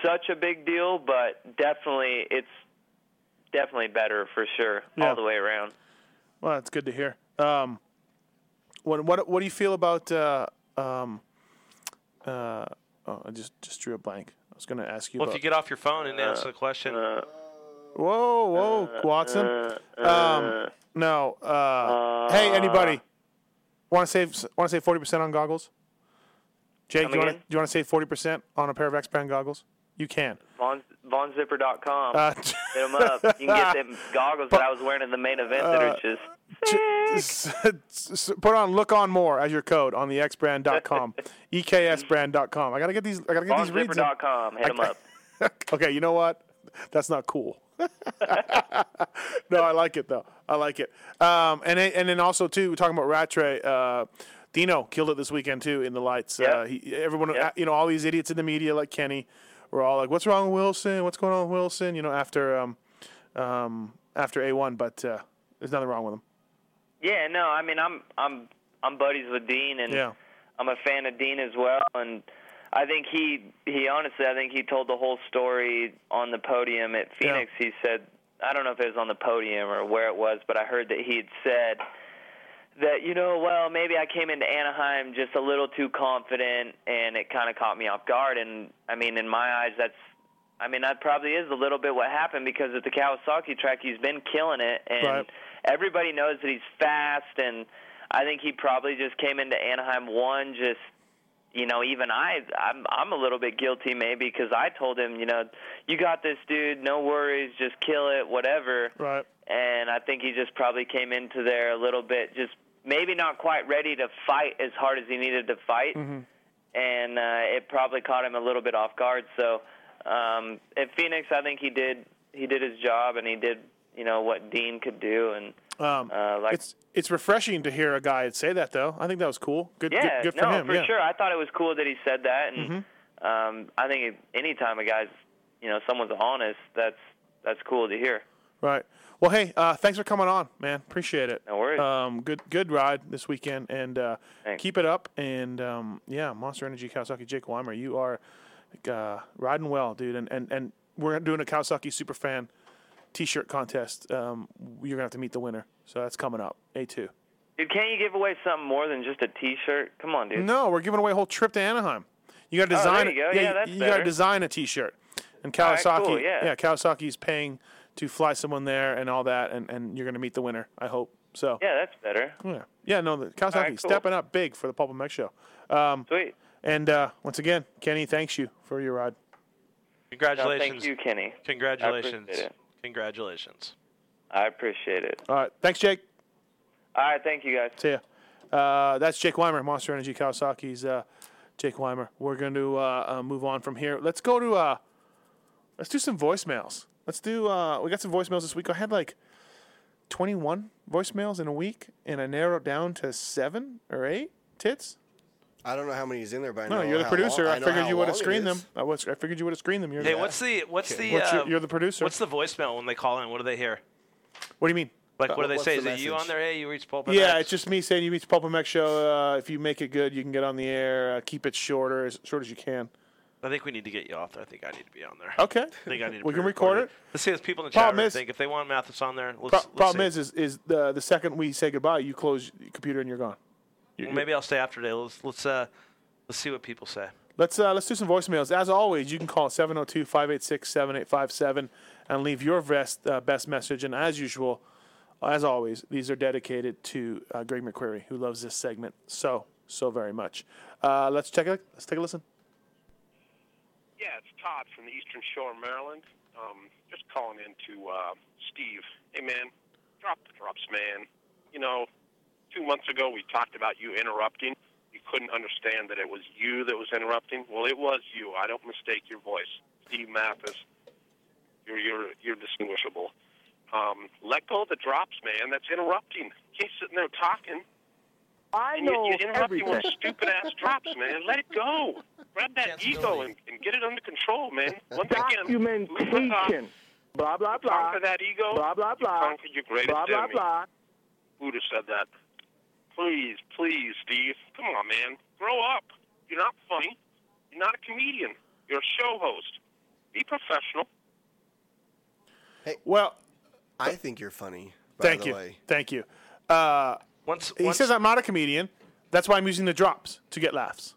Speaker 23: such a big deal, but definitely it's definitely better for sure
Speaker 4: Yeah.
Speaker 23: all the way around.
Speaker 4: Well, that's good to hear. Um, what what what do you feel about? Uh, um, uh, oh, I just just drew a blank. I was going to ask you.
Speaker 5: Well, if
Speaker 4: about,
Speaker 5: you get off your phone and answer the
Speaker 2: Uh,
Speaker 5: question,
Speaker 4: Whoa, whoa, Watson.
Speaker 5: uh,
Speaker 4: um, no. Uh, hey, anybody? Want to save? Want to save forty percent on goggles? Jake,
Speaker 23: Come
Speaker 4: do you want to
Speaker 23: again?
Speaker 4: do you want to save forty percent on a pair of X brand goggles? You can.
Speaker 23: Von, VonZipper.com.
Speaker 4: Uh,
Speaker 23: Hit them up. You can get them goggles that I was wearing in the main event that
Speaker 4: Uh,
Speaker 23: are just
Speaker 4: S- s- Put on look on more as your code on the xbrand.com, eksbrand.com. I gotta get these. I gotta get these reads. in.
Speaker 23: VonZipper.com. Hit them
Speaker 4: I-
Speaker 23: up.
Speaker 4: okay, you know what? That's not cool. no, I like it though. I like it. Um, and then- and then also too, we're talking about Rattray. Uh, Dino killed it this weekend too in the lights.
Speaker 22: Yeah.
Speaker 4: Uh, he, everyone,
Speaker 22: Yeah.
Speaker 4: you know, all these idiots in the media like Kenny were all like, "What's wrong with Wilson? What's going on with Wilson?" You know, after um, um, after A one, but uh, there's nothing wrong with him.
Speaker 23: Yeah, no, I mean I'm I'm I'm buddies with Dean and
Speaker 4: Yeah.
Speaker 23: I'm a fan of Dean as well and I think he he honestly I think he told the whole story on the podium at Phoenix. He said I don't know if it was on the podium or where it was, but I heard that he had said that you know, well, maybe I came into Anaheim just a little too confident and it kind of caught me off guard and I mean in my eyes that's I mean that probably is a little bit what happened because at the Kawasaki track he's been killing it and
Speaker 22: Right.
Speaker 23: everybody knows that he's fast and I think he probably just came into Anaheim one just you know even I I'm I'm a little bit guilty maybe because I told him you know you got this dude no worries just kill it whatever
Speaker 4: Right.
Speaker 23: and I think he just probably came into there a little bit just maybe not quite ready to fight as hard as he needed to fight
Speaker 4: Mm-hmm.
Speaker 23: and uh, it probably caught him a little bit off guard so um at Phoenix I think he did he did his job and he did you know what Dean could do and
Speaker 4: Um,
Speaker 23: uh, like
Speaker 4: it's it's refreshing to hear a guy say that though. I think that was cool. Good, good-
Speaker 23: yeah,
Speaker 4: good, for
Speaker 23: no,
Speaker 4: him.
Speaker 23: for
Speaker 4: yeah. Mm-hmm.
Speaker 23: sure. I thought it was cool that he said that, and um, I think if- anytime a guy's you know someone's honest, that's that's cool to hear.
Speaker 4: Right. Well, hey, uh, thanks for coming on, man. Appreciate it.
Speaker 23: No worries.
Speaker 4: Um, good good ride this weekend, and uh, keep it up. And um, yeah, Monster Energy Kawasaki Jake Weimer, you are uh, riding well, dude. And and and we're doing a Kawasaki Superfan T-shirt contest. Um, you're gonna have to meet the winner, so that's coming up. A two.
Speaker 23: Dude, can't you give away something more than just a T-shirt? Come on, dude.
Speaker 4: No, we're giving away a whole trip to Anaheim. You got to
Speaker 23: Oh,
Speaker 4: design.
Speaker 23: there you go.
Speaker 4: Yeah,
Speaker 23: Yeah, that's
Speaker 4: you got to
Speaker 23: better.
Speaker 4: design a T-shirt, and
Speaker 23: All right,
Speaker 4: Kawasaki.
Speaker 23: cool, yeah.
Speaker 4: Kawasaki's paying to fly someone there and all that, and, and you're going to meet the winner. I hope so.
Speaker 23: Yeah, that's better.
Speaker 4: Yeah, yeah. No, the Kawasaki
Speaker 23: All right, cool.
Speaker 4: stepping up big for the Pulp and Mech show. Um,
Speaker 23: Sweet.
Speaker 4: And uh, once again, Kenny, thanks you for your ride.
Speaker 23: No,
Speaker 5: Congratulations.
Speaker 23: thank you, Kenny.
Speaker 5: Congratulations.
Speaker 23: I appreciate it.
Speaker 5: Congratulations.
Speaker 23: I appreciate it.
Speaker 4: All right, thanks, Jake.
Speaker 23: All right, thank you guys.
Speaker 4: See ya. Uh, that's Jake Weimer, Monster Energy Kawasaki's uh, Jake Weimer. We're going to uh, uh, move on from here. Let's go to uh, let's do some voicemails. Let's do. Uh, we got some voicemails this week. I had like twenty one voicemails in a week, and I narrowed down to seven or eight tits.
Speaker 6: I don't know how many is in there by now.
Speaker 4: No, you're the
Speaker 6: how
Speaker 4: producer.
Speaker 6: long-
Speaker 4: I,
Speaker 6: know
Speaker 4: figured
Speaker 6: how
Speaker 4: you would have
Speaker 6: long it
Speaker 4: screened them.
Speaker 6: is.
Speaker 4: I, was, I figured you would have screened them. You're
Speaker 5: Hey, what's the what's the
Speaker 4: What's your-
Speaker 5: uh,
Speaker 4: you're the producer.
Speaker 5: What's the voicemail when they call in? What do they hear?
Speaker 4: What do you mean?
Speaker 5: Like,
Speaker 4: Uh,
Speaker 5: what do they
Speaker 4: what's
Speaker 5: say?
Speaker 4: the
Speaker 5: Is it you
Speaker 4: message?
Speaker 5: on there? Hey, you reached Pulp. and
Speaker 4: yeah,
Speaker 5: Max?
Speaker 4: it's just me saying you meet Pulp and Mech show. Uh, if you make it good, you can get on the air. Uh, keep it shorter, as short as you can.
Speaker 5: I think we need to get you off there. I think I need to be on there.
Speaker 4: Okay.
Speaker 5: I think I need to
Speaker 4: We
Speaker 5: be
Speaker 4: can record
Speaker 5: recorded.
Speaker 4: it.
Speaker 5: Let's see if people in the
Speaker 4: Problem
Speaker 5: chat room
Speaker 4: is-
Speaker 5: think if they want Mathis on there. Let's,
Speaker 4: Pro-
Speaker 5: let's
Speaker 4: problem
Speaker 5: see.
Speaker 4: is, is, is the the second we say goodbye, you close your computer and you're gone. You-
Speaker 5: well, maybe I'll stay after today. Let's let's uh, let's see what people say.
Speaker 4: Let's uh, let's do some voicemails. As always, you can call 702-586-7857 and leave your best uh, best message. And as usual, as always, these are dedicated to uh, Greg McQuarrie, who loves this segment so so very much. Uh, let's check it. Let's take a listen.
Speaker 1: Yeah, it's Todd from the Eastern Shore, Maryland. Um, just calling in to uh, Steve. Hey, man, drop the drops, man. You know, two months ago we talked about you interrupting. You couldn't understand that it was you that was interrupting. Well, it was you. I don't mistake your voice, Steve Mathis. You're you're you're distinguishable. Um, let go of the drops, man. That's interrupting. You can't sit in there talking.
Speaker 22: I
Speaker 1: And you-
Speaker 22: know
Speaker 1: you interrupting with
Speaker 22: everything.
Speaker 1: stupid ass drops, man. Let it go. Grab that ego and, and get it under control, man. Once again,
Speaker 22: Documentation. Blah blah
Speaker 1: you
Speaker 22: blah.
Speaker 1: conquer that ego.
Speaker 22: Blah blah
Speaker 1: You
Speaker 22: blah.
Speaker 1: conquer your greatest
Speaker 22: Blah blah
Speaker 1: enemy.
Speaker 22: blah.
Speaker 1: Buddha said that. Please, please, Steve. Come on, man. Grow up. You're not funny. You're not a comedian. You're a show host. Be professional.
Speaker 4: Well,
Speaker 6: I think you're funny. By
Speaker 4: Thank
Speaker 6: the
Speaker 4: you.
Speaker 6: Way.
Speaker 4: Thank you. Uh,
Speaker 5: once
Speaker 4: he
Speaker 6: once-
Speaker 4: says I'm not a comedian, that's why I'm using the drops to get laughs.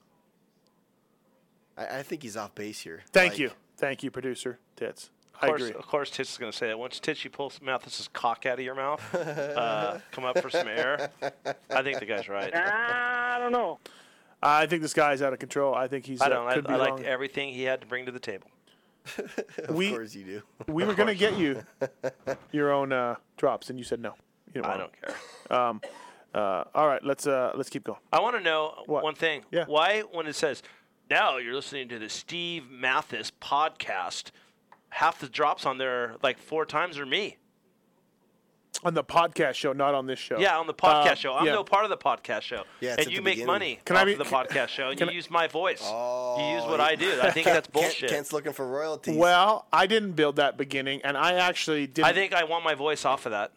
Speaker 6: I, I think he's off base here.
Speaker 4: Thank
Speaker 6: Like,
Speaker 4: you, thank you, producer Tits.
Speaker 5: Of
Speaker 4: I
Speaker 5: course,
Speaker 4: agree.
Speaker 5: Of course, Titch is going to say that. Once Titch, you pull Mathis's cock out of your mouth, uh, come up for some air. I think the guy's right.
Speaker 22: I don't know.
Speaker 4: I think this guy's out of control. I think he's.
Speaker 5: I
Speaker 4: uh,
Speaker 5: don't. I,
Speaker 4: could be
Speaker 5: I liked
Speaker 4: wrong.
Speaker 5: everything he had to bring to the table.
Speaker 4: we,
Speaker 6: Of course you do.
Speaker 4: we were going to get you your own uh, drops, and you said no. You
Speaker 5: I
Speaker 4: want them. Um, uh, all right, let's uh, let's keep going.
Speaker 5: I want to know one thing. Why, when it says, now you're listening to the Steve Mathis podcast, half the drops on there, like four times, are me.
Speaker 4: On the podcast show, not on this show.
Speaker 5: Yeah, on the podcast
Speaker 4: Um,
Speaker 5: show. I'm
Speaker 4: yeah.
Speaker 5: no part of the podcast show.
Speaker 4: Yeah, it's
Speaker 5: and
Speaker 4: at
Speaker 5: you
Speaker 4: the
Speaker 5: make
Speaker 4: beginning.
Speaker 5: money
Speaker 4: Can I
Speaker 5: off
Speaker 4: be-
Speaker 5: of the podcast show, and
Speaker 4: can
Speaker 5: you
Speaker 4: I-
Speaker 5: use my voice.
Speaker 6: Oh,
Speaker 5: you use what I do. I think that's bullshit.
Speaker 6: Kent's looking for royalties.
Speaker 4: Well, I didn't build that beginning, and I actually didn't.
Speaker 5: I think I want my voice off of that.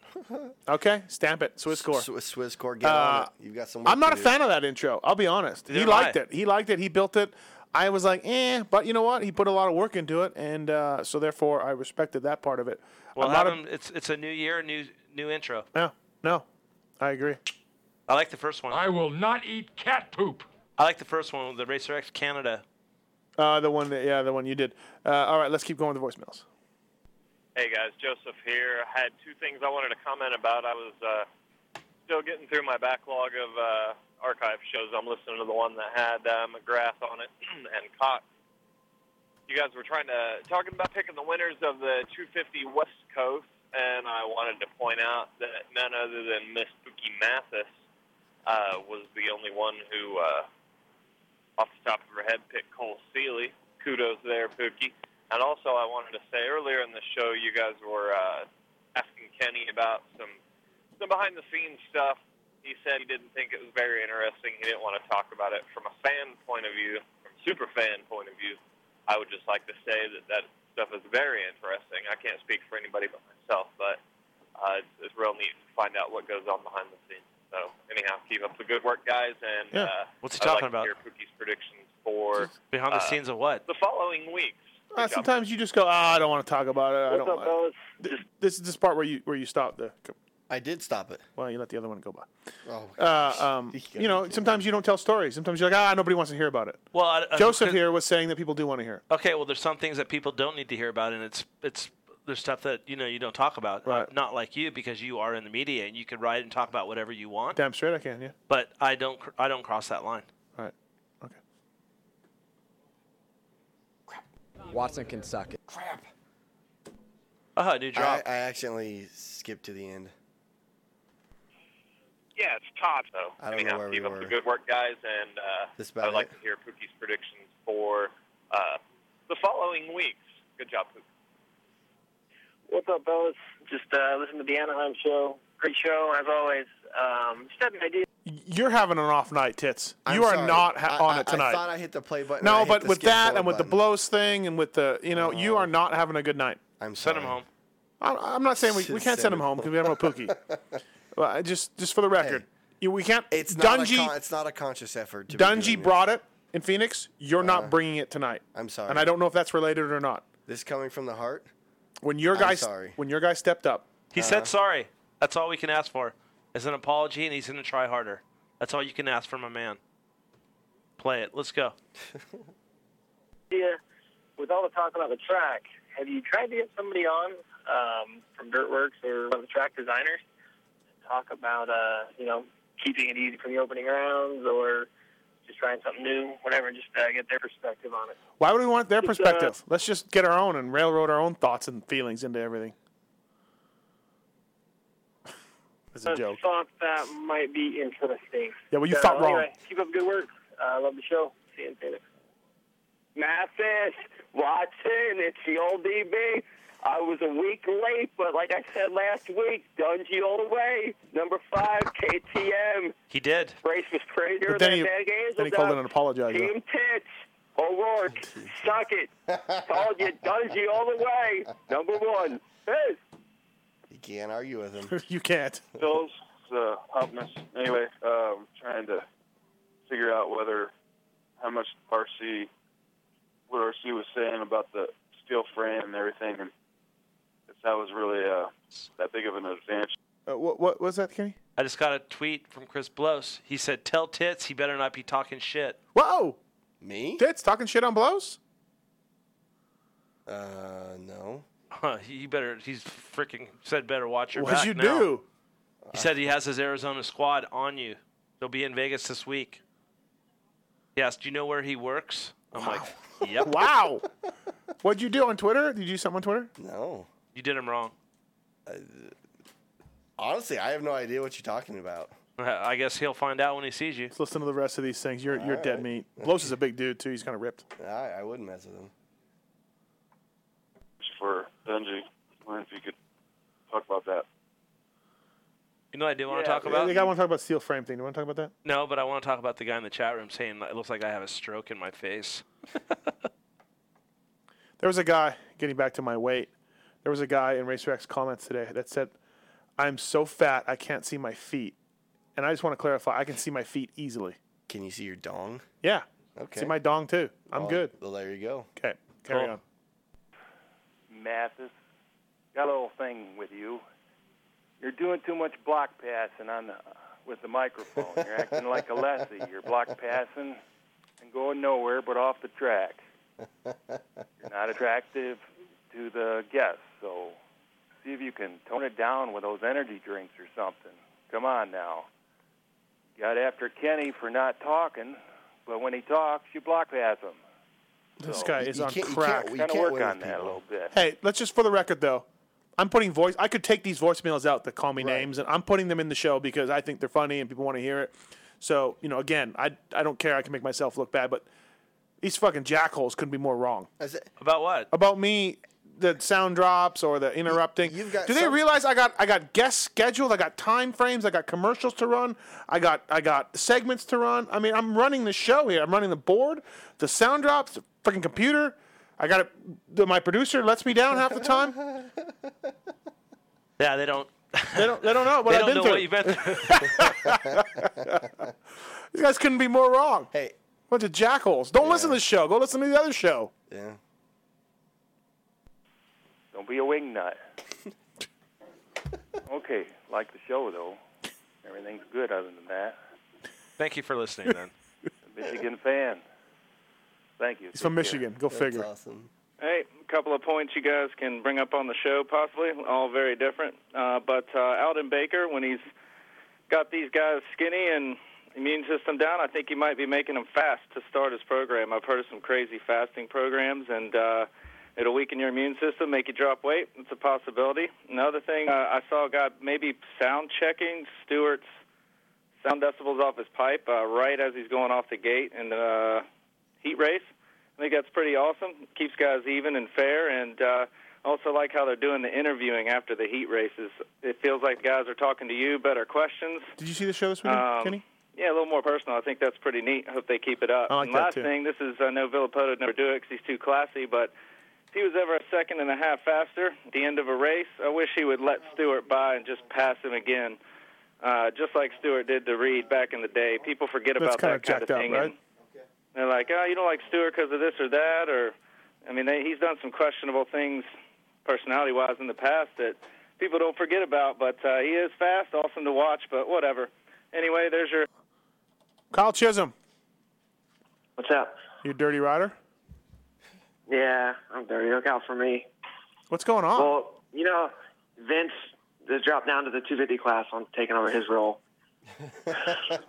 Speaker 4: Okay, stamp it. Swiss score. Uh,
Speaker 6: Swiss, Swiss score.
Speaker 5: get on it.
Speaker 6: You've got some work
Speaker 4: I'm not
Speaker 6: to do.
Speaker 4: a fan of that intro. I'll be honest.
Speaker 6: Neither
Speaker 4: he
Speaker 6: am I.
Speaker 4: liked it. He liked it. He built it. I was like, eh, but you know what? He put a lot of work into it, and uh, so therefore I respected that part of it.
Speaker 5: Well,
Speaker 4: I'm
Speaker 5: have
Speaker 4: not a-
Speaker 5: 'em- it's it's a new year, new new intro.
Speaker 4: No, no, I agree.
Speaker 5: I like the first one. I will not eat cat poop. I like the first one, the Racer X Canada.
Speaker 4: Uh, the one that, yeah, the one you did. Uh, all right, let's keep going with the voicemails.
Speaker 28: Hey guys, Joseph here. I had two things I wanted to comment about. I was uh, still getting through my backlog of uh, archive shows. I'm listening to the one that had uh, McGrath on it and Cox. You guys were trying to talking about picking the winners of the 250 West Coast, and I wanted to point out that none other than Miss Spooky Mathis uh, was the only one who, uh, off the top of her head, picked Cole Seeley. Kudos there, Pookie. And also, I wanted to say earlier in the show, you guys were uh, asking Kenny about some some behind the scenes stuff. He said he didn't think it was very interesting. He didn't want to talk about it from a fan point of view, from a super fan point of view. I would just like to say that that stuff is very interesting. I can't speak for anybody but myself, but uh, it's, it's real neat to find out what goes on behind the scenes. So anyhow, keep up the good work, guys. And
Speaker 5: Yeah.
Speaker 28: uh,
Speaker 5: What's he
Speaker 28: I'd
Speaker 5: talking
Speaker 28: like To
Speaker 5: about?
Speaker 28: hear Pookie's predictions for
Speaker 5: Behind the
Speaker 28: uh,
Speaker 5: scenes of what?
Speaker 28: the following weeks.
Speaker 4: Uh, sometimes you just go, oh, I don't want to talk about it. I
Speaker 28: What's
Speaker 4: don't
Speaker 28: up,
Speaker 4: want Th- This is this part where you where you stop the.
Speaker 6: I did stop it.
Speaker 4: Well, you let the other one go by.
Speaker 6: Oh,
Speaker 4: Uh, um, you know, sometimes you don't tell stories. Sometimes you're like, ah, nobody wants to hear about it.
Speaker 5: Well, I, I-
Speaker 4: Joseph here was saying that people do want to hear it.
Speaker 5: Okay, well, there's some things that people don't need to hear about, and it's it's there's stuff that you know you don't talk about.
Speaker 4: Right.
Speaker 5: Not like you because you are in the media and you could write and talk about whatever you want.
Speaker 4: Damn straight I can, yeah.
Speaker 5: But I don't cr- I don't cross that line.
Speaker 4: Right.
Speaker 3: Watson can suck it. Crap.
Speaker 5: Oh, new
Speaker 6: drop. I, I accidentally skipped to the end.
Speaker 28: Yeah, it's Todd. So
Speaker 6: I don't know
Speaker 28: anyhow,
Speaker 6: where we
Speaker 28: keep up
Speaker 6: were.
Speaker 28: the good work, guys, and uh,
Speaker 6: This
Speaker 28: I
Speaker 6: about
Speaker 28: would like
Speaker 6: it?
Speaker 28: to hear Pookie's predictions for uh, the following weeks. Good job, Pookie.
Speaker 7: What's up, fellas? Just uh, listen to the Anaheim show. Great show as always. Um, just had an idea.
Speaker 4: You're having an off night, tits.
Speaker 6: I'm
Speaker 4: you are
Speaker 6: sorry.
Speaker 4: not ha-
Speaker 6: I-
Speaker 4: on
Speaker 6: I-
Speaker 4: it tonight.
Speaker 6: I thought I hit the play button. and I
Speaker 4: no,
Speaker 6: hit
Speaker 4: but
Speaker 6: the
Speaker 4: with
Speaker 6: skip
Speaker 4: that
Speaker 6: forward
Speaker 4: and with
Speaker 6: button.
Speaker 4: the blows thing and with the, you know, you are not having a good night.
Speaker 6: I'm
Speaker 4: send
Speaker 5: him home.
Speaker 4: I, I'm not saying we, we
Speaker 6: Just
Speaker 4: can't
Speaker 6: send
Speaker 4: send him
Speaker 6: him
Speaker 4: home because we have no Pookie. well, I just just for the record, you, we can't.
Speaker 6: It's not,
Speaker 4: Dungy.
Speaker 6: a con- it's not a conscious effort. To be doing this.
Speaker 4: Dungy brought it in Phoenix. You're
Speaker 6: Uh,
Speaker 4: not bringing it tonight.
Speaker 6: I'm sorry.
Speaker 4: and I don't know if that's related or not.
Speaker 6: This coming from the heart.
Speaker 4: When your
Speaker 6: I'm
Speaker 4: guy,
Speaker 6: sorry.
Speaker 4: when your guy stepped up,
Speaker 5: He
Speaker 4: Uh-huh.
Speaker 5: said sorry. That's all we can ask for is an apology, and he's going to try harder. That's all you can ask from a man. Play it. Let's go.
Speaker 7: idea with all the talk about the track, have you tried to get somebody on um, from Dirtworks or one of the track designers to talk about uh, you know keeping it easy from the opening rounds or just trying something new, whatever, just uh, get their perspective on it.
Speaker 4: why would we want their
Speaker 7: It's, uh,
Speaker 4: perspective? Let's just get our own and railroad our own thoughts and feelings into everything. It's a joke.
Speaker 7: thought that might be interesting.
Speaker 4: Yeah, well, you thought wrong.
Speaker 7: Anyway, keep up the good work. I love the show. See you in Phoenix.
Speaker 8: Mathis, Watson, it's the old DB. I was a week late, but like I said last week, Dungy all the way. Number five, KTM.
Speaker 5: He did.
Speaker 8: Brace was crazier
Speaker 4: But then
Speaker 8: than
Speaker 4: he,
Speaker 8: Van Gazel's
Speaker 4: then he called in
Speaker 8: out.
Speaker 4: and apologized. though.
Speaker 8: Team Tits, O'Rourke, suck it. Told you, Dungy all the way. Number one. Hey.
Speaker 6: You can't argue with him.
Speaker 4: you can't.
Speaker 12: Phil's uh, Optimus. Anyway, um, trying to figure out whether how much RC, what RC was saying about the steel frame and everything, and if that was really uh, that big of an advantage.
Speaker 4: Uh, what, what was that, Kenny?
Speaker 5: I just got a tweet from Chris Blos. He said, "Tell tits he better not be talking shit."
Speaker 4: Whoa.
Speaker 6: Me?
Speaker 4: Tits talking shit on blows.
Speaker 6: Uh, no.
Speaker 5: Huh, he better. He's freaking said better watch your
Speaker 4: What'd
Speaker 5: back
Speaker 4: you
Speaker 5: now.
Speaker 4: do?
Speaker 5: He said he has his Arizona squad on you. They'll be in Vegas this week. He asked, "Do you know where he works?" I'm like, "Yep."
Speaker 4: Wow. What'd you do on Twitter? Did you do something on Twitter?
Speaker 6: No.
Speaker 5: You did him wrong.
Speaker 6: Honestly, I have no idea what you're talking about.
Speaker 5: I guess he'll find out when he sees you.
Speaker 4: Let's listen to the rest of these things. You're you're
Speaker 6: All
Speaker 4: dead
Speaker 6: right.
Speaker 4: meat. Blows is a big dude too. He's kind of ripped.
Speaker 6: I, I wouldn't mess with him.
Speaker 12: for Benji. I wonder if you could talk about that.
Speaker 5: You know, what I do want to talk
Speaker 4: Yeah,
Speaker 5: about.
Speaker 4: The guy want to talk about steel frame thing. Do you want to talk about that?
Speaker 5: No, but I want to talk about the guy in the chat room saying it looks like I have a stroke in my face.
Speaker 4: There was a guy getting back to my weight. There was a guy in Racerx comments today that said, "I'm so fat I can't see my feet," and I just want to clarify. I can see my feet easily.
Speaker 6: Can you see your dong?
Speaker 4: Yeah.
Speaker 6: Okay.
Speaker 4: See my dong too. I'm
Speaker 6: Well,
Speaker 4: good.
Speaker 6: Well, there you go.
Speaker 4: Okay. Carry
Speaker 6: Cool.
Speaker 4: on.
Speaker 29: Mathis, got a little thing with you. You're doing too much block passing on the, with the microphone. You're acting like a lessee. You're block passing and going nowhere but off the track. You're not attractive to the guests, so see if you can tone it down with those energy drinks or something. Come on now. Got after Kenny for not talking, but when he talks, you block pass him.
Speaker 4: This
Speaker 29: So-
Speaker 4: guy is
Speaker 29: You
Speaker 4: on
Speaker 29: can't- you
Speaker 4: crack.
Speaker 29: can't- you Gotta can't work win with on that a people. little bit.
Speaker 4: Hey, let's just for the record though, I'm putting voice. I could take these voicemails out that call me names, and I'm putting them in the show because I think they're funny and people want to hear it. So you know, again, I I don't care. I can make myself look bad, but these fucking jackholes couldn't be more wrong
Speaker 5: About what?
Speaker 4: about me the sound drops or the interrupting. Do they realize I got I got guests scheduled? I got time frames. I got commercials to run. I got I got segments to run. I mean, I'm running the show here. I'm running the board, the sound drops, the freaking computer. I got it. My producer lets me down half the time.
Speaker 5: Yeah, they don't.
Speaker 4: They don't. They don't know what
Speaker 5: They
Speaker 4: I've
Speaker 5: don't
Speaker 4: been
Speaker 5: know
Speaker 4: through.
Speaker 5: what you've been through.
Speaker 4: These guys couldn't be more wrong.
Speaker 6: Hey,
Speaker 4: bunch of jackholes. Don't listen to this show. Go listen to the other show.
Speaker 6: Yeah.
Speaker 29: Don't be a wingnut. okay, like the show though. Everything's good other than that.
Speaker 5: Thank you for listening, then.
Speaker 29: Michigan fan. Thank you.
Speaker 4: He's from Michigan. Go figure.
Speaker 3: Hey, a couple of points you guys can bring up on the show, possibly all very different. Uh, but uh, Alden Baker, when he's got these guys skinny and immune system down, I think he might be making them fast to start his program. I've heard of some crazy fasting programs, and uh, it'll weaken your immune system, make you drop weight. It's a possibility. Another thing uh, I saw a guy maybe sound checking Stewart's sound decibels off his pipe uh, right as he's going off the gate in the heat race. I think that's pretty awesome. Keeps guys even and fair, and uh, also like how they're doing the interviewing after the heat races. It feels like guys are talking to you, better questions.
Speaker 4: Did you see the show this weekend,
Speaker 3: Um,
Speaker 4: Kenny?
Speaker 3: Yeah, a little more personal. I think that's pretty neat. I hope they keep it up.
Speaker 4: I like
Speaker 3: and
Speaker 4: that,
Speaker 3: last
Speaker 4: too.
Speaker 3: thing, this is uh, I know Villapoto would never do it 'cause he's too classy, but if he was ever a second and a half faster at the end of a race, I wish he would let Stewart by and just pass him again, uh, just like Stewart did to Reed back in the day. People forget
Speaker 4: That's
Speaker 3: about that kind
Speaker 4: jacked
Speaker 3: of
Speaker 4: up,
Speaker 3: thing. and
Speaker 4: right?
Speaker 3: they're like, oh, you don't like Stewart because of this or that, or I mean, they, he's done some questionable things personality-wise in the past that people don't forget about. But uh, he is fast, awesome to watch. But whatever. Anyway, there's your
Speaker 4: Kyle Chisholm,
Speaker 9: What's up?
Speaker 4: you dirty rider.
Speaker 9: Yeah, I'm dirty. Look out for me.
Speaker 4: What's going on?
Speaker 9: Well, you know, Vince has dropped down to the 250 class. I'm taking over his role.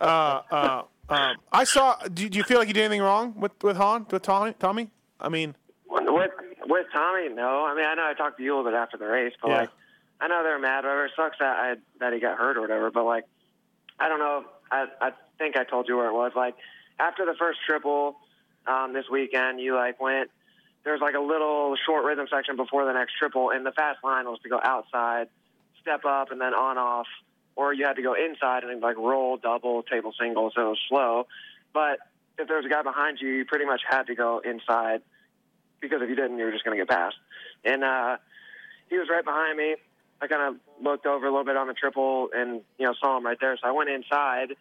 Speaker 4: uh, uh, um, I saw. Do, do you feel like you did anything wrong with with Han with Tommy? Tommy? I mean,
Speaker 9: With with Tommy, no. I mean, I know I talked to you a little bit after the race, but
Speaker 4: Yeah.
Speaker 9: like, I know they're mad. Whatever. It sucks that I that he got hurt or whatever. But like, I don't know. I I think I told you where it was. Like after the first triple um, this weekend, you like went. There's like a little short rhythm section before the next triple, and the fast line was to go outside, step up, and then on off, or you had to go inside and like roll double table single, so it was slow. But if there was a guy behind you, you pretty much had to go inside because if you didn't, you were just going to get passed. And uh, he was right behind me. I kind of looked over a little bit on the triple and you know saw him right there. So I went inside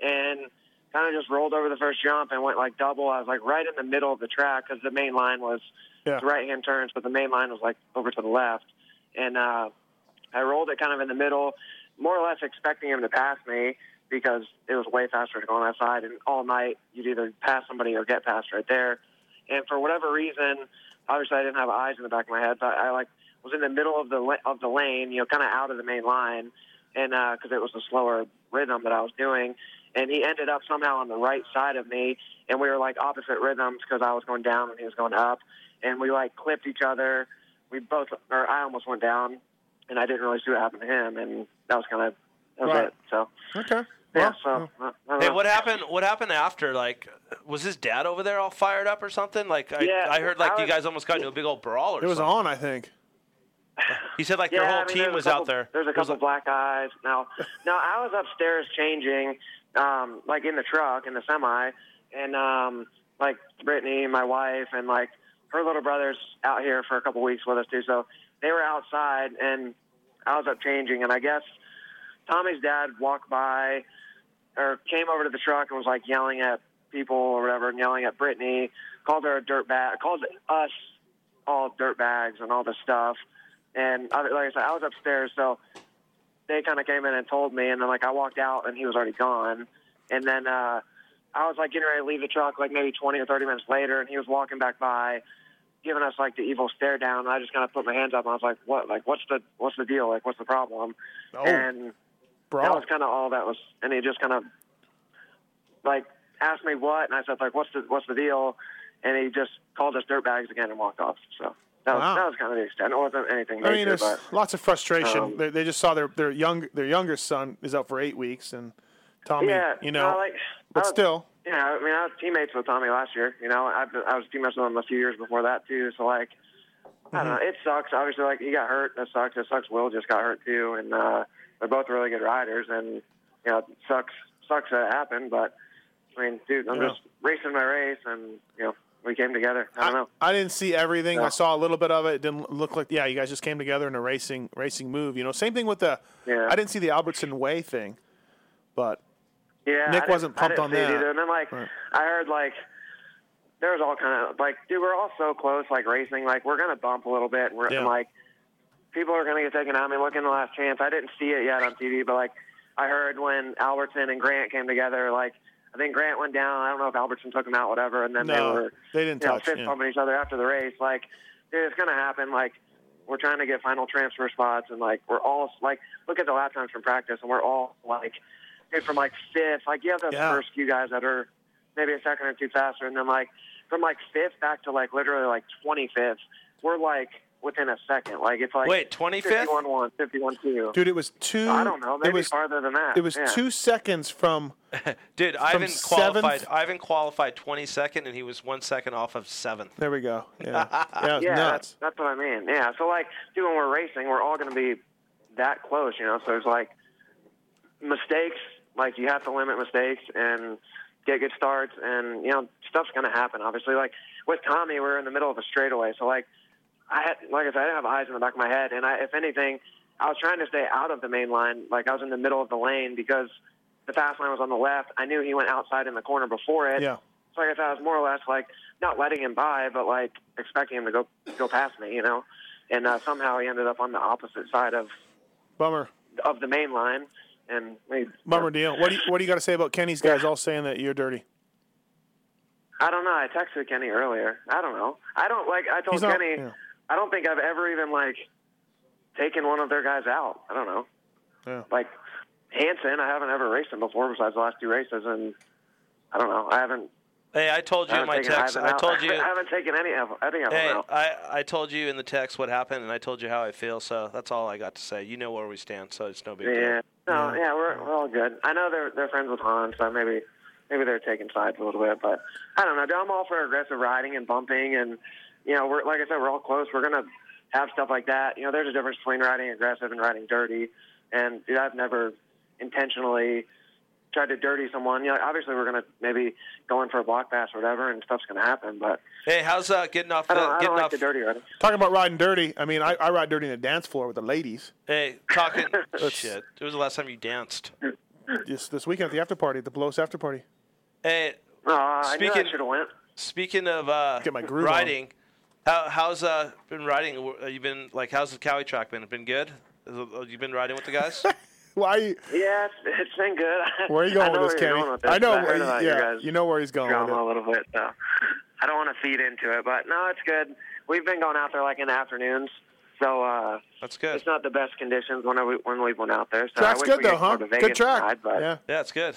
Speaker 9: and kind of just rolled over the first jump and went like double. I was like right in the middle of the track because the main line was
Speaker 4: Yeah.
Speaker 9: right hand turns, but the main line was like over to the left. And uh, I rolled it kind of in the middle, more or less expecting him to pass me because it was way faster to go on that side. And all night you'd either pass somebody or get passed right there. And for whatever reason, obviously I didn't have eyes in the back of my head, but I like was in the middle of the la- of the lane, you know, kind of out of the main line, and because it was a slower rhythm that I was doing, and he ended up somehow on the right side of me, and we were like opposite rhythms because I was going down and he was going up, and we like clipped each other. We both, or I almost went down, and I didn't really see what happened to him, and that was kind of that was
Speaker 5: Right.
Speaker 9: it. So
Speaker 4: okay,
Speaker 9: yeah. so I- I don't
Speaker 5: Hey,
Speaker 9: know.
Speaker 5: what happened? What happened after? Like, was his dad over there all fired up or something? Like, I,
Speaker 9: Yeah,
Speaker 5: I heard like
Speaker 9: I
Speaker 5: you
Speaker 9: was-
Speaker 5: guys almost got into a big old
Speaker 9: Oh,
Speaker 5: brawl or
Speaker 4: it was
Speaker 5: something.
Speaker 4: on. I think.
Speaker 5: He said like
Speaker 9: yeah,
Speaker 5: your whole
Speaker 9: I mean,
Speaker 5: team
Speaker 9: there's
Speaker 5: was
Speaker 9: a couple,
Speaker 5: out there.
Speaker 9: There's a
Speaker 5: It was
Speaker 9: couple black eyes. Now, no, I was upstairs changing, um, like in the truck in the semi, and um, like Brittany, my wife, and like her little brother's out here for a couple weeks with us too. So they were outside, and I was up changing, and I guess Tommy's dad walked by or came over to the truck and was like yelling at people or whatever, and yelling at Brittany, called her a dirt bag, called us all dirt bags and all this stuff. And I, like I said, I was upstairs, so they kind of came in and told me, and then like I walked out, and he was already gone. And then uh, I was like getting ready to leave the truck, like maybe 20 or 30 minutes later, and he was walking back by, giving us like the evil stare down. And I just kind of put my hands up, and I was like, "What? Like, what's the what's the deal? Like, what's the problem?"
Speaker 4: Oh,
Speaker 9: and
Speaker 4: brawl.
Speaker 9: that was kind of all that was, and he just kind of like asked me what, and I said like, "What's the what's the deal?" And he just called us dirtbags again and walked off. So that was
Speaker 4: Wow.
Speaker 9: that was kind of the extent. It wasn't anything major,
Speaker 4: I mean, there's
Speaker 9: but
Speaker 4: lots of frustration.
Speaker 9: um,
Speaker 4: they, they just saw their their young their younger son is out for eight weeks, and Tommy,
Speaker 9: yeah,
Speaker 4: you know,
Speaker 9: no, like, I
Speaker 4: but
Speaker 9: was-
Speaker 4: still,
Speaker 9: yeah. I mean, I was teammates with Tommy last year. You know, I, I was teammates with him a few years before that too. So like, I don't
Speaker 4: Mm-hmm.
Speaker 9: know. It sucks. Obviously, like he got hurt. That sucks. It sucks. Will just got hurt too, and uh, they're both really good riders. And you know, it sucks. Sucks that it happened. But I mean, dude, I'm
Speaker 4: Yeah.
Speaker 9: just racing my race, and you know, we came together. I don't know.
Speaker 4: I didn't see everything.
Speaker 9: Yeah.
Speaker 4: I saw a little bit of it. It didn't look like yeah, you guys just came together in a racing racing move. You know, same thing with the
Speaker 9: Yeah.
Speaker 4: I didn't see the Albertson Way thing, but
Speaker 9: Yeah,
Speaker 4: Nick
Speaker 9: I didn't-
Speaker 4: wasn't pumped
Speaker 9: I didn't
Speaker 4: on
Speaker 9: see it
Speaker 4: that.
Speaker 9: either. And then like
Speaker 4: Right.
Speaker 9: I heard like there was all kind of like, dude, we're all so close, like racing, like we're gonna bump a little bit. We're
Speaker 11: Yeah.
Speaker 9: and, like people are gonna get taken out. I mean, look in the last chance. I didn't see it yet on TV, but like I heard when Albertson and Grant came together, like I think Grant went down. I don't know if Albertson took him out, whatever. And then they
Speaker 4: No,
Speaker 9: were
Speaker 4: they didn't
Speaker 9: you know,
Speaker 4: touch,
Speaker 9: fist
Speaker 4: yeah.
Speaker 9: bumping each other after the race. Like, dude, it's gonna happen. Like. We're trying to get final transfer spots, and like we're all like, look at the lap times from practice, and we're all like dude, from like fifth, like you have those
Speaker 13: Yeah.
Speaker 9: first few guys that are maybe a second or two faster, and then like from like fifth back to like literally like twenty fifth, we're like within a second. Like it's like
Speaker 5: Wait, 25th?
Speaker 9: fifty-one one, fifty-one two.
Speaker 4: dude, it was two.
Speaker 9: I don't know, maybe
Speaker 4: it was
Speaker 9: farther than that.
Speaker 4: It was
Speaker 5: yeah.
Speaker 4: two seconds from
Speaker 5: Dude,
Speaker 4: From
Speaker 5: Ivan qualified.
Speaker 4: seventh-
Speaker 5: Ivan qualified 22nd, and he was one second off of seventh.
Speaker 4: there we go. Yeah, yeah, it was nuts.
Speaker 9: that's, that's what I mean. Yeah, so like, dude, when we're racing, we're all going to be that close, you know. So it's like mistakes. Like you have to limit mistakes and get good starts, and you know stuff's going to happen. Obviously, like with Tommy, we we're in the middle of a straightaway, so like I had, like I said, I didn't have eyes in the back of my head, and I, if anything, I was trying to stay out of the main line. Like I was in the middle of the lane because the fast line was on the left. I knew he went outside in the corner before it.
Speaker 4: Yeah.
Speaker 9: So I guess I was more or less like not letting him by, but like expecting him to go go past me, you know. And uh, somehow he ended up on the opposite side of
Speaker 4: Bummer,
Speaker 9: of the main line, and we,
Speaker 4: bummer deal. What do you, what do you got to say about Kenny's guys all saying that you're dirty?
Speaker 9: I don't know. I texted Kenny earlier. I don't know. I don't like. I told
Speaker 4: He's not-
Speaker 9: Kenny.
Speaker 4: yeah.
Speaker 9: I don't think I've ever even like taken one of their guys out. I don't know.
Speaker 4: Yeah.
Speaker 9: Like Hanson, I haven't ever raced him before besides the last two races, and I don't know. I haven't.
Speaker 5: Hey, I told you
Speaker 9: I
Speaker 5: in my
Speaker 9: haven't taken
Speaker 5: text.
Speaker 9: Ivan
Speaker 5: I
Speaker 9: out.
Speaker 5: told you.
Speaker 9: I haven't taken any of. I think I've
Speaker 5: Hey,
Speaker 9: out.
Speaker 5: I, I told you in the text what happened, and I told you how I feel. So that's all I got to say. You know where we stand, so it's no big deal.
Speaker 9: Yeah. No, yeah, we're, we're all good. I know they're they're friends with Han, so maybe maybe they're taking sides a little bit, but I don't know. dude, I'm all for aggressive riding and bumping, and you know, we're like I said, we're all close. We're gonna have stuff like that. You know, there's a difference between riding aggressive and riding dirty, and dude, I've never intentionally tried to dirty someone. You know, obviously we're gonna maybe go in for a block pass or whatever, and stuff's gonna happen, but
Speaker 5: Hey, how's uh, getting off the
Speaker 9: I don't, I
Speaker 5: getting
Speaker 9: don't like
Speaker 5: off?
Speaker 9: the dirty riding.
Speaker 4: Talking about riding dirty. I mean, I, I ride dirty in the dance floor with the ladies.
Speaker 5: Hey, talking Oh, shit. It was the last time you danced.
Speaker 4: This this weekend at the after party, at the Blows after party.
Speaker 5: Hey,
Speaker 9: Oh, I knew I should've went.
Speaker 5: Speaking of uh,
Speaker 4: Get my groove on.
Speaker 5: riding, how, how's uh been riding? Wh- You been like how's the Cowie track been? Been good? Is it- oh, You been riding with the guys?
Speaker 4: Why? Are you,
Speaker 9: Yeah, it's, it's been good.
Speaker 4: where are you
Speaker 9: I
Speaker 4: going
Speaker 9: know
Speaker 4: with this,
Speaker 9: where you're
Speaker 4: Kenny?
Speaker 9: going with
Speaker 4: I know.
Speaker 9: I heard
Speaker 4: where-
Speaker 9: about your
Speaker 4: yeah,
Speaker 9: guys'
Speaker 4: you know where he's going. with
Speaker 9: drama
Speaker 4: it.
Speaker 9: a little bit, so I don't want to feed into it. But no, it's good. We've been going out there like in the afternoons, so uh,
Speaker 5: that's good.
Speaker 9: It's not the best conditions when we when we went out there. So I
Speaker 4: Track's
Speaker 9: wish
Speaker 4: good
Speaker 9: we
Speaker 4: though,
Speaker 9: could go
Speaker 4: huh?
Speaker 9: to
Speaker 4: Good
Speaker 9: Vegas
Speaker 4: track.
Speaker 9: tonight, but
Speaker 4: yeah,
Speaker 5: yeah, it's good.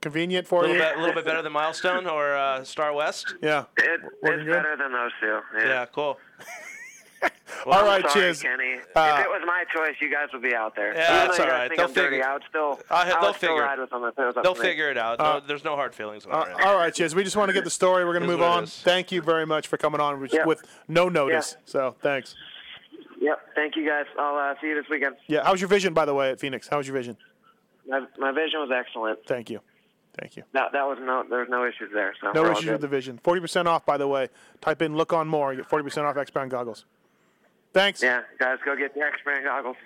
Speaker 4: convenient
Speaker 5: A
Speaker 4: for
Speaker 5: little
Speaker 4: you.
Speaker 5: bit, a little bit better than Milestone or uh, Star West.
Speaker 4: Yeah.
Speaker 9: It, it's better than those two. Yeah,
Speaker 5: cool.
Speaker 9: Well,
Speaker 4: all
Speaker 9: I'm
Speaker 4: right,
Speaker 9: sorry,
Speaker 4: cheers.
Speaker 9: Kenny.
Speaker 4: Uh,
Speaker 9: if it was my choice, you guys would be out there.
Speaker 5: Yeah,
Speaker 9: Even though
Speaker 5: that's
Speaker 9: you
Speaker 5: all
Speaker 9: guys
Speaker 5: right.
Speaker 9: think
Speaker 5: They'll
Speaker 9: I'm dirty,
Speaker 5: figure-
Speaker 9: I would still,
Speaker 5: I-
Speaker 9: I would
Speaker 5: they'll
Speaker 9: still
Speaker 5: figure-
Speaker 9: ride with them if it was up
Speaker 5: They'll
Speaker 9: to me.
Speaker 5: figure it out.
Speaker 4: Uh,
Speaker 5: no, there's no hard feelings.
Speaker 4: Uh, all right, cheers. We just want to get the story. We're going to
Speaker 5: Is
Speaker 4: move
Speaker 5: what it
Speaker 4: on.
Speaker 5: is.
Speaker 4: Thank you very much for coming on with, with no notice. So thanks.
Speaker 9: Yep. Thank you guys. I'll uh, see you this weekend.
Speaker 4: Yeah. How's your vision, by the way, at Phoenix? How's your vision?
Speaker 9: My, my vision was excellent.
Speaker 4: Thank you. Thank you.
Speaker 9: That that was no there was no issues there. So
Speaker 4: No
Speaker 9: we're all
Speaker 4: issues
Speaker 9: good.
Speaker 4: with the vision. Forty percent off, by the way. Type in "look on more." You get forty percent off X Brown goggles. Thanks.
Speaker 9: Yeah, guys, go get the X brand goggles.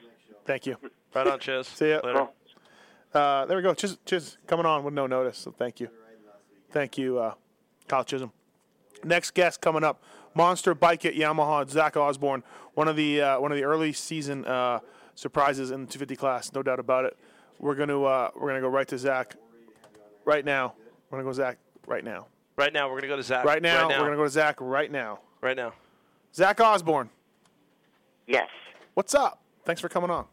Speaker 4: Thank you.
Speaker 5: Right on, cheers.
Speaker 4: See ya.
Speaker 5: Later.
Speaker 4: Uh, there we go. Chis, Chis coming on with no notice. So thank you. Thank you, uh, Kyle Chisholm. Next guest coming up, Monster Bike at Yamaha, Zach Osborne. One of the uh, one of the early season uh, surprises in the 250 class, no doubt about it. We're gonna uh, we're gonna go right to Zach right now. We're gonna go Zach right now.
Speaker 5: Right now, we're gonna go to Zach.
Speaker 4: Right now, we're gonna go to Zach right now.
Speaker 5: Right now.
Speaker 4: Zach Osborne,
Speaker 29: Yes.
Speaker 4: what's up? Thanks for coming on.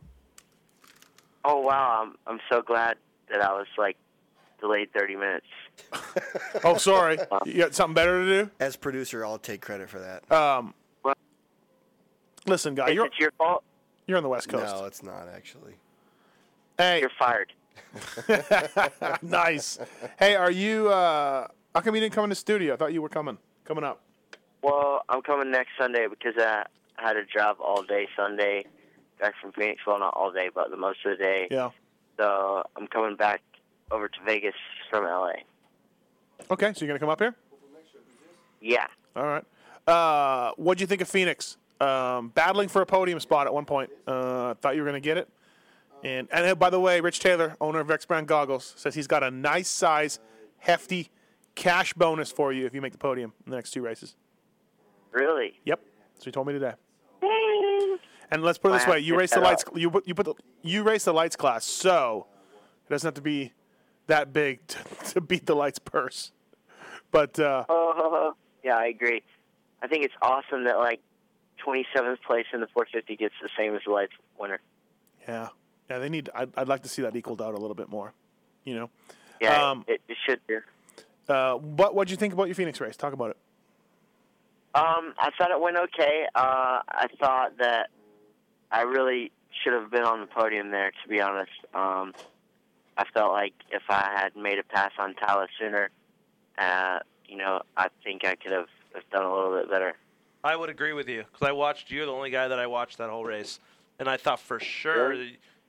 Speaker 29: Oh wow, I'm I'm so glad that I was like delayed 30 minutes.
Speaker 4: Oh, sorry, you got something better to do?
Speaker 6: As producer, I'll take credit for that.
Speaker 4: Um, listen, guy, you're
Speaker 29: your fault.
Speaker 4: You're on the West Coast.
Speaker 6: No, it's not actually.
Speaker 4: Hey, you're
Speaker 29: fired.
Speaker 4: nice. Hey, are you? Uh, how come you didn't come in the studio? I thought you were coming. Coming up.
Speaker 29: Well, I'm coming next Sunday because uh,
Speaker 8: had a job all day Sunday, back from Phoenix. Well, not all day, but the most of the day.
Speaker 4: Yeah.
Speaker 8: So I'm coming back over to Vegas from LA.
Speaker 4: Okay, so you're gonna come up here?
Speaker 8: Yeah.
Speaker 4: All right. Uh, what'd you think of Phoenix? Um, battling for a podium spot at one point. Uh, thought you were gonna get it. And and uh, by the way, Rich Taylor, owner of X Brand Goggles, says he's got a nice size, hefty cash bonus for you if you make the podium in the next two races.
Speaker 8: Really?
Speaker 4: Yep. So he told me today. And let's put it this way: you race the lights. You put, you put the, you race the lights class, so it doesn't have to be that big to, to beat the lights purse. But uh,
Speaker 8: Oh, yeah, I agree. I think it's awesome that like 27th place in the 450 gets the same as the lights winner.
Speaker 4: yeah, yeah, they need. I'd, I'd like to see that equaled out a little bit more. You know.
Speaker 8: Yeah,
Speaker 4: Um,
Speaker 8: it, it should do.
Speaker 4: Uh, what what'd you think about your Phoenix race? Talk about it.
Speaker 8: Um, I thought it went okay. Uh, I thought that I really should have been on the podium there, to be honest. Um, I felt like if I had made a pass on Tyler sooner, uh, you know, I think I could have, have done a little bit better.
Speaker 5: I would agree with you because I watched you're the only guy that I watched that whole race, and I thought for sure,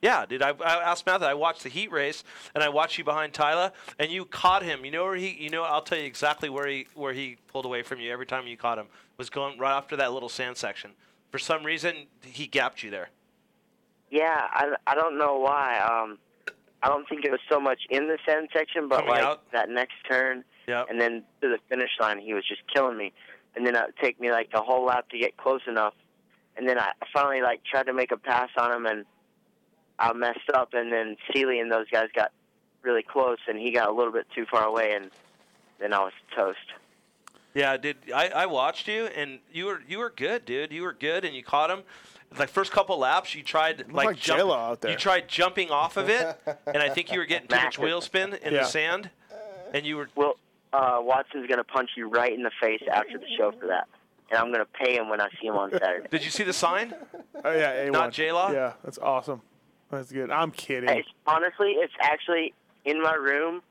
Speaker 5: yeah, dude. I, I asked Matt that I watched the heat race and I watched you behind Tyler, and you caught him. You know where he, you know, I'll tell you exactly where he where he pulled away from you every time you caught him was going right after that little sand section. For some reason, he gapped you there.
Speaker 8: Yeah, I, I don't know why. Um, I don't think it was so much in the sand section, but
Speaker 5: Coming
Speaker 8: like
Speaker 5: out.
Speaker 8: that next turn,
Speaker 5: Yep.
Speaker 8: and then to the finish line, he was just killing me. And then it would take me like a whole lap to get close enough. And then I finally like tried to make a pass on him, and I messed up. And then Seeley and those guys got really close, and he got a little bit too far away, and then I was toast.
Speaker 5: Yeah, dude. I, I watched you, and you were you were good, dude. You were good, and you caught him. Like first couple laps, you tried like,
Speaker 4: like
Speaker 5: jump-
Speaker 4: J-Lo out there.
Speaker 5: You tried jumping off of it, and I think you were getting too much
Speaker 8: Massive.
Speaker 5: wheel spin in
Speaker 8: Yeah.
Speaker 5: the sand, and you were
Speaker 8: Well, uh, Watson's gonna punch you right in the face after the show for that, and I'm gonna pay him when I see him on Saturday.
Speaker 5: Did you see the sign?
Speaker 4: Oh yeah, A1.
Speaker 5: Not J-Law?
Speaker 4: Yeah, that's awesome. That's good. I'm kidding.
Speaker 8: It's, honestly, it's actually in my room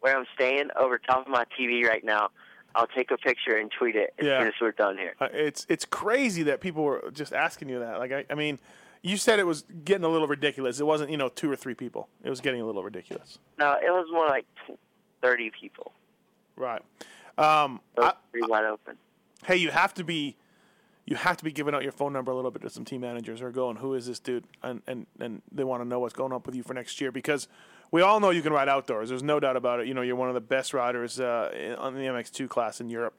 Speaker 8: where I'm staying over top of my TV right now. I'll take a picture and tweet it as
Speaker 4: Yeah.
Speaker 8: soon as we're done here.
Speaker 4: Uh, It's it's crazy that people were just asking you that. Like I, I mean, you said it was getting a little ridiculous. It wasn't you know two or three people. It was getting a little ridiculous.
Speaker 8: No, it was more like t- 30 people.
Speaker 4: Right. Um,
Speaker 8: So it's pretty wide open.
Speaker 4: hey, you have to be, you have to be giving out your phone number a little bit to some team managers who are going, who is this dude? And and and they want to know what's going on with you for next year because we all know you can ride outdoors. There's no doubt about it. You know, you're one of the best riders uh, in, on the MX2 class in Europe,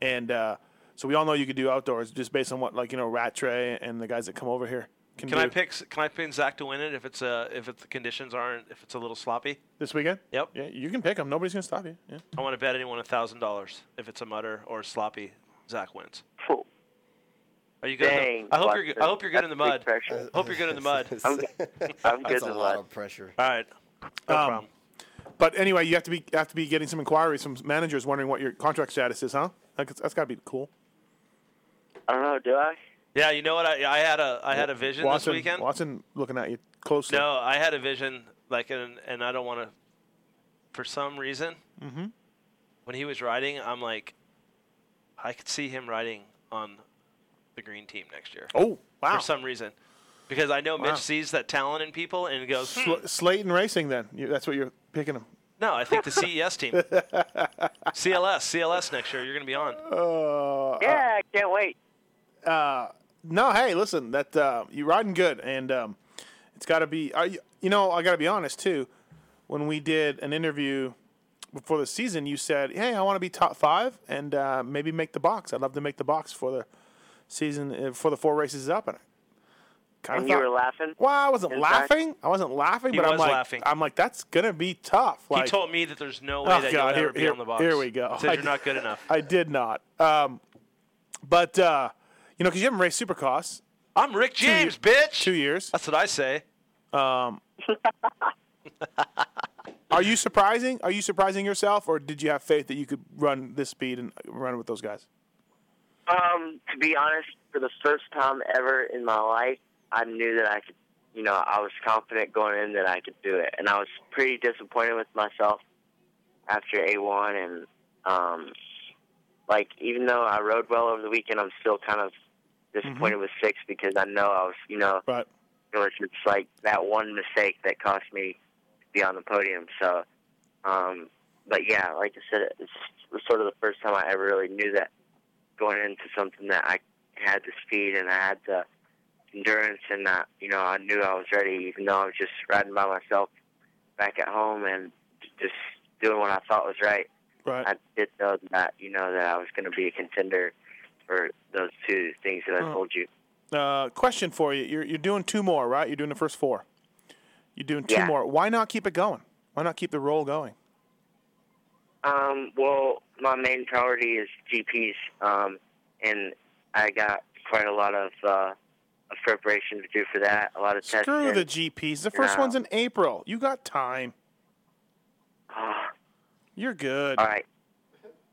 Speaker 4: and uh, so we all know you can do outdoors just based on what like you know Rat Trey and the guys that come over here can,
Speaker 5: Can,
Speaker 4: do
Speaker 5: I pick? Can I pin Zach to win it if it's uh if it, the conditions aren't if it's a little sloppy?
Speaker 4: this weekend.
Speaker 5: Yep.
Speaker 4: Yeah, you can pick them. Nobody's gonna stop you. Yeah.
Speaker 5: I want to bet anyone a thousand dollars if it's a mutter or sloppy. Zach wins. Are you good? in the-
Speaker 8: Dang,
Speaker 5: I hope you're. good- I
Speaker 8: Buster.
Speaker 5: hope you're good in the mud.
Speaker 8: That's big pressure.
Speaker 5: Hope you're good in the mud.
Speaker 8: I'm, I'm good in the mud. pressure.
Speaker 5: All right.
Speaker 4: No problem. Um, But anyway, you have to be have to be getting some inquiries from managers wondering what your contract status is, huh? That's, that's got to be cool.
Speaker 8: I don't know. Do I?
Speaker 5: Yeah, you know what? I, I had a I had a vision
Speaker 4: Watson,
Speaker 5: this weekend.
Speaker 4: Watson looking at you closely.
Speaker 5: No, I had a vision like and and I don't want to. For some reason,
Speaker 4: Mm-hmm.
Speaker 5: when he was riding, I'm like, I could see him riding on the green team next year.
Speaker 4: Oh, wow.
Speaker 5: For some reason, because I know
Speaker 4: Wow.
Speaker 5: Mitch sees that talent in people and goes, hmm,
Speaker 4: Sl- Slayton Racing, then you, that's what you're picking him.
Speaker 5: No, I think the CES team. CLS, CLS next year. You're going to be on.
Speaker 4: Uh,
Speaker 8: yeah, I can't wait.
Speaker 4: Uh, no, hey, listen, that uh, you're riding good, and um, it's got to be. Are you, you know, I got to be honest too. When we did an interview before the season, you said, "Hey, I want to be top five and uh, maybe make the box. I'd love to make the box for the season uh, before the four races is up." And I kind
Speaker 8: and you were laughing?
Speaker 4: Well, I wasn't
Speaker 8: In fact-
Speaker 4: laughing. I wasn't laughing,
Speaker 5: He
Speaker 4: but I'm
Speaker 5: was
Speaker 4: like,
Speaker 5: laughing.
Speaker 4: I'm like, that's gonna be tough. Like,
Speaker 5: he told me that there's no way
Speaker 4: Oh,
Speaker 5: that
Speaker 4: God,
Speaker 5: you'll
Speaker 4: here-
Speaker 5: ever be
Speaker 4: here-
Speaker 5: on the box.
Speaker 4: here we go.
Speaker 5: Said
Speaker 4: I
Speaker 5: you're not good enough.
Speaker 4: I did not. Um, but uh, you know, because you haven't raced Supercross.
Speaker 5: I'm Rick James, bitch.
Speaker 4: Two years.
Speaker 5: That's what I say.
Speaker 4: Um, are you surprising? Are you surprising yourself, or did you have faith that you could run this speed and run with those guys?
Speaker 8: Um, to be honest, for the first time ever in my life, I knew that I could, you know, I was confident going in that I could do it, and I was pretty disappointed with myself after A one, and um, like even though I rode well over the weekend, I'm still kind of disappointed with six because I know I was, you know,
Speaker 4: right.
Speaker 8: it was just like that one mistake that cost me to be on the podium. So, um, but yeah, like I said, it was sort of the first time I ever really knew that going into something that I had the speed and I had the endurance and that, you know, I knew I was ready, even though I was just riding by myself back at home and just doing what I thought was right.
Speaker 4: Right.
Speaker 8: I did know that, you know, that I was going to be a contender for those two things that I
Speaker 4: Mm.
Speaker 8: told you.
Speaker 4: Uh, question for you. You're, you're doing two more, right? You're doing the first four. You're doing two
Speaker 8: Yeah.
Speaker 4: more. Why not keep it going? Why not keep the roll going?
Speaker 8: Um, well, my main priority is GPs, um, and I got quite a lot of uh, of preparation to do for that. A lot of tests.
Speaker 4: Screw the GPs. The first
Speaker 8: No.
Speaker 4: one's in April. You got time. You're good.
Speaker 8: Ah. All right.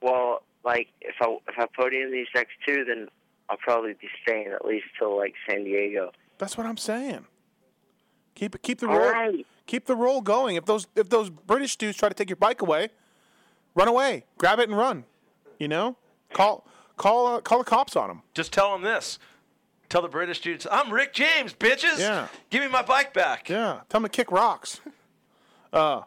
Speaker 8: Well, like if I if I podium these next two, then I'll probably be staying at least till like San Diego.
Speaker 4: That's what I'm saying. Keep it. Keep the
Speaker 8: All
Speaker 4: roll. Keep the roll going. If those if those British dudes try to take your bike away, run away. Grab it and run. You know, call call uh, call the cops on them.
Speaker 5: Just tell them this. Tell the British dudes, I'm Rick James, bitches.
Speaker 4: Yeah.
Speaker 5: Give me my bike back.
Speaker 4: Yeah, tell them to kick rocks. Uh,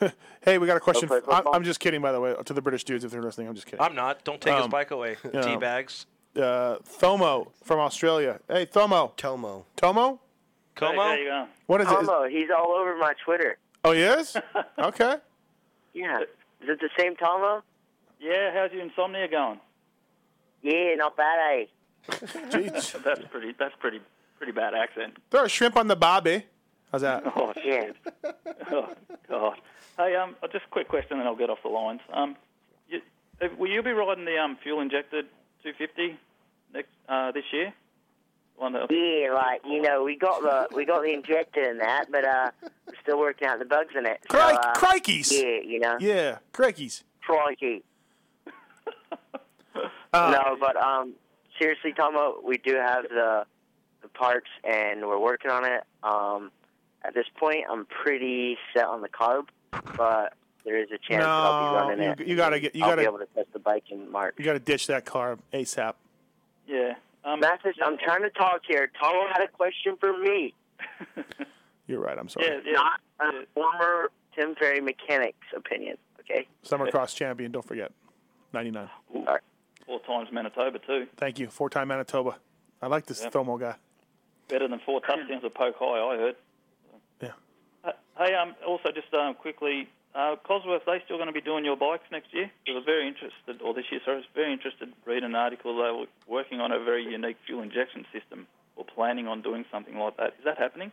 Speaker 4: hey, we got a question.
Speaker 5: play
Speaker 4: f- I,
Speaker 5: football?
Speaker 4: am just kidding, by the way, to the British dudes if they're listening. I'm just kidding.
Speaker 5: I'm not. Don't take his
Speaker 4: Um,
Speaker 5: bike away,
Speaker 4: yeah.
Speaker 5: D bags.
Speaker 4: Uh, Thomo from Australia. Hey, Thomo.
Speaker 31: Tomo.
Speaker 4: Tomo.
Speaker 5: Como?
Speaker 4: What is it? Is-
Speaker 8: Como, he's all over my Twitter.
Speaker 4: oh, yes. okay.
Speaker 8: Yeah. Is it the same Tomo?
Speaker 13: Yeah, how's your insomnia going?
Speaker 8: Yeah, not bad, eh?
Speaker 13: that's pretty. That's pretty. Pretty bad accent.
Speaker 4: There are shrimp on the bobby. How's that?
Speaker 13: Oh shit. oh god. Hey, um, uh, just a quick question, and I'll get off the lines. Um, you, uh, will you be riding the um fuel injected 250 next uh this year? One that
Speaker 8: Yeah, like you know, we got the we got the injector in that, but uh, we're still working out the bugs in it. So, uh,
Speaker 4: crikeys.
Speaker 8: Yeah, you know.
Speaker 4: Yeah, crikeys.
Speaker 8: Crikey.
Speaker 4: Uh,
Speaker 8: no, but um, seriously, Tomo, we do have the the parts, and we're working on it. Um, at this point, I'm pretty set on the carb, but there is a chance that I'll be
Speaker 4: No,
Speaker 8: running
Speaker 4: you-
Speaker 8: it.
Speaker 4: you gotta get- you
Speaker 8: I'll
Speaker 4: gotta-
Speaker 8: be able to test the bike in March.
Speaker 4: You got to ditch that carb ASAP.
Speaker 13: Yeah. Um,
Speaker 8: Mathis, I'm trying to talk here. Tomo had a question for me.
Speaker 4: You're right. I'm sorry.
Speaker 8: Not a former Tim Ferry mechanic's opinion. Okay.
Speaker 4: Summer cross champion. Don't forget. 99.
Speaker 13: four times Manitoba too.
Speaker 4: Thank you. Four time Manitoba. I like this
Speaker 13: Yeah.
Speaker 4: Thomo guy.
Speaker 13: Better than four touchdowns of poke high, I heard.
Speaker 4: Yeah.
Speaker 13: Uh, hey, um, also just um, quickly, uh, Cosworth, they still going to be doing your bikes next year? 'Cause I was very interested, or this year, sorry, I was very interested to read an article. They were working on a very unique fuel injection system, or planning on doing something like that. Is that happening?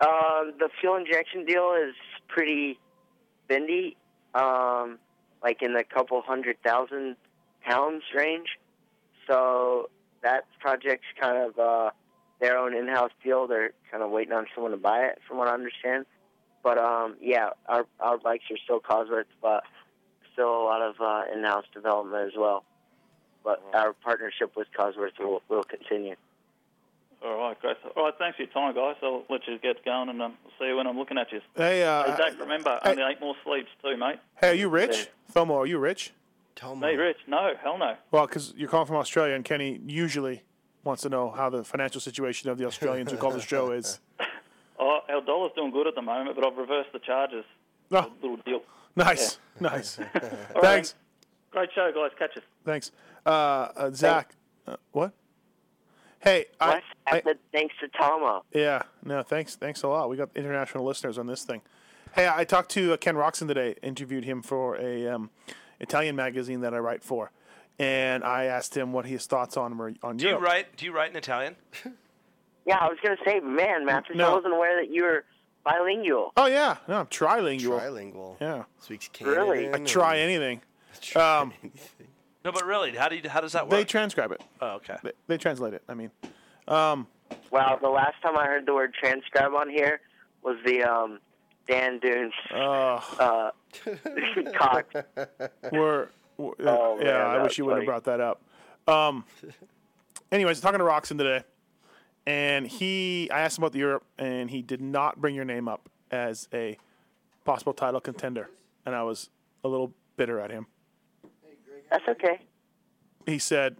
Speaker 8: Um, the fuel injection deal is pretty bendy, um, like in the couple hundred thousand pounds range. So that project's kind of uh, their own in-house deal. They're kind of waiting on someone to buy it, from what I understand. But um, yeah, our our bikes are still Cosworth, but still a lot of uh, in-house development as well. But our partnership with Cosworth will, will continue.
Speaker 13: All right, great. All right, thanks for your time, guys. I'll let you get going, and um, see you when I'm looking at you.
Speaker 4: Hey, uh,
Speaker 13: hey, Zach, remember, only eight more sleeps too, mate.
Speaker 4: Hey, are you rich? Thomo, are you rich?
Speaker 13: Me, Rich? No, hell no.
Speaker 4: Well, because you're calling from Australia, and Kenny usually wants to know how the financial situation of the Australians who call the show is.
Speaker 13: Oh, our dollar's doing good at the moment, but I've reversed the charges.
Speaker 4: No.
Speaker 13: Little deal.
Speaker 4: Nice, nice.
Speaker 13: All right,
Speaker 4: Thanks,
Speaker 13: Great show, guys. Catch us.
Speaker 4: thanks. Uh, uh, Zach, uh, what? Hey, I,
Speaker 8: I said thanks to Tomo.
Speaker 4: Yeah, no, thanks, thanks a lot. We got international listeners on this thing. Hey, I talked to uh, Ken Roxon today. Interviewed him for a um, Italian magazine that I write for, and I asked him what his thoughts on were on
Speaker 5: Do you
Speaker 4: Europe.
Speaker 5: write do you write in Italian?
Speaker 8: Yeah, I was gonna say, man, Mathis,
Speaker 4: No.
Speaker 8: I wasn't aware that you were bilingual.
Speaker 4: Oh yeah, no, I'm trilingual.
Speaker 8: Trilingual.
Speaker 4: Yeah,
Speaker 8: speaks
Speaker 5: Really?
Speaker 4: I try anything. Um,
Speaker 5: No, but really, how do you, how does that
Speaker 4: they
Speaker 5: work?
Speaker 4: transcribe it.
Speaker 5: Oh, okay.
Speaker 4: They, they translate it. I mean, um,
Speaker 8: Wow, the last time I heard the word transcribe on here was the um, Dan Dunes uh, cock.
Speaker 4: we're, w- uh,
Speaker 8: Oh, man,
Speaker 4: yeah. I
Speaker 8: that
Speaker 4: wish
Speaker 8: was
Speaker 4: you wouldn't
Speaker 8: funny.
Speaker 4: have brought that up. Um, anyways, talking to Roxon today, and he, I asked him about the Europe, and he did not bring your name up as a possible title contender, and I was a little bitter at him.
Speaker 8: That's okay.
Speaker 4: He said,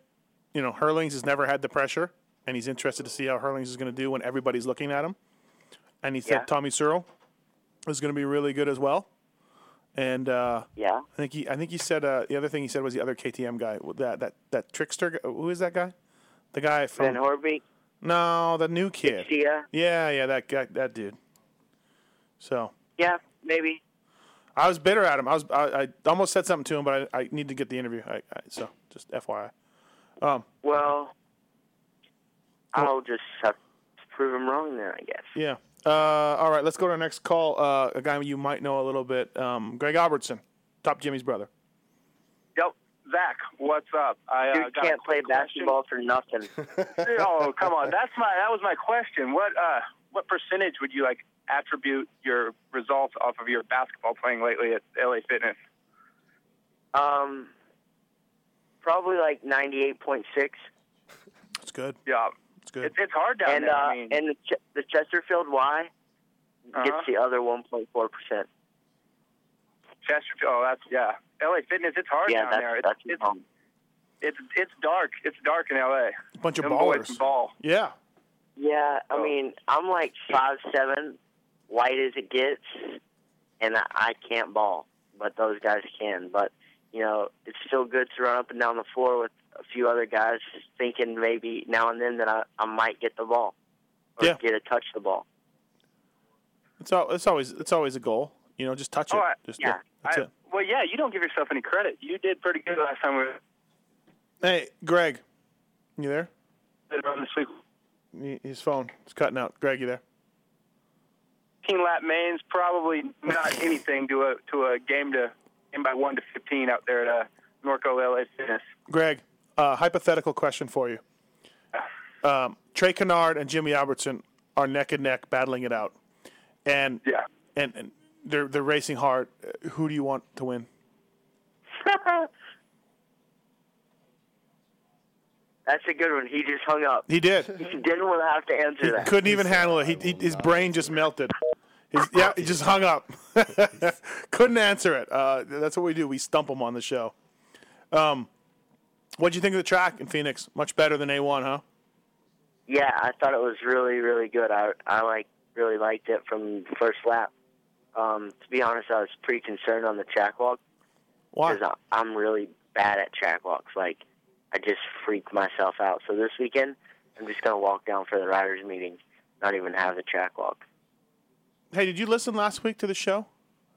Speaker 4: you know, Hurlings has never had the pressure, and he's interested to see how Hurlings is going to do when everybody's looking at him. And he
Speaker 8: Yeah.
Speaker 4: said Tommy Searle is going to be really good as well. And uh,
Speaker 8: Yeah.
Speaker 4: I think he, I think he said uh, the other thing he said was the other KTM guy, that that that trickster. guy- Who is that guy? The guy from
Speaker 8: Van Horby.
Speaker 4: No, the new kid.
Speaker 8: Garcia?
Speaker 4: Yeah, yeah, that guy, that dude. So
Speaker 8: Yeah, maybe.
Speaker 4: I was bitter at him. I was I, I almost said something to him, but I, I need to get the interview. I, I, so just FYI. Um,
Speaker 8: Well, I'll just have to prove him wrong then, I guess.
Speaker 4: yeah. Uh, all right, let's go to our next call. Uh, a guy you might know a little bit, um, Greg Albertson, Top Jimmy's brother.
Speaker 14: Yep. Zach, what's up? I uh,
Speaker 8: Dude
Speaker 14: got
Speaker 8: can't
Speaker 14: a
Speaker 8: play
Speaker 14: quick question.
Speaker 8: basketball for nothing.
Speaker 14: oh, come on. That's my that was my question. What uh what percentage would you like attribute your results off of your basketball playing lately at LA Fitness?
Speaker 8: Um, probably like ninety-eight point six.
Speaker 4: That's good.
Speaker 14: Yeah.
Speaker 4: It's good.
Speaker 14: It's, it's hard down
Speaker 8: and
Speaker 14: there.
Speaker 8: uh,
Speaker 14: I mean,
Speaker 8: and the, Ch- the Chesterfield Y
Speaker 14: Uh-huh.
Speaker 8: gets the other one point four percent.
Speaker 14: Chesterfield. Oh, that's yeah. LA Fitness. It's hard
Speaker 8: Yeah,
Speaker 14: down
Speaker 8: that's-
Speaker 14: there. It's,
Speaker 8: that's
Speaker 14: it's, it's it's dark. It's dark in LA.
Speaker 4: Bunch of
Speaker 14: Them boys
Speaker 4: ballers.
Speaker 14: Ball.
Speaker 4: Yeah.
Speaker 8: Yeah,
Speaker 4: Oh.
Speaker 8: I mean, I'm like five seven, light as it gets, and I, I can't ball, but those guys can. But you know, it's still good to run up and down the floor with a few other guys, thinking maybe now and then that I, I might get the ball or
Speaker 4: Yeah.
Speaker 8: get a touch the ball.
Speaker 4: It's al- it's always it's always a goal. You know, just touch it.
Speaker 14: Oh, I-
Speaker 4: just
Speaker 14: yeah.
Speaker 4: That's
Speaker 14: I-
Speaker 4: it.
Speaker 14: Well, yeah. You don't give yourself any credit. You did pretty good last time we
Speaker 4: Hey, Greg, you there?
Speaker 14: did around this week.
Speaker 4: Y- His phone is cutting out. Greg, you there?
Speaker 14: 15 lap mains probably not anything to a to a game to game by one to 15 out there at uh, Norco LA Fitness.
Speaker 4: Greg, uh, hypothetical question for you. Um, Trey Kennard and Jimmy Albertson are neck and neck battling it out, and
Speaker 14: yeah,
Speaker 4: and, and they're they're racing hard. Uh, Who do you want to win?
Speaker 8: That's a good one. He just hung up.
Speaker 4: He did.
Speaker 8: He didn't want to have to answer
Speaker 4: He
Speaker 8: that.
Speaker 4: couldn't even handle it. He, he his brain just melted. His, yeah, he just hung up. couldn't answer it. Uh, that's what we do. We stump him on the show. Um, what'd you think of the track in Phoenix? Much better than A1, huh?
Speaker 8: Yeah, I thought it was really, really good. I I like really liked it from the first lap. Um, to be honest, I was pretty concerned on the track walk
Speaker 4: Why?
Speaker 8: because I'm really bad at track walks. Like, I just freak myself out. So this weekend, I'm just gonna walk down for the riders' meeting, not even have the track walk.
Speaker 4: Hey, did you listen last week to the show,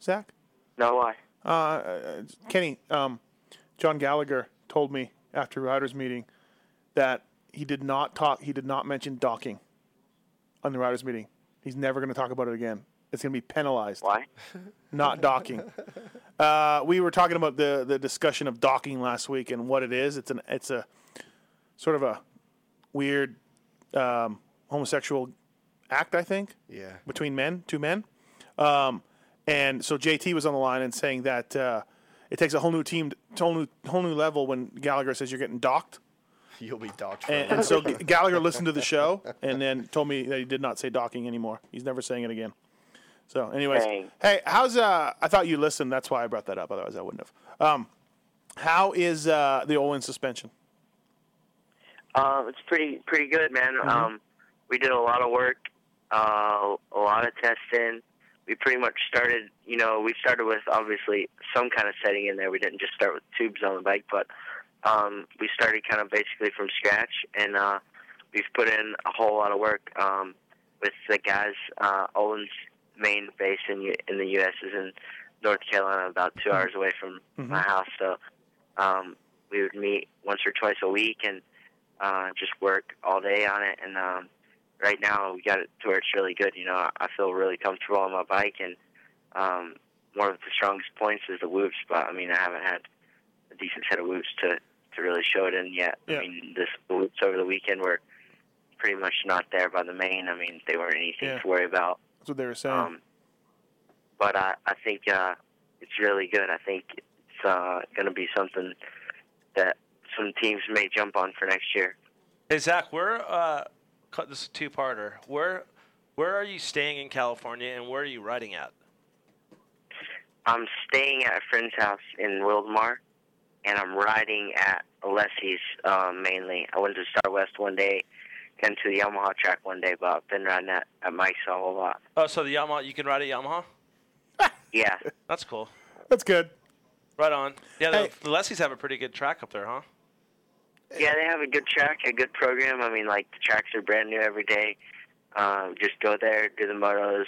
Speaker 4: Zach?
Speaker 8: No why?
Speaker 4: Uh, uh, Kenny, um, John Gallagher told me after Riders meeting that he did not talk. He did not mention docking on the Riders meeting. He's never going to talk about it again. It's going to be penalized.
Speaker 8: Why?
Speaker 4: Not docking. uh, we were talking about the the discussion of docking last week and what it is. It's an it's a sort of a weird um, homosexual act, I think.
Speaker 6: Yeah.
Speaker 4: Between men, two men. Um, and so JT was on the line and saying that uh, it takes a whole new team, whole new, whole new level when Gallagher says you're getting docked.
Speaker 6: You'll be docked. for
Speaker 4: And,
Speaker 6: it.
Speaker 4: and so G- Gallagher listened to the show and then told me that he did not say docking anymore. He's never saying it again. So, anyways,
Speaker 6: Dang.
Speaker 4: hey, how's uh? I thought you listened. That's why I brought that up. Otherwise, I wouldn't have. Um, how is uh the Olin suspension?
Speaker 8: Um, it's pretty pretty good, man. Um, we did a lot of work, uh, a lot of testing. We pretty much started, you know, we started with obviously some kind of setting in there. We didn't just start with tubes on the bike, but um, we started kind of basically from scratch, and uh, we've put in a whole lot of work um, with the guys. Uh, Olin's main base in, U- in the U.S. is in North Carolina, about 2 hours away from
Speaker 26: Mhm.
Speaker 8: my house. So um, we would meet once or twice a week, and uh, just work all day on it. And um, right now, we got it to where it's really good. You know, I- I feel really comfortable on my bike, and um, one of the strongest points is the whoops. But I mean, I haven't had a decent set of whoops to to really show it in yet.
Speaker 4: Yeah.
Speaker 8: I mean, this the whoops over the weekend were pretty much not there by the main. I mean, they weren't anything
Speaker 4: Yeah.
Speaker 8: to worry about.
Speaker 4: That's what they were saying.
Speaker 8: But I I think uh, it's really good. I think it's uh, going to be something that some teams may jump on for next year.
Speaker 5: Hey Zach, where uh, cut this is a two-parter. Where where are you staying in California, and where are you riding at?
Speaker 8: I'm staying at a friend's house in Wildmar, and I'm riding at a Alessi's um, mainly. I went to Star West one day, then to the Yamaha track one day, but I've been riding at, at Mike's a whole lot.
Speaker 5: Oh, so the Yamaha, you can ride a Yamaha?
Speaker 8: Yeah.
Speaker 5: That's cool.
Speaker 4: That's good.
Speaker 5: Right on. Yeah, the, the Lessies have a pretty good track up there, huh?
Speaker 8: Yeah, they have a good track, a good program. I mean, like the tracks are brand new every day. Um, just go there, do the motos,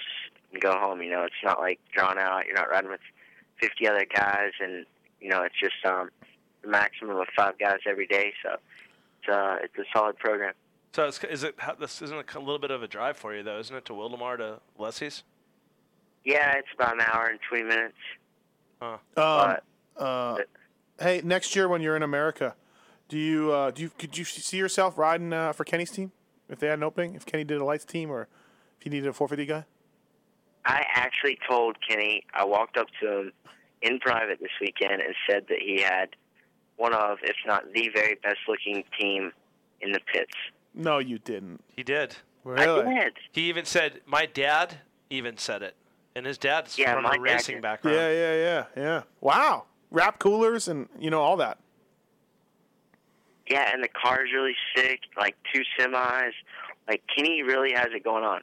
Speaker 8: and go home. You know, it's not like drawn out. You're not riding with 50 other guys, and you know, it's just um, the maximum of five guys every day. So it's uh, it's a solid program.
Speaker 5: So it's, is it? how- This isn't a little bit of a drive for you, though, isn't it? To Wildemar to Lessies?
Speaker 8: Yeah, it's about an hour and 20 minutes.
Speaker 5: Huh.
Speaker 4: Um, uh, hey, next year when you're in America, do you uh, do you could you see yourself riding uh, for Kenny's team if they had an opening? If Kenny did a lights team, or if he needed a 450 guy?
Speaker 8: I actually told Kenny, I walked up to him in private this weekend and said that he had one of, if not the very best looking team in the pits.
Speaker 4: No, you didn't.
Speaker 5: He did.
Speaker 8: Really? did.
Speaker 5: He even said, "My dad even said it," and his dad's
Speaker 4: Yeah,
Speaker 5: from
Speaker 4: my
Speaker 5: a
Speaker 4: dad
Speaker 5: racing
Speaker 4: did.
Speaker 5: background.
Speaker 4: Yeah, yeah, yeah, yeah. Wow, wrap coolers and you know all that.
Speaker 8: Yeah, and the car's really sick, like two semis. Like Kenny really has it going on.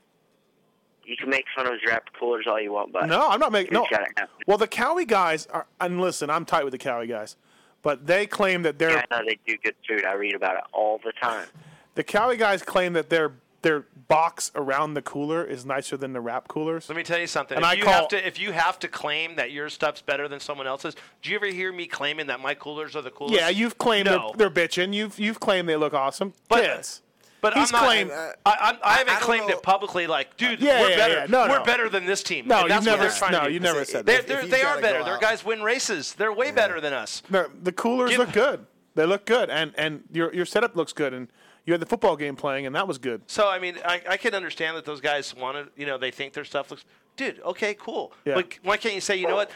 Speaker 8: You can make fun of his wrapped coolers all you want, but
Speaker 4: No, I'm not making-
Speaker 8: he's
Speaker 4: no.
Speaker 8: got it happening.
Speaker 4: Well, the Cowie guys are, and listen, I'm tight with the Cowie guys, but they claim that they're
Speaker 8: Yeah, I know they do good food. I read about it all the time.
Speaker 4: the Cowie guys claim that their their box around the cooler is nicer than the wrap coolers.
Speaker 5: Let me tell you something.
Speaker 4: And
Speaker 5: if
Speaker 4: I
Speaker 5: you
Speaker 4: call-
Speaker 5: have to, if you have to claim that your stuff's better than someone else's, do you ever hear me claiming that my coolers are the coolest?
Speaker 4: Yeah, you've claimed
Speaker 5: no.
Speaker 4: they're, they're bitching. You've you've claimed they look awesome.
Speaker 5: But-
Speaker 4: yes,
Speaker 5: But
Speaker 4: he's
Speaker 5: I'm not,
Speaker 4: claimed.
Speaker 5: I, I, I haven't claimed it publicly. Like, dude,
Speaker 4: Yeah,
Speaker 5: we're
Speaker 4: yeah,
Speaker 5: better.
Speaker 4: yeah. No,
Speaker 5: we're
Speaker 4: no.
Speaker 5: better than this team.
Speaker 4: No,
Speaker 5: And that's
Speaker 4: you've
Speaker 5: what
Speaker 4: never-
Speaker 5: they're trying
Speaker 4: no,
Speaker 5: to do.
Speaker 4: you never said
Speaker 5: They're,
Speaker 4: that.
Speaker 5: they're,
Speaker 4: If
Speaker 5: they
Speaker 4: you've
Speaker 5: are
Speaker 4: gotta
Speaker 5: better.
Speaker 4: go
Speaker 5: Their
Speaker 4: out-
Speaker 5: guys win races. They're way better than us.
Speaker 4: No, the coolers look good. They look good, and and your your setup looks good, and you had the football game playing, and that was good.
Speaker 5: So I mean, I, I can understand that those guys wanted, you know, they think their stuff looks, dude, okay, cool.
Speaker 4: Yeah.
Speaker 5: But why can't you say, you know what,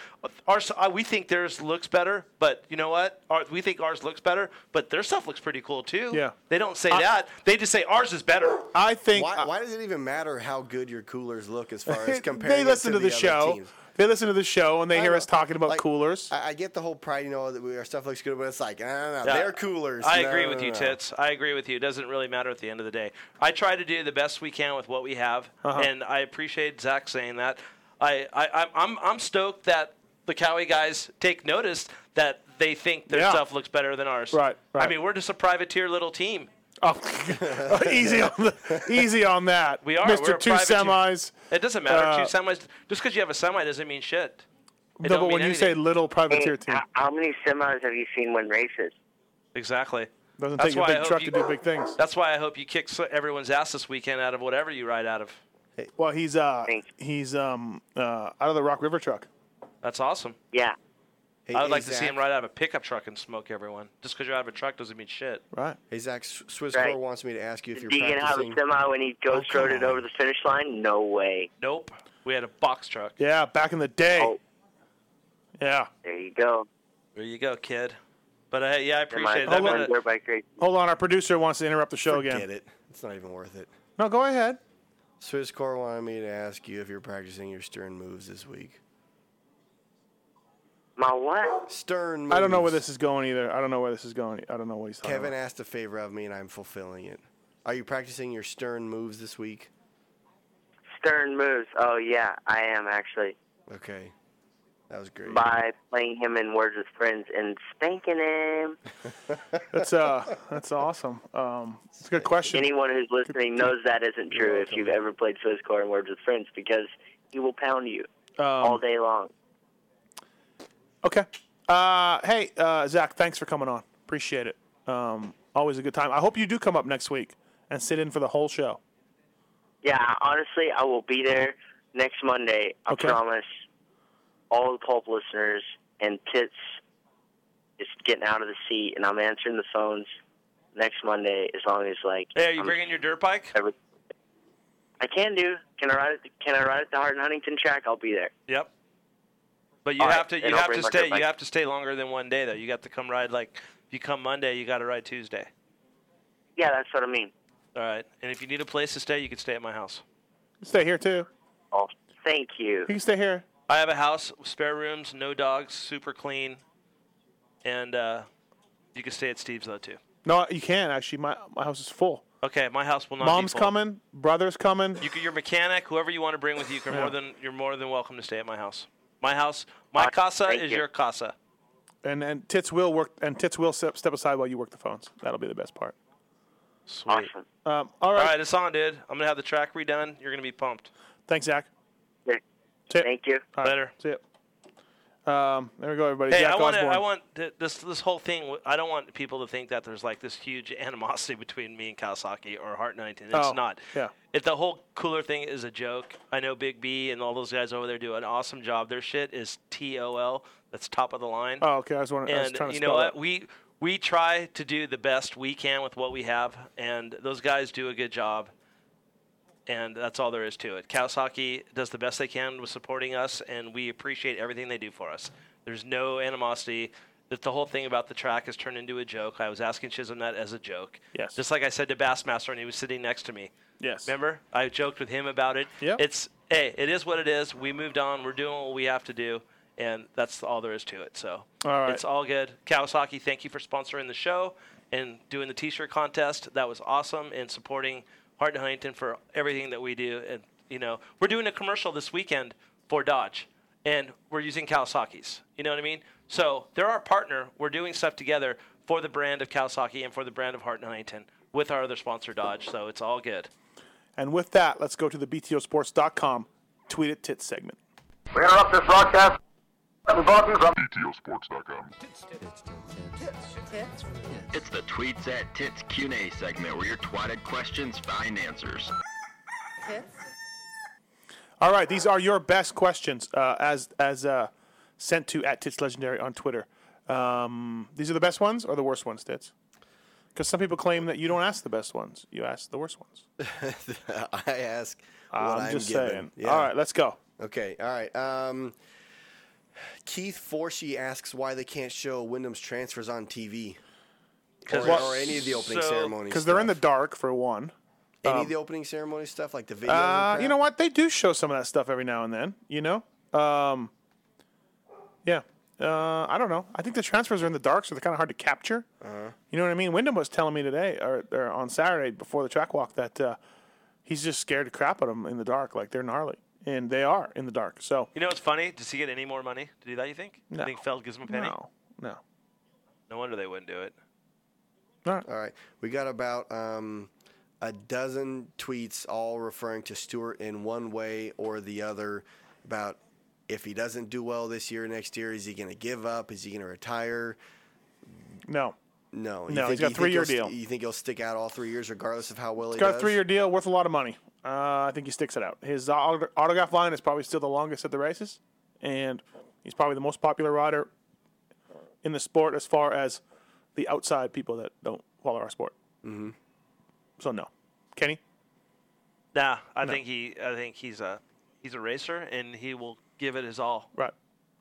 Speaker 5: ours, uh, we think theirs looks better, but you know what, Our, we think ours looks better, but their stuff looks pretty cool too.
Speaker 4: Yeah.
Speaker 5: They don't say that. They just say ours is better.
Speaker 4: I think.
Speaker 6: Why, why does it even matter how good your coolers look as far as comparing?
Speaker 4: they
Speaker 6: it
Speaker 4: listen to the,
Speaker 6: other
Speaker 4: show.
Speaker 6: teams?
Speaker 4: They listen to the show, and they
Speaker 6: I
Speaker 4: hear
Speaker 6: know.
Speaker 4: us talking about
Speaker 6: Like,
Speaker 4: coolers.
Speaker 6: I, I get the whole pride, you know, that we, our stuff looks good, but it's like, no, no, no,
Speaker 5: Yeah.
Speaker 6: they're coolers.
Speaker 5: I
Speaker 6: No,
Speaker 5: agree
Speaker 6: no,
Speaker 5: with
Speaker 6: no,
Speaker 5: you,
Speaker 6: no.
Speaker 5: Tits. I agree with you. It doesn't really matter at the end of the day. I try to do the best we can with what we have,
Speaker 7: Uh-huh.
Speaker 5: and I appreciate Zach saying that. I, I I'm- I'm I'm stoked that the Cowie guys take notice that they think their
Speaker 4: Yeah.
Speaker 5: stuff looks better than ours.
Speaker 4: Right,
Speaker 5: I
Speaker 4: right.
Speaker 5: mean, we're just a privateer little team.
Speaker 4: Oh, easy on the, easy on that.
Speaker 5: We are.
Speaker 4: Mr.
Speaker 5: We're a
Speaker 4: two
Speaker 5: privateer.
Speaker 4: semis.
Speaker 5: It doesn't matter.
Speaker 4: Uh,
Speaker 5: Two semis. Just because you have a semi doesn't mean shit. It
Speaker 4: No,
Speaker 5: don't
Speaker 4: but when
Speaker 5: mean
Speaker 4: you say
Speaker 5: anything.
Speaker 4: little privateer team,
Speaker 8: How, how many semis have you seen win races?
Speaker 5: Exactly.
Speaker 4: Doesn't
Speaker 5: That's
Speaker 4: take a
Speaker 5: why I
Speaker 4: big
Speaker 5: hope
Speaker 4: truck
Speaker 5: you-
Speaker 4: to do big things.
Speaker 5: That's why I hope you kick so- everyone's ass this weekend out of whatever you ride out of.
Speaker 4: Well, he's uh he's um uh out of the Rock River truck.
Speaker 5: That's awesome.
Speaker 8: Yeah.
Speaker 6: Hey,
Speaker 5: I would
Speaker 6: hey,
Speaker 5: like to see
Speaker 6: Zach.
Speaker 5: him ride out of a pickup truck and smoke everyone. Just because you're out of a truck doesn't mean shit.
Speaker 4: Right.
Speaker 6: Hey Zach, S- Swiss
Speaker 8: Right.
Speaker 6: Core wants me to ask you if you're
Speaker 8: Do you gonna have
Speaker 6: practicing.
Speaker 8: a semi when he goes
Speaker 6: come
Speaker 8: roaded over the finish line? No way.
Speaker 5: Nope. We had a box truck.
Speaker 4: Yeah, back in the day.
Speaker 6: Oh.
Speaker 4: Yeah.
Speaker 8: There you go.
Speaker 5: There you go, kid. But uh, yeah, I appreciate
Speaker 8: Am
Speaker 5: that.
Speaker 8: I
Speaker 5: But, uh,
Speaker 8: dirt bike race?
Speaker 4: Hold on, our producer wants to interrupt the show
Speaker 6: Forget
Speaker 4: again.
Speaker 6: it. It's not even worth it.
Speaker 4: No, go ahead.
Speaker 6: Swiss Core wanted me to ask you if you're practicing your stern moves this week.
Speaker 8: My what?
Speaker 6: Stern. Moves.
Speaker 4: I don't know where this is going either. I don't know where this is going. I don't know what he's talking
Speaker 6: Kevin
Speaker 4: about.
Speaker 6: asked a favor of me, and I'm fulfilling it. Are you practicing your stern moves this week?
Speaker 8: Stern moves. Oh yeah, I am actually.
Speaker 6: Okay. That was great.
Speaker 8: By playing him in Words with Friends and spanking him.
Speaker 4: That's uh that's awesome. Um, it's a good question.
Speaker 8: Anyone who's listening knows that isn't true if you've ever played Swisscore and Words with Friends because he will pound you
Speaker 6: Um,
Speaker 8: all day long.
Speaker 4: Um, Okay. Uh, hey, uh, Zach, thanks for coming on. Appreciate it. Um, always a good time. I hope you do come up next week and sit in for the whole show.
Speaker 8: Yeah, honestly, I will be there next Monday. I
Speaker 4: Okay.
Speaker 8: promise all the pulp listeners and Tits is getting out of the seat, and I'm answering the phones next Monday as long as like.
Speaker 5: hey, are you
Speaker 8: I'm-
Speaker 5: bringing your dirt bike?
Speaker 8: I can do. Can I ride? At the, can I ride at the Hardin Huntington track? I'll be there.
Speaker 5: Yep. But you
Speaker 8: All
Speaker 5: have
Speaker 8: right,
Speaker 5: to
Speaker 8: then
Speaker 5: you
Speaker 8: I'll
Speaker 5: have
Speaker 8: bring
Speaker 5: to
Speaker 8: my
Speaker 5: stay
Speaker 8: dirt bike.
Speaker 5: you have to stay longer than one day though. You got to come ride like if you come Monday, you got to ride Tuesday.
Speaker 8: Yeah, that's what I mean.
Speaker 5: All right. And if you need a place to stay, you can stay at my house.
Speaker 4: Stay here too.
Speaker 8: Oh, thank you.
Speaker 4: You can stay here.
Speaker 5: I have a house, with spare rooms, no dogs, super clean, and uh, You can stay at Steve's though too.
Speaker 4: No, you can actually. My my house is full.
Speaker 5: Okay, my house will not. be
Speaker 4: Mom's
Speaker 5: full.
Speaker 4: coming. Brother's coming.
Speaker 5: You can, your mechanic, whoever you want to bring with you, you're
Speaker 4: Yeah.
Speaker 5: more than you're more than welcome to stay at my house. My house, my casa
Speaker 4: thank
Speaker 5: is
Speaker 4: you.
Speaker 5: your casa.
Speaker 4: And and tits will work. And tits will step, step aside while you work the phones. That'll be the best part.
Speaker 5: Sweet.
Speaker 4: Um, all right.
Speaker 5: All right, it's on, dude. I'm gonna have the track redone. You're gonna be pumped.
Speaker 4: Thanks, Zach.
Speaker 5: Thank you.
Speaker 4: All right,
Speaker 5: Later.
Speaker 4: See ya. Um, there we go, everybody.
Speaker 5: Hey,
Speaker 4: Zach
Speaker 5: I want to.
Speaker 4: Osborne.
Speaker 5: I want th- this this whole thing. w- I don't want people to think that there's like this huge animosity between me and Kawasaki or Hart 19. It's
Speaker 4: Oh,
Speaker 5: not.
Speaker 4: Yeah.
Speaker 5: If the whole cooler thing is a joke, I know Big B and all those guys over there do an awesome job. Their shit is T O L. That's top of the line.
Speaker 4: Oh, okay. I was wondering. I was
Speaker 5: and
Speaker 4: trying to
Speaker 5: you know
Speaker 4: spell
Speaker 5: what?
Speaker 4: that.
Speaker 5: We we try to do the best we can with what we have, and those guys do a good job. And that's all there is to it. Kawasaki does the best they can with supporting us, and we appreciate everything they do for us. There's no animosity. That the whole thing about the track has turned into a joke. I was asking Chisholm that as a joke.
Speaker 4: Yes.
Speaker 5: Just like I said to Bassmaster, and he was sitting next to me.
Speaker 4: Yes.
Speaker 5: Remember, I joked with him about it. Yeah. It's hey, it is what it is. We moved on. We're doing what we have to do, and that's all there is to it. So
Speaker 4: All right.
Speaker 5: it's all good. Kawasaki, thank you for sponsoring the show and doing the T-shirt contest. That was awesome, and supporting Hart and Huntington for everything that we do. And you know, we're doing a commercial this weekend for Dodge, and we're using Kawasaki's. You know what I mean? So they're our partner. We're doing stuff together for the brand of Kawasaki and for the brand of Hart and Huntington with our other sponsor Dodge. So it's all good.
Speaker 4: And with that, let's go to the btosports.com tweet it tits segment.
Speaker 25: We interrupt this broadcast.
Speaker 19: It's the Tweets at Tits Q&A segment where your twatted questions find answers.
Speaker 4: All right, these are your best questions uh, as as uh, sent to at tits legendary on Twitter. Um, these are the best ones or the worst ones, tits? Because some people claim that you don't ask the best ones; you ask the worst ones.
Speaker 6: I ask what
Speaker 4: I'm
Speaker 6: I'm,
Speaker 4: just
Speaker 6: given.
Speaker 4: saying. All right, let's go.
Speaker 6: Okay, all right. Um, Keith Forshee asks why they can't show Wyndham's transfers on TV. Or, or any of the opening ceremonies.
Speaker 4: Because they're in the dark for one.
Speaker 6: Any
Speaker 4: Um,
Speaker 6: of the opening ceremony stuff, like the video. and
Speaker 4: Uh,
Speaker 6: crap?
Speaker 4: you know what? They do show some of that stuff every now and then. You know, um, yeah. Uh, I don't know. I think the transfers are in the dark, so they're kind of hard to capture. You know what I mean? Wyndham was telling me today, or, or on Saturday before the track walk, that uh, he's just scared to crap at them in the dark. Like they're gnarly, and they are in the dark. So
Speaker 5: You know what's funny? Does he get any more money to do that? You think?
Speaker 4: No.
Speaker 5: You think Feld gives him a penny?
Speaker 4: No. no.
Speaker 5: No wonder they wouldn't do it.
Speaker 4: All right.
Speaker 6: We got about um, a dozen tweets all referring to Stewart in one way or the other about if he doesn't do well this year, next year, is he going to give up? Is he going to retire?
Speaker 4: No.
Speaker 6: No.
Speaker 4: No,
Speaker 6: think-
Speaker 4: he's got a
Speaker 6: think
Speaker 4: three-year
Speaker 6: he'll st-
Speaker 4: deal.
Speaker 6: you think he'll stick out all three years regardless of how well
Speaker 4: He's
Speaker 6: he
Speaker 4: got a
Speaker 6: does?
Speaker 4: three-year deal worth a lot of money. Uh, I think he sticks it out. His auto- autograph line is probably still the longest at the races, and he's probably the most popular rider in the sport as far as the outside people that don't follow our sport.
Speaker 6: Mm-hmm.
Speaker 4: So no, Kenny.
Speaker 5: Nah, I
Speaker 4: No.
Speaker 5: think he. I think he's a he's a racer, and he will give it his all.
Speaker 4: Right.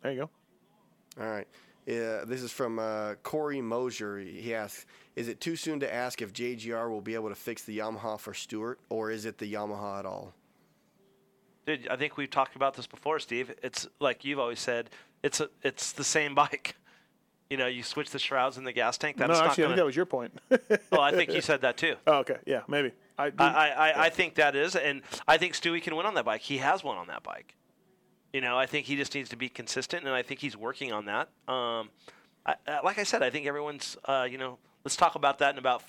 Speaker 4: There you go.
Speaker 6: All right. Yeah, this is from uh, Corey Mosier. He asks, "Is it too soon to ask if JGR will be able to fix the Yamaha for Stewart, or is it the Yamaha at all?"
Speaker 5: Dude, I think we've talked about this before, Steve. It's like you've always said. It's a it's the same bike. You know, you switch the shrouds in the gas tank. That's
Speaker 4: no,
Speaker 5: not
Speaker 4: actually,
Speaker 5: gonna,
Speaker 4: I think that was your point.
Speaker 5: Well, Oh, I think you said that too.
Speaker 4: oh, okay. Yeah, maybe. I,
Speaker 5: I, I, I, I think that is, and I think Stewie can win on that bike. He has won on that bike. You know, I think he just needs to be consistent, and I think he's working on that. Um, I, I, like I said, I think everyone's, uh, you know, let's talk about that in about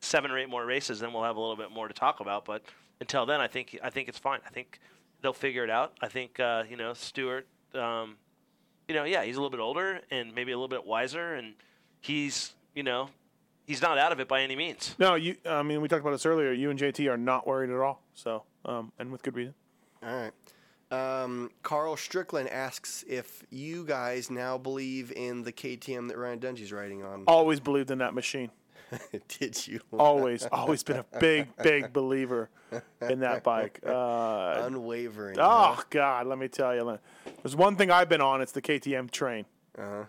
Speaker 5: seven or eight more races, then we'll have a little bit more to talk about. But until then, I think I think it's fine. I think they'll figure it out. I think uh, you know Stewart. Um, you know, yeah, he's a little bit older and maybe a little bit wiser, and he's you know he's not out of it by any means.
Speaker 4: No, you. I mean, we talked about this earlier. You and JT are not worried at all. So, um, and with good reason.
Speaker 6: All right. Um, Carl Strickland asks if you guys now believe in the KTM that Ryan Dungey's riding on.
Speaker 4: Always believed in that machine.
Speaker 6: Did you?
Speaker 4: always, always been a big, big believer in that bike. Uh,
Speaker 6: Unwavering.
Speaker 4: Oh God, let me tell you, there's one thing I've been on. It's the KTM train.
Speaker 6: Uh-huh.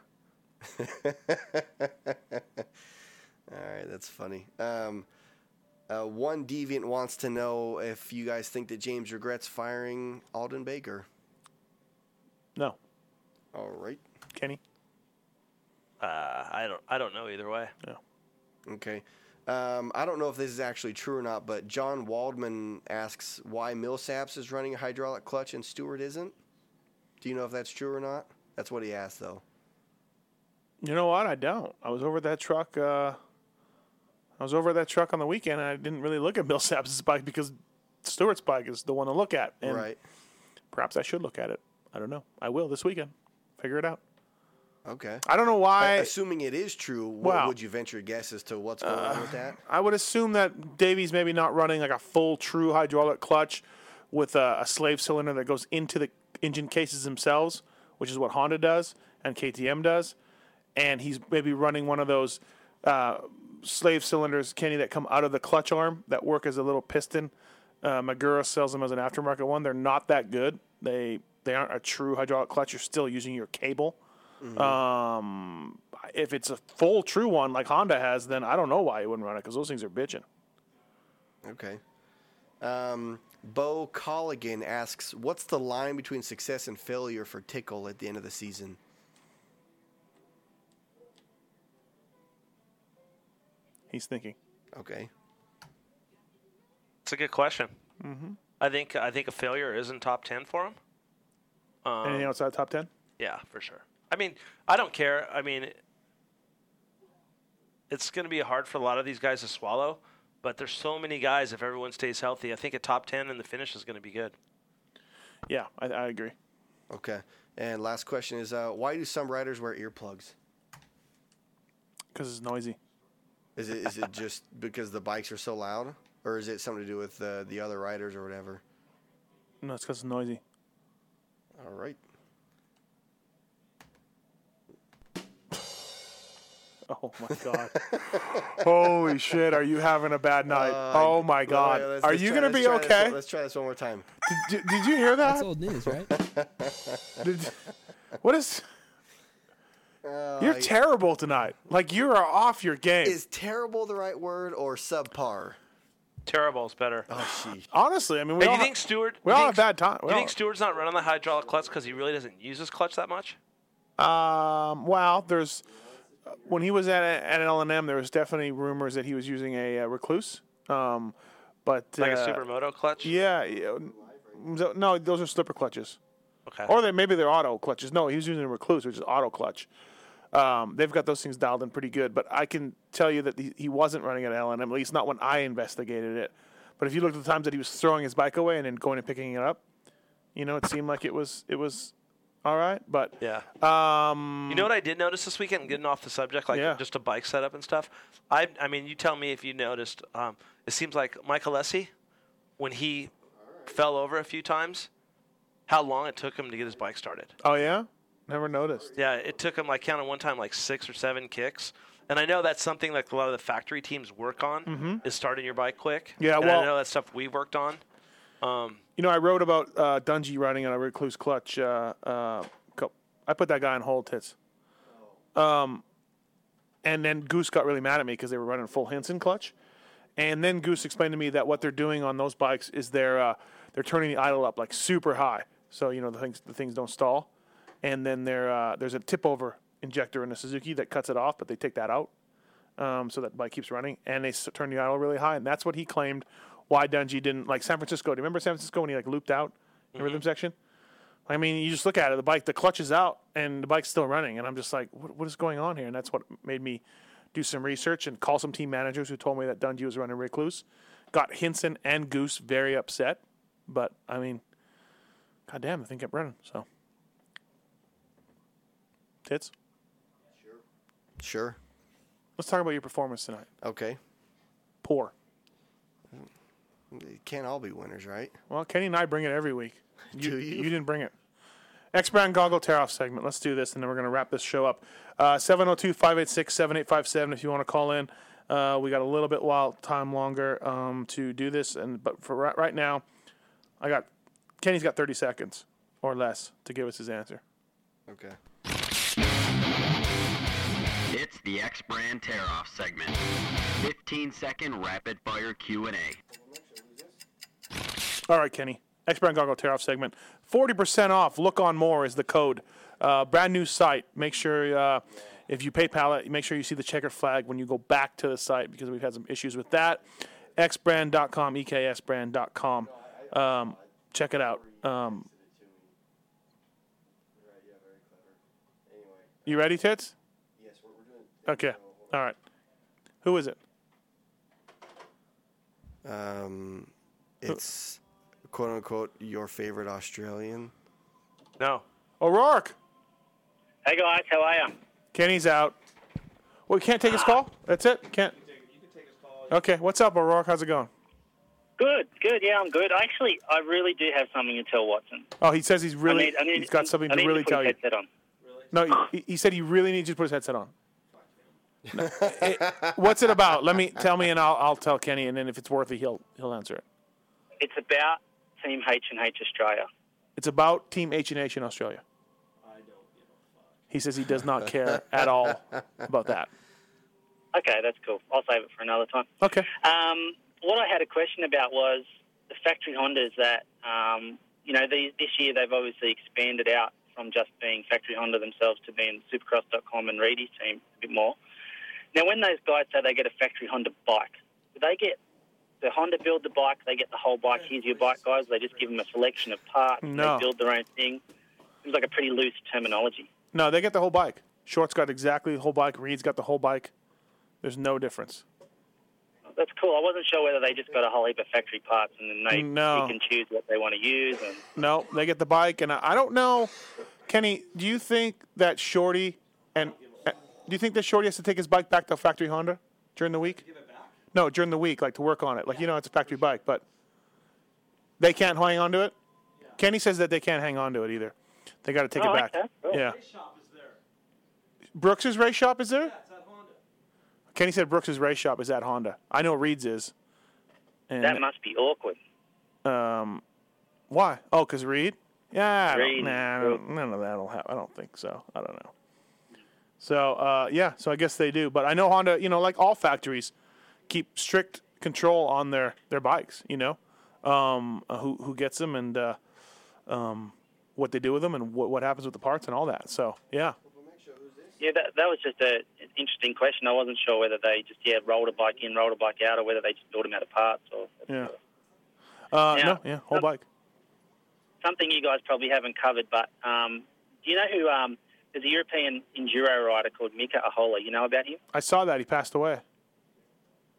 Speaker 6: All right, that's funny. Um, uh, one deviant wants to know if you guys think that James regrets firing Alden Baker.
Speaker 4: No.
Speaker 6: All right.
Speaker 4: Kenny.
Speaker 5: Uh, I don't. I don't know either way.
Speaker 4: Yeah.
Speaker 6: Okay. Um, I don't know if this is actually true or not, but John Waldman asks why Millsaps is running a hydraulic clutch and Stewart isn't. Do you know if that's true or not? That's what he asked, though.
Speaker 4: You know what? I don't. I was over that truck. Uh, I was over that truck on the weekend, and I didn't really look at Millsap's bike because Stewart's bike is the one to look at. And
Speaker 6: Right.
Speaker 4: Perhaps I should look at it. I don't know. I will this weekend. Figure it out.
Speaker 6: Okay.
Speaker 4: I don't know why.
Speaker 6: A- assuming it is true,
Speaker 4: Wow.
Speaker 6: what would you venture a guess as to what's going on with that?
Speaker 4: I would assume that Davies maybe not running like a full true hydraulic clutch with a, a slave cylinder that goes into the engine cases themselves, which is what Honda does and KTM does, and he's maybe running one of those uh, slave cylinders, Kenny, that come out of the clutch arm that work as a little piston. Uh, Magura sells them as an aftermarket one. They're not that good. They they aren't a true hydraulic clutch. You're still using your cable.
Speaker 6: Mhm.
Speaker 4: Um, if it's a full true one like Honda has, then I don't know why you wouldn't run it because those things are bitching. uh,
Speaker 6: Okay. Um, Bo Colligan asks, "What's the line between success and failure for Tickle at the end of the season?"
Speaker 4: He's thinking.
Speaker 6: Okay.
Speaker 5: It's a good question.
Speaker 4: Mhm.
Speaker 5: I think. I think a failure is in top ten for him. Um,
Speaker 4: Anything outside top ten?
Speaker 5: Yeah, for sure. I mean, I don't care. I mean, it's going to be hard for a lot of these guys to swallow, but there's so many guys. If everyone stays healthy, I think a top ten in the finish is going to be good.
Speaker 4: Yeah, I, I agree.
Speaker 6: Okay. And last question is, uh, why do some riders wear earplugs?
Speaker 4: Because it's noisy.
Speaker 6: Is it is it just because the bikes are so loud, or is it something to do with uh, the other riders or whatever?
Speaker 4: No, it's because it's noisy.
Speaker 6: All right.
Speaker 4: Oh my god. Holy shit! Are you having a bad night? oh my god.
Speaker 6: Uh, Let's-
Speaker 4: are
Speaker 6: let's
Speaker 4: you
Speaker 6: try-
Speaker 4: gonna
Speaker 6: let's
Speaker 4: be
Speaker 6: try this one-
Speaker 4: okay?
Speaker 6: let's try this one more time.
Speaker 4: Did, did you hear that?
Speaker 6: That's old
Speaker 4: news, right? did, what is? You're
Speaker 6: I-
Speaker 4: terrible tonight. Like you are off your game.
Speaker 6: Uh, Is terrible the right word or subpar?
Speaker 5: Terrible is better.
Speaker 6: Oh, she.
Speaker 4: Honestly, I mean, we
Speaker 5: Hey,
Speaker 4: all
Speaker 5: you think Stewart?
Speaker 4: We
Speaker 5: you
Speaker 4: all
Speaker 5: think-
Speaker 4: have bad time.
Speaker 5: You think Stewart's not running the hydraulic clutch because he really doesn't use his clutch that much?
Speaker 4: Um, well, there's when he was at at L and M, there was definitely rumors that he was using a uh, recluse, um, but
Speaker 5: Like a
Speaker 4: uh,
Speaker 5: supermoto clutch?
Speaker 4: Yeah, yeah, n- no, those are slipper clutches.
Speaker 5: Okay.
Speaker 4: Or they maybe they're auto clutches. No, he was using a recluse, which is auto clutch. Um, they've got those things dialed in pretty good, but I can tell you that he, he wasn't running at L and M, at least not when I investigated it. But if you looked at the times that he was throwing his bike away and then going and picking it up, you know, it seemed like it was it was all right. But
Speaker 5: yeah,
Speaker 4: um,
Speaker 5: You know what I did notice this weekend, getting off the subject, like just a bike setup and stuff. I, I mean, you tell me if you noticed. Um, it seems like Michael Lessie, when he fell over a few times, how long it took him to get his bike started.
Speaker 4: Oh yeah, never noticed.
Speaker 5: Yeah, it took him. I counted one time like six or seven kicks. And I know that's something like a lot of the factory teams work on
Speaker 4: Mhm.
Speaker 5: is starting your bike quick.
Speaker 4: Yeah,
Speaker 5: And
Speaker 4: well-
Speaker 5: I know that's stuff we worked on. Um,
Speaker 4: You know, I wrote about uh, Dungy riding on a recluse clutch. Uh, uh, co- I put that guy on hold tits. Um, and then Goose got really mad at me because they were running full Hansen clutch. And then Goose explained to me that what they're doing on those bikes is they're uh, they're turning the idle up like super high, so you know the things the things don't stall. And then there uh, there's a tip over injector in a Suzuki that cuts it off, but they take that out, um, so that bike keeps running. And they s- turn the idle really high, and that's what he claimed why Dungy didn't like San Francisco. Do you remember San Francisco when he like looped out in rhythm section? I mean, you just look at it. The bike, the clutch is out, and the bike's still running. And I'm just like, what, what is going on here? And that's what made me do some research and call some team managers who told me that Dungey was running recluse. Got Hinson and Goose very upset, but I mean, goddamn, the thing kept running. So, tits.
Speaker 6: Sure.
Speaker 4: Let's talk about your performance tonight.
Speaker 6: Okay.
Speaker 4: Poor.
Speaker 6: It can't all be winners, right?
Speaker 4: Well, Kenny and I bring it every week. You,
Speaker 6: Do
Speaker 4: you?
Speaker 6: you?
Speaker 4: didn't bring it. X Brown Goggle Tear Off segment. Let's do this, and then we're going to wrap this show up. Uh, 702 586 7857 if you want to call in. Uh, we got a little bit while time longer um, to do this, and but for right, right now, I got Kenny's got 30 seconds or less to give us his answer.
Speaker 6: Okay.
Speaker 19: It's the X Brand Tear Off segment. 15 second rapid fire Q&A.
Speaker 4: All right, Kenny. X Brand Goggle Tear Off segment. 40% off. Look on more is the code. Uh, brand new site. Make sure uh, If you PayPal it, make sure you see the checker flag when you go back to the site because we've had some issues with that. Xbrand.com, EKSbrand.com. Um, check it out. Um, you ready, Tits? Okay. All right. Who is it?
Speaker 6: Um, it's quote unquote your favorite Australian.
Speaker 32: No.
Speaker 4: O'Rourke.
Speaker 33: Hey guys, how are you?
Speaker 4: Kenny's out. Well, you can't take his call? That's it? Can't. Okay. What's up, O'Rourke? How's it going?
Speaker 33: Good, good. Yeah, I'm good. Actually, I really do have something to tell Watson.
Speaker 4: Oh, he says he's really.
Speaker 33: I need, I need,
Speaker 4: he's got something
Speaker 33: I need
Speaker 4: to really
Speaker 33: put
Speaker 4: tell
Speaker 33: his
Speaker 4: you.
Speaker 33: headset on.
Speaker 4: No, he, he said he really needs you to put his headset on. No, it- what's it about? Let me tell me, and I'll, I'll tell Kenny, and then if it's worthy, he'll he'll answer it.
Speaker 33: It's about Team H and H Australia.
Speaker 4: It's about Team H and H in Australia. He says he does not care at all about that.
Speaker 33: Okay, that's cool. I'll save it for another time.
Speaker 4: Okay.
Speaker 33: Um, what I had a question about was the factory Hondas that um, you know these, this year they've obviously expanded out from just being factory Honda themselves to being Supercross.com and Reedy's team a bit more. Now, when those guys say they get a factory Honda bike, do they get the Honda build the bike? They get the whole bike. Here's your bike, guys. They just give them a selection of parts. and
Speaker 4: No.
Speaker 33: They build their own thing. Seems like a pretty loose terminology.
Speaker 4: No, they get the whole bike. Short's got exactly the whole bike. Reed's got the whole bike. There's no difference.
Speaker 33: That's cool. I wasn't sure whether they just got a whole heap of factory parts and then they
Speaker 4: No.
Speaker 33: pick and choose what they want to use. And
Speaker 4: No, they get the bike, and I, I don't know. Kenny, do you think that Shorty and uh, do you think that Shorty has to take his bike back to factory Honda during the week? No, during the week, like to work on it. Like you know, it's a factory bike, but they can't hang on to it. Kenny says that they can't hang on to it either. They got to take
Speaker 33: Oh,
Speaker 4: it back.
Speaker 33: okay, cool.
Speaker 4: Yeah. Brooks's race shop is there? Kenny said Brooks's race shop is at Honda. I know Reed's is. And
Speaker 33: that must be awkward.
Speaker 4: um, why? Oh, because Reed? Yeah, I don't-
Speaker 33: Reed.
Speaker 4: nah, I don't- none of that'll happen. I don't think so. I don't know. So uh, yeah, so I guess they do. But I know Honda, you know, like all factories, keep strict control on their their bikes. You know, um, uh, who who gets them and uh, um, what they do with them and what what happens with the parts and all that. So yeah,
Speaker 33: Yeah, that, that was just a, an interesting question. I wasn't sure whether they just yeah rolled a bike in, rolled a bike out, or whether they just built them out of parts. Or
Speaker 4: yeah. Uh,
Speaker 33: Now-
Speaker 4: no, yeah, whole bike.
Speaker 33: something you guys probably haven't covered. But um, do you know who? Um, there's a European enduro rider called Mika Ahola. You know about him?
Speaker 4: I saw that he passed away.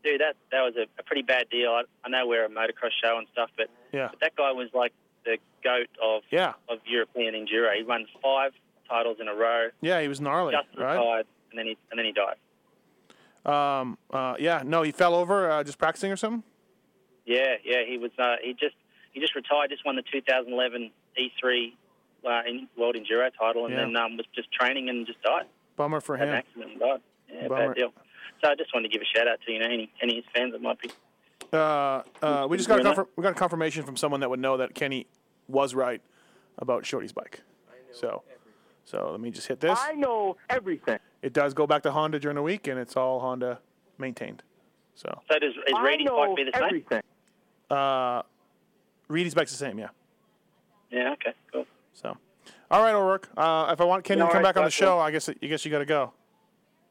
Speaker 33: Dude, that that was a, a pretty bad deal. I, I know we're a motocross show and stuff, but
Speaker 4: Yeah,
Speaker 33: But that guy was like the goat of
Speaker 4: Yeah.
Speaker 33: of European enduro. He won five titles in a row.
Speaker 4: yeah, he was gnarly,
Speaker 33: just
Speaker 4: right?
Speaker 33: retired, and then he and then he died.
Speaker 4: Um, uh, yeah, no, he fell over uh, just practicing or something.
Speaker 33: Yeah, yeah, he was. Uh, he just he just retired. Just won the 2011 E3 E uh, in World Enduro title, and
Speaker 4: Yeah.
Speaker 33: then um, was just training and just died.
Speaker 4: Bummer for
Speaker 33: Had an
Speaker 4: him.
Speaker 33: accident and died. Yeah,
Speaker 4: Bummer.
Speaker 33: bad deal. So I just wanted to give a shout out to you know any any of his fans that might be.
Speaker 4: Uh, uh, we just got a
Speaker 33: Really?
Speaker 4: confirm- we got a confirmation from someone that would know that Kenny was right about Shorty's bike. So, so let me just hit this.
Speaker 14: I know everything.
Speaker 4: It does go back to Honda during the week, and it's all Honda maintained. So,
Speaker 33: So does is
Speaker 14: I
Speaker 33: Reedy's
Speaker 14: know
Speaker 33: bike be the same?
Speaker 14: everything.
Speaker 4: uh, Reedy's bike's the same, yeah.
Speaker 33: Yeah. Okay. Cool.
Speaker 4: So, all right, O'Rourke. Uh, if I want Kenny
Speaker 33: No,
Speaker 4: to come
Speaker 33: all right,
Speaker 4: back on the
Speaker 33: that's
Speaker 4: show,
Speaker 33: cool.
Speaker 4: I guess I guess you got to go.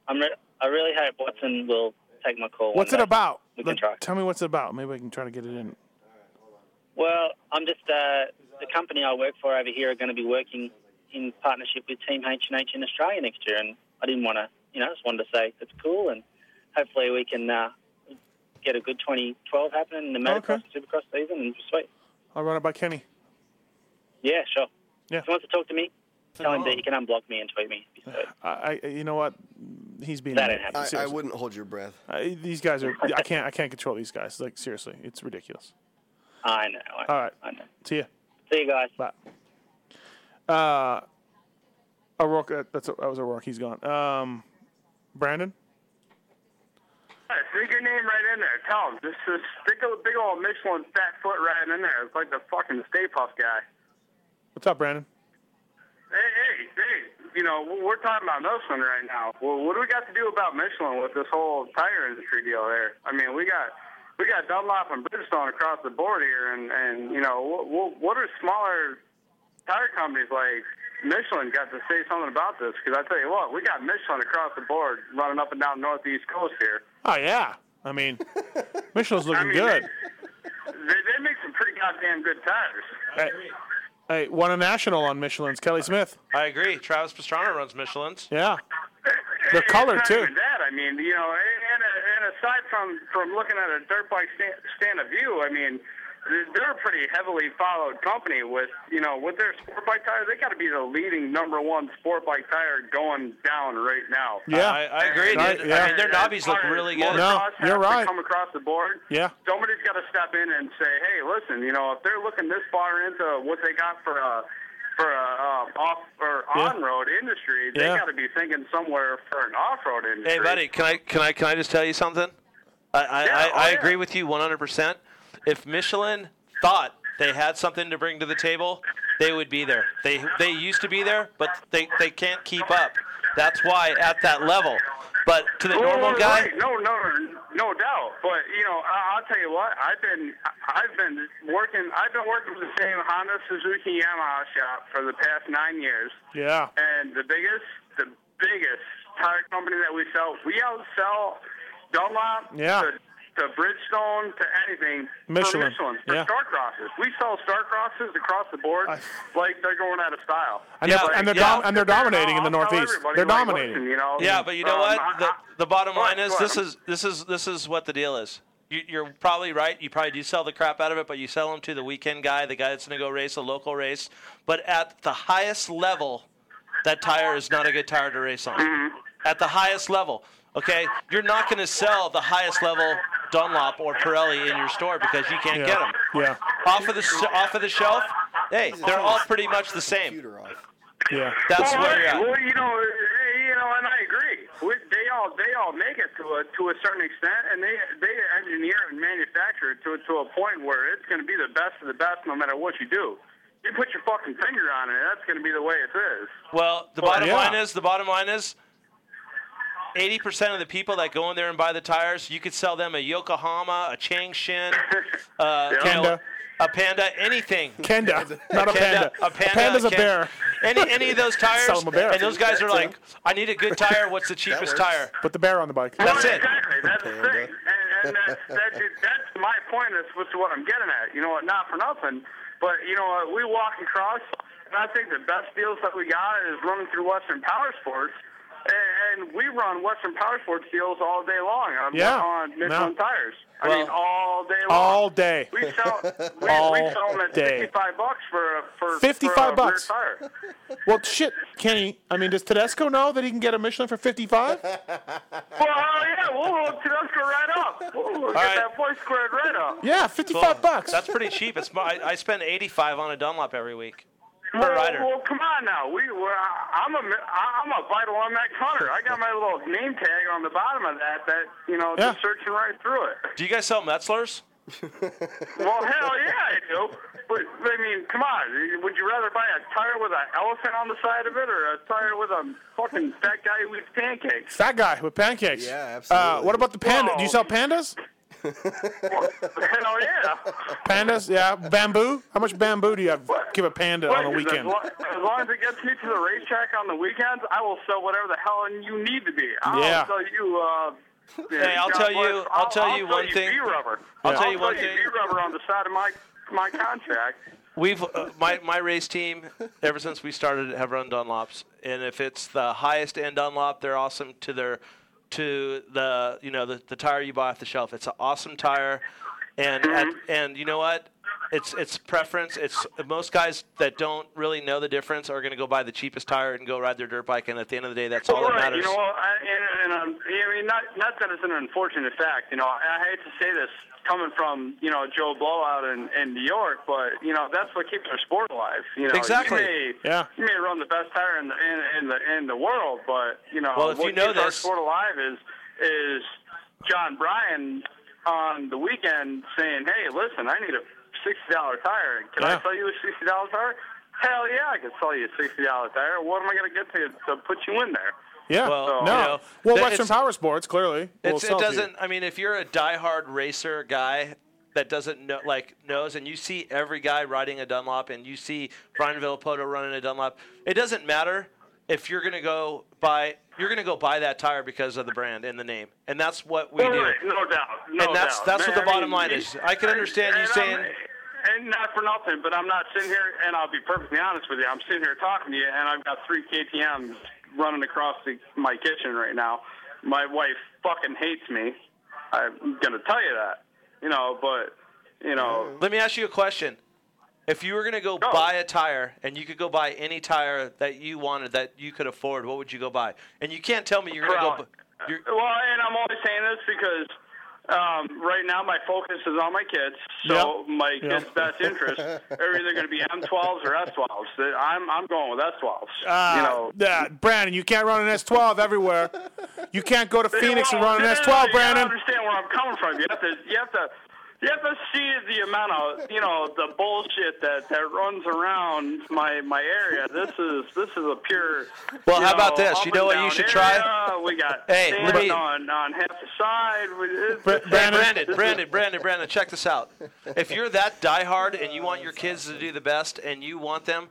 Speaker 33: I'm. Re- I really hope Watson will take my call.
Speaker 4: What's
Speaker 33: one
Speaker 4: it
Speaker 33: day.
Speaker 4: about?
Speaker 33: We can
Speaker 4: Let-
Speaker 33: try.
Speaker 4: Tell me what's it about. Maybe I can try to get it in.
Speaker 33: Well, I'm just uh, the company I work for over here are going to be working in partnership with Team H and H in Australia next year, and I didn't want to, you know, I just wanted to say it's cool, and hopefully we can uh, get a good 2012 happening in the motocross supercross season, and just wait.
Speaker 4: I'll run it by Kenny.
Speaker 33: Yeah, sure.
Speaker 4: Yeah.
Speaker 33: If he wants to talk to me, tell him that he can unblock me and tweet me.
Speaker 4: I, I you know what? He's being.
Speaker 33: That ain't happening. I- I
Speaker 4: wouldn't hold your breath. these guys are. I can't. I can't control these guys. Like seriously, it's ridiculous.
Speaker 33: I know. I,
Speaker 4: All right.
Speaker 33: I know.
Speaker 4: See ya.
Speaker 33: See you guys.
Speaker 4: Bye. Uh, O'Rourke. uh, That's that was O'Rourke. He's gone. Um, Brandon.
Speaker 25: Hey, stick your name right in there. Tell him. Just, just stick a big old Michelin fat foot right in there. It's like the fucking Stay Puft guy.
Speaker 4: What's up, Brandon?
Speaker 25: Hey, hey, hey. You know, we're talking about Michelin right now. Well, what do we got to do about Michelin with this whole tire industry deal there? I mean, we got we got Dunlop and Bridgestone across the board here, and and you know, what what are smaller tire companies like Michelin got to say something about this because I tell you what, we got Michelin across the board running up and down northeast coast here.
Speaker 4: Oh yeah, I mean, Michelin's looking
Speaker 25: mean,
Speaker 4: good.
Speaker 25: They, they make some pretty goddamn good tires.
Speaker 4: Hey, won a national on Michelin's Kelly Smith.
Speaker 5: I agree. Travis Pastrana runs Michelin's.
Speaker 4: Yeah, the color
Speaker 25: Not
Speaker 4: too.
Speaker 25: even that. I mean, you know, and, and, and aside from from looking at a dirt bike stand, stand of view, I mean, they're- they're a pretty heavily followed company with you know with their sport bike tires. They got to be the leading number one sport bike tire going down right now.
Speaker 4: Yeah. I- I agree,
Speaker 25: And-
Speaker 4: dude. I mean, their
Speaker 25: and as
Speaker 4: knobbies look
Speaker 25: far as
Speaker 4: really good.
Speaker 25: motocross
Speaker 4: No,
Speaker 25: has
Speaker 4: you're
Speaker 25: to
Speaker 4: right.
Speaker 25: Come across the board.
Speaker 4: Yeah.
Speaker 25: Somebody's got to step in and say, hey, listen, you know, if they're looking this far into what they got for a for a um, off or
Speaker 5: Yeah.
Speaker 25: on road industry, they
Speaker 5: Yeah.
Speaker 25: got to be thinking somewhere for an off road industry.
Speaker 5: Hey, buddy, can I can I can I just tell you something? I I, I, I agree with you 100. percent If Michelin thought they had something to bring to the table, they would be there. They they used to be there, but they they can't keep up. That's why at that level. But to the
Speaker 25: Oh,
Speaker 5: normal
Speaker 25: right.
Speaker 5: guy,
Speaker 25: No, no, no doubt. But you know, I, I'll tell you what. I've been, I've been working, I've been working with the same Honda, Suzuki, Yamaha shop for the past nine years.
Speaker 4: Yeah.
Speaker 25: And the biggest, the biggest tire company that we sell, we outsell Dunlop
Speaker 4: Yeah.
Speaker 25: to, to Bridgestone to anything. For
Speaker 4: Michelin,
Speaker 25: Michelin, for
Speaker 4: yeah.
Speaker 25: Star Crosses. We sell Star Crosses across the board like they're going out of style.
Speaker 4: And
Speaker 25: Like,
Speaker 4: they're, and they're,
Speaker 25: yeah.
Speaker 4: dom- and they're dominating in the
Speaker 25: I'll tell
Speaker 4: Northeast.
Speaker 25: everybody,
Speaker 4: They're
Speaker 25: like,
Speaker 4: dominating.
Speaker 25: listen, you know,
Speaker 5: Yeah, but you know
Speaker 25: um, I-
Speaker 5: what? The, the bottom
Speaker 25: go
Speaker 5: line
Speaker 25: ahead,
Speaker 5: is
Speaker 25: go
Speaker 5: this
Speaker 25: ahead.
Speaker 5: is this is this is what the deal is. You, you're probably right. You probably do sell the crap out of it, but you sell them to the weekend guy, the guy that's going to go race a local race. But at the highest level, that tire is not a good tire to race on.
Speaker 25: Mm-hmm.
Speaker 5: At the highest level, okay, you're not going to sell the highest level Dunlop or Pirelli in your store because you can't
Speaker 4: yeah.
Speaker 5: get them
Speaker 4: Yeah.
Speaker 5: off of the s- off of the shelf. Hey, they're all pretty much the same.
Speaker 4: Yeah.
Speaker 5: That's
Speaker 25: well,
Speaker 5: where you're at.
Speaker 25: Well, you know, eh, you know, and I agree. We, they all they all make it to a to a certain extent, and they they engineer and manufacture it to to a point where it's going to be the best of the best, no matter what you do. You put your fucking finger on it, that's going to be the way it is.
Speaker 5: Well, the
Speaker 25: Well,
Speaker 5: bottom
Speaker 25: yeah.
Speaker 5: line is the bottom line is eighty percent of the people that go in there and buy the tires, you could sell them a Yokohama, a Changshin, uh, you know,
Speaker 4: Kenda.
Speaker 5: a Panda, anything.
Speaker 4: Kenda, not a
Speaker 5: Kenda,
Speaker 4: panda.
Speaker 5: A panda.
Speaker 4: panda's a
Speaker 5: Ken-
Speaker 4: bear.
Speaker 5: Any any of those tires,
Speaker 4: Sell 'em a bear.
Speaker 5: and those guys are like, I need a good tire. What's the cheapest tire?
Speaker 4: Put the bear on the bike.
Speaker 5: That's it.
Speaker 25: That's the thing, and, and that's, that's that's my point. That's what's what I'm getting at. You know what? Not for nothing, but you know what? We walk across, and I think the best deals that we got is running through Western Power Sports, and, and we run Western Power Sports deals all day long on
Speaker 4: Yeah.
Speaker 25: on
Speaker 4: No.
Speaker 25: Michelin tires. I mean,
Speaker 4: Well-
Speaker 25: all day long.
Speaker 4: All day.
Speaker 25: We sell we, we
Speaker 4: All
Speaker 25: sell them at
Speaker 4: day.
Speaker 25: 55 bucks for a- for for
Speaker 4: 55
Speaker 25: a
Speaker 4: bucks.
Speaker 25: rear tire.
Speaker 4: Well, shit, Kenny. I mean, does Tedesco know that he can get a Michelin for fifty-five?
Speaker 25: Well, hell yeah, we'll hook Tedesco right up. We'll get
Speaker 5: right.
Speaker 25: that boy squared right up.
Speaker 4: Yeah, fifty-five bucks.
Speaker 5: That's pretty cheap. It's my, I, I spend eighty-five on a Dunlop every week per
Speaker 25: well,
Speaker 5: rider.
Speaker 25: well, come on now. We were. I'm a. I'm a vital MX hunter. I got my little name tag on the bottom of that. That you know, just searching right through it.
Speaker 5: Do you guys sell Metzlers?
Speaker 25: Well, hell yeah, I do. But I mean, come on. Would you rather buy a tire with an elephant on the side of it, or a tire with a fucking fat guy who eats pancakes?
Speaker 4: Fat guy with pancakes.
Speaker 25: Yeah,
Speaker 4: Uh, what about the panda? Do you sell pandas?
Speaker 25: Hell yeah.
Speaker 4: Pandas? Yeah. Bamboo? How much bamboo do you have? Give a panda uh, on a
Speaker 25: Wait,
Speaker 4: weekend.
Speaker 25: As long, as long as it gets me to the racetrack on the weekends, I will sell whatever the hell you need to be. I'll
Speaker 5: Yeah.
Speaker 25: sell you. Uh,
Speaker 5: Hey, I'll
Speaker 25: God
Speaker 5: tell you-
Speaker 25: bless-
Speaker 5: I'll tell you
Speaker 25: sell
Speaker 5: one thing.
Speaker 25: bee rubber.
Speaker 5: I'll tell you one
Speaker 25: sell
Speaker 5: thing.
Speaker 25: bee rubber on the side of my my contract.
Speaker 5: We've uh, my my race team ever since we started have run Dunlops, and if it's the highest end Dunlop, they're awesome to their to the you know the, the tire you buy off the shelf. It's an awesome tire, and and, and you know what? It's it's preference. It's most guys that don't really know the difference are going to go buy the cheapest tire and go ride their dirt bike, and at the end of the day, that's all that
Speaker 25: Right,
Speaker 5: matters.
Speaker 25: you know, I, and, and um, I mean, not not that it's an unfortunate fact. You know, I hate to say this coming from you know Joe Blowout in, in New York, but you know that's what keeps our sport alive. You know,
Speaker 5: Exactly.
Speaker 25: You may,
Speaker 5: Yeah.
Speaker 25: You may run the best tire in the in, in the in the world, but you know
Speaker 5: Well, if
Speaker 25: what
Speaker 5: you know
Speaker 25: keeps our
Speaker 5: this-
Speaker 25: sport alive is is John Bryan on the weekend saying, "Hey, listen, I need a sixty dollar tire. Can
Speaker 4: Yeah.
Speaker 25: I sell you a sixty dollar tire?" Hell yeah, I can sell you a sixty dollar tire. What am I going to get to to put you in there?
Speaker 4: Yeah.
Speaker 5: Well,
Speaker 4: no.
Speaker 5: you know,
Speaker 4: well,
Speaker 5: that
Speaker 4: Western
Speaker 5: it's-
Speaker 4: Power Sports clearly. will
Speaker 5: It's,
Speaker 4: sell
Speaker 5: it
Speaker 4: to you.
Speaker 5: doesn't. I mean, if you're a diehard racer guy, that doesn't know like knows and you see every guy riding a Dunlop and you see Brian Villapoto running a Dunlop. It doesn't matter if you're gonna go buy you're gonna go buy that tire because of the brand and the name. And that's what we
Speaker 25: no,
Speaker 5: do.
Speaker 25: right, no doubt. No
Speaker 5: and that's
Speaker 25: doubt.
Speaker 5: that's
Speaker 25: Man,
Speaker 5: what the
Speaker 25: I
Speaker 5: bottom
Speaker 25: mean,
Speaker 5: line is. I can understand you
Speaker 25: and
Speaker 5: saying
Speaker 25: I'm- and not for nothing, but I'm not sitting here, and I'll be perfectly honest with you. I'm sitting here talking to you, and I've got three KTM's running across the, my kitchen right now. My wife fucking hates me. I'm gonna tell you that, you know. But you know,
Speaker 5: Let me ask you a question. If you were going to go buy a tire and you could go buy any tire that you wanted that you could afford, what would you go buy? And you can't tell me you're going to go
Speaker 25: Corral.
Speaker 5: bu- you're,
Speaker 25: well, and I'm only saying this because um, right now my focus is on my kids. So my
Speaker 4: Yep.
Speaker 25: kids' best interest are either going to be M12s or S12s. I'm I'm going with S12s.
Speaker 4: Uh,
Speaker 5: Ah,
Speaker 25: you know,
Speaker 4: that- Brandon, you can't run an S12 everywhere. You can't go to Phoenix and
Speaker 25: Well,
Speaker 4: run an
Speaker 25: no, no,
Speaker 4: S12,
Speaker 25: no, You
Speaker 4: Brandon.
Speaker 25: gotta understand where I'm coming from. You have to, you have to, you have to see the amount of, you know, the bullshit that that runs around my my area. This is this is a pure.
Speaker 5: Well,
Speaker 25: you
Speaker 5: how about
Speaker 25: know,
Speaker 5: this?
Speaker 25: up
Speaker 5: You know
Speaker 25: and
Speaker 5: what you
Speaker 25: down
Speaker 5: should
Speaker 25: area.
Speaker 5: try?
Speaker 25: We got
Speaker 5: Hey,
Speaker 25: sand
Speaker 5: let me-
Speaker 25: on on half the side. We- it's-
Speaker 5: Hey, Brandon, Brandon, Brandon, Brandon, check this out. If you're that diehard and you want your kids to do the best and you want them,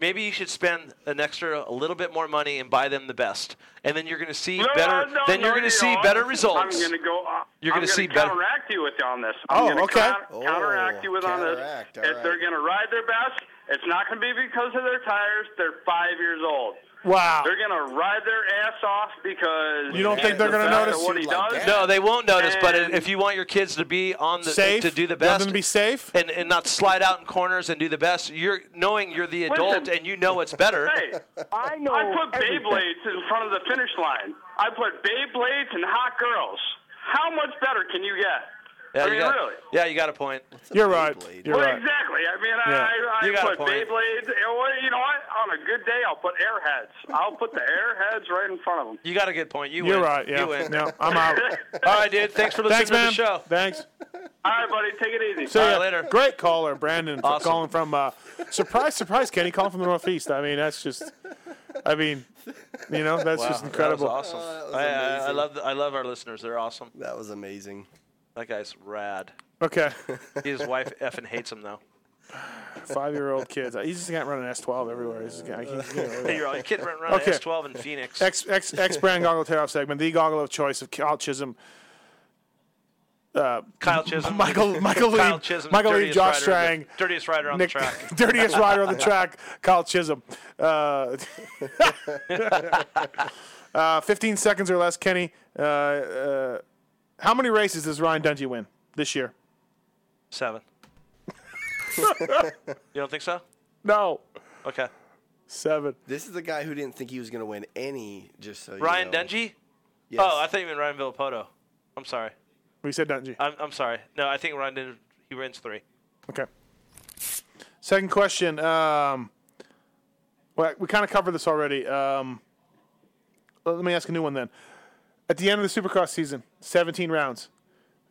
Speaker 5: maybe you should spend an extra a little bit more money and buy them the best. And then you're going to see
Speaker 25: No,
Speaker 5: better
Speaker 25: no,
Speaker 5: then
Speaker 25: no,
Speaker 5: you're going to
Speaker 25: you
Speaker 5: see
Speaker 25: know,
Speaker 5: better
Speaker 25: I'm-
Speaker 5: results.
Speaker 25: I'm going to go. uh,
Speaker 5: You're
Speaker 25: I'm
Speaker 5: gonna see
Speaker 25: gonna
Speaker 5: better-
Speaker 25: counteract you with on this.
Speaker 5: Oh,
Speaker 25: I'm gonna
Speaker 5: okay.
Speaker 25: coun- counteract you with on this.
Speaker 6: counteract,
Speaker 25: If
Speaker 6: all right.
Speaker 25: they're going to ride their best, it's not going to be because of their tires. They're five years old.
Speaker 4: Wow.
Speaker 25: They're going to ride their ass off because
Speaker 4: You don't think they're
Speaker 25: going
Speaker 4: gonna
Speaker 25: to
Speaker 4: notice?
Speaker 25: what he does.
Speaker 5: No, they won't notice. But
Speaker 25: And-
Speaker 5: if you want your kids to be on the
Speaker 4: Safe?
Speaker 5: to do the
Speaker 4: You want
Speaker 5: best,
Speaker 4: them to be safe,
Speaker 5: and, and not slide out in corners and do the best, you're knowing you're the adult
Speaker 25: Listen.
Speaker 5: and you know what's better.
Speaker 25: Hey, I know. I put Beyblades in front of the finish line. I put Beyblades and hot girls. How much better can you get?
Speaker 5: Yeah,
Speaker 25: I
Speaker 5: you
Speaker 25: mean,
Speaker 5: got,
Speaker 25: really.
Speaker 5: Yeah, you got a point.
Speaker 4: You're right. You're
Speaker 25: well,
Speaker 4: right.
Speaker 25: exactly. I mean,
Speaker 4: Yeah.
Speaker 25: I, I,
Speaker 5: You
Speaker 25: I
Speaker 5: got a
Speaker 25: put
Speaker 5: point.
Speaker 25: Beyblades. and, well, You know what? On a good day, I'll put airheads. I'll put the airheads right in front of them.
Speaker 5: You got a good point. You
Speaker 4: You're
Speaker 5: win.
Speaker 4: right. Yeah.
Speaker 5: You win.
Speaker 4: No, I'm out.
Speaker 5: All right, dude. Thanks for listening
Speaker 4: Thanks,
Speaker 5: to
Speaker 4: man.
Speaker 5: the show.
Speaker 4: Thanks.
Speaker 25: All right, buddy. Take it easy.
Speaker 4: See ya. Great caller, Brandon, for calling from. Uh, surprise, surprise, Kenny, calling from the Northeast. I mean, that's just. I mean, you know, that's
Speaker 5: Wow,
Speaker 4: just incredible.
Speaker 5: That was awesome.
Speaker 6: Oh,
Speaker 5: I, I- I love the, I love our listeners. They're awesome.
Speaker 6: That was amazing.
Speaker 5: That guy's rad.
Speaker 4: Okay.
Speaker 5: His wife effing hates him though.
Speaker 4: Five-year-old kids. He's just got running S12 everywhere. He's just got, I can't- you know,
Speaker 5: You're all, your kid running around
Speaker 4: Okay.
Speaker 5: S12 in Phoenix.
Speaker 4: X X X brand goggle tear off segment. The goggle of choice of Kyle Chisholm. Uh,
Speaker 5: Kyle Chisholm.
Speaker 4: Michael Michael
Speaker 5: Kyle
Speaker 4: Lee,
Speaker 5: Chisholm,
Speaker 4: Michael Lee,
Speaker 5: dirtiest
Speaker 4: Josh
Speaker 5: rider on
Speaker 4: Strang,
Speaker 5: the- dirtiest rider on the track.
Speaker 4: dirtiest rider on the track, Kyle Chisholm. Uh, uh, Fifteen seconds or less, Kenny. Uh, uh, how many races does Ryan Dungey win this year?
Speaker 5: Seven.
Speaker 6: you
Speaker 5: don't think so?
Speaker 4: No.
Speaker 5: Okay.
Speaker 4: Seven.
Speaker 6: This is the guy who didn't think he was going to win any. Just so
Speaker 5: Ryan
Speaker 6: you know.
Speaker 5: Dungey?
Speaker 6: Yes.
Speaker 5: Oh, I thought you meant Ryan Villapoto. I'm sorry.
Speaker 4: We said Dungey.
Speaker 5: I'm, I'm sorry. No, I think Ryan Dun- he wins three.
Speaker 4: Okay. Second question. Um, well, we kind of covered this already. Um, let let me ask a new one then. At the end of the Supercross season, 17 rounds,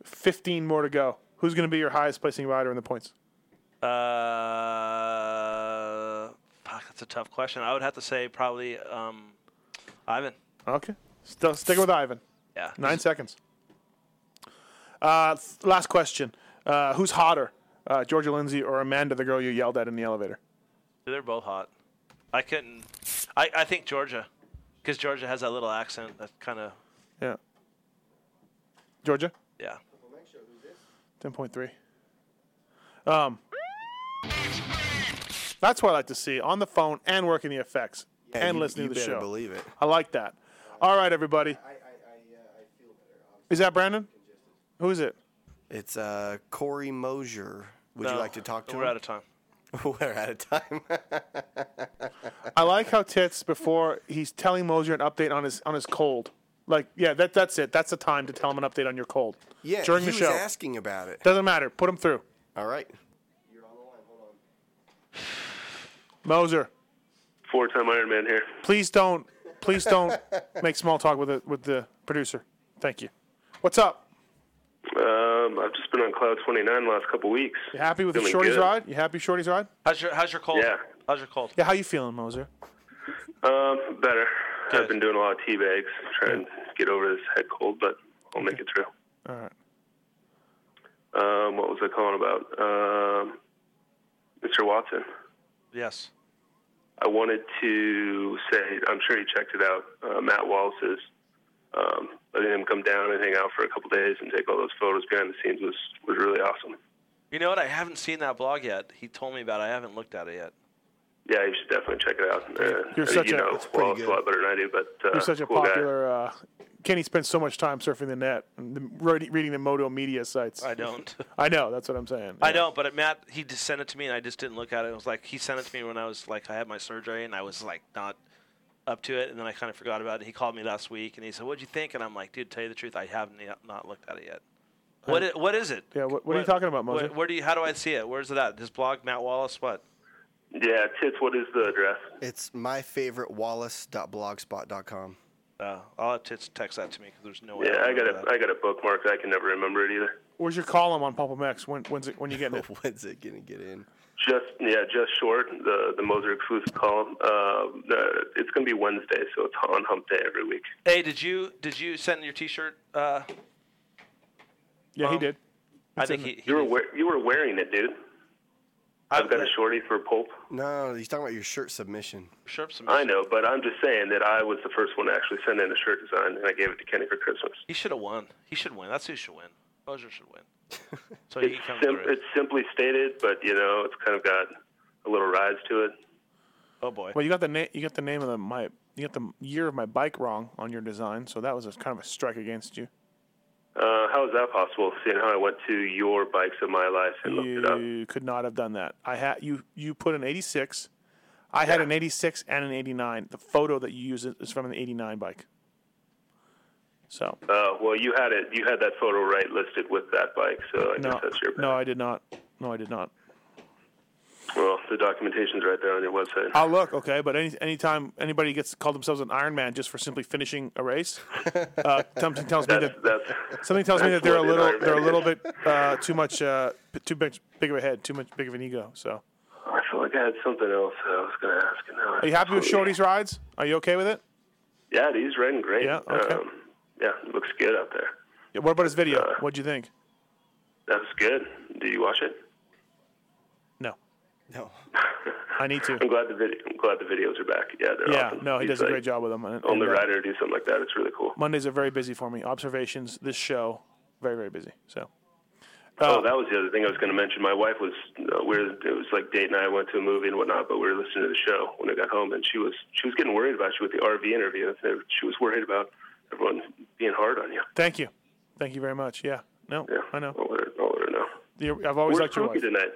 Speaker 4: 15 more to go. Who's going to be your highest placing rider in the points?
Speaker 5: Uh, fuck, that's a tough question. I would have to say probably um, Ivan.
Speaker 4: Okay. Still sticking with Ivan.
Speaker 5: Yeah.
Speaker 4: Nine seconds. Uh, th- last question. Uh, who's hotter, uh, Georgia Lindsay or Amanda, the girl you yelled at in the elevator?
Speaker 5: They're both hot. I couldn't. I, I think Georgia, because Georgia has that little accent that kind of
Speaker 4: Yeah. Georgia?
Speaker 5: yeah.
Speaker 4: 10.3. Um, that's what I like to see on the phone and working the effects
Speaker 6: Yeah,
Speaker 4: and
Speaker 6: you-
Speaker 4: listening
Speaker 6: you
Speaker 4: to the
Speaker 6: better
Speaker 4: show.
Speaker 6: believe it.
Speaker 4: I like that. All right, everybody. Is that Brandon? Who is it?
Speaker 6: It's uh, Corey Mosier. Would you
Speaker 4: No,
Speaker 6: like to talk to
Speaker 5: we're
Speaker 6: him?
Speaker 5: out of time.
Speaker 6: we're out of time.
Speaker 4: I like how Tits before he's telling Mosier an update on his on his cold. Like, yeah, that that's it. That's the time to tell him an update on your cold.
Speaker 6: yeah,
Speaker 4: during
Speaker 6: he
Speaker 4: the show.
Speaker 6: was asking about it.
Speaker 4: Doesn't matter. Put him through.
Speaker 6: All right.
Speaker 4: Moser,
Speaker 10: Four-time Iron Man here.
Speaker 4: please don't please don't make small talk with the with the producer. Thank you. What's up?
Speaker 10: Um, I've just been on Cloud 29 the last couple weeks.
Speaker 4: You happy with
Speaker 10: Feeling
Speaker 4: the shorty's
Speaker 10: good.
Speaker 4: ride? You happy shorty's ride?
Speaker 5: How's your How's your cold?
Speaker 10: Yeah.
Speaker 5: How's your cold?
Speaker 4: Yeah, how you feeling, Moser?
Speaker 10: Um, better. I've been doing a lot of tea bags, trying to get over this head cold, but I'll make it through.
Speaker 4: All right.
Speaker 10: Um, what was I calling about? Um, Mr. Watson.
Speaker 5: Yes.
Speaker 10: I wanted to say, I'm sure you checked it out, uh, Matt Wallace's. Um, letting him come down and hang out for a couple days and take all those photos behind the scenes was, was really awesome.
Speaker 5: You know what? I haven't seen that blog yet. He told me about. it. I haven't looked at it yet.
Speaker 10: Yeah, you should definitely check it out. Uh,
Speaker 4: You're such
Speaker 10: you
Speaker 4: a-
Speaker 10: know
Speaker 4: it's pretty
Speaker 10: Wallace a
Speaker 4: good.
Speaker 10: lot better than I do, but uh,
Speaker 4: You're such a
Speaker 10: cool guy.
Speaker 4: popular. Uh, Kenny spends so much time surfing the net, and the, read- reading the Moto media sites.
Speaker 5: I don't.
Speaker 4: I know. That's what I'm saying.
Speaker 5: I know, but it, Matt, he just sent it to me, and I just didn't look at it. It was like he sent it to me when I was like I had my surgery, and I was like not up to it, and then I kind of forgot about it. He called me last week, and he said, "What'd you think?" And I'm like, "Dude, tell you the truth, I haven't yet, not looked at it yet. What i- what is it?
Speaker 4: Yeah. What, what, are you talking about, Moses?
Speaker 5: Where, where do you? How do I see it? Where's it at? His blog, Matt Wallace. What?
Speaker 10: Yeah, Tits, what is the address?
Speaker 6: It's myfavoritewallace.blogspot.com.
Speaker 5: Uh, I'll have Tits text that to me because there's no way.
Speaker 10: Yeah,
Speaker 5: I'll
Speaker 10: I got
Speaker 5: remember
Speaker 10: a
Speaker 5: that.
Speaker 10: I got a bookmark. I can never remember it either.
Speaker 4: Where's your column on Papa Max? When when's it? When you getting it?
Speaker 6: when's it gonna get in?
Speaker 10: Just yeah, just short the the Moser exclusive column. Uh, the, it's going to be Wednesday, so it's on Hump Day every week.
Speaker 5: Hey, did you did you send your T-shirt? Uh,
Speaker 4: Yeah,
Speaker 10: Um,
Speaker 4: he did.
Speaker 5: I think he,
Speaker 10: you were wear, you were wearing it, dude. I've got a shorty for Pulp.
Speaker 6: No, he's talking about your shirt submission.
Speaker 5: Shirt
Speaker 10: I know, but I'm just saying that I was the first one to actually send in a shirt design, and I gave it to Kenny for Christmas.
Speaker 5: he should have won. He should win. That's who should win. Bozier should win. So
Speaker 10: it's,
Speaker 5: he comes
Speaker 10: sim-
Speaker 5: through.
Speaker 10: it's simply stated, but you know, it's kind of got a little rise to it.
Speaker 5: Oh boy.
Speaker 4: Well, you got the name. You got the name of the my. You got the year of my bike wrong on your design, so that was a, kind of a strike against you.
Speaker 10: Uh, how is that possible? Seeing how I went to your bikes of my life and looked it up.
Speaker 4: You could not have done that. I had you. You put an 86. I had an 86 and an 89. The photo that you use is from an 89 bike. So
Speaker 10: Uh, well, you had it. You had that photo right listed with that bike, so I
Speaker 4: no,
Speaker 10: guess that's your.
Speaker 4: no, I did not. No, I did not.
Speaker 10: Well, the documentation's right there on your website.
Speaker 4: I'll Ah, look, okay. But any anytime anybody gets called themselves an Iron Man just for simply finishing a race, uh, something tells me
Speaker 10: That's-
Speaker 4: that
Speaker 10: that's-
Speaker 4: something tells me
Speaker 10: that's
Speaker 4: that they're a
Speaker 10: what an
Speaker 4: little
Speaker 10: Iron
Speaker 4: they're a
Speaker 10: Man
Speaker 4: little
Speaker 10: is.
Speaker 4: bit uh, too much uh, p- too big, big of a head, too much big of an ego. So,
Speaker 10: I feel like I had something else I was going to ask. and now I
Speaker 4: are you happy with
Speaker 10: completely-
Speaker 4: Shorty's rides? Are you okay with it?
Speaker 10: Yeah, he's riding great.
Speaker 4: Yeah, okay.
Speaker 10: Um, uh, yeah, looks good out there.
Speaker 4: Yeah, what about his video? What'd you think?
Speaker 10: That was good. Do you watch it?
Speaker 4: No.
Speaker 6: No.
Speaker 4: I need to.
Speaker 10: I'm glad the video. I'm glad the videos are back. Yeah, they're
Speaker 4: Yeah,
Speaker 10: awesome.
Speaker 4: no, he
Speaker 10: He's
Speaker 4: does a
Speaker 10: like
Speaker 4: great job with them. And,
Speaker 10: On
Speaker 4: and,
Speaker 10: the
Speaker 4: uh,
Speaker 10: rider, do something like that. It's really cool.
Speaker 4: Mondays are very busy for me. Observations, this show, very very busy. So,
Speaker 10: oh, that was the other thing I was going to mention. My wife was uh, we were it was like date and I went to a movie and whatnot, but we were listening to the show when I got home, and she was she was getting worried about you with the RV interview. and She was worried about everyone being hard on you.
Speaker 4: thank you, thank you very much. Yeah, no, I know.
Speaker 10: I'll let her, I'll let her know.
Speaker 4: You're- I've always
Speaker 10: Where's
Speaker 4: liked your
Speaker 10: Pookie
Speaker 4: wife.
Speaker 10: tonight?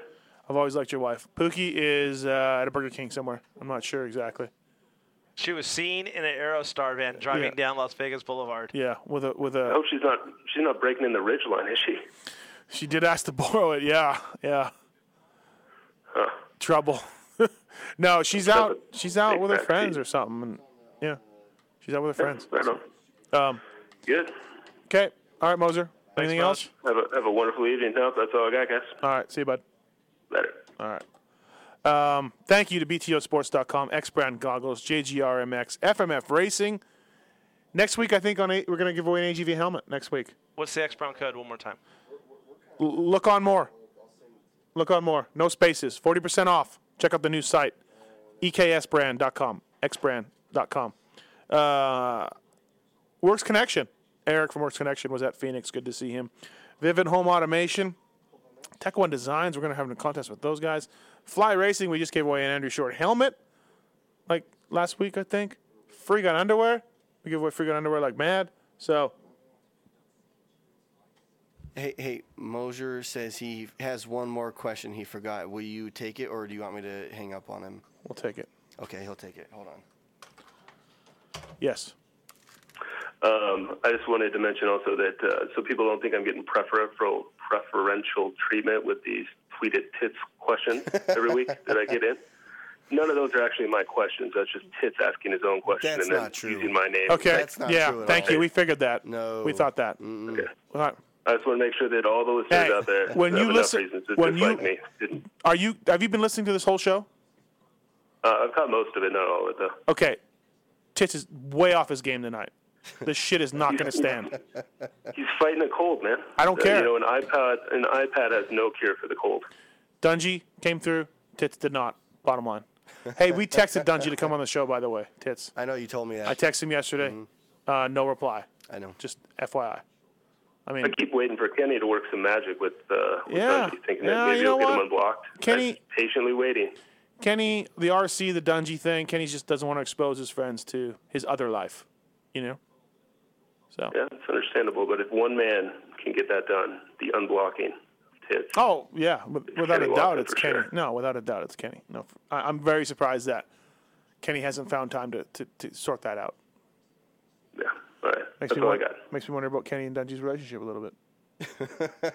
Speaker 4: I've always liked your wife. Pookie is uh, at a Burger King somewhere. I'm not sure exactly.
Speaker 5: She was seen in an Aerostar van driving
Speaker 4: Yeah.
Speaker 5: down Las Vegas Boulevard.
Speaker 4: Yeah, with a with
Speaker 10: I
Speaker 4: a.
Speaker 10: hope she's not she's not breaking in the ridge line, is she?
Speaker 4: She did ask to borrow it. Yeah, yeah.
Speaker 10: Huh.
Speaker 4: Trouble. no, she's out. She's out with her
Speaker 10: back
Speaker 4: friends or something. And, yeah, she's out with her friends.
Speaker 10: Right on.
Speaker 4: Um.
Speaker 10: Good.
Speaker 4: Okay. All right, Moser. Anything
Speaker 10: Moj.
Speaker 4: else?
Speaker 10: Have a have a wonderful evening. No, that's all I got, guys.
Speaker 4: All right. See you, bud.
Speaker 10: Later.
Speaker 4: All right. Um, thank you to BTOsports.com, X Brand Goggles, JGRMX, FMF Racing. Next week, I think on eight, we're going to give away an AGV helmet. Next week.
Speaker 5: What's the X Brown code? One more time.
Speaker 4: L- look on more. Look on more. No spaces. 40% off. Check out the new site, E eksbrand.com, xbrand.com. Uh, Works Connection. Eric from Works Connection was at Phoenix. Good to see him. Vivid Home Automation. Tech One Designs. We're going to have a contest with those guys. Fly Racing. We just gave away an Andrew Short helmet like last week, I think. Free gun underwear. We give away free gun underwear like mad. So,
Speaker 6: Hey, hey, Mosier says he has one more question he forgot. Will you take it, or do you want me to hang up on him?
Speaker 4: We'll take it.
Speaker 6: Okay, he'll take it. Hold on.
Speaker 4: yes.
Speaker 10: Um, I just wanted to mention also that uh, so people don't think I'm getting preferential preferential treatment with these tweeted tits questions every week that I get in. None of those are actually my questions. That's just tits asking his own question
Speaker 6: That's
Speaker 10: and then
Speaker 6: not true.
Speaker 10: using my name.
Speaker 4: Okay. yeah. thank you. We figured that.
Speaker 6: No.
Speaker 4: We thought that.
Speaker 10: Okay.
Speaker 4: All right.
Speaker 10: I just want to make sure that all the listeners
Speaker 4: Hey,
Speaker 10: out there
Speaker 4: when
Speaker 10: have
Speaker 4: you
Speaker 10: enough
Speaker 4: listen-
Speaker 10: reasons to
Speaker 4: when
Speaker 10: dislike
Speaker 4: you-
Speaker 10: me. Didn't-
Speaker 4: Are you? Have you been listening to this whole show?
Speaker 10: Uh, I've caught most of it, not all of it though.
Speaker 4: Okay, Tits is way off his game tonight. This shit is not going to stand.
Speaker 10: He's fighting a cold, man.
Speaker 4: I don't
Speaker 10: Uh,
Speaker 4: care.
Speaker 10: You know, an iPad, an iPad has no cure for the cold.
Speaker 4: Dungy came through. Tits did not. Bottom line. Hey, we texted Dungy to come on the show. By the way, Tits.
Speaker 34: I know you told me that. Mm-hmm.
Speaker 4: I texted him yesterday. Uh, no reply.
Speaker 34: I know.
Speaker 4: Just FYI. I mean,
Speaker 10: I keep waiting for Kenny to work some magic with, uh, with
Speaker 4: Yeah.
Speaker 10: Bungie, thinking
Speaker 4: Yeah,
Speaker 10: that maybe
Speaker 4: you know
Speaker 10: he'll get him
Speaker 4: what?
Speaker 10: unblocked.
Speaker 4: Kenny-
Speaker 10: I'm just patiently waiting.
Speaker 4: Kenny, the RC, the Dungy thing. Kenny just doesn't want to expose his friends to his other life. You know. So.
Speaker 10: Yeah, it's understandable, but if one man can get that done, the unblocking of tits.
Speaker 4: Oh yeah, with, without a
Speaker 10: Kenny
Speaker 4: doubt,
Speaker 10: Walker
Speaker 4: it's
Speaker 10: for
Speaker 4: Kenny.
Speaker 10: sure.
Speaker 4: No, without a doubt, it's Kenny. No, f- I, am very surprised that Kenny hasn't found time to, to, to sort that out.
Speaker 10: All right,
Speaker 4: Makes
Speaker 10: that's
Speaker 4: me
Speaker 10: all I
Speaker 4: wonder,
Speaker 10: got.
Speaker 4: makes me wonder about Kenny and Dungy's relationship a little bit.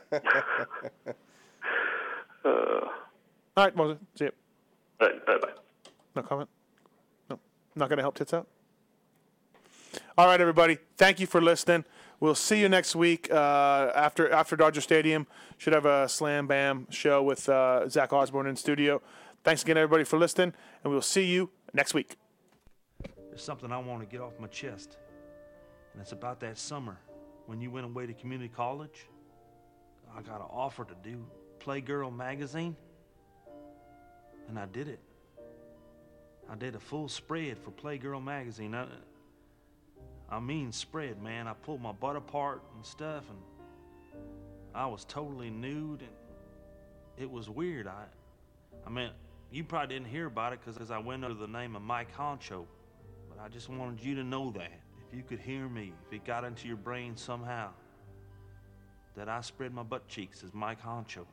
Speaker 10: Uh, all
Speaker 4: All right, Moses, see ya.
Speaker 10: right, bye bye.
Speaker 4: No comment? No. Not going to help tits out? All right, everybody. Thank you for listening. We'll see you next week uh, after after Dodger Stadium. Should have a slam bam show with uh, Zach Osborne in studio. Thanks again, everybody, for listening, and we'll see you next week.
Speaker 35: There's something I want to get off my chest. And it's about that summer when you went away to community college. I got an offer to do Playgirl magazine. And I did it. I did a full spread for Playgirl magazine. I, I mean, spread, man. I pulled my butt apart and stuff, and I was totally nude, and it was weird. I, I mean, you probably didn't hear about it because I went under the name of Mike Honcho, but I just wanted you to know that if you could hear me, if it got into your brain somehow, that I spread my butt cheeks as Mike Honcho.